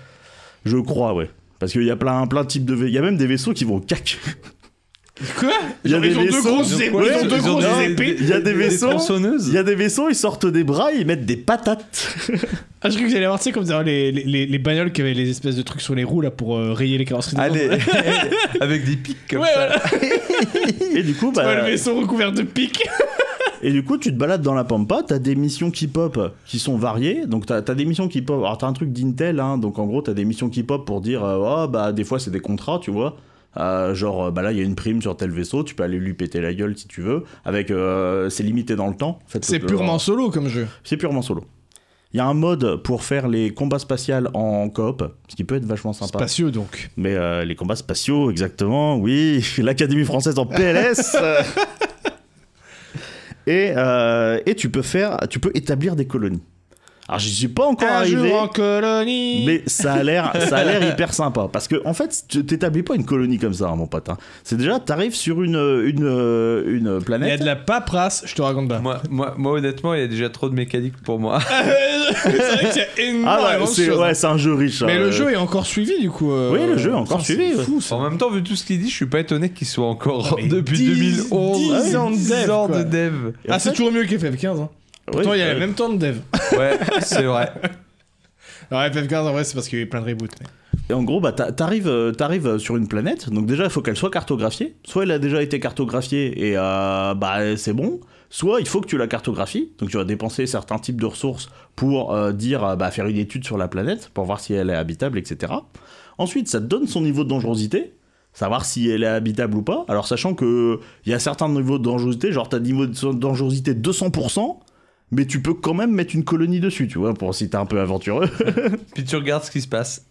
S3: Je crois, ouais. Parce qu'il y a plein, plein de types de vaisseaux. Il y a même des vaisseaux qui vont au cac.
S1: Quoi
S3: Il y a
S1: Genre,
S3: des
S1: Ils ont deux
S3: vaisseaux-
S1: grosses
S3: Ils ont
S1: épées,
S3: quoi,
S1: ils ont
S3: ils
S1: deux
S3: ont
S1: grosses
S3: des-
S1: épées.
S3: il y a des vaisseaux.
S2: tronçonneuses.
S3: Il y a des vaisseaux, ils sortent des bras, ils mettent des patates.
S1: Ah, je crois que j'allais voir, tu sais, comme dans les, les- les, les bagnoles qui avaient les espèces de trucs sur les roues là pour euh, rayer les carrosseries. des
S2: Allez,
S1: autres.
S2: avec des pics comme
S1: Ouais,
S2: ça.
S3: Et du coup,
S1: Ouais,
S3: bah,
S1: le vaisseau recouvert de pics.
S3: Et du coup, tu te balades dans la pampa, t'as des missions qui pop qui sont variées. Donc, t'as as des missions qui pop. Alors, t'as un truc d'Intel, hein, donc en gros, t'as des missions qui pop pour dire, euh, oh, bah, des fois, c'est des contrats, tu vois. Euh, genre, euh, bah là, il y a une prime sur tel vaisseau, tu peux aller lui péter la gueule si tu veux. Avec, euh, c'est limité dans le temps. En fait,
S1: C'est
S3: euh,
S1: purement solo comme jeu.
S3: C'est purement solo. Il y a un mode pour faire les combats spatials en coop, ce qui peut être vachement sympa.
S1: Spacieux donc.
S3: Mais euh, les combats spatiaux, exactement, oui, l'Académie française en PLS. et, euh, et tu peux faire, tu peux établir des colonies. Alors j'y suis pas encore
S1: Un
S3: arrivé.
S1: jour en colonie.
S3: Mais ça a l'air, ça a l'air hyper sympa. Parce que, en fait, tu t'établis pas une colonie comme ça, hein, mon pote. hein. C'est déjà, t'arrives sur une, une, une
S1: Il y
S3: planète.
S1: a de la paperasse, je te raconte pas.
S2: Moi, moi, moi, honnêtement, il y a déjà trop de mécanique pour moi.
S1: c'est vrai qu'il y a
S3: Ah ouais,
S1: énormément de
S3: c'est,
S1: choses.
S3: ouais, c'est un jeu riche.
S1: Mais
S3: hein.
S1: le jeu est encore suivi du coup. euh,
S3: Oui, le jeu est encore
S1: putain, c'est
S3: suivi, ouais.
S1: Fou, ça.
S2: en même temps, vu tout ce qu'il dit, je suis pas étonné qu'il soit encore
S1: Ah, mais
S2: depuis
S1: 10
S2: 2011.
S1: 10 ans de dev,
S2: ans
S1: quoi.
S2: de dev.
S3: Et en
S1: Ah, c'est
S3: fait,
S1: toujours mieux qu'FF15. Hein. Pourtant,
S3: oui,
S1: il y a
S3: euh,
S1: le même temps de dev.
S2: Ouais, c'est vrai.
S1: Alors, FF15, en vrai, c'est parce qu'il y a eu plein de reboots. mais-
S3: Et en gros, bah, t'a- t'arrives, euh, t'arrives euh, sur une planète, donc déjà il faut qu'elle soit cartographiée. Soit elle a déjà été cartographiée et euh, bah, c'est bon. Soit il faut que tu la cartographies, donc tu vas dépenser certains types de ressources pour euh, dire, euh, bah, faire une étude sur la planète pour voir si elle est habitable, etc. Ensuite, ça te donne son niveau de dangerosité, savoir si elle est habitable ou pas. Alors sachant que il y a certains niveaux de dangerosité, genre t'as niveau de dangerosité 200%, mais tu peux quand même mettre une colonie dessus, tu vois, pour si t'es un peu aventureux.
S2: Puis tu regardes ce qui se passe.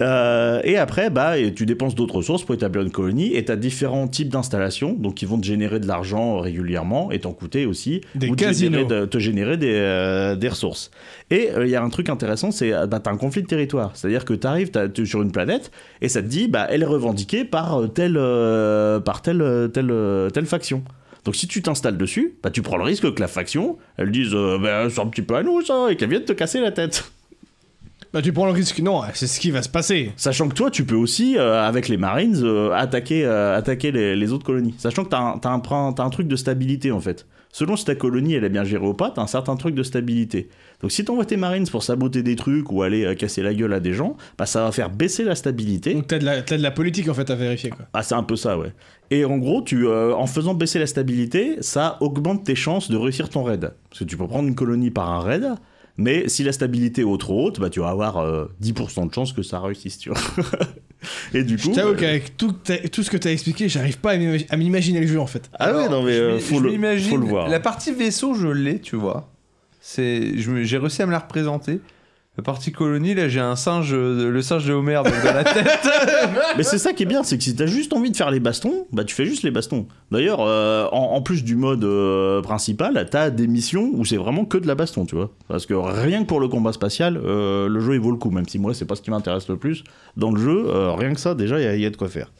S3: Euh, et après, bah, et tu dépenses d'autres ressources pour établir une colonie et tu as différents types d'installations donc qui vont te générer de l'argent euh, régulièrement et t'en coûter aussi.
S1: Des
S3: ou te
S1: casinos.
S3: générer de- te générer des, euh, des ressources. Et euh, il y a un truc intéressant, c'est euh, bah, tu un conflit de territoire. C'est-à-dire que tu arrives sur une planète et ça te dit bah, elle est revendiquée par euh, telle, euh, par telle, euh, telle, euh, telle faction. Donc si tu t'installes dessus, bah, tu prends le risque que la faction, elle dise euh, bah, c'est un petit peu à nous ça et qu'elle vienne te casser la tête.
S1: Bah, tu prends le risque. Non, c'est ce qui va se passer.
S3: Sachant que toi, tu peux aussi, euh, avec les Marines, euh, attaquer, euh, attaquer les, les autres colonies. Sachant que t'as un, t'as un, prin- t'as un truc de stabilité, en fait. Selon si ta colonie, elle est bien gérée ou pas, t'as un certain truc de stabilité. Donc si t'envoies tes Marines pour saboter des trucs ou aller euh, casser la gueule à des gens, bah ça va faire baisser la stabilité.
S1: Donc, t'as de, la- t'as de la politique en fait à vérifier. Quoi.
S3: Ah, c'est un peu ça, ouais. Et en gros, tu, euh, en faisant baisser la stabilité, ça augmente tes chances de réussir ton raid. Parce que tu peux prendre une colonie par un raid, mais si la stabilité est au- trop haute, bah, tu vas avoir euh, 10% de chances que ça réussisse, tu vois. Et du
S1: Je
S3: coup.
S1: t'avoue
S3: euh,
S1: qu'avec tout, que t'as- tout ce que t'as expliqué, j'arrive pas à m'ima- à m'imaginer le jeu en fait.
S3: Ah ouais,
S2: Alors,
S3: non, mais
S2: je
S3: euh,
S2: m'i-
S3: faut,
S2: je
S3: le,
S2: m'imagine-
S3: faut le voir.
S2: La partie vaisseau, je l'ai, tu vois. C'est, je me- j'ai réussi à me la représenter. La partie colonie, là, j'ai un singe, euh, le singe de Homer donc, dans la tête.
S3: Mais c'est ça qui est bien, c'est que si t'as juste envie de faire les bastons, bah tu fais juste les bastons. D'ailleurs, euh, en, en plus du mode euh, principal, t'as des missions où c'est vraiment que de la baston, tu vois. Parce que rien que pour le combat spatial, euh, le jeu il vaut le coup, même si moi c'est pas ce qui m'intéresse le plus. Dans le jeu, euh, rien que ça, déjà, il y a- il y, a de quoi faire.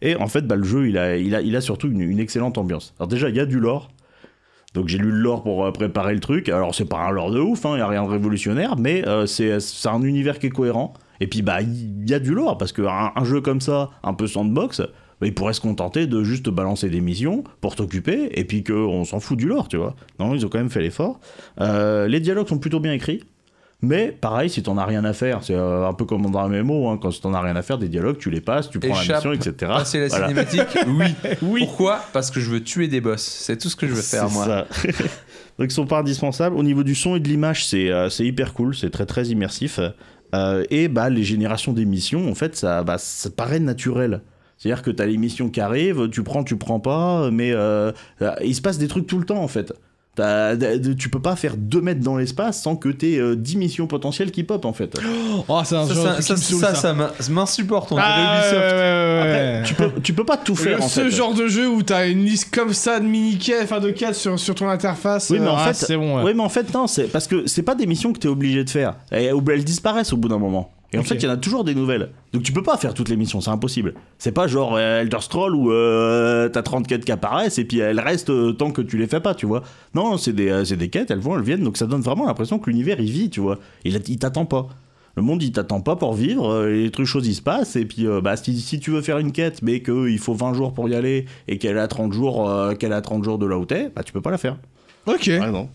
S3: Et en fait, bah, le jeu, il a, il a, il a surtout une, une excellente ambiance. Alors déjà, il y a du lore. Donc j'ai lu le lore pour euh, préparer le truc. Alors c'est pas un lore de ouf, hein, il y a rien de révolutionnaire, mais euh, c'est c'est un univers qui est cohérent. Et puis bah il y a du lore parce que un, un jeu comme ça, un peu sandbox, bah, il pourrait se contenter de juste balancer des missions pour t'occuper et puis qu'on s'en fout du lore, tu vois. Non, ils ont quand même fait l'effort. Euh, les dialogues sont plutôt bien écrits. Mais pareil, si t'en as rien à faire, c'est euh, un peu comme dans un mémo, hein, quand t'en as rien à faire des dialogues, tu les passes, tu prends
S2: Échappe,
S3: la mission, etc.
S2: Passer hein, la
S3: Ah, Voilà.
S2: cinématique, Ah, oui. Pourquoi Parce que je veux tuer des boss. C'est tout ce que je veux faire,
S3: C'est
S2: moi.
S3: ça. Donc ils sont pas indispensables. Au niveau du son et de l'image, c'est euh, c'est hyper cool, c'est très très immersif. Euh, et bah les générations d'émissions, en fait, ça, bah, ça paraît naturel. C'est-à-dire que t'as l'émission qui arrive, tu prends, tu prends pas, mais euh, euh, il se passe des trucs tout le temps en fait. T'as- t'as- Tu peux pas faire 2 mètres dans l'espace sans que t'aies euh, 10 missions potentielles qui pop en fait.
S1: Oh, c'est un
S2: Ça,
S1: jeu
S2: ça,
S1: qui
S2: ça,
S1: me saoule,
S2: ça, ça m'in- m'insupporte. On dirait
S1: Ah, ouais, ouais,
S2: Ubisoft.
S1: ouais, ouais, ouais.
S3: Tu peux, tu peux pas tout
S1: Le-
S3: faire en
S1: ce
S3: fait.
S1: genre de jeu où t'as une liste comme ça de mini quêtes, enfin de quêtes sur, sur ton interface.
S3: Oui, mais
S1: euh,
S3: en
S1: ah,
S3: fait-
S1: c'est bon. ouais.
S3: Oui, mais en fait, non, c'est parce que c'est pas des missions que t'es obligé de faire. Et elles disparaissent au bout d'un moment. Et en
S1: Ok.
S3: fait, il y en a toujours des nouvelles. Donc tu peux pas faire toutes les missions, c'est impossible. C'est pas genre euh, Elder Scroll où euh, t'as 30 quêtes qui apparaissent et puis elles restent euh, tant que tu les fais pas, tu vois. Non, c'est des, euh, c'est des quêtes, elles vont, elles viennent. Donc ça donne vraiment l'impression que l'univers il vit, tu vois. Il, il t'attend pas. Le monde il t'attend pas pour vivre, euh, les trucs choses ils se passent et puis euh, bah, si, si tu veux faire une quête mais qu'il faut 20 jours pour y aller et qu'elle a 30 jours euh, qu'elle a 30 jours de là où t'es, bah tu peux pas la faire.
S1: Ok.
S3: Ouais, non.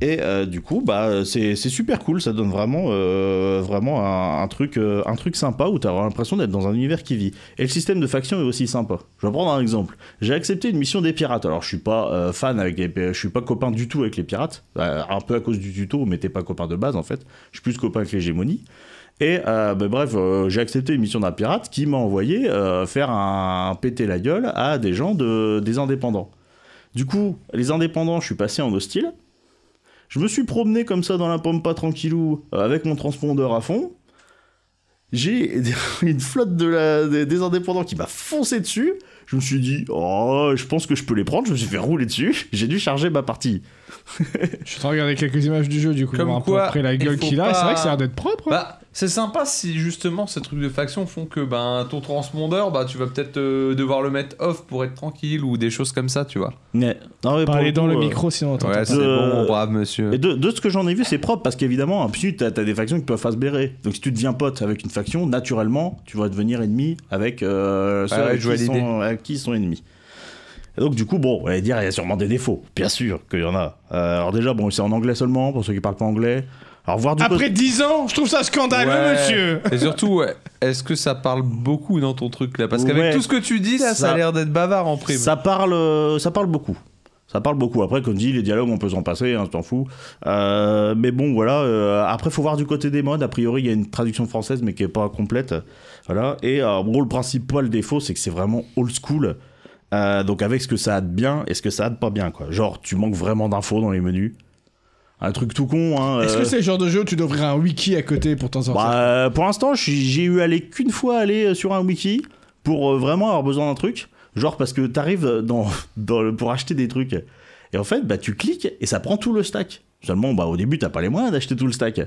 S3: Et euh, du coup, bah, c'est c'est super cool, ça donne vraiment, euh, vraiment un, un truc, euh, un truc sympa où t'as l'impression d'être dans un univers qui vit. Et le système de faction est aussi sympa. Je vais prendre un exemple. J'ai accepté une mission des pirates. Alors, je suis pas euh, fan avec les, pi- je suis pas copain du tout avec les pirates. Euh, un peu à cause du tuto, mais t'es pas copain de base en fait. Je suis plus copain avec l'hégémonie. Et euh, bah, bref, euh, j'ai accepté une mission d'un pirate qui m'a envoyé euh, faire un, un péter la gueule à des gens de, des indépendants. Du coup, les indépendants, je suis passé en hostile. Je me suis promené comme ça dans la pampa tranquillou euh, avec mon transpondeur à fond. J'ai une flotte de la- des, des indépendants qui m'a foncé dessus. Je me suis dit, oh, je pense que je peux les prendre. Je me suis fait rouler dessus. J'ai dû charger ma partie.
S1: Je suis en train de regarder quelques images du jeu, du coup,
S2: Comme
S1: voir un peu
S2: quoi,
S1: après la
S2: il
S1: gueule
S2: faut
S1: qu'il a. et C'est
S2: pas-
S1: vrai que ça a l'air d'être propre. hein.
S2: Bah, c'est sympa si justement ces trucs de faction font que ben ton transpondeur, bah tu vas peut-être euh, devoir le mettre off pour être tranquille ou des choses comme ça, tu vois.
S3: Mais, non, mais pour
S1: Parlez
S3: le
S1: dans
S3: coup,
S1: le
S3: euh,
S1: micro, sinon on t'entend
S2: Ouais,
S1: pas.
S2: c'est bon, brave monsieur.
S3: Et de, de ce que j'en ai vu, c'est propre parce qu'évidemment, hein, puis t'as t'as des factions qui peuvent pas se bérer. Donc si tu deviens pote avec une faction, naturellement, tu vas devenir ennemi avec euh, ceux
S2: Ah ouais,
S3: avec
S2: je vois
S3: qui,
S2: l'idée.
S3: sont, avec qui ils sont ennemis. Et donc du coup, bon, on va dire, il y a sûrement des défauts. Bien sûr qu'il y en a. Euh, alors déjà, bon, c'est en anglais seulement pour ceux qui parlent pas anglais. Alors voir du
S1: Après 10 ans, je trouve ça scandaleux,
S2: Ouais. Euh.
S1: monsieur.
S2: Et surtout, ouais, est-ce que ça parle beaucoup dans ton truc là Parce qu'avec
S3: Ouais.
S2: tout ce que tu dis, là, ça,
S3: Ça-
S2: a l'air d'être bavard en
S3: côté,
S2: prime.
S3: ça parle, euh, ça parle beaucoup. Ça parle beaucoup. Après, comme dit, les dialogues, on peut s'en passer, hein, je t'en fous. Euh, mais bon, voilà. euh, après, faut voir du côté des modes. A priori, il y a une traduction française, mais qui est pas complète. Voilà. Et euh, bon, le principal défaut, c'est que c'est vraiment old school. Euh, donc, avec ce que ça a de bien et ce que ça a de pas bien, quoi. Genre, tu manques vraiment d'infos dans les menus. Un truc tout con, hein.
S1: Est-ce que
S3: euh,
S1: c'est le genre de jeu où tu devrais un wiki à côté pour t'en sortir
S3: bah, euh, pour l'instant, je suis- j'ai eu aller qu'une fois aller euh, sur un wiki pour euh, vraiment avoir besoin d'un truc. Genre parce que t'arrives euh, dans, dans le, pour acheter des trucs. Et en fait, bah, tu cliques et ça prend tout le stack. Seulement, bah, au début, t'as pas les moyens d'acheter tout le stack.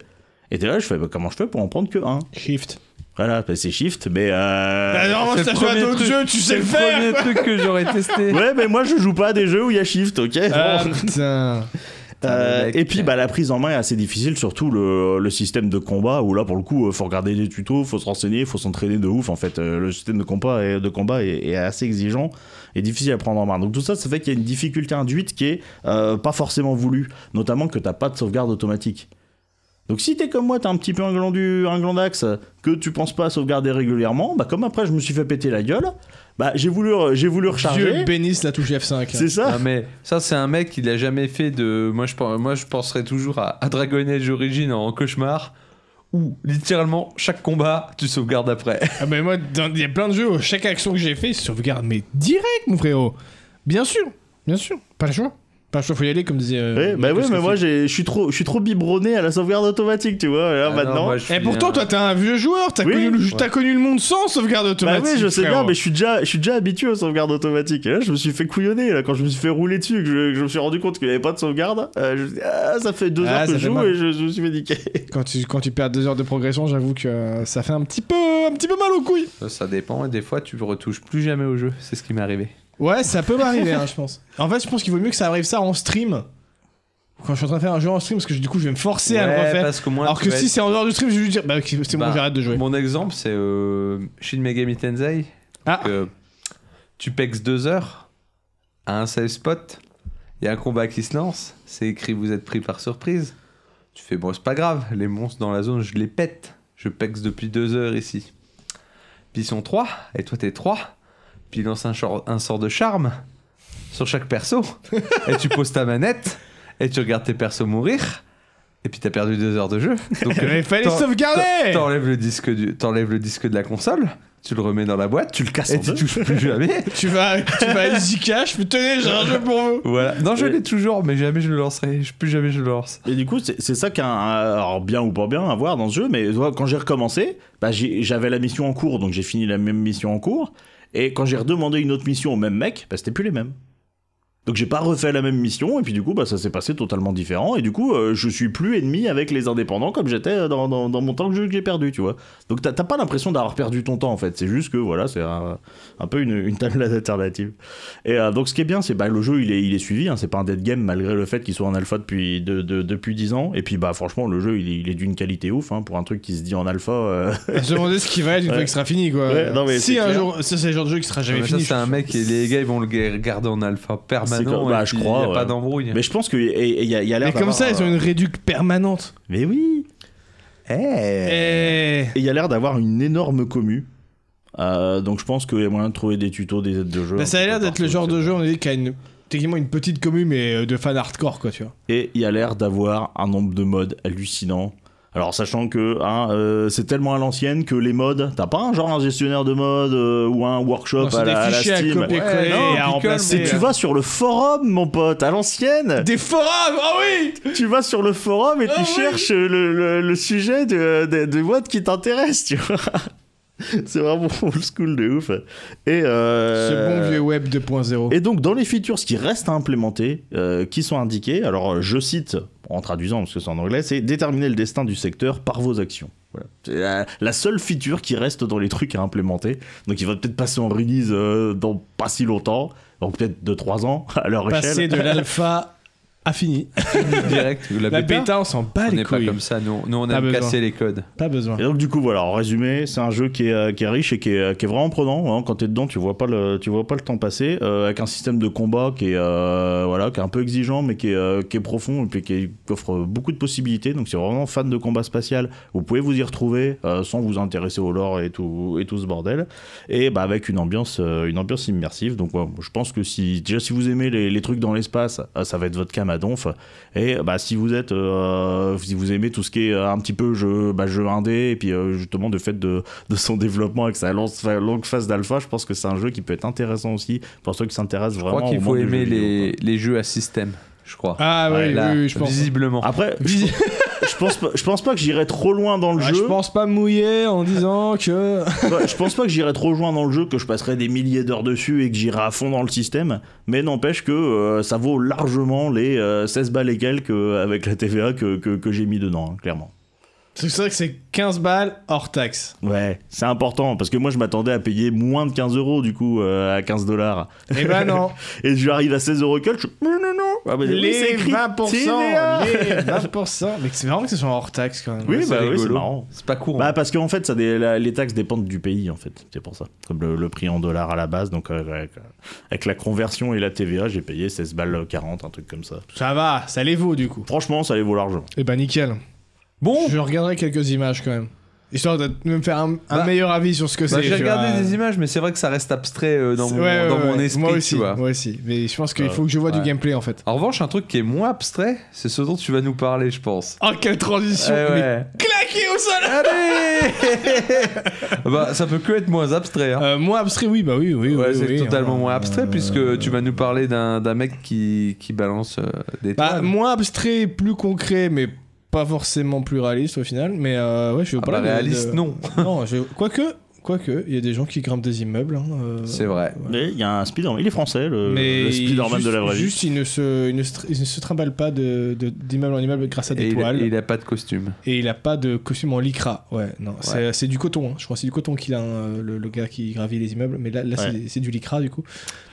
S3: Et t'es là, je fais, bah, comment je fais pour en prendre que un
S1: Shift.
S3: Voilà, bah, c'est shift, mais. euh,
S1: Bah non,
S2: c'est
S1: ça
S2: le
S1: fait à
S2: premier
S1: d'autres
S2: truc-
S1: jeux, tu sais
S2: C'est
S1: le
S2: le
S1: faire.
S2: premier truc que j'aurais testé.
S3: Ouais, mais moi, je joue pas à des jeux où il y a shift, ok
S1: Ah
S3: Bon.
S1: putain.
S3: Euh,
S2: le mec.
S3: et puis bah, la prise en main est assez difficile, surtout le, le système de combat où là pour le coup euh, faut regarder des tutos, faut se renseigner, faut s'entraîner de ouf en fait. Euh, le système de combat est, de combat est, est assez exigeant et difficile à prendre en main. Donc tout ça, ça fait qu'il y a une difficulté induite qui est euh, pas forcément voulue, notamment que t'as pas de sauvegarde automatique. Donc si t'es comme moi, t'es un petit peu un glandu, un glandax, que tu penses pas à sauvegarder régulièrement, bah comme après je me suis fait péter la gueule, bah j'ai voulu, j'ai voulu recharger.
S1: Dieu bénisse la touche hein. F5.
S3: C'est ça.
S2: Non, mais ça, c'est un mec qui l'a jamais fait de. Moi, je, pen- moi, je penserais toujours à, à Dragon Age Origins en cauchemar où littéralement chaque combat tu sauvegardes après.
S1: Ah ben moi, dans- il y a plein de jeux où chaque action que j'ai fait, je sauvegarde, mais direct, mon frérot. Bien sûr, bien sûr. Pas le choix. Pas le choix, faut y aller, comme disait. euh,
S2: Eh,
S3: Ouais, bah
S1: Michael
S3: oui, mais
S1: Scofield.
S3: moi j'ai- je suis trop, je suis trop biberonné à la sauvegarde automatique, tu vois. Là,
S2: Ah non,
S3: maintenant.
S2: moi, je suis
S1: Et Eh, pourtant,
S2: un-
S1: toi, t'es un vieux joueur, t'as
S3: Oui.
S1: connu, le- t'as
S2: Ouais.
S1: connu le monde sans sauvegarde
S3: bah
S1: automatique.
S3: oui, je sais
S1: frérot.
S3: bien, mais je suis déjà, je suis déjà habitué aux sauvegardes automatiques. Et là, je me suis fait couillonner là quand je me suis fait rouler dessus, que je, que je me suis rendu compte qu'il n'y avait pas de sauvegarde. euh, je me suis dit, ah, ça fait deux
S1: Ah,
S3: heures que
S1: ça
S3: je
S1: fait
S3: joue
S1: mal.
S3: et je, je me suis fait niquer.
S1: Quand tu, quand tu perds deux heures de progression, j'avoue que euh, ça fait un petit peu, un petit peu mal aux couilles.
S2: Ça, ça dépend, et des fois tu retouches plus jamais au jeu, c'est ce qui m'est arrivé.
S1: Ouais, ça peut m'arriver, hein, je pense. En fait, je pense qu'il vaut mieux que ça arrive ça en stream. Quand je suis en train de faire un jeu en stream, parce que du coup, je vais me forcer à le
S2: Ouais,
S1: refaire.
S2: parce que moi,
S1: Alors
S2: tu
S1: que
S2: vas
S1: si
S2: être-
S1: c'est en dehors du stream, je vais lui dire, bah, c'est bon,
S2: Bah,
S1: j'arrête de jouer.
S2: Mon exemple, c'est euh, Shin Megami Tensei.
S1: Ah.
S2: Donc, euh, tu pexes deux heures à un safe spot, il y a un combat qui se lance, c'est écrit vous êtes pris par surprise. Tu fais bon, c'est pas grave, les monstres dans la zone, je les pète. Je pexe depuis deux heures ici. Puis ils sont trois, et toi t'es trois. Puis il lance un, chor- un sort de charme sur chaque perso. et tu poses ta manette, et tu regardes tes persos mourir. Et puis t'as perdu deux heures de jeu. Donc,
S1: Mais il fallait
S2: t'en-
S1: sauvegarder
S2: T'enlèves le disque du, t'enlèves le disque de la console, tu le remets dans la boîte, tu le casses et
S3: en
S2: tu
S3: deux.
S2: touches plus jamais.
S1: Tu vas, tu vas à Easy Cash, mais tenez, j'ai un jeu pour vous.
S2: Voilà. Non, je
S3: Et-
S2: l'ai toujours, mais jamais je le lancerai. Je- Plus jamais je le lance.
S3: Et du coup, c'est c'est ça qu'un, alors bien ou pas bien à voir dans ce jeu. Mais tu vois, quand j'ai recommencé, bah, j'ai- j'avais la mission en cours, donc j'ai fini la même mission en cours. Et quand j'ai redemandé une autre mission au même mec, bah, c'était plus les mêmes. Donc j'ai pas refait la même mission et puis du coup bah ça s'est passé totalement différent et du coup euh, je suis plus ennemi avec les indépendants comme j'étais euh, dans, dans- dans mon temps de jeu que j'ai perdu tu vois. Donc t'as t'as pas l'impression d'avoir perdu ton temps en fait, c'est juste que voilà c'est un, un peu une, une table alternative. Et euh, donc ce qui est bien c'est bah le jeu il est, il est suivi, hein, c'est pas un dead game malgré le fait qu'il soit en alpha depuis, de- de- depuis 10 ans et puis bah franchement le jeu il est, il est d'une qualité ouf hein, pour un truc qui se dit en alpha. euh,
S1: Je demandais ce qui va être une
S3: Ouais.
S1: fois qu'il sera fini, quoi.
S3: Ouais, non, mais
S1: si
S3: c'est
S1: un
S3: clair.
S1: jour, ça c'est le genre de jeu qui sera jamais
S2: Mais ça,
S1: fini.
S2: c'est un mec et les gars ils vont le garder en alpha permanent. permanent.
S3: C'est comme- bah,
S2: et
S3: je
S2: puis
S3: crois,
S2: Il n'y a
S3: ouais.
S2: pas d'embrouille.
S3: Mais je pense qu'il y a, y a l'air
S1: Mais comme
S3: d'avoir
S1: ça, ils ont
S3: un-
S1: une réduc permanente.
S3: Mais oui
S1: Eh.
S3: Et il y a l'air d'avoir une énorme commu. Euh, donc je pense qu'il y a moyen de trouver des tutos, des aides de jeu.
S1: Bah,
S3: un
S1: ça a
S3: petit
S1: l'air
S3: peu
S1: d'être le
S3: partout,
S1: genre de
S3: etc.
S1: jeu, on est qui a une, techniquement une petite commune, mais euh, de fan hardcore, quoi, tu vois.
S3: Et il y a l'air d'avoir un nombre de modes hallucinant. Alors sachant que hein, euh, c'est tellement à l'ancienne que les modes, t'as pas un genre un gestionnaire de mode euh, ou un workshop
S1: Non, c'est
S3: à,
S1: des
S3: la, à la
S1: fichiers à
S3: Steam.
S1: copier-coller
S2: Ouais,
S1: et
S2: non,
S1: à
S2: picole,
S1: remplacer.
S3: Et tu vas sur le forum, mon pote, à l'ancienne.
S1: Des forums, ah oui
S3: Tu vas sur le forum et
S1: Ah
S3: tu
S1: oui.
S3: cherches le, le- le sujet de, de, de mode qui t'intéresse, tu vois. C'est vraiment old school de ouf. Et euh,
S1: Ce bon vieux web 2.0.
S3: et donc, dans les features qui restent à implémenter, euh, qui sont indiquées, alors euh, je cite, en traduisant parce que c'est en anglais, c'est déterminer le destin du secteur par vos actions. Voilà. C'est la, la seule feature qui reste dans les trucs à implémenter. Donc, il va peut-être passer en release euh, dans pas si longtemps, dans peut-être 2-3 ans à leur
S1: Passer
S3: échelle.
S1: de l'alpha à fini.
S2: Direct. La,
S1: La
S2: bêta,
S1: bêta, on s'en bat
S2: on
S1: les
S2: n'est pas
S1: couilles. Ah,
S2: comme ça. Nous, nous on
S1: Pas
S2: a
S1: besoin.
S2: cassé les codes.
S1: Pas besoin.
S3: Et donc du coup voilà, en résumé, c'est un jeu qui est, euh, qui est riche et qui est, euh, qui est vraiment prenant. hein. Quand t'es dedans, tu vois pas le, tu vois pas le temps passer, euh, avec un système de combat qui est, euh, voilà, qui est un peu exigeant, mais qui est, euh, qui est profond et puis qui, est- qui offre beaucoup de possibilités. Donc si vous êtes vraiment fan de combat spatial, vous pouvez vous y retrouver euh, sans vous intéresser au lore et tout, et tout ce bordel. Et bah avec une ambiance, euh, une ambiance immersive. Donc ouais, je pense que si déjà si vous aimez les, les trucs dans l'espace, euh, ça va être votre cam à donf. Et bah, si vous êtes, euh, si vous aimez tout ce qui est euh, un petit peu jeu, bah, jeu indé, et puis euh, justement de fait de, de son développement et que sa longue, fa- longue phase d'alpha, je pense que c'est un jeu qui peut être intéressant aussi pour ceux qui s'intéressent
S2: Je
S3: vraiment.
S2: crois qu'il
S3: au
S2: faut
S3: monde du
S2: aimer
S3: jeu vidéo,
S2: les, les jeux à système, je crois.
S1: Ah oui,
S3: Ouais,
S1: oui,
S2: Là,
S1: oui, je pense.
S2: Visiblement.
S3: quoi. Après, je, je pense pas, je pense pas que j'irai trop loin dans le
S1: Ah,
S3: jeu.
S1: je pense pas mouiller en disant que.
S3: Ouais, Bah, je pense pas que j'irai trop loin dans le jeu, que je passerai des milliers d'heures dessus et que j'irai à fond dans le système, mais n'empêche que euh, ça vaut largement les euh, 16 balles et quelques euh, avec la TVA que, que, que j'ai mis dedans, hein, clairement.
S1: C'est vrai que c'est 15 balles hors taxe.
S3: Ouais, c'est important parce que moi je m'attendais à payer moins de 15 euros du coup euh, à 15 dollars.
S1: Eh ben non.
S3: Et je arrive à 16 euros quelque, je mais non, non, Ah, mais oui, c'est
S1: les
S3: écrit
S1: 20%.
S3: TVA.
S1: Les 20%. Mais c'est marrant que ce soit hors taxe quand même.
S3: Oui,
S2: C'est
S3: bah oui, c'est
S2: rigolo.
S3: marrant.
S2: C'est pas hein. courant.
S3: Bah parce qu'en fait, ça, dé- la- les taxes dépendent du pays en fait, c'est pour ça. Comme le, le prix en dollars à la base, donc euh, avec, avec la conversion et la TVA, j'ai payé 16 balles 40, un truc comme ça.
S1: Ça va, ça les vaut du coup.
S3: Franchement, ça les vaut largement.
S1: Eh ben nickel.
S2: bon,
S1: Je regarderai quelques images quand même. Histoire de me faire un, un
S2: Bah-
S1: meilleur avis sur ce que
S2: bah,
S1: c'est.
S2: j'ai
S1: tu
S2: regardé
S1: vois.
S2: des images, mais c'est vrai que ça reste abstrait euh, dans mon,
S1: Ouais, ouais,
S2: dans
S1: ouais,
S2: mon
S1: ouais.
S2: esprit.
S1: moi
S2: tu
S1: aussi,
S2: vois. Euh,
S1: moi aussi. Mais je pense qu'il
S3: Ouais.
S1: faut que je vois
S2: Ouais.
S1: du gameplay en fait.
S2: En revanche, un truc qui est moins abstrait, c'est ce dont tu vas nous parler, je pense.
S1: Oh quelle transition
S2: Eh
S1: mais
S2: ouais.
S1: claqué au sol
S2: Allez Bah, ça peut que être moins abstrait. hein.
S1: euh, Moi abstrait, oui, bah oui, oui.
S2: Ouais,
S1: oui,
S2: c'est
S1: oui,
S2: totalement
S1: hein.
S2: moins abstrait puisque tu vas nous parler d'un d'un mec qui, qui balance euh, des
S1: Bah,
S2: toiles.
S1: moins abstrait, plus concret, mais pas forcément plus réaliste au final. Mais euh, ouais, je vais vous
S2: Ah
S1: parler
S2: bah,
S1: de-
S2: réaliste,
S1: de-
S2: non.
S1: non, je... quoique, quoique, il y a des gens qui grimpent des immeubles. hein, euh,
S2: C'est vrai.
S3: Mais il y a un Spider-Man, il est français, le,
S1: mais
S3: le Spider-Man
S1: juste-
S3: de la vraie vie.
S1: Juste, il ne se, il ne se, il ne se trimballe pas de- de- d'immeuble en immeuble grâce à
S2: Et
S1: des
S2: il, a,
S1: toiles.
S2: il a pas de costume.
S1: Et il a pas de costume en lycra. Ouais, non, c'est- c'est du coton. hein. Je crois que c'est du coton qu'il a, hein, le, le gars qui gravit les immeubles. Mais là, là c'est- c'est du lycra du coup.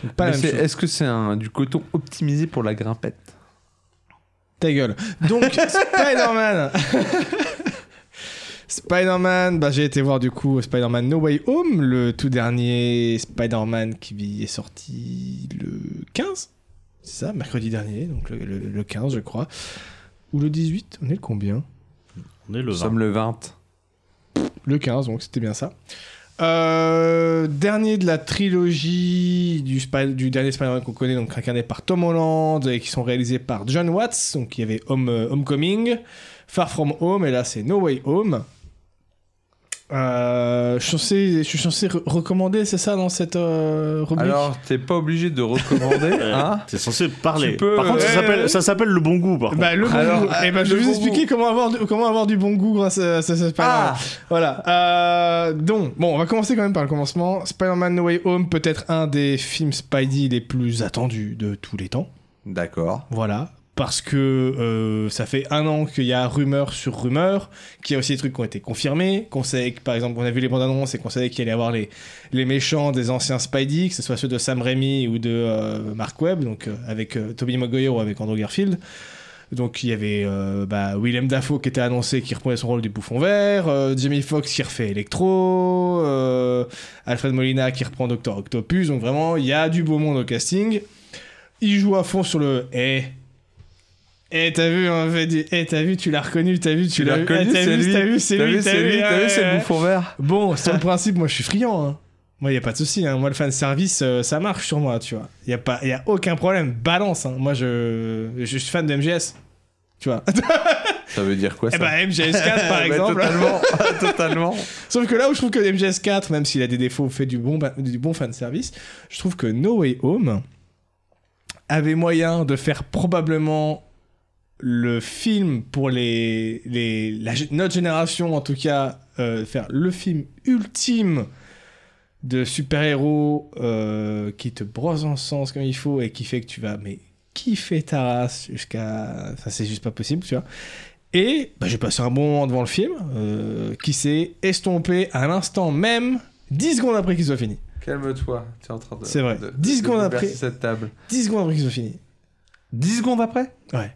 S1: Donc pas
S2: Mais
S1: la
S2: c'est-
S1: même chose.
S2: Est-ce que c'est un- du coton optimisé pour la grimpette
S1: Ta gueule. Donc, Spider-Man. Spider-Man, bah, j'ai été voir du coup Spider-Man No Way Home, le tout dernier Spider-Man qui est sorti le 15. C'est ça, mercredi dernier, donc le, le- le 15 je crois. Ou le 18, on est le combien
S3: On est le
S2: Nous
S3: 20.
S2: sommes le 20.
S1: Le 15, donc c'était bien ça. Euh, dernier de la trilogie du, Spi- du dernier Spider-Man qu'on connaît, donc incarné par Tom Holland et qui sont réalisés par John Watts. Donc il y avait Home, euh, Homecoming, Far From Home et là c'est No Way Home. Euh, je suis censé, je suis censé re- recommander, c'est ça, dans cette euh, rubrique
S2: Alors, t'es pas obligé de recommander,
S3: Ouais,
S2: hein
S3: T'es censé parler.
S2: Tu peux,
S3: Par contre, ça
S1: euh,
S3: s'appelle- ça s'appelle le bon goût, par contre.
S1: Bah, le bon
S2: Alors,
S1: goût.
S2: euh,
S1: Eh ben, je
S2: le
S1: vais vous
S2: bon
S1: expliquer
S2: goût.
S1: comment avoir, du, comment avoir du bon goût grâce à, à ce Spider-Man.
S2: Ah
S1: Voilà. Euh, donc, bon, on va commencer quand même par le commencement. Spider-Man No Way Home, peut-être un des films Spidey les plus attendus de tous les temps.
S2: D'accord.
S1: Voilà. Parce que euh, ça fait un an qu'il y a rumeur sur rumeur, qu'il y a aussi des trucs qui ont été confirmés, qu'on sait que, par exemple, on a vu les bandes annonces et qu'on savait qu'il allait y avoir les, les méchants des anciens Spidey, que ce soit ceux de Sam Raimi ou de euh, Mark Webb, donc euh, avec euh, Tobey Maguire ou avec Andrew Garfield. Donc il y avait euh, bah, Willem Dafoe qui était annoncé qui reprenait son rôle du bouffon vert, euh, Jamie Foxx qui refait Electro, euh, Alfred Molina qui reprend Doctor Octopus. Donc vraiment, il y a du beau monde au casting. il joue à fond sur le Eh. Eh, t'as vu, on fait du- Eh, t'as vu, tu l'as reconnu, t'as vu, tu, l'as vu, Eh, t'as vu, t'as vu, c'est lui,
S2: c'est lui, t'as vu,
S1: ouais,
S2: c'est
S1: ouais.
S2: le bouffon vert.
S1: Bon, sur le principe, moi je suis friand. hein. Moi, il a pas de souci. hein. Moi, le fan service, euh, ça marche sur moi, tu vois. Il y a pas, y a aucun problème. Balance. hein. Moi, je, je suis fan de MGS. Tu vois.
S2: Ça veut dire quoi
S1: Eh
S2: ça
S1: ben, MGS4 par
S2: Ouais,
S1: exemple.
S2: Totalement, totalement.
S1: Sauf que là où je trouve que MGS4, même s'il a des défauts, fait du bon, ba- du bon fan service, je trouve que No Way Home avait moyen de faire probablement le film pour les, les la gé- notre génération en tout cas euh, faire le film ultime de super-héros euh, qui te brosse en sens comme il faut et qui fait que tu vas mais kiffer ta race jusqu'à enfin c'est juste pas possible tu vois et bah, j'ai passé un bon moment devant le film euh, qui s'est estompé à l'instant même 10 secondes après qu'il soit fini
S2: Calme-toi, t'es en train de.
S1: C'est vrai.
S2: de- de-
S1: Dix
S2: de
S1: secondes
S2: bouleverser
S1: après.
S2: cette table.
S1: 10 secondes après qu'il soit fini
S2: 10 secondes après
S1: ouais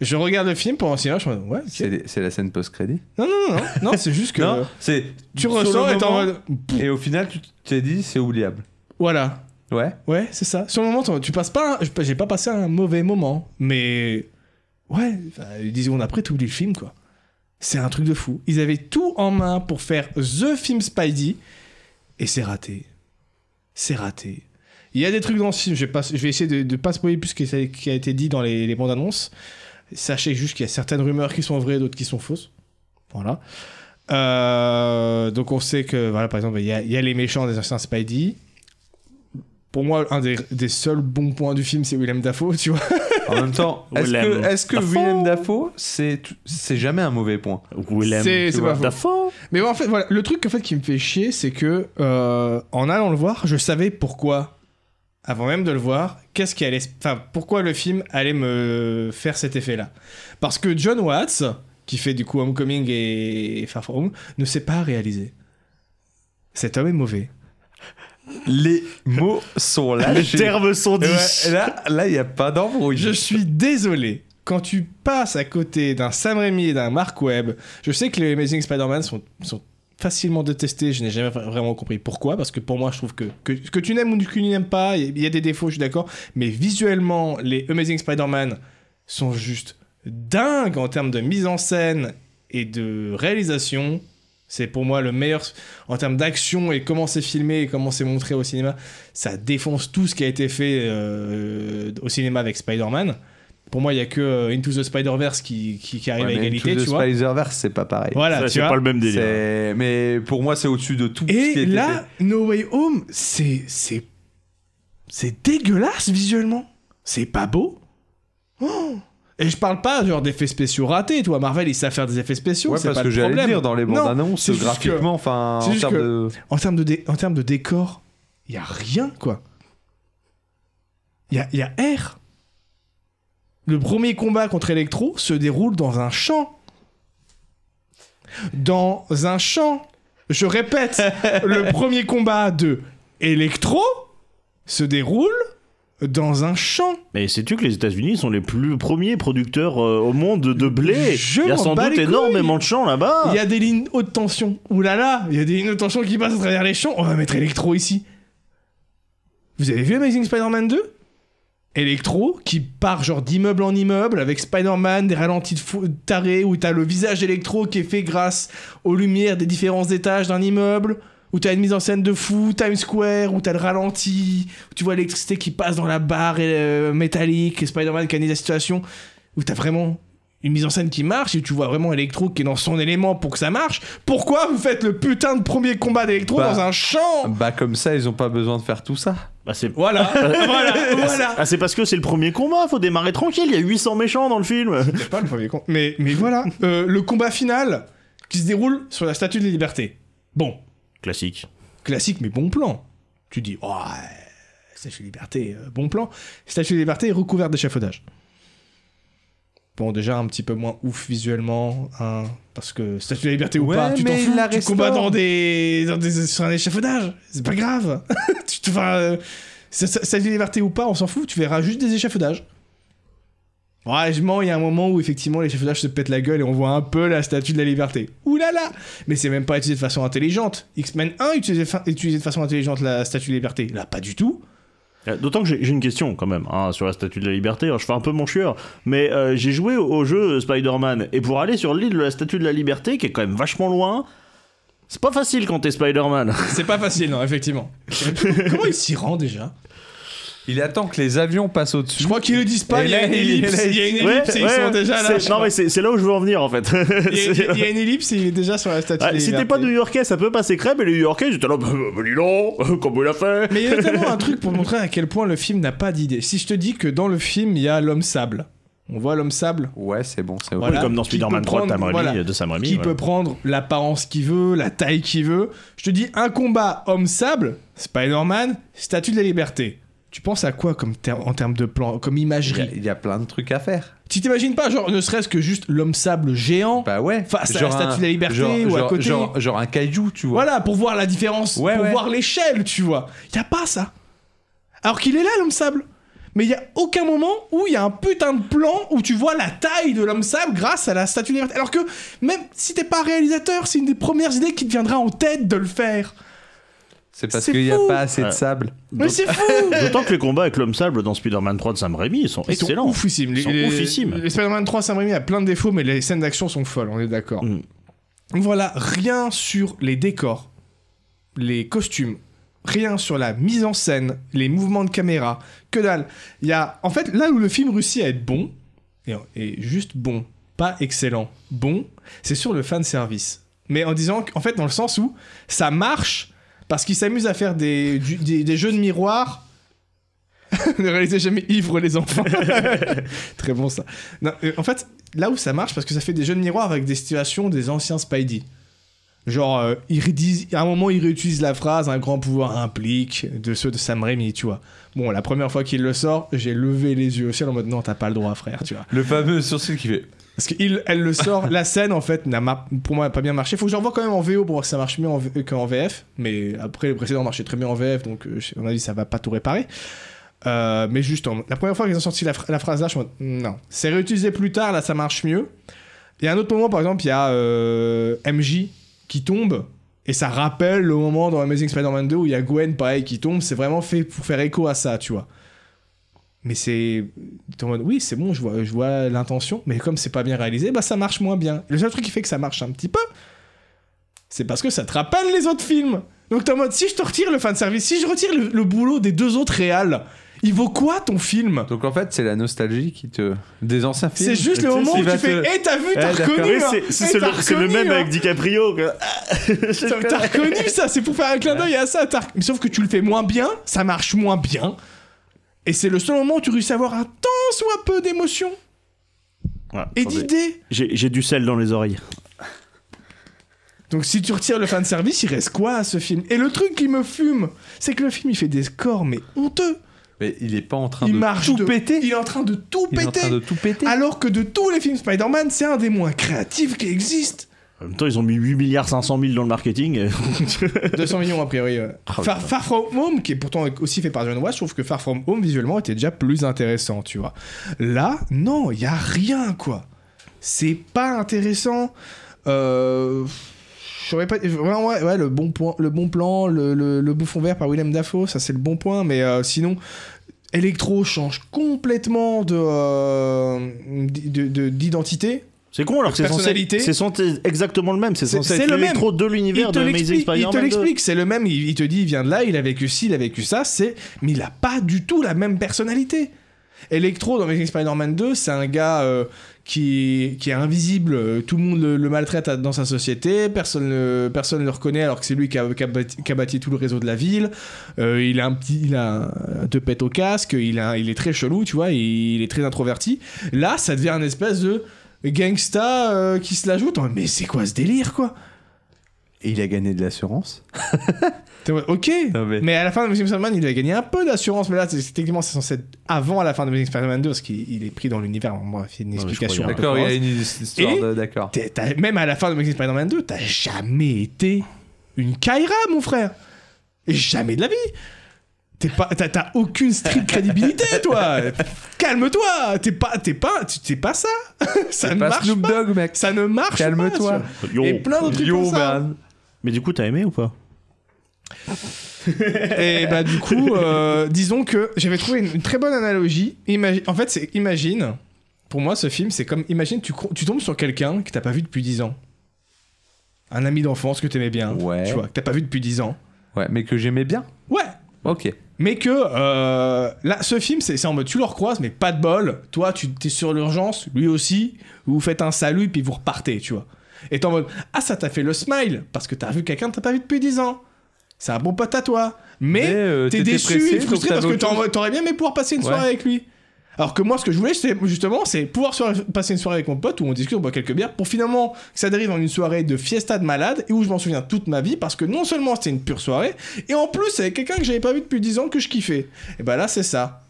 S1: je regarde le film pendant 6 heures je me dis ouais ok.
S2: C'est les- c'est la scène post-crédit
S1: non non non non, non c'est juste que
S2: Non, c'est.
S1: tu
S2: sur
S1: ressens
S2: le
S1: et t'es en
S2: moment,
S1: mode
S2: Et au final, tu t'es dit, c'est oubliable.
S1: voilà
S2: Ouais.
S1: Ouais, c'est ça. Sur le moment, t'en- tu passes pas. un- je- J'ai pas passé un mauvais moment, mais ouais, enfin, 10 secondes après, t'oublies le film, quoi. C'est un truc de fou. Ils avaient tout en main pour faire The Film Spidey, et c'est raté. C'est raté. Il y a des trucs dans ce film, je vais, pas- je vais essayer de, de pas spoiler plus ce qui a- qui a été dit dans les, les bandes annonces. Sachez juste qu'il y a certaines rumeurs qui sont vraies, d'autres qui sont fausses. Voilà. Euh, donc on sait que, voilà, par exemple, il y, a- il y a les méchants des anciens Spidey pour moi, un des, des seuls bons points du film, c'est Willem Dafoe, tu vois.
S2: En même temps, est-ce
S3: Willem
S2: que, est-ce que
S3: Dafoe.
S2: Willem Dafoe, c'est tout- c'est jamais un mauvais point
S3: Willem,
S1: C'est-
S3: tu
S1: c'est
S3: vois.
S1: pas faux.
S3: Dafoe
S1: Mais en fait, voilà, le truc en fait, qui me fait chier, c'est que euh, en allant le voir, je savais pourquoi, avant même de le voir, qu'est-ce qui allait, se- enfin, pourquoi le film allait me faire cet effet-là. Parce que John Watts, qui fait du coup Homecoming et Far From Home, ne sait pas réaliser. Cet homme est mauvais.
S2: Les mots sont
S1: Ah,
S3: Les
S2: lâchés.
S3: termes sont dits.
S2: Ouais, là, là, il n'y a pas d'embrouille.
S1: Je suis désolé. Quand tu passes à côté d'un Sam Raimi et d'un Mark Webb, je sais que les Amazing Spider-Man sont, sont facilement détestés. Je n'ai jamais vra- vraiment compris pourquoi. Parce que pour moi, je trouve que que, que tu n'aimes ou que tu n'aimes pas, il y a des défauts, je suis d'accord. Mais visuellement, les Amazing Spider-Man sont juste dingues en termes de mise en scène et de réalisation. C'est pour moi le meilleur en termes d'action et comment c'est filmé et comment c'est montré au cinéma ça défonce tout ce qui a été fait euh, au cinéma avec Spider-Man. Pour moi, il y a que euh, Into the Spider-Verse qui, qui, qui arrive à égalité, tu vois.
S2: Spider-Verse, c'est pas pareil.
S1: Voilà,
S3: Ça,
S1: tu
S3: c'est
S1: vois.
S3: pas le même délire.
S2: C'est- Mais pour moi, c'est au-dessus de tout ce qui a
S1: Et
S2: été
S1: là, No Way Home, c'est c'est c'est dégueulasse visuellement. C'est pas beau. Oh et je parle pas genre d'effets spéciaux ratés, toi. Marvel, ils savent faire des effets
S2: fait.
S1: spéciaux,
S2: Ouais,
S1: c'est
S2: parce
S1: pas
S2: que
S1: le
S2: j'allais
S1: problème.
S2: dire dans les bandes
S1: Non,
S2: annonces,
S1: c'est juste que-
S2: graphiquement, enfin,
S1: c'est
S2: en
S1: juste
S2: termes
S1: que-
S2: de.
S1: en termes de, dé- en termes de décor, il y a rien, quoi. Il y a, y a R. Le premier combat contre Electro se déroule dans un champ. Dans un champ. Je répète, le premier combat de Electro se déroule dans un champ.
S3: Mais sais-tu que les États-Unis sont les plus premiers producteurs euh, au monde de blé
S1: Je
S3: Il y a
S1: m'en
S3: sans
S1: bats
S3: doute
S1: les couilles.
S3: énormément de champs là-bas.
S1: Il y a des lignes haute tension. Ouh là là, il y a des lignes haute tension qui passent à travers les champs. On va mettre Electro ici. Vous avez vu Amazing Spider-Man 2 Electro qui part genre d'immeuble en immeuble avec Spider-Man, des ralentis de fou- de taré où t'as le visage d'Electro qui est fait grâce aux lumières des différents étages d'un immeuble. Où t'as une mise en scène de fou, Times Square, où t'as le ralenti, où tu vois l'électricité qui passe dans la barre euh, métallique, et Spider-Man qui analyse la situation, où t'as vraiment une mise en scène qui marche et tu vois vraiment Electro qui est dans son élément pour que ça marche. Pourquoi vous faites le putain de premier combat d'Electro
S2: Bah.
S1: dans un champ
S2: Bah, comme ça, ils ont pas besoin de faire tout ça.
S3: Bah, c'est
S1: Voilà, voilà, voilà.
S3: Ah, c'est parce que c'est le premier combat, faut démarrer tranquille, il y a 800 méchants dans le film.
S1: C'est pas le premier combat. Mais, mais voilà, Euh, le combat final qui se déroule sur la Statue de la Liberté. Bon,
S3: Classique.
S1: classique mais bon plan. Tu dis, ouais, Statue de Liberté, euh, bon plan. Statue de Liberté est recouverte d'échafaudage. Bon, déjà un petit peu moins ouf visuellement, hein, parce que Statue de la Liberté ou
S2: Ouais,
S1: pas, tu t'en
S2: mais
S1: fous,
S2: il la
S1: tu combats
S2: restaure.
S1: dans des, dans des- sur un échafaudage, c'est pas grave. tu te enfin, euh, Sta- Sta- Statue de Liberté ou pas, on s'en fout, tu verras juste des échafaudages. Ouais, je mens, il y a un moment où effectivement l'échafaudage se pète la gueule et on voit un peu la statue de la liberté. Ouh là là Mais c'est même pas utilisé de façon intelligente. X-Men 1 utilisait, fa- utilisait de façon intelligente la statue de liberté. Là, pas du tout.
S3: Euh, D'autant que j'ai j'ai une question quand même hein, sur la Statue de la Liberté. Alors, je fais un peu mon chieur, mais euh, j'ai joué au, au jeu Spider-Man et pour aller sur l'île de la Statue de la Liberté, qui est quand même vachement loin, c'est pas facile quand t'es Spider-Man.
S1: C'est pas facile, non, effectivement. Comment il s'y rend déjà
S2: Il attend que les avions passent
S1: Je
S2: au-dessus.
S1: crois qu'ils le disent pas,
S2: Et
S1: il y a
S2: là,
S1: une
S2: il-
S1: ellipse.
S2: il-
S1: Il y a une
S3: Ouais,
S1: ellipse et ils
S3: ouais,
S1: sont déjà là.
S3: c'est-
S1: je
S3: Non
S1: crois.
S3: mais c'est c'est là où je veux en venir en fait.
S1: Il y a-
S3: C'est-
S1: il y a une ellipse et il est déjà sur la statue.
S3: Ah,
S1: de la
S3: si t'es
S1: Liberté.
S3: pas New-Yorkais, ça peut passer crème. Et les New-Yorkais, ils étaient là, bah, bah, dis donc, comment il a fait
S1: Mais il y a notamment un truc pour montrer à quel point le film n'a pas d'idée. Si je te dis que dans le film, il y a l'homme sable. On voit l'homme sable
S2: Ouais, c'est bon, c'est bon.
S1: Voilà.
S3: Oui, Comme dans
S1: Qui peut
S3: Spider-Man 3 de
S1: prendre-
S3: Sam Raimi, euh,
S1: voilà.
S3: de Sam Raimi,
S1: qui
S3: voilà.
S1: peut prendre l'apparence qu'il veut, la taille qu'il veut. Je te dis un combat homme sable, Spider-Man, statue de la liberté. Tu penses à quoi comme ter- en termes de plan, comme
S2: Il y, a,
S1: imagerie
S2: il y a plein de trucs à faire.
S1: Tu t'imagines pas, genre, ne serait-ce que juste l'homme sable géant
S2: Bah ouais.
S1: Face à la Statue de la Liberté
S2: genre-
S1: ou à
S2: genre-
S1: côté.
S2: Genre, genre un caillou, tu vois.
S1: Voilà, pour voir la différence,
S2: Ouais,
S1: pour
S2: ouais.
S1: voir l'échelle, tu vois. Y a pas ça. Alors qu'il est là, l'homme sable. Mais y a aucun moment où il y a un putain de plan où tu vois la taille de l'homme sable grâce à la statue de liberté. Alors que même si t'es pas réalisateur, c'est une des premières idées qui te viendra en tête de le faire.
S2: C'est parce
S1: C'est
S2: qu'il n'y a
S1: fou.
S2: pas assez de
S3: Ouais.
S2: sable.
S1: Mais c'est fou
S3: D'autant que les combats avec l'homme sable dans Spider-Man 3 de Sam Raimi, ils sont
S1: Ils sont
S3: excellents.
S1: oufissimes.
S3: Ils sont
S1: les,
S3: oufissimes.
S1: les Spider-Man 3 Sam Raimi a plein de défauts, mais les scènes d'action sont folles, on est d'accord.
S3: Mm.
S1: Donc Voilà, rien sur les décors, les costumes, rien sur la mise en scène, les mouvements de caméra, que dalle. Il y a, en fait, là où le film réussit à être bon, et, et juste bon, pas excellent, bon, c'est sur le fan service. Mais en disant, qu- en fait, dans le sens où ça marche parce qu'il s'amuse à faire des, du- des, des jeux de miroir. ne réalisez jamais ivre les enfants. Très bon ça. Non, euh, en fait, là où ça marche, parce que ça fait des jeux de miroir avec des situations des anciens Spidey. Genre, euh, ils redisent- à un moment, ils réutilisent la phrase un grand pouvoir implique de ceux de Sam Raimi, tu vois. Bon, la première fois qu'il le sort, j'ai levé les yeux au ciel en mode non, t'as pas le droit, frère, tu vois.
S2: Le fameux sourcil qui fait.
S1: Parce qu'elle le sort, la scène en fait, n'a mar- pour moi, n'a pas bien marché. Faut que je revoie quand même en VO pour voir si ça marche mieux en V- euh, qu'en VF. Mais après, le précédent marchait très bien en VF, donc euh, je- à mon avis, ça va pas tout réparer. Euh, mais juste, en- la première fois qu'ils ont sorti la, phra- la phrase là, je me suis dit, non. C'est réutilisé plus tard, là ça marche mieux. Il y a un autre moment, par exemple, il y a euh, MJ qui tombe. Et ça rappelle le moment dans Amazing Spider-Man 2 où il y a Gwen, pareil, qui tombe. C'est vraiment fait pour faire écho à ça, tu vois. Mais c'est. t'es en mode, Oui, c'est bon, je vois, je vois l'intention, mais comme c'est pas bien réalisé, bah ça marche moins bien. Le seul truc qui fait que ça marche un petit peu, c'est parce que ça te rappelle les autres films. Donc t'es en mode, si je te retire le fanservice, si je retire le, le boulot des deux autres réals, il vaut quoi ton film
S2: Donc en fait, c'est la nostalgie qui te. Des anciens films.
S1: C'est juste le
S2: Tu sais,
S1: moment où
S2: il
S1: tu
S2: va
S1: fais,
S2: te-
S1: Eh t'as vu, t'as
S2: Eh, d'accord.
S1: reconnu
S3: Oui,
S1: hein.
S3: c'est-
S1: Eh,
S3: c'est
S1: t'as
S3: le, c'est le
S1: reconnu,
S3: même
S1: hein.
S3: avec DiCaprio. quoi. Ah, je
S1: T'as
S3: connais.
S1: t'as reconnu ça, c'est pour faire un clin d'œil à ça. t'as rec- Mais sauf que tu le fais moins bien, ça marche moins bien. Et c'est le seul moment où tu réussis à avoir un tant soit peu d'émotion
S3: Ouais,
S1: et
S3: attendez.
S1: d'idées.
S3: J'ai j'ai du sel dans les oreilles.
S1: Donc si tu retires le fan service, il reste quoi à ce film Et le truc qui me fume, c'est que le film il fait des scores mais honteux.
S2: Mais il est pas en train
S1: il
S2: de
S1: marche
S2: tout
S1: de-
S2: péter.
S1: Il est en train de tout
S2: Il est en
S1: péter.
S2: train de tout péter.
S1: Alors que de tous les films Spider-Man, c'est un des moins créatifs qui existe.
S3: En même temps, ils ont mis 8 milliards 500 000 dans le marketing. et-
S1: 200 millions a priori. ouais.
S3: Ah,
S1: Far,
S3: putain.
S1: Far From Home, qui est pourtant aussi fait par John Watts, je trouve que Far From Home visuellement était déjà plus intéressant, tu vois. Là, non, il y a rien quoi. C'est pas intéressant. Euh... J'aurais pas. Vraiment, ouais, ouais, le bon point, le bon plan, le, le- le bouffon vert par Willem Dafoe, ça c'est le bon point. Mais euh, sinon, Electro change complètement de euh, d- de- de- d'identité.
S3: C'est con alors que c'est censé,
S1: Personnalité.
S3: c'est censé exactement le même. C'est
S1: C'est-
S3: censé
S1: c'est
S3: être
S1: le même.
S3: l'électro de l'univers
S1: il te
S3: de Amazing
S1: l'explique, il te
S3: Spider-Man 2.
S1: l'explique, c'est le même, il, il te dit il vient de là, il a vécu ci, il a vécu ça, c'est mais il a pas du tout la même personnalité. Electro dans Amazing Spider-Man 2, c'est un gars euh, qui, qui est invisible, euh, tout le monde le, le maltraite à- dans sa société, personne ne personne le reconnaît alors que c'est lui qui a, qui a bâti, qui a bâti tout le réseau de la ville. Euh, il a un petit il a un- deux pètes au casque, il a il est très chelou, tu vois, il, il est très introverti. Là, ça devient un espèce de gangsta euh, qui se l'ajoute. Mais c'est quoi ce délire quoi
S2: Et il a gagné de l'assurance.
S1: T'es en mode, Ok,
S2: Non,
S1: mais...
S2: mais-
S1: à la fin de Amazing Spider-Man, il a gagné un peu d'assurance, mais là, c'est- c'est- techniquement, c'est censé être avant la fin de Amazing Spider-Man 2, parce qu'il il est pris dans l'univers. Bon, bref, il y a une
S3: Ouais, mais je
S1: explication.
S3: crois
S1: un peu
S2: D'accord, il y a
S1: foireuse.
S2: une histoire
S1: Et-
S2: de. D'accord.
S1: T'es- t'as- Même à la fin de Amazing Spider-Man 2, t'as jamais été une Kyra, mon frère Jamais de la vie T'es pas- T'as t'as aucune street crédibilité, toi Calme-toi T'es pas, t'es pas, t'es pas ça Ça
S2: C'est
S1: ne
S2: pas
S1: marche
S2: Snoop
S1: pas
S2: Dogg, mec.
S1: Ça ne marche pas
S2: Calme-toi.
S1: tu vois.
S3: Yo.
S1: Et plein d'autres trucs
S2: Yo,
S1: comme ça
S2: man.
S3: Mais du coup, t'as aimé ou pas
S1: Et bah du coup, euh, disons que j'avais trouvé une, une très bonne analogie. Imagi- en fait, c'est imagine. Pour moi, ce film, c'est comme imagine tu, cro- tu tombes sur quelqu'un que t'as pas vu depuis 10 ans. Un ami d'enfance que t'aimais bien,
S2: Ouais.
S1: tu vois, que t'as pas vu depuis 10 ans.
S2: Ouais, mais que j'aimais bien.
S1: Ouais.
S2: Ok.
S1: Mais que euh, là, ce film, c'est c'est en mode tu le recroises, mais pas de bol. Toi, tu t'es sur l'urgence, lui aussi. Vous faites un salut puis vous repartez, tu vois. Et t'es en mode ah ça t'a fait le smile parce que t'as vu quelqu'un que t'as pas vu depuis 10 ans. C'est un bon pote à toi. Mais
S2: euh,
S1: T'es
S2: t'étais
S1: déçu
S2: pressé,
S1: et frustré
S2: donc
S1: parce que
S2: t'avais autre
S1: t'en- t'aurais bien aimé pouvoir passer une soirée
S2: Ouais.
S1: avec lui. Alors que moi, ce que je voulais, c'est justement, c'est pouvoir soirée- passer une soirée avec mon pote où on discute, on boit quelques bières, pour finalement que ça dérive en une soirée de fiesta de malade et où je m'en souviens toute ma vie parce que non seulement c'était une pure soirée, et en plus c'est avec quelqu'un que j'avais pas vu depuis 10 ans que je kiffais. Et bah là, c'est ça.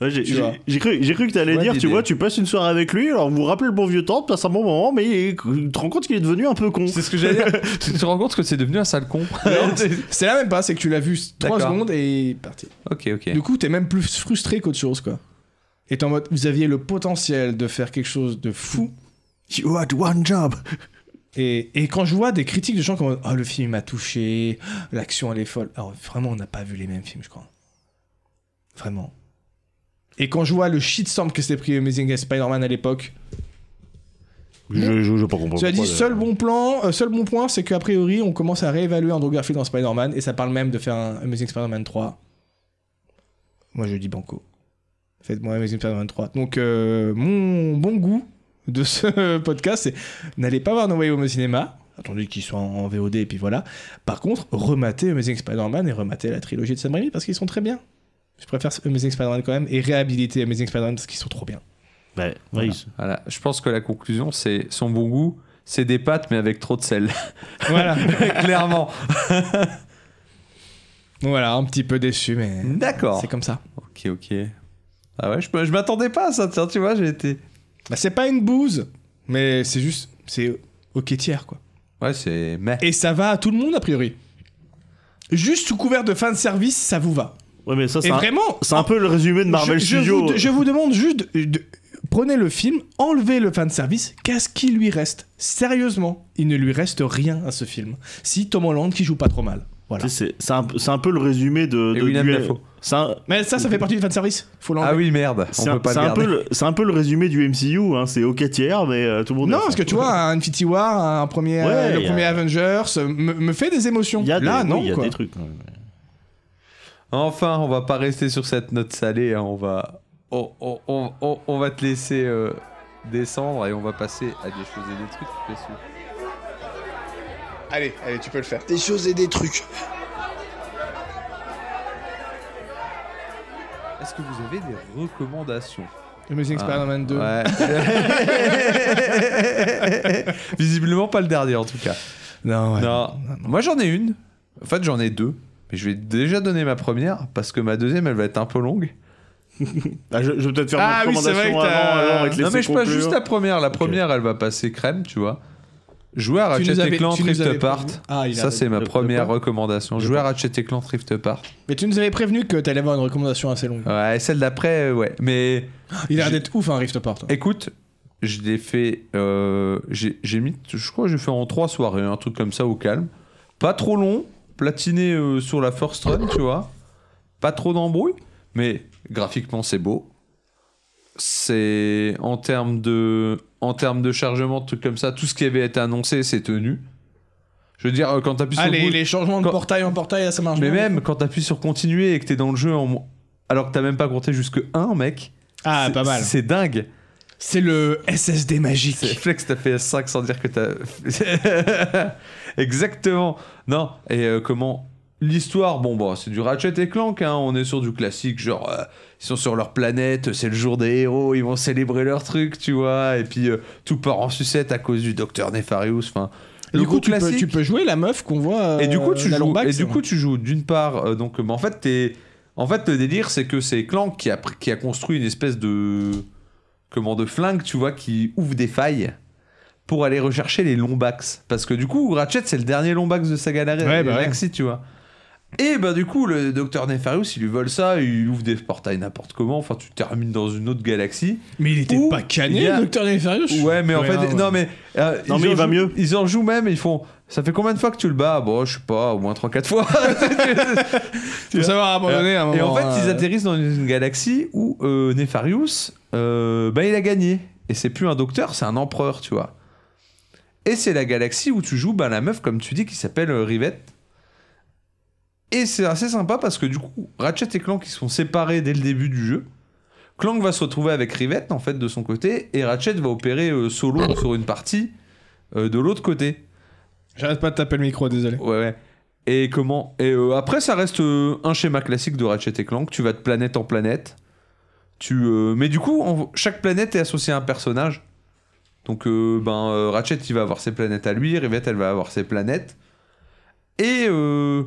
S3: Ouais, j'ai-
S1: Tu
S3: j'ai
S1: vois.
S3: j'ai cru, j'ai cru que t'allais
S2: Ouais,
S3: dire, tu
S2: l'idée.
S3: vois, tu passes une soirée avec lui, alors vous vous rappelez le bon vieux temps, tu passes un bon moment, mais tu te rends compte qu'il est devenu un peu con.
S2: C'est ce que j'allais dire. tu te rends compte que c'est devenu un sale con.
S1: C'est là même pas, c'est que tu l'as vu 3
S2: D'accord.
S1: secondes et parti.
S2: ok, ok.
S1: Du coup, t'es même plus frustré qu'autre chose, quoi. Et t'es en mode, vous aviez le potentiel de faire quelque chose de fou,
S3: You had one job.
S1: Et, et quand je vois des critiques de gens qui ont oh, le film m'a touché, l'action elle est folle. Alors vraiment, on n'a pas vu les mêmes films, je crois. Vraiment. Et quand je vois le shitstorm que s'est pris Amazing Spider-Man à l'époque,
S3: Je, je, je pas comprendre.
S1: tu as dit
S3: pourquoi,
S1: seul
S3: euh,
S1: bon plan, euh, seul bon point, c'est qu'a priori on commence à réévaluer Andrew Garfield dans Spider-Man et ça parle même de faire un Amazing Spider-Man 3. Moi je dis banco. Faites-moi Amazing Spider-Man 3. Donc euh, mon bon goût de ce podcast, c'est n'allez pas voir No Way Home au cinéma. Attendez qu'ils soient en en VOD et puis voilà. Par contre, rematez Amazing Spider-Man et rematez la trilogie de Sam Raimi parce qu'ils sont très bien. Je préfère Amazing Spider-Man quand même et réhabiliter Amazing Spider-Man parce qu'ils sont trop bien.
S3: bah, ouais,
S2: Voilà.
S3: il-
S2: Voilà. Je pense que la conclusion, c'est son bon goût, c'est des pâtes, mais avec trop de sel.
S1: Voilà.
S2: Clairement.
S1: voilà, un petit peu déçu, mais
S2: D'accord.
S1: c'est comme ça.
S2: Ok, ok. Ah ouais, je, peux- je m'attendais pas à ça, tiens, tu vois, j'ai été.
S1: Bah, c'est pas une bouse, mais c'est juste, c'est ok tiers quoi.
S2: Ouais, c'est. Mais.
S1: Et ça va à tout le monde a priori. Juste sous couvert de fin de service, ça vous va.
S3: ouais, mais ça,
S1: Et
S3: c'est un,
S1: vraiment,
S3: c'est un peu le résumé de Marvel
S1: je, je
S3: Studios.
S1: vous, je vous demande juste, de- de- prenez le film, enlevez le fan service, qu'est-ce qui lui reste Sérieusement, il ne lui reste rien à ce film. Si Tom Holland qui joue pas trop mal. Voilà.
S3: Tu sais, C'est c'est un, c'est un peu le résumé de.
S2: Et
S3: de
S2: William
S3: du-
S2: Dafoe.
S3: C'est un,
S1: Mais ça, ça fait partie du fan service. Faut l'enlever.
S2: Ah oui, merde. On
S3: c'est un-
S2: peut pas
S3: c'est
S2: le
S3: un peu
S2: garder.
S3: le- c'est un peu le résumé du MCU, hein, c'est ok tiers, mais euh, tout le monde. est
S1: Non,
S3: à
S1: parce
S3: fond.
S1: que tu vois, un Infinity War, un premier,
S3: Ouais,
S1: le
S3: y a-
S1: premier Avengers, euh, me, me fait des émotions.
S3: Il y a
S1: Là,
S3: des, oui,
S1: non,
S3: il y a
S1: quoi.
S3: des trucs. quand même.
S2: Enfin, on va pas rester sur cette note salée, hein, on va. On, on- on- on- on va te laisser euh, descendre et on va passer à des choses et des trucs. Pessou.
S1: Allez, allez, tu peux le faire.
S5: des choses et des trucs.
S2: Est-ce que vous avez des recommandations
S1: Amazing
S2: Ah,
S1: Spider-Man 2.
S2: Ouais. Visiblement pas le dernier en tout cas.
S1: Non, ouais.
S2: non. Moi j'en ai une. En fait j'en ai deux. Mais je vais déjà donner ma première parce que ma deuxième elle va être un peu longue.
S3: Ah, je, je vais peut-être faire
S1: Ah
S3: une
S1: oui, c'est vrai
S3: recommandation
S1: que t'as-
S3: avant, avant, et te
S2: Non
S3: laisser
S2: mais je passe
S3: conclure.
S2: juste la première. La première elle va passer crème, tu vois. Jouer à
S1: Tu nous
S2: Ratchet
S1: avais-
S2: et Clank
S1: tu nous
S2: Rift
S1: avais
S2: Apart.
S1: prévenu. Ah, il
S2: Ça
S1: a-
S2: c'est ma
S3: de- de
S2: première
S3: quoi
S2: recommandation.
S3: De
S2: Jouer à
S3: quoi
S2: Ratchet et Clank Rift Apart.
S1: Mais tu nous avais prévenu que t'allais avoir une recommandation assez longue.
S2: Ouais, celle d'après euh, ouais. Mais
S1: Il a l'air
S2: J'ai-
S1: d'être ouf, un Rift Apart. toi.
S2: Écoute, je l'ai fait. euh, j'ai j'ai mis. Je crois que j'ai fait en trois soirées, un truc comme ça au calme. Pas trop long, platiné euh, sur la first run, tu vois. Pas trop d'embrouille, mais graphiquement c'est beau. C'est en termes de en termes de chargement, de trucs comme ça, tout ce qui avait été annoncé, c'est tenu. Je veux dire, euh, quand t'appuies sur le
S1: Allez,
S2: bouton-
S1: Ah, les changements de
S2: Quand-
S1: portail en portail, là, ça marche
S2: mais
S1: bien.
S2: même quand t'appuies sur continuer et que t'es dans le jeu en mo- alors que t'as même pas compté jusque 1 mec,
S1: Ah,
S2: c'est-
S1: pas mal.
S2: C'est dingue.
S1: C'est le SSD
S2: C'est
S1: magique.
S2: Flex, t'as fait S5 sans dire que t'as. Exactement. Non, et euh, comment. L'histoire, bon, bah, c'est du Ratchet et Clank, hein. on est sur du classique, genre, euh, ils sont sur leur planète, c'est le jour des héros, ils vont célébrer leur truc, tu vois, et puis euh, tout part en sucette à cause du docteur Nefarious, enfin.
S1: Et
S2: le
S1: Du coup,
S2: gros
S1: tu peux,
S2: classique.
S1: tu peux jouer la meuf qu'on voit. euh,
S2: Et du coup,
S3: Euh,
S2: tu
S1: la
S2: joues. Et du coup, tu joues d'une part. euh, donc, mais en fait, t'es. En fait, le délire, c'est que c'est Clank qui a, pr- qui a construit une espèce de. Comment de flingue, tu vois, qui ouvre des failles pour aller rechercher les Lombax. Parce que du coup, Ratchet, c'est le dernier Lombax de sa galerie.
S1: Ouais, bah ouais.
S2: Galaxy, tu vois. Et bah, du coup, le docteur Nefarious, il lui vole ça, il ouvre des portails n'importe comment. Enfin, tu termines dans une autre galaxie.
S1: Mais il était
S2: Ouh,
S1: pas
S2: il
S1: cané,
S2: y a-
S1: le docteur Nefarious
S2: Ouais, mais en fait, non, mais. euh,
S3: Non,
S2: ils en
S3: mais il va
S2: jouent-
S3: mieux.
S2: Ils en jouent même, ils font. Ça fait combien de fois que tu le bats Bon, je sais pas, au moins 3-4 fois.
S1: Faut savoir abandonner à un moment.
S2: Euh, Et en fait,
S1: hein.
S2: ils atterrissent dans une galaxie où euh, Nefarius, euh, bah, il a gagné. Et c'est plus un docteur, c'est un empereur, tu vois. Et c'est la galaxie où tu joues bah, la meuf, comme tu dis, qui s'appelle euh, Rivette. Et c'est assez sympa parce que du coup, Ratchet et Clank, ils sont séparés dès le début du jeu. Clank va se retrouver avec Rivette, en fait, de son côté, et Ratchet va opérer euh, solo sur une partie euh, de l'autre côté.
S1: J'arrête pas de taper le micro, désolé.
S2: Ouais, ouais. Et comment Et euh, après, ça reste euh, un schéma classique de Ratchet et Clank. Tu vas de planète en planète. Tu, euh, Mais du coup, en- chaque planète est associée à un personnage. Donc, euh, ben, euh, Ratchet, il va avoir ses planètes à lui. Rivette, elle va avoir ses planètes. Et euh,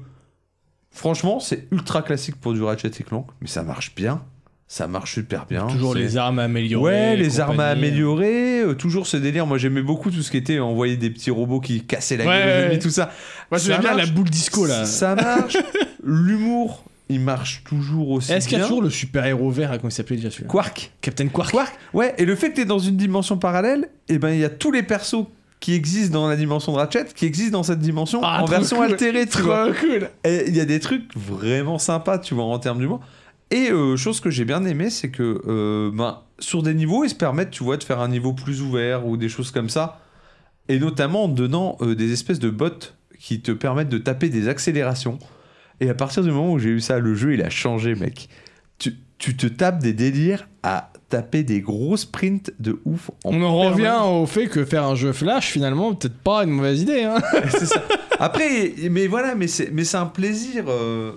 S2: franchement, c'est ultra classique pour du Ratchet et Clank. Mais ça marche bien. Ça marche super bien.
S1: Toujours
S2: C'est-
S1: les armes améliorées.
S2: Ouais, les
S1: compagnie.
S2: armes à améliorer, euh, toujours ce délire. Moi, j'aimais beaucoup tout ce qui était envoyer des petits robots qui cassaient la
S1: Ouais,
S2: gueule aux
S1: ouais,
S2: ennemis,
S1: ouais.
S2: tout ça.
S1: Moi,
S2: Ça
S1: j'aime bien la
S2: marche.
S1: boule disco là.
S2: Ça marche. L'humour, il marche toujours aussi
S1: Est-ce qu'il y a
S2: bien.
S1: toujours le super héros vert, là, comment il s'appelait déjà celui-là
S2: Quark
S1: Captain Quark.
S2: Quark Ouais, et le fait que t'es dans une dimension parallèle, et ben il y a tous les persos qui existent dans la dimension de Ratchet, qui existent dans cette dimension
S1: Ah,
S2: en
S1: trop
S2: version
S1: cool.
S2: altérée, tu vois.
S1: Trop cool.
S2: Et il y a des trucs vraiment sympas, tu vois, en termes d'humour. Et euh, chose que j'ai bien aimé, c'est que euh, ben, sur des niveaux, ils se permettent, tu vois, de faire un niveau plus ouvert ou des choses comme ça. Et notamment en donnant euh, des espèces de bots qui te permettent de taper des accélérations. Et à partir du moment où j'ai eu ça, le jeu, il a changé, mec. Tu, tu te tapes des délires à taper des gros sprints de ouf.
S1: On en
S2: en permanence.
S1: revient au fait que faire un jeu flash, finalement, peut-être pas une mauvaise idée. Hein.
S2: C'est ça. Après, mais voilà, mais c'est, mais c'est un plaisir. euh,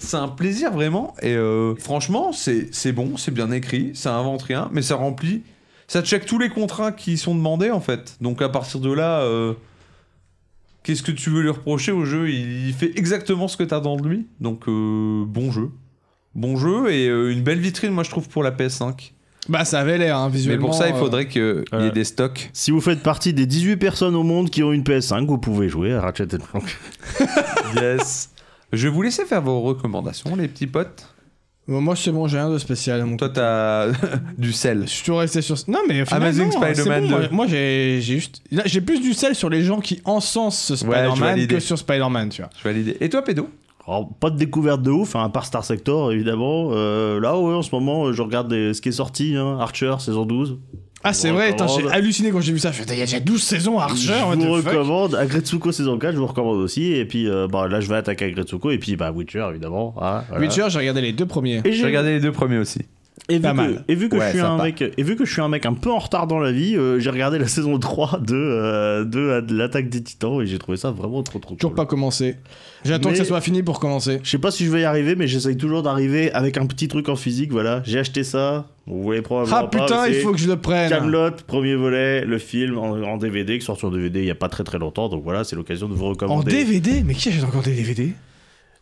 S2: c'est un plaisir vraiment. Et euh, franchement, c'est, c'est bon, c'est bien écrit, ça invente rien, mais ça remplit. Ça check tous les contrats qui sont demandés en fait. Donc à partir de là, euh, qu'est-ce que tu veux lui reprocher au jeu il, il fait exactement ce que t'attends de lui. Donc euh, bon jeu. Bon jeu et euh, une belle vitrine, moi je trouve, pour la PS5.
S1: Bah, ça avait l'air, hein,
S2: Mais
S1: visuellement.
S2: pour ça, il
S1: euh,
S2: faudrait qu'il y ait
S3: ouais.
S2: des stocks.
S3: Si vous faites partie des 18 personnes au monde qui ont une PS5, vous pouvez jouer à Ratchet Clank.
S2: Yes. Je vais vous laisser faire vos recommandations, les petits potes.
S1: Bon, moi, c'est bon, j'ai rien de spécial. Mon...
S2: Toi, t'as du sel.
S1: Je suis toujours resté sur. Non, mais finalement,
S2: Amazing
S1: non, hein, c'est
S2: Spider-Man
S1: bon, moi-
S2: 2.
S1: Moi, j'ai j'ai juste. là, J'ai plus du sel sur les gens qui encensent ce
S2: Ouais, je vois
S1: Spider-Man
S2: l'idée.
S1: que sur Spider-Man, tu vois.
S2: Je valide. Et toi, Pédo
S3: Alors, pas de découverte de ouf, hein, à part Star Sector, évidemment. Euh, là, ouais, en ce moment, euh, je regarde des- ce qui est sorti, hein, Archer, saison 12.
S1: Ah, c'est
S3: Bon,
S1: vrai,
S3: attends,
S1: putain, j'ai
S3: bah-
S1: halluciné quand j'ai vu ça. Je fais, il y a déjà 12 saisons à Archer, what
S3: je vous
S1: the fuck
S3: recommande Agretsuko saison 4, je vous recommande aussi. Et puis, euh, bah, là, je vais attaquer Agretsuko. Et puis, bah, Witcher, évidemment. hein, voilà.
S1: Witcher, j'ai regardé les deux premiers.
S3: Et
S2: J'ai
S3: j'ai-
S2: regardé les deux premiers aussi.
S3: Et vu,
S1: Pas
S3: que,
S1: mal.
S3: et vu que
S2: Ouais,
S3: je suis un
S2: sympa.
S3: mec, et vu que je suis un mec un peu en retard dans la vie, euh, j'ai regardé la saison 3 de, euh, de, euh, de l'attaque des Titans et j'ai trouvé ça vraiment trop trop
S1: Toujours
S3: cool.
S1: pas commencé. J'attends
S3: Mais-
S1: que ça soit fini pour commencer.
S3: Je sais pas si je vais y arriver, mais j'essaye toujours d'arriver avec un petit truc en physique. Voilà, j'ai acheté ça. Vous voulez probablement
S1: Ah putain, il faut que je le prenne.
S3: Camelot, premier volet, le film en, en DVD qui sort sur DVD il y a pas très très longtemps. Donc voilà, c'est l'occasion de vous
S1: En
S3: recommander.
S1: DVD Mais qui achète encore des DVD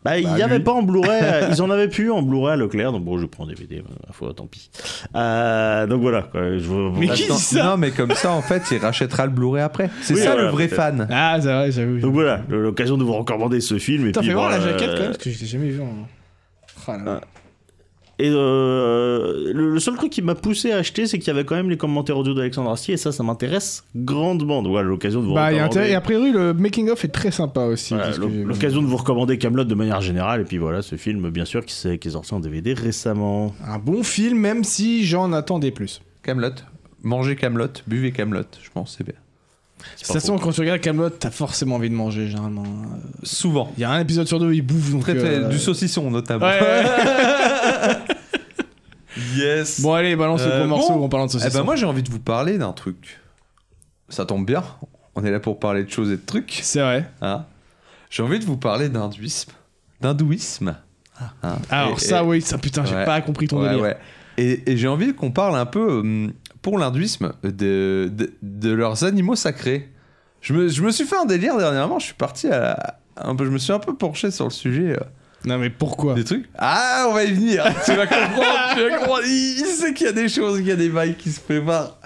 S3: Bah, il
S2: Bah,
S3: n'y avait
S2: lui.
S3: pas en Blu-ray, euh, ils en avaient plus en Blu-ray à Leclerc, donc bon, je prends en DVD, bah, ma foi, tant pis. Euh, donc voilà, quoi, je vous-
S1: Mais qui dit ça
S2: Non, mais comme ça, en fait, il rachètera le Blu-ray après. C'est
S3: Oui,
S2: ça
S3: voilà,
S2: le vrai
S3: peut-être.
S2: fan.
S1: Ah, c'est vrai, j'avoue.
S3: Donc voilà, le- l'occasion de vous recommander ce film. Et
S1: Putain,
S3: puis,
S1: fais
S3: bon,
S1: voir la
S3: euh,
S1: jaquette quand même, parce que je l'ai jamais vu en. Ah, là là.
S3: Et euh, le le seul truc qui m'a poussé à acheter, c'est qu'il y avait quand même les commentaires audio d'Alexandre Astier, et ça, ça m'intéresse grandement. Donc voilà, l'occasion de vous
S1: Bah, il y a intérêt-
S3: recommander.
S1: et a priori, le making-of est très sympa aussi.
S3: Voilà,
S1: de ce que
S3: l'oc-
S1: j'ai vu.
S3: l'occasion de vous recommander Camelot de manière générale. Et puis voilà, ce film, bien sûr, qui, s'est- qui est sorti en DVD récemment.
S1: Un bon film, même si j'en attendais plus.
S2: Camelot. Mangez Camelot, buvez Camelot. Je pense que c'est bien.
S1: De toute
S3: C'est pas
S1: façon,
S3: faux.
S1: quand tu regardes Camelot, t'as forcément envie de manger, généralement. Euh,
S2: Souvent.
S1: Il y a un épisode sur deux où il bouffe, donc.
S2: Très, très-
S1: euh,
S2: Du saucisson, notamment.
S1: Ouais, ouais, ouais.
S2: yes.
S1: Bon, allez, balance
S2: Euh,
S1: le gros morceau
S2: bon.
S1: en parlant de hein.
S2: eh
S1: saucisson.
S2: ben, moi, j'ai envie de vous parler d'un truc. Ça tombe bien. On est là pour parler de choses et de trucs.
S1: C'est vrai.
S2: Hein j'ai envie de vous parler d'hindouisme. D'hindouisme. Hein.
S1: Ah. Alors,
S2: Et-
S1: ça,
S2: et-
S1: oui, ça, putain, j'ai
S2: Ouais.
S1: pas compris ton
S2: Ouais,
S1: délire.
S2: ouais. Et, et j'ai envie qu'on parle un peu, hum, pour l'hindouisme, de, de, de leurs animaux sacrés. Je me, je me suis fait un délire dernièrement, je suis parti à la- un peu, je me suis un peu penché sur le sujet euh,
S1: Non, mais pourquoi
S2: des trucs. Ah, on va y venir, tu vas comprendre, tu vas comprendre. Il, il sait qu'il y a des choses, qu'il y a des bails qui se préparent.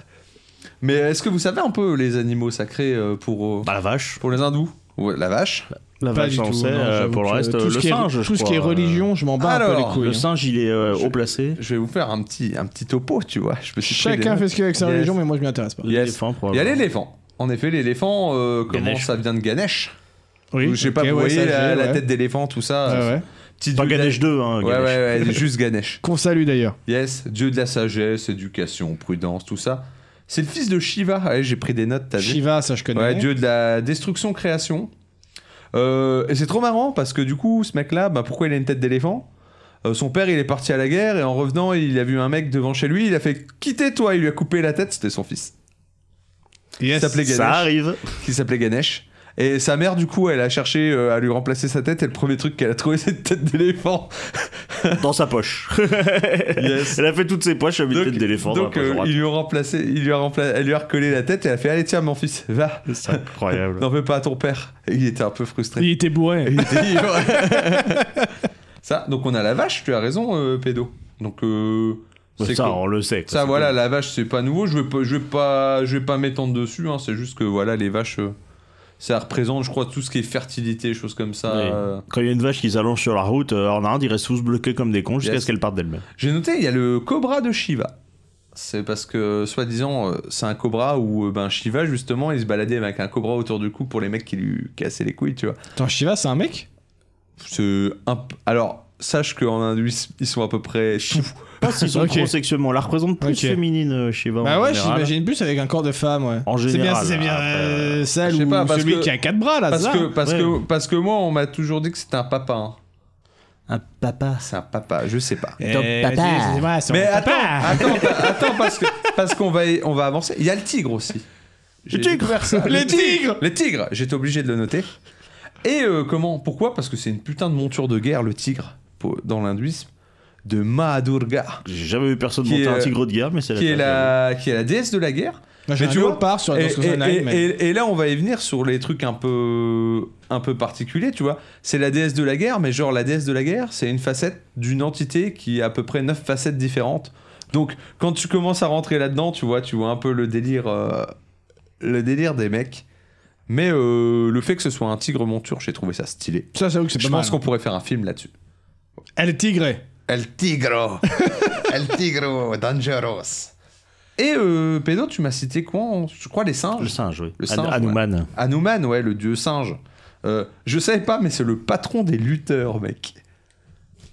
S2: Mais est-ce que vous savez un peu les animaux sacrés euh, pour, euh,
S3: Bah, la vache.
S2: pour les hindous Ouais, La vache
S3: La
S1: Pas
S3: vache,
S1: du
S3: on
S1: tout.
S3: sait.
S1: non,
S3: euh,
S1: j'avoue
S3: pour le
S1: que
S3: reste,
S1: tout
S3: euh,
S1: ce
S3: le
S1: qui est-
S3: singe, je
S1: Tout ce qui est
S3: crois, euh,
S1: religion, je m'en bats un peu les
S2: Alors,
S1: couilles.
S3: Le
S1: hein.
S3: singe, il est euh,
S2: Je-
S3: haut placé.
S2: Je vais vous faire un petit, un petit topo, tu vois. Je me suis pris des
S1: Chacun
S2: notes.
S1: fait ce qu'il veut avec sa
S2: Yes.
S1: religion, mais moi je m'y intéresse pas.
S2: Yes.
S3: Éléphant,
S2: Il y a
S3: probablement.
S2: l'éléphant. En effet, l'éléphant, euh, comment
S3: Ganesh.
S2: ça vient de Ganesh
S1: Oui,
S2: Je sais pas,
S1: ok,
S2: vous
S1: ouais,
S2: voyez
S1: ça,
S2: la,
S1: j'ai-
S2: la
S1: ouais.
S2: tête d'éléphant, tout ça.
S1: Ah
S2: euh,
S1: ouais.
S2: Petit
S3: Pas
S2: dieu de la-
S3: Ganesh 2, hein.
S2: Ouais,
S3: Ganesh.
S2: ouais, ouais, juste Ganesh.
S1: Qu'on salue d'ailleurs.
S2: Yes, dieu de la sagesse, éducation, prudence, tout ça. C'est le fils de Shiva. Ouais, j'ai pris des notes, t'as vu
S1: Shiva, ça je connais.
S2: Ouais, dieu de la destruction, création. Euh, et c'est trop marrant parce que du coup, ce mec-là, bah, pourquoi il a une tête d'éléphant Euh, Son père, il est parti à la guerre et en revenant, il a vu un mec devant chez lui. Il a fait quitter toi. Il lui a coupé la tête. C'était son fils
S1: Yes.
S2: il s'appelait Ganesh.
S3: Ça arrive.
S2: qui s'appelait Ganesh. Et sa mère, du coup, elle a cherché euh, à lui remplacer sa tête. Et le premier truc qu'elle a trouvé, c'est une tête d'éléphant.
S3: Dans sa poche.
S2: Yes.
S3: Elle a fait toutes ses poches avec une
S2: Donc,
S3: tête d'éléphant. dans la
S2: donc,
S3: poche
S2: euh,
S3: droite.
S2: il lui a remplacé, il lui a rempla- elle lui a recollé la tête et elle a fait allez tiens mon fils
S1: euh,
S2: va,
S3: C'est incroyable.
S2: n'en veux pas à ton père. Et il était un peu frustré.
S1: Il était bourré.
S2: Il était ivre. ça donc on a la vache, tu as raison euh, pédo. Donc euh,
S3: Bah,
S2: c'est
S3: ça,
S2: cool.
S3: on le sait. quoi.
S2: Ça
S3: C'est
S2: voilà la vache c'est pas nouveau. Je vais pas, je vais pas, je vais pas m'étendre dessus. hein. C'est juste que voilà les vaches. euh, ça représente, je crois, tout ce qui est fertilité, choses comme ça.
S3: Oui.
S2: euh.
S3: cool. Quand il y a une vache qui s'allonge sur la route, euh, en Inde, ils restent tous bloqués comme des cons jusqu'à
S2: Yes.
S3: ce qu'elle parte d'elle-même.
S2: J'ai noté, il y a le cobra de Shiva. C'est parce que, soi-disant, euh, c'est un cobra où euh, ben, Shiva, justement, il se baladait avec un cobra autour du cou pour les mecs qui lui cassaient les couilles, tu vois.
S1: Attends, Shiva, c'est un mec
S2: C'est un p- Alors, sache qu'en hindouisme, ils sont à peu près tout.
S3: Je pense qu'ils sont
S1: Ok.
S3: trop sexuellement. On la représente plus
S1: Ok.
S3: féminine euh, chez Shiva.
S1: Bah
S3: en
S1: ouais,
S3: général.
S1: j'imagine plus avec un corps de femme, ouais.
S3: En
S1: C'est bien,
S3: général,
S1: c'est bien
S3: après,
S1: euh, celle
S2: je sais
S1: ou
S2: pas, parce
S1: celui
S2: que-
S1: qui a quatre bras là.
S2: Parce
S1: ça.
S2: que, parce,
S3: ouais.
S2: que, parce que moi, on m'a toujours dit que c'était un papa. hein.
S3: Un papa.
S2: C'est un papa, je sais pas.
S1: Eh,
S5: Top papa.
S1: c'est- c'est vrai, c'est
S2: Mais
S1: mon
S2: attends,
S1: papa.
S2: attends, attends, parce que parce qu'on va, on va avancer. Il y a le tigre aussi. J'ai
S1: tigre.
S2: découvert ça.
S1: Le
S2: Le
S1: tigre.
S2: tigre Le tigre J'étais obligé de le noter. Et euh, comment Pourquoi Parce que c'est une putain de monture de guerre, le tigre, pour- dans l'hindouisme, de Mahadurga,
S3: J'ai jamais vu personne
S2: Qui
S3: monter
S2: est,
S3: un
S2: euh,
S3: tigre de guerre, mais c'est la
S2: qui est,
S3: tête.
S2: la, qui est la déesse de la guerre.
S1: Moi, j'ai
S2: Mais
S1: un
S2: tu vois,
S1: léopard sur
S2: Et,
S1: Dance of the
S2: et-
S1: Nine,
S2: et-
S1: mais-
S2: et- et là, on va y venir sur les trucs un peu, un peu particuliers, tu vois. C'est la déesse de la guerre, mais genre la déesse de la guerre, c'est une facette d'une entité qui a à peu près neuf facettes différentes. Donc, quand tu commences à rentrer là-dedans, tu vois, tu vois un peu le délire, euh, le délire des mecs. Mais euh, le fait que ce soit un tigre monture, j'ai trouvé ça stylé.
S1: Ça, j'avoue que c'est
S2: Je
S1: pas mal. hein.
S2: pense qu'on pourrait faire un film là-dessus.
S1: Elle est tigrée.
S2: El tigro. El tigro dangeros. Et euh, Pédo, tu m'as cité quoi Je crois les
S3: Le
S2: singes.
S3: singe, oui.
S2: Le
S3: Han-
S2: singe, ouais.
S3: Hanuman.
S2: Hanuman, ouais, le dieu singe. Euh, je savais pas, mais c'est le patron des lutteurs, mec.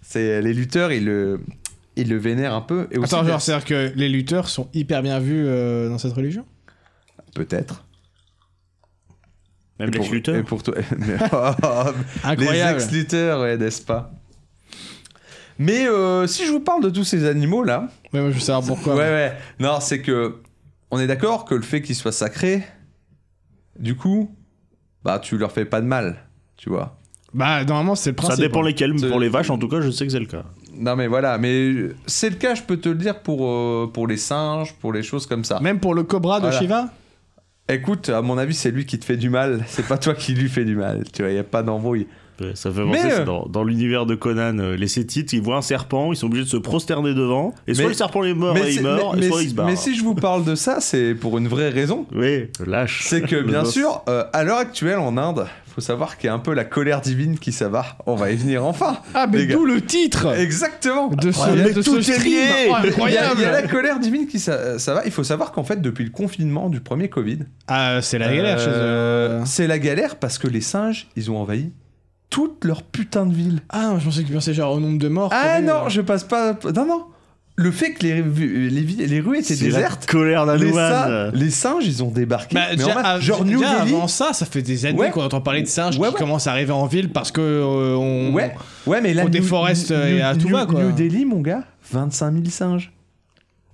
S2: C'est les lutteurs, ils le, ils le vénèrent un peu. Et aussi,
S1: Attends, genre, c'est-à-dire que les lutteurs sont hyper bien vus euh, dans cette religion
S2: peut-être.
S3: Même
S2: Et pour-
S3: l'excluteur.
S2: Et pour toi, mais-
S1: Incroyable.
S2: les ex-lutteurs, ouais, n'est-ce pas Mais euh, si je vous parle de tous ces animaux là,
S1: Ouais, moi, je veux savoir pourquoi.
S2: Ouais, ouais. Non, c'est que. On est d'accord que le fait qu'ils soient sacrés, du coup, bah, tu leur fais pas de mal, tu vois.
S1: Bah, normalement, c'est le
S3: Ça
S1: principe.
S3: dépend
S1: hein.
S3: lesquels, mais
S2: C'est-
S3: pour les vaches en tout cas, je sais que c'est le cas.
S2: Non, mais voilà. Mais c'est le cas, je peux te le dire, pour, euh, pour les singes, pour les choses comme ça.
S1: Même pour le cobra de
S2: Voilà.
S1: Shiva
S2: Écoute, à mon avis, c'est lui qui te fait du mal. C'est pas toi qui lui fait du mal. Tu vois, y a pas d'embrouille.
S3: Ouais, Ça fait
S2: Mais,
S3: penser, c'est
S2: euh,
S3: dans, dans l'univers de Conan, euh, les sétites, ils voient un serpent, ils sont obligés de se prosterner devant, et soit
S2: Mais-
S3: le serpent est mort et
S2: c'est-
S3: il meurt,
S2: mais-
S3: et soit
S2: mais-
S3: il se barre.
S2: mais si je vous parle de ça, c'est pour une vraie raison.
S3: Oui, lâche.
S2: C'est que
S3: Le
S2: bien
S3: boss.
S2: sûr, euh, à l'heure actuelle en Inde, faut savoir qu'il y a un peu la colère divine qui s'abat. On va y venir enfin.
S1: Ah, mais
S2: Les gars.
S1: d'où le titre
S2: Exactement.
S1: de ce,
S2: Mais
S1: de ce
S2: tout est
S1: stream.
S2: lié.
S1: Oh,
S2: Il y, a,
S1: incroyable
S2: il y a la colère divine qui ça, ça va. Il faut savoir qu'en fait, depuis le confinement du premier Covid,
S1: Ah, c'est la galère chez
S2: euh,
S1: eux.
S2: c'est la galère parce que les singes, ils ont envahi toute leur putain de ville.
S1: Ah, je pensais que tu pensais genre au nombre de morts.
S2: Ah
S1: qu'il y avait,
S2: non,
S1: euh.
S2: je passe pas. Non, non. Le fait que les, rues- les, villes- les rues étaient
S3: C'est la
S2: désertes,
S3: colère d'un
S2: les,
S3: Hanuman.
S2: singes- les singes, ils ont débarqué.
S1: Bah,
S2: Mais
S1: déjà,
S2: en fait,
S1: av-
S2: genre New
S1: déjà
S2: Delhi.
S1: avant ça, ça fait des années
S2: Ouais.
S1: qu'on entend parler de singes
S2: Ouais,
S1: qui
S2: ouais.
S1: commencent à arriver en ville parce que euh, on.
S2: Ouais, ouais, mais là,
S1: on
S2: New-
S1: déforeste, euh,
S2: New-
S1: et à tout
S2: New-
S1: va, quoi.
S2: New Delhi, mon gars, 25 000 singes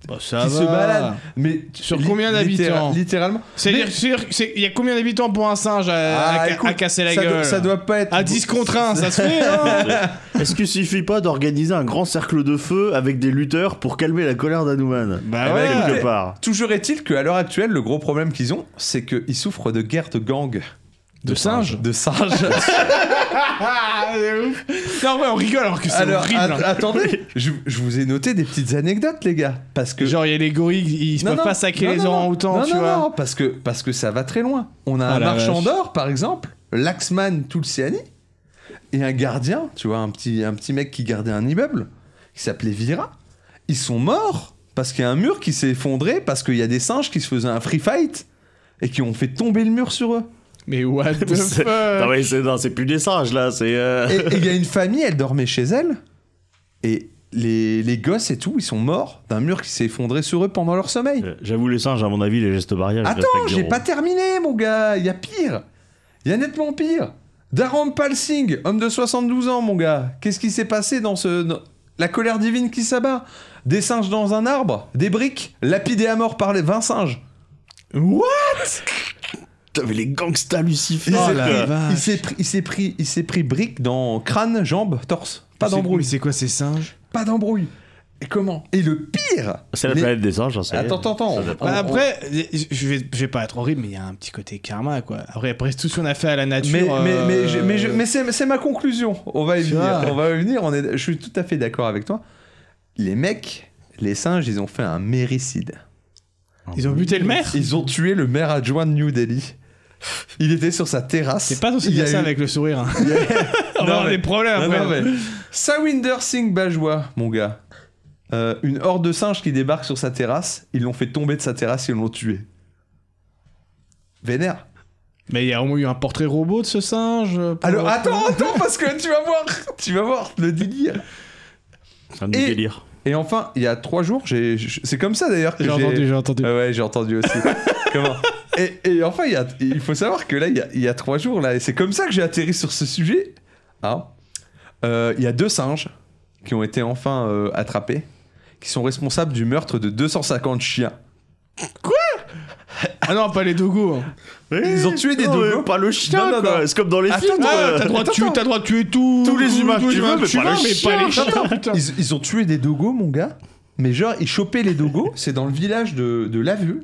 S1: Bah, ça
S2: qui
S1: va.
S2: se baladent. Mais
S1: Sur
S2: li-
S1: combien d'habitants
S2: Littéralement.
S1: C'est-à-dire,
S2: Mais-
S1: c'est-à-dire que c'est- il y a combien d'habitants pour un singe Euh, à,
S2: Ah,
S1: à ca-
S2: écoute,
S1: à casser la
S2: ça
S1: gueule
S2: Doit, ça doit pas être.
S1: À 10 contre 1, ça se fait, hein
S3: Est-ce qu'il suffit pas d'organiser un grand cercle de feu avec des lutteurs pour calmer la colère d'Hanuman
S1: Bah
S3: Eh ben,
S1: ouais.
S3: quelque part.
S2: Toujours est-il qu'à l'heure actuelle, le gros problème qu'ils ont, c'est qu'ils souffrent de guerre de gangs.
S1: De singes
S2: De singes.
S1: Ah, c'est ouf. Non, ouais, on rigole alors que c'est
S2: Alors,
S1: horrible.
S2: att-
S1: hein.
S2: attendez, je, je vous ai noté des petites anecdotes, les gars. Parce que.
S1: Genre, il y a les gorilles, ils
S2: Non,
S1: peuvent
S2: non,
S1: pas saquer
S2: non,
S1: les
S2: non,
S1: orang-outans,
S2: non,
S1: tu
S2: non,
S1: vois.
S2: non, parce que, parce que ça va très loin. On a
S1: Ah,
S2: un
S1: la
S2: marchand
S1: vache.
S2: d'or, par exemple, l'Axman Tulsiani, et un gardien, tu vois, un petit, un petit mec qui gardait un immeuble, qui s'appelait Vira. Ils sont morts parce qu'il y a un mur qui s'est effondré, parce qu'il y a des singes qui se faisaient un free fight. et qui ont fait tomber le mur sur eux.
S1: Mais what the
S3: C'est-
S1: fuck
S3: Non, mais c'est non, c'est plus des singes là, c'est. euh,
S2: Euh, Et et il y a une famille, elle dormait chez elle, et les, les gosses et tout, ils sont morts d'un mur qui s'est effondré sur eux pendant leur sommeil.
S3: Euh, J'avoue, les singes, à mon avis, les gestes barrières. je
S2: Attends,
S3: respecte
S2: j'ai
S3: zéro.
S2: pas terminé, mon gars. Il y a pire. Il y a nettement pire. Dharam Pal Singh, homme de 72 ans, mon gars. Qu'est-ce qui s'est passé dans ce. dans- La colère divine qui s'abat Des singes dans un arbre Des briques Lapidés à mort par les 20 singes
S1: What
S3: Putain, mais les gangsters
S2: Il
S3: Lucifer
S2: s'est
S1: la
S2: pris-
S1: vache.
S2: il s'est pris, il s'est pris, il s'est pris briques dans crâne, jambes, torse. Pas
S1: C'est- mais
S2: d'embrouille.
S1: C'est quoi ces singes
S2: Pas d'embrouille. Et comment Et le pire
S3: C'est la
S2: les-
S3: planète des singes, j'en sais rien.
S2: Attends, attends, attends.
S3: Ça dépend.
S2: On-
S1: Bah,
S2: on-
S1: Après, je vais, je vais pas être horrible, mais il y a un petit côté karma quoi. Après, après tout ce qu'on a fait à la nature.
S2: Mais, mais, mais,
S1: euh,
S2: je- mais, je- mais c'est, c'est ma conclusion. On va y
S1: Tu
S2: venir.
S1: vois.
S2: On va y venir. On est, je suis tout à fait d'accord avec toi. Les mecs, les singes, ils ont fait un méricide.
S3: Ah,
S1: Ils ont buté le maire
S2: Ils ont tué le maire adjoint de New Delhi. Il était sur sa terrasse.
S1: C'est pas censé
S2: Il y
S1: dire
S2: a
S1: ça
S2: eu-
S1: avec le sourire. hein.
S2: il y a-
S1: On
S2: Non,
S1: va avoir
S2: mais-
S1: des problèmes
S2: Non,
S1: après.
S2: non, mais- Sawinder Singh Bajwa, mon gars. Euh, une horde de singes qui débarque sur sa terrasse. Ils l'ont fait tomber de sa terrasse. Ils l'ont tué. Vénère.
S1: Mais il y a au moins eu un portrait robot de ce singe. euh, pour-
S2: Alors attends, attends, parce que tu vas voir, tu vas voir le délire.
S3: C'est un
S2: Et-
S3: délire.
S2: Et enfin, il y a trois jours, j'ai- j- c'est comme ça d'ailleurs que
S1: J'ai entendu, j'ai entendu.
S2: Ah ouais, j'ai entendu aussi. Comment et, et enfin, il, y a- il faut savoir que là, il y a, il y a trois jours, là, et c'est comme ça que j'ai atterri sur ce sujet. hein. Euh, il y a deux singes qui ont été enfin euh, attrapés, qui sont responsables du meurtre de 250 chiens.
S1: Ah non, pas les dogos. hein.
S2: Ils ont tué des
S3: Eh, Non, mais
S2: dogos.
S3: Pas le
S2: Non,
S3: chien,
S2: non,
S3: quoi.
S2: non.
S3: C'est comme dans les
S2: Attends,
S3: films.
S1: Ah,
S3: euh.
S1: t'as le droit de tuer,
S2: attends.
S1: t'as le droit de tuer tout,
S3: Tous les humains que tu veux, mais pas le
S1: mais pas les
S3: chien.
S1: chiens, putain.
S2: Ils, ils ont tué des dogos, mon gars. Mais genre, ils chopaient les dogos, c'est dans le village de, de Lavue.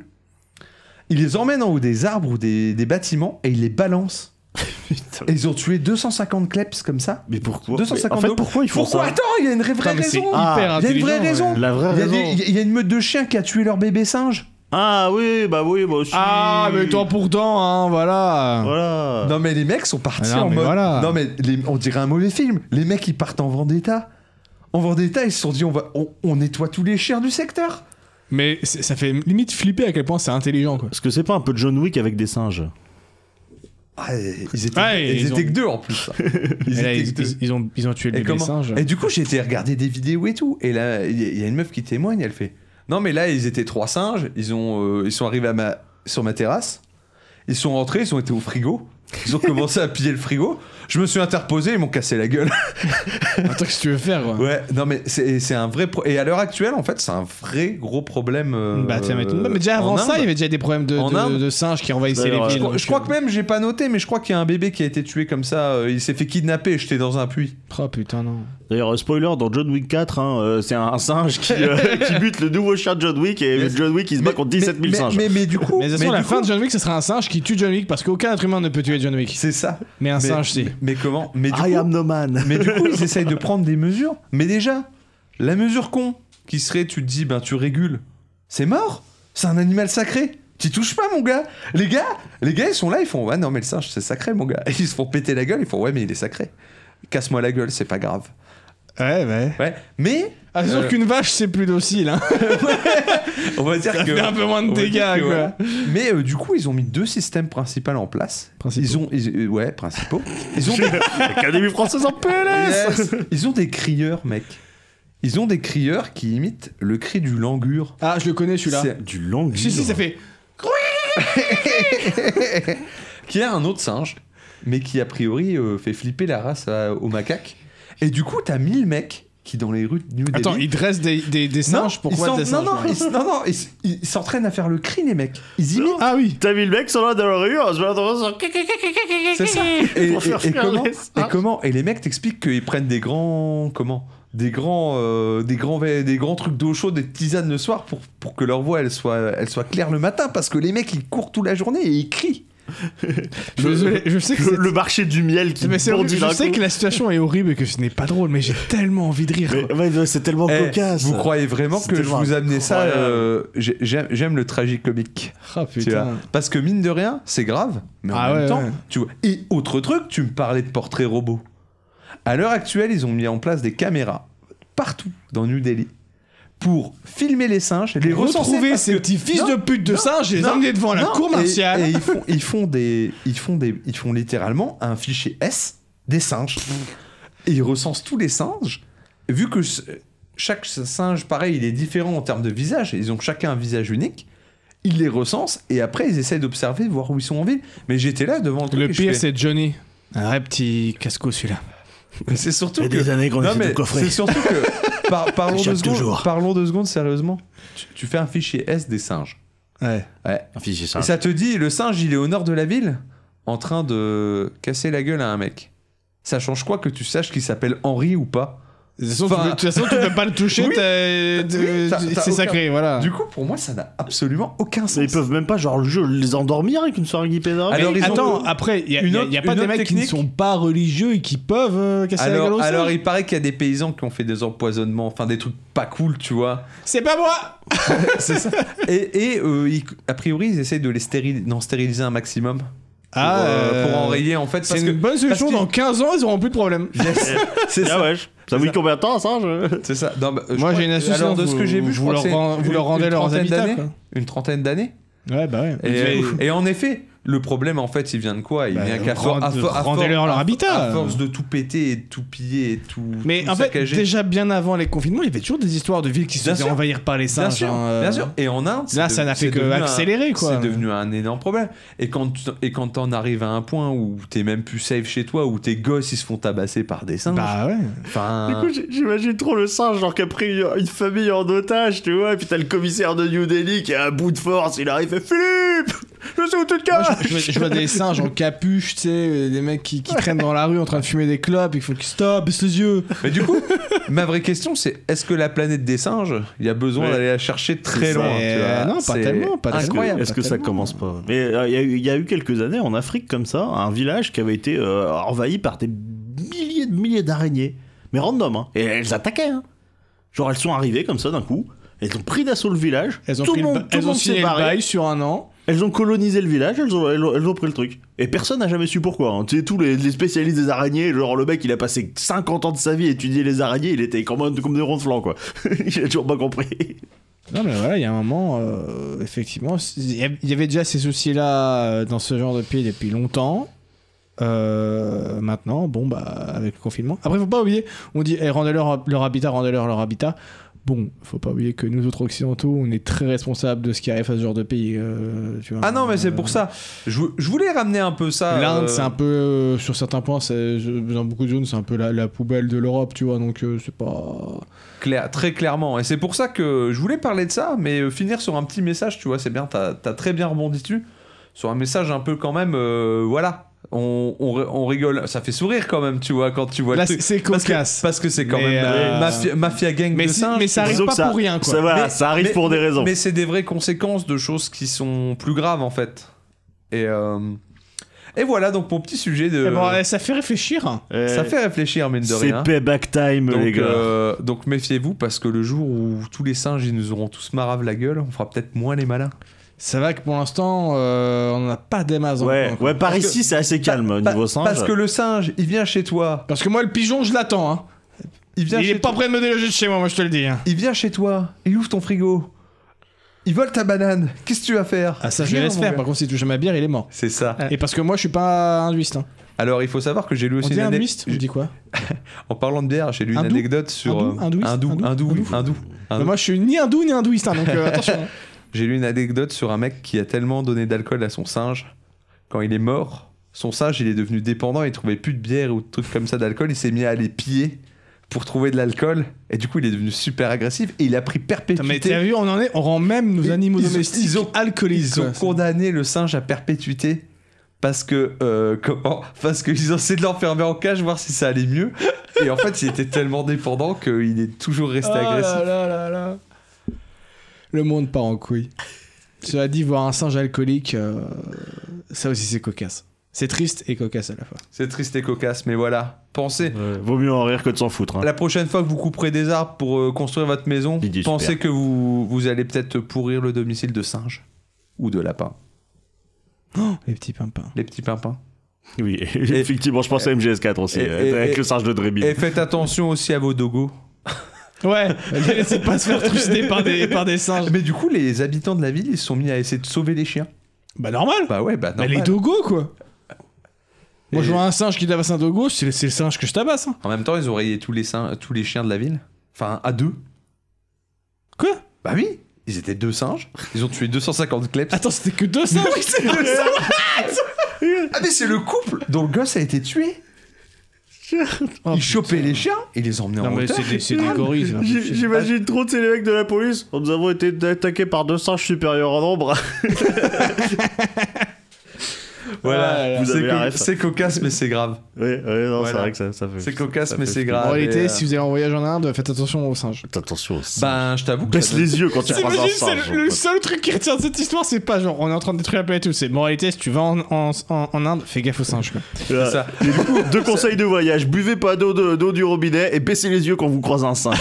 S2: Ils les emmènent en haut des arbres ou des, des bâtiments et ils les balancent.
S3: Putain.
S2: Et ils ont tué 250 kleps comme ça.
S3: Mais pourquoi
S2: 250
S3: En fait,
S2: dogos.
S3: pourquoi ils font
S2: Pourquoi
S3: ça
S2: Attends, il y a une vraie, vraie
S1: Putain, mais c'est
S2: raison.
S3: Ah,
S1: hyper
S2: il y a une vraie
S1: intelligent,
S2: raison.
S1: ouais.
S3: La vraie
S2: Il y, a des-
S3: raison.
S2: il y a une meute de chiens qui a tué leur bébé singe.
S3: Ah oui, bah oui, moi aussi.
S1: Ah, mais tant pourtant, hein, voilà.
S3: Voilà.
S2: Non mais les mecs sont partis
S1: Ah non,
S2: en
S1: mais
S2: mode.
S1: voilà.
S2: Non mais les- on dirait un mauvais film. Les mecs ils partent en vendetta. En vendetta ils se sont dit on va on, on nettoie tous les chiens du secteur.
S1: Mais c'est- ça fait limite flipper à quel point c'est intelligent, quoi.
S3: Est-ce que c'est pas un peu John Wick avec des singes
S2: Ah, ils étaient,
S1: Ouais,
S2: ils
S1: ils
S2: étaient
S1: ont-
S2: que deux en plus. Ils
S1: Et là,
S2: étaient
S1: ils,
S2: que deux.
S1: ils- ils ont, ils ont tué le
S2: Et,
S1: bébé
S2: comment-
S1: singe.
S2: et du coup, j'ai été regarder des vidéos et tout. Et là, il y, a- il y a une meuf qui témoigne, elle fait Non, mais là, ils étaient trois singes, ils, ont, euh, ils sont arrivés à ma, sur ma terrasse, ils sont rentrés, ils ont été au frigo, ils ont commencé à piller le frigo. Je me suis interposé, ils m'ont cassé la gueule.
S1: Attends, qu'est-ce que tu veux faire, quoi
S2: ouais, non, mais c'est c'est un vrai. pro- et à l'heure actuelle, en fait, c'est un vrai gros problème. euh,
S1: Bah, tiens, mais, non, mais déjà avant
S2: en
S1: ça,
S2: Inde.
S1: il y avait déjà des problèmes de,
S2: En
S1: de-
S2: Inde.
S1: de singes qui envahissaient les
S3: D'ailleurs,
S1: villes.
S2: Je, crois-
S1: donc,
S2: je crois
S1: euh,
S2: que même, j'ai pas noté, mais je crois qu'il y a un bébé qui a été tué comme ça. euh, il s'est fait kidnapper et jeté dans un puits.
S1: Oh putain, non.
S3: D'ailleurs, euh, spoiler, dans John Wick 4, hein, euh, c'est un singe qui, euh, qui bute le nouveau chien de John Wick et
S2: Mais-
S3: John Wick il se bat
S2: Mais-
S3: contre 17 000
S2: mais-
S3: singes.
S2: Mais, mais, mais du coup,
S1: Mais de toute façon,
S2: mais
S1: la
S2: du
S1: fin
S2: coup,
S1: de John Wick, ce sera un singe qui tue John Wick parce qu'aucun être humain ne peut tuer John Wick.
S2: c'est ça.
S1: Mais un
S2: Mais-
S1: singe, si.
S2: mais- Mais comment Mais du,
S3: I am
S2: coup,
S3: no man.
S2: mais du coup, ils essayent de prendre des mesures. Mais déjà, la mesure con, qui serait, tu te dis, ben tu régules, c'est mort. C'est un animal sacré. T'y touches pas, mon gars. Les gars, les gars, ils sont là, ils font, ouais, non, mais le singe, c'est sacré, mon gars. Et ils se font péter la gueule, ils font, ouais, mais il est sacré. Casse-moi la gueule, c'est pas grave.
S1: Ouais, ouais.
S2: Ouais. Mais
S1: Ah, c'est sûr
S2: Euh.
S1: qu'une vache, c'est plus docile, hein.
S2: on va dire
S1: Ça
S2: que
S1: fait un peu moins de
S2: on va dire
S1: dégâts,
S2: que,
S1: quoi.
S2: voilà. Mais euh, du coup, ils ont mis deux systèmes principaux en place.
S1: Principaux.
S2: Ils ont, ils- euh, ouais, principaux. Ils ont des
S3: Académie française en PLS
S2: Yes. Ils ont des crieurs, mec. Ils ont des crieurs qui imitent le cri du langur.
S1: Ah, je le connais, celui-là.
S2: C'est-
S3: Du langue.
S1: Si, si, ça fait.
S2: Qui est un autre singe, mais qui a priori euh, fait flipper la race à- aux macaques. Et du coup, t'as 1000 mecs qui, dans les rues de New Delhi.
S1: Attends, il dresse des, des, des
S2: Non,
S1: singes
S2: ils
S1: Pourquoi
S2: s'en-
S1: des
S2: non,
S1: singes
S2: non,
S1: ouais.
S2: ils s- non, non, ils s- ils s'entraînent à faire le cri, les mecs. Ils imitent.
S1: Ah oui.
S3: T'as vu le mec sur la dans la rue, on se met dans
S2: C'est ça. Et,
S3: Pour faire hein.
S2: et- et
S3: fuir
S2: comment,
S3: les
S2: et comment Et les mecs t'expliquent qu'ils prennent des grands. Comment des grands, euh, des, grands, ve- des grands trucs d'eau chaude, des tisanes le soir pour, pour que leur voix elle soit, elle soit claire le matin parce que les mecs ils courent toute la journée et ils crient.
S1: Je, je- je sais que
S3: le,
S1: c'est.
S3: le marché du miel qui
S1: Mais c'est horrible.
S3: bondit d'un
S1: Je sais
S3: coup.
S1: que la situation est horrible et que ce n'est pas drôle, mais j'ai tellement envie de rire.
S3: Mais- ouais, ouais, c'est tellement
S2: Eh,
S3: cocasse.
S2: vous croyez vraiment
S3: C'est
S2: que je
S3: tellement
S2: vous amenais ça
S3: incroyable.
S2: euh, j'ai- J'aime j'aime le tragique comique.
S1: Ah
S2: tu vois.
S1: putain.
S2: Parce que mine de rien, c'est grave, mais en
S1: Ah
S2: même
S1: ouais,
S2: temps,
S1: ouais.
S2: tu vois. Et autre truc, tu me parlais de portrait robot. À l'heure actuelle, ils ont mis en place des caméras partout dans New Delhi pour filmer les singes, les recenser.
S1: Retrouver
S2: parce
S1: ces
S2: que-
S1: petits fils
S2: Non,
S1: de pute de singe et les
S2: non,
S1: emmener devant la
S2: non,
S1: cour
S2: et-
S1: martiale.
S2: Et, ils, font, ils font des, ils font des, ils font littéralement un fichier S des singes. Et ils recensent tous les singes. Et vu que ce- chaque singe, pareil, il est différent en termes de visage. Ils ont chacun un visage unique. Ils les recensent et après ils essayent d'observer, voir où ils sont en ville. Mais j'étais là devant le truc.
S1: Le
S2: et je
S1: pire,
S2: fais-
S1: c'est Johnny. Un vrai petit casse-cou celui-là.
S2: c'est surtout
S5: Il y a
S2: que
S5: des années qu'on
S2: non,
S5: essaie de
S2: mais
S5: le coffrer.
S2: C'est surtout que. par- parlons,
S5: Échappe
S2: deux secondes,
S5: toujours.
S2: parlons deux secondes, sérieusement. Tu, tu fais un fichier S des singes.
S1: Ouais.
S2: Ouais.
S3: Un fichier
S1: Ah.
S2: Et ça te dit, le singe, il est au nord de la ville, en train de casser la gueule à un mec. Ça change quoi que tu saches qu'il s'appelle Henri ou pas
S1: De toute façon,
S2: Enfin-
S1: tu peux- de toute façon, tu peux pas le toucher,
S2: Oui.
S1: t'as-
S2: Oui, t'as- t'as
S1: c'est
S2: aucun-
S1: sacré, voilà.
S2: Du coup, pour moi, ça n'a absolument aucun
S3: Mais ils
S2: sens.
S3: peuvent même pas, genre, le jeu, les endormir avec une soirée Guy Pénard.
S2: Alors, ils ont-
S1: Attends, après, il n'y a,
S2: une
S1: y a-
S2: autre-
S1: y a pas
S2: une
S1: des
S2: autre
S1: mecs qui ne
S2: technique.
S1: sont pas religieux et qui peuvent euh, casser la gueule
S2: Alors,
S1: au
S2: alors,
S1: singe.
S2: il paraît qu'il y a des paysans qui ont fait des empoisonnements, enfin des trucs pas cool, tu vois.
S1: C'est pas moi
S2: C'est ça. Et, et, euh, ils- a priori, ils essayent de les stéril- d'en stériliser un maximum pour,
S1: Ah,
S2: euh, pour
S1: euh,
S2: enrayer, en fait.
S1: C'est
S2: Parce
S1: une
S2: que
S1: bonne solution,
S2: parce
S1: dans
S2: que-
S1: 15 ans, ils auront plus de problème.
S2: c'est
S3: Ah
S2: ça.
S3: ouais, ça vous dit combien de temps, ça je-
S2: C'est ça. Non, bah, euh, je
S1: Moi,
S2: crois-
S1: j'ai une astuce,
S2: Alors,
S1: hein,
S2: de ce
S1: vous-
S2: que j'ai vu, je
S1: vous
S2: crois
S1: leur
S2: que c'est
S1: rend- vous leur rendez
S2: une
S1: leurs
S2: trentaine
S1: habitats,
S2: d'années.
S1: quoi.
S2: Une trentaine d'années.
S1: Ouais, bah ouais.
S2: Et,
S1: Mais-
S2: et en effet, le problème, en fait, il vient de quoi Il
S1: Bah,
S2: vient qu'à
S1: rend-
S2: for- à for- à for-
S1: rendez-leur leur
S2: à-
S1: habitat.
S2: À force de tout péter et de tout piller et de tout.
S1: Mais
S2: tout
S1: en fait,
S2: saccager.
S1: déjà bien avant les confinements, il y avait toujours des histoires de villes qui se
S2: Bien
S1: faisaient
S2: sûr.
S1: envahir par les singes.
S2: Bien sûr,
S1: hein, euh.
S2: bien sûr. Et en Inde,
S1: Là,
S2: c'est
S1: ça
S2: de-
S1: n'a fait
S2: c'est
S1: que
S2: devenu un-
S1: accélérer, quoi.
S2: C'est devenu un énorme problème. Et quand tu- et quand t'en arrives à un point où t'es même plus safe chez toi, où tes gosses ils se font tabasser par des singes.
S1: Bah ouais.
S3: Du
S2: Enfin,
S3: coup, j'- j'imagine trop le singe, genre qui a pris une une famille en otage, tu vois, et puis t'as le commissaire de New Delhi qui a un bout de force, il arrive et fait Philippe Je sais où tu te
S1: Moi,
S3: caches
S1: je, je vois- je vois des singes en capuche, tu sais, euh, des mecs qui, qui traînent dans la rue en train de fumer des clopes, il faut qu'ils stop, baisse les yeux.
S2: mais du coup, ma vraie question c'est est-ce que la planète des singes, il y a besoin
S3: Ouais.
S2: d'aller la chercher très
S1: C'est- euh,
S2: loin tu vois
S1: non, pas
S2: C'est
S1: tellement, pas tellement.
S2: incroyable.
S3: Est-ce que
S1: pas
S3: ça
S1: tellement.
S3: commence pas Mais euh, il y, a eu- il y a eu quelques années en Afrique comme ça, un village qui avait été euh, envahi par des milliers de milliers d'araignées, mais random, hein. Et elles attaquaient, hein. Genre elles sont arrivées comme ça d'un coup. Elles ont pris d'assaut le village.
S1: Elles ont,
S3: tout
S1: pris
S3: le monde,
S1: le, ba-
S3: tout le
S1: elles ont
S3: monde
S1: signé
S3: s'est
S1: le
S3: barré.
S1: bail sur un an.
S3: Elles ont colonisé le village, elles ont, elles ont, elles ont pris le truc. Et personne n'a jamais su pourquoi. hein. Tu sais, tous les, les spécialistes des araignées, genre le mec il a passé 50 ans de sa vie à étudier les araignées, il était comme, un, comme des ronflants quoi. il a toujours pas compris.
S1: Non mais voilà, il y a un moment, euh, effectivement, c- il y av- il y avait déjà ces soucis-là euh, dans ce genre de pays depuis longtemps. Euh, maintenant, bon bah avec le confinement. Après, faut pas oublier, on dit eh, rendez-leur leur habitat, rendez-leur leur habitat. Bon, faut pas oublier que nous autres occidentaux, on est très responsables de ce qui arrive à ce genre de pays. euh, tu vois.
S2: Ah non, mais c'est
S1: Euh,
S2: pour ça. Je, vou- je voulais ramener un peu ça.
S1: L'Inde,
S2: euh,
S1: c'est un peu, euh, sur certains points, c'est- je- dans beaucoup de zones, c'est un peu la, la poubelle de l'Europe, tu vois. Donc euh, c'est pas.
S2: clair- très clairement. Et c'est pour ça que je voulais parler de ça, mais euh, finir sur un petit message, tu vois, c'est bien, t'as as très bien rebondi dessus. Sur un message un peu quand même, euh, voilà. On, on ri- on rigole, ça fait sourire quand même, tu vois, quand tu vois
S1: Là,
S2: le truc.
S1: c'est- c'est
S2: Parce que-
S1: cocasse.
S2: Parce que c'est quand
S1: Mais,
S2: même
S1: euh,
S2: mafia, mafia gang
S1: Mais,
S2: de
S1: si-
S2: singes.
S1: mais ça arrive
S3: Disons
S1: pas
S3: que ça-
S1: pour rien, quoi.
S3: Ça, voilà,
S2: Ah, Mais-
S3: Ah, ça arrive
S2: mais-
S3: pour des raisons.
S2: Mais c'est des vraies conséquences de choses qui sont plus graves en fait. Et, euh, et voilà donc pour petit sujet de.
S1: Eh ben, ouais, ça fait réfléchir. hein.
S3: Euh,
S2: ça fait réfléchir mine de
S3: c'est
S2: rien.
S3: payback time
S2: Donc,
S3: les gars.
S2: euh, donc méfiez-vous parce que le jour où tous les singes ils nous auront tous marave la gueule, on fera peut-être moins les malins.
S1: Ça va que pour l'instant, euh, on n'a pas des masses
S3: Ouais,
S1: encore, quoi.
S3: ouais, par
S2: Parce que-
S3: ici c'est assez calme au niveau
S2: Pa-
S3: singe.
S2: Parce que le singe, il vient chez toi,
S1: Parce que moi, le pigeon, je l'attends. Hein.
S2: il vient,
S1: Il
S2: chez
S1: est pas
S2: toi,
S1: prêt de me déloger de chez moi, moi, je te le dis. hein.
S2: il vient chez toi, il ouvre ton frigo, il vole ta banane. Qu'est-ce que tu vas faire
S1: Ah, ça, je
S2: Rien,
S1: le laisse
S2: mon
S1: faire.
S2: gars.
S1: Par contre, s'il touche à ma bière, il est mort.
S2: C'est ça.
S1: Et parce que moi, je suis pas hindouiste. Hein.
S2: Alors il faut savoir que j'ai lu
S1: On
S2: aussi
S1: dit
S2: une ane-
S1: hindouiste On dit quoi
S2: En parlant de bière, j'ai lu une
S1: Hindou
S2: anecdote sur
S1: Hindou
S2: euh,
S1: Hindouiste
S2: hindou,
S1: Hindou
S2: hindou,
S1: Hindou
S2: hindou.
S1: Bah, Moi, je suis ni hindou ni hindouiste, hein, donc euh, attention.
S2: J'ai lu une anecdote sur un mec qui a tellement donné d'alcool à son singe, quand il est mort, son singe il est devenu dépendant, il trouvait plus de bière ou de trucs comme ça d'alcool, il s'est mis à aller piller pour trouver de l'alcool, et du coup il est devenu super agressif, et il a pris
S1: Putain, Mais t'as
S2: perpétuité.
S1: vu, on en est, on rend même nos
S2: Ils-
S1: animaux
S2: ils ont-
S1: domestiques
S2: ils ont-
S1: alcoolisés.
S2: Ils ont
S1: quoi.
S2: condamné le singe à perpétuité. Parce que euh, comment Parce qu'ils ont essayé de l'enfermer en cage, voir si ça allait mieux. Et en fait, il était tellement dépendant qu'il est toujours resté
S1: Oh là
S2: agressif.
S1: là là là. Le monde part en couille. Cela dit, voir un singe alcoolique, euh, ça aussi, c'est cocasse. C'est triste et cocasse à la fois.
S2: C'est triste et cocasse, mais voilà. Pensez.
S3: Ouais, Vaut mieux en rire que de s'en foutre. hein.
S2: La prochaine fois que vous couperez des arbres pour euh, construire votre maison,
S3: L'idée est
S2: pensez
S3: super.
S2: que vous, vous allez peut-être pourrir le domicile de singe ou de lapin,
S1: Les petits pimpins.
S2: les petits pimpins.
S3: Oui, effectivement, je pense à MGS4 aussi,
S2: et-
S3: euh, avec
S2: et-
S3: le singe de Dréby.
S2: Et faites attention aussi à vos dogos.
S1: Ouais, les laissez pas se faire trucider par des, par des singes.
S2: Mais du coup, les habitants de la ville, ils se sont mis à essayer de sauver les chiens.
S1: Bah normal.
S2: Bah ouais, bah non.
S1: Mais les dogos quoi. Moi je vois un singe qui tabasse un dogo, c'est c'est le singe que je tabasse. hein.
S2: En même temps, ils ont rayé tous les, singes, tous les chiens de la ville. Enfin, à deux.
S1: Quoi
S2: Bah oui, ils étaient deux singes. Ils ont tué 250 kleps.
S1: Attends, c'était que deux singes
S2: Ah mais c'est le couple dont le gosse a été tué.
S1: Oh,
S2: Ils chopaient les chiens et les emmenaient en
S1: Non mais
S2: hauteur.
S1: c'est des, c'est des gorilles. c'est pas
S3: J'ai-
S1: possible.
S3: J'imagine trop, c'est les mecs de la police. Nous avons été attaqués par deux singes supérieurs en nombre.
S1: Voilà.
S3: Vous
S2: c'est
S3: avez la
S2: co-
S3: ref.
S2: c'est cocasse mais c'est grave.
S3: Oui, oui, non,
S2: Voilà.
S3: c'est vrai que ça, ça fait.
S2: C'est cocasse
S3: ça
S2: mais
S3: fait
S2: c'est
S3: flipper.
S2: grave.
S1: En réalité,
S2: et, euh,
S1: si vous allez en voyage en Inde, faites attention aux singes.
S3: Attention aussi.
S2: Ben je t'avoue que
S3: Baisse
S2: ça donne-
S3: les yeux quand tu croises un
S1: T'imagines, c'est
S3: singe.
S1: le, le seul truc qui retient de cette histoire, c'est pas genre on est en train de détruire la planète ou c'est moralité, si tu vas en, en, en- en Inde, fais gaffe aux singes. quoi.
S3: Voilà.
S2: ça.
S3: Et du coup, Deux conseils de voyage buvez pas d'eau de- d'eau du robinet et baissez les yeux quand vous croisez un singe.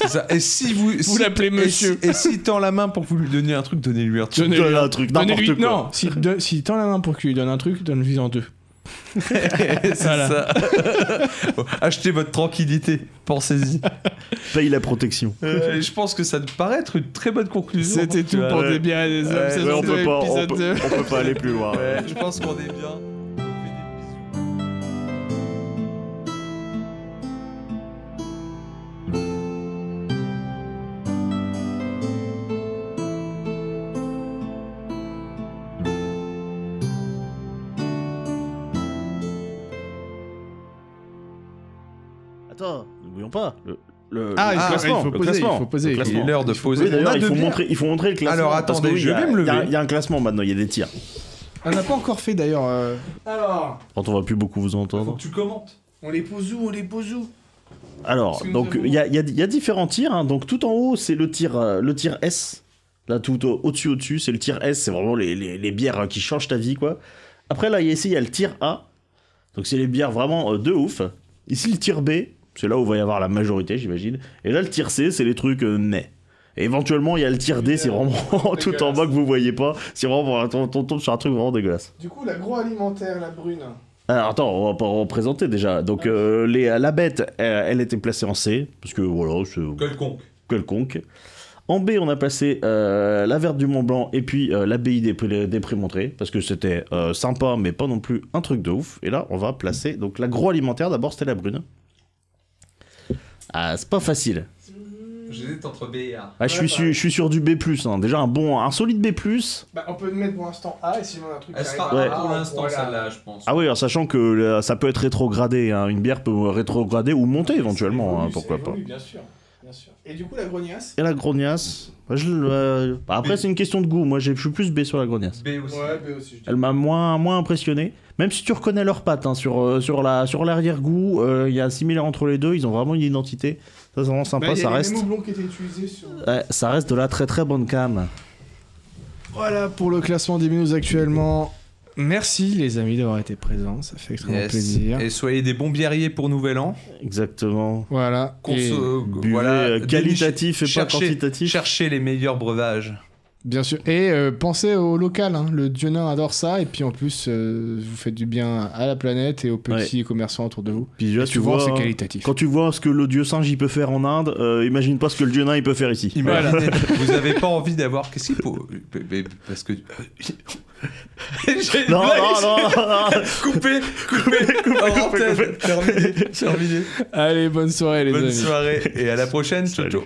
S2: c'est ça. Et si vous, si-
S1: l'appelez
S2: et
S1: monsieur.
S2: si- Et si, tend la main pour vous lui donner un truc, donnez-lui un truc.
S1: Donnez-
S3: Donne un truc, n'importe
S1: Donnez-lui-
S3: quoi.
S1: Non, si, de- si tend la main pour qu'il lui donne un truc, donne-lui en deux.
S2: C'est
S1: Voilà.
S2: ça. Achetez votre tranquillité. Pensez-y.
S3: Paye la protection.
S2: Euh, je pense que ça te paraît être une très bonne conclusion.
S1: C'était tout
S2: Ouais.
S1: pour des biens et des hommes,
S2: Ouais,
S1: saison
S3: Ouais, on, peut
S1: deux,
S3: pas, on,
S1: épisode
S3: peut,
S1: 2.
S3: on peut pas aller plus loin.
S2: Ouais, je pense qu'on est bien. On fait des bisous.
S3: Attends, n'oublions pas. Le, le,
S1: Ah,
S3: le
S1: il faut-
S3: classement,
S1: il faut
S3: le
S1: poser,
S3: classement,
S1: il faut poser.
S3: le classement.
S2: Il est l'heure de poser.
S3: Oui,
S2: On
S3: d'ailleurs,
S2: a
S3: Ah, il
S2: deux
S3: faut,
S2: bières.
S3: montrer, il faut montrer le classement.
S2: Alors,
S3: parce que
S2: attendez,
S3: oui,
S2: je
S3: il y a-
S2: vais me
S3: Il y a-
S2: lever.
S3: il y, a un classement maintenant, il y a des tirs.
S1: On n'a pas encore fait d'ailleurs. euh, Alors,
S3: Quand on va plus beaucoup vous
S2: Faut
S1: Bah,
S3: entendre.
S2: que tu commentes.
S1: on les pose où On les pose où
S3: Alors,
S1: Parce que nous
S3: donc
S1: avons-
S3: il y a, il y a- il y a différents tirs. hein. Donc tout en haut, c'est le tir, euh, le tir S. Là, tout au- au-dessus, au-dessus, c'est le tir S. C'est vraiment les, les- les bières euh, qui changent ta vie, quoi. Après, là, il y a ici, il y a le tir A. Donc c'est les bières vraiment euh, de ouf. Ici, le tir B, c'est là où va y avoir la majorité, j'imagine. Et là, le tir C, c'est les trucs euh, mais. Et éventuellement, il y a le tir D, c'est vraiment tout en bas que vous voyez pas. C'est vraiment, on, on tombe sur un truc vraiment dégueulasse.
S1: Du coup, l'agroalimentaire, la brune.
S3: Alors Euh, attends, on va pas représenter déjà. Donc euh, les, la bête, euh, elle était placée en C, parce que voilà, c'est
S2: Quelconque.
S3: quelconque. En B, on a placé euh, la verte du Mont Blanc et puis euh, l'abbaye des, Pré- des Prémontrés, parce que c'était euh, sympa, mais pas non plus un truc de ouf. Et là, on va placer donc l'agroalimentaire, d'abord c'était la brune. Ah, c'est pas facile.
S2: J'hésite entre B et A.
S3: Ah, je, suis sur, je suis sur du B, hein. déjà un bon, un solide B.
S1: Bah, on peut le mettre pour l'instant A et si on a un truc.
S2: Elle sera
S3: Ouais.
S2: A pour l'instant, celle-là, je pense.
S3: Ah oui, alors, sachant que euh, ça peut être rétrogradé, hein. une bière peut rétrograder ou monter éventuellement, hein, pourquoi pas.
S1: Bien sûr. Bien sûr. Et du coup, la grognasse
S3: Et la grognasse Moi, je le- euh, bah, Après,
S2: B.
S3: c'est une question de goût. Moi, j'ai- je suis plus B sur la grognasse.
S2: B aussi.
S1: B aussi, je
S3: Elle m'a moins, moins impressionné. Même si tu reconnais leurs pattes hein, sur, euh, sur la- sur l'arrière-goût, euh, il y a similaire entre les deux. Ils ont vraiment une identité. Ça, c'est vraiment sympa.
S1: Bah,
S3: ça, reste,
S1: houblon qui était utilisé sur.
S3: Ouais, ça reste de la très très bonne cam.
S1: Voilà pour le classement des minus actuellement. Merci les amis d'avoir été présents, ça fait extrêmement
S2: Yes.
S1: plaisir.
S2: Et soyez des bons biériers pour Nouvel An.
S3: Exactement.
S1: Voilà.
S2: Qu'on
S1: Et
S2: se-
S3: Buvez euh,
S2: déniche-
S3: qualitatif et
S2: cherchez-
S3: pas quantitatif.
S2: Cherchez les meilleurs breuvages.
S1: Bien sûr. Et euh, pensez au local, hein. le Dionin adore ça. Et puis en plus, euh, vous faites du bien à la planète et aux petits commerçants autour de vous.
S3: Puis là,
S1: Et
S3: tu vois,
S1: c'est
S3: hein,
S1: qualitatif.
S3: quand tu vois ce que le dieu singe il peut faire en Inde, euh, imagine pas ce que le dieu nain il peut faire ici.
S2: Imaginez, vous avez pas envie d'avoir. Qu'est-ce qu'il faut Mais- mais- Parce que. euh, J'ai une
S3: Non,
S2: blague.
S3: non, non, non, non.
S2: Coupez, coupez, hors antenne. Terminé, terminé.
S1: Allez, bonne soirée les
S2: Bonne
S1: amis.
S2: soirée et à la prochaine. Ciao,
S3: Salut.
S2: ciao.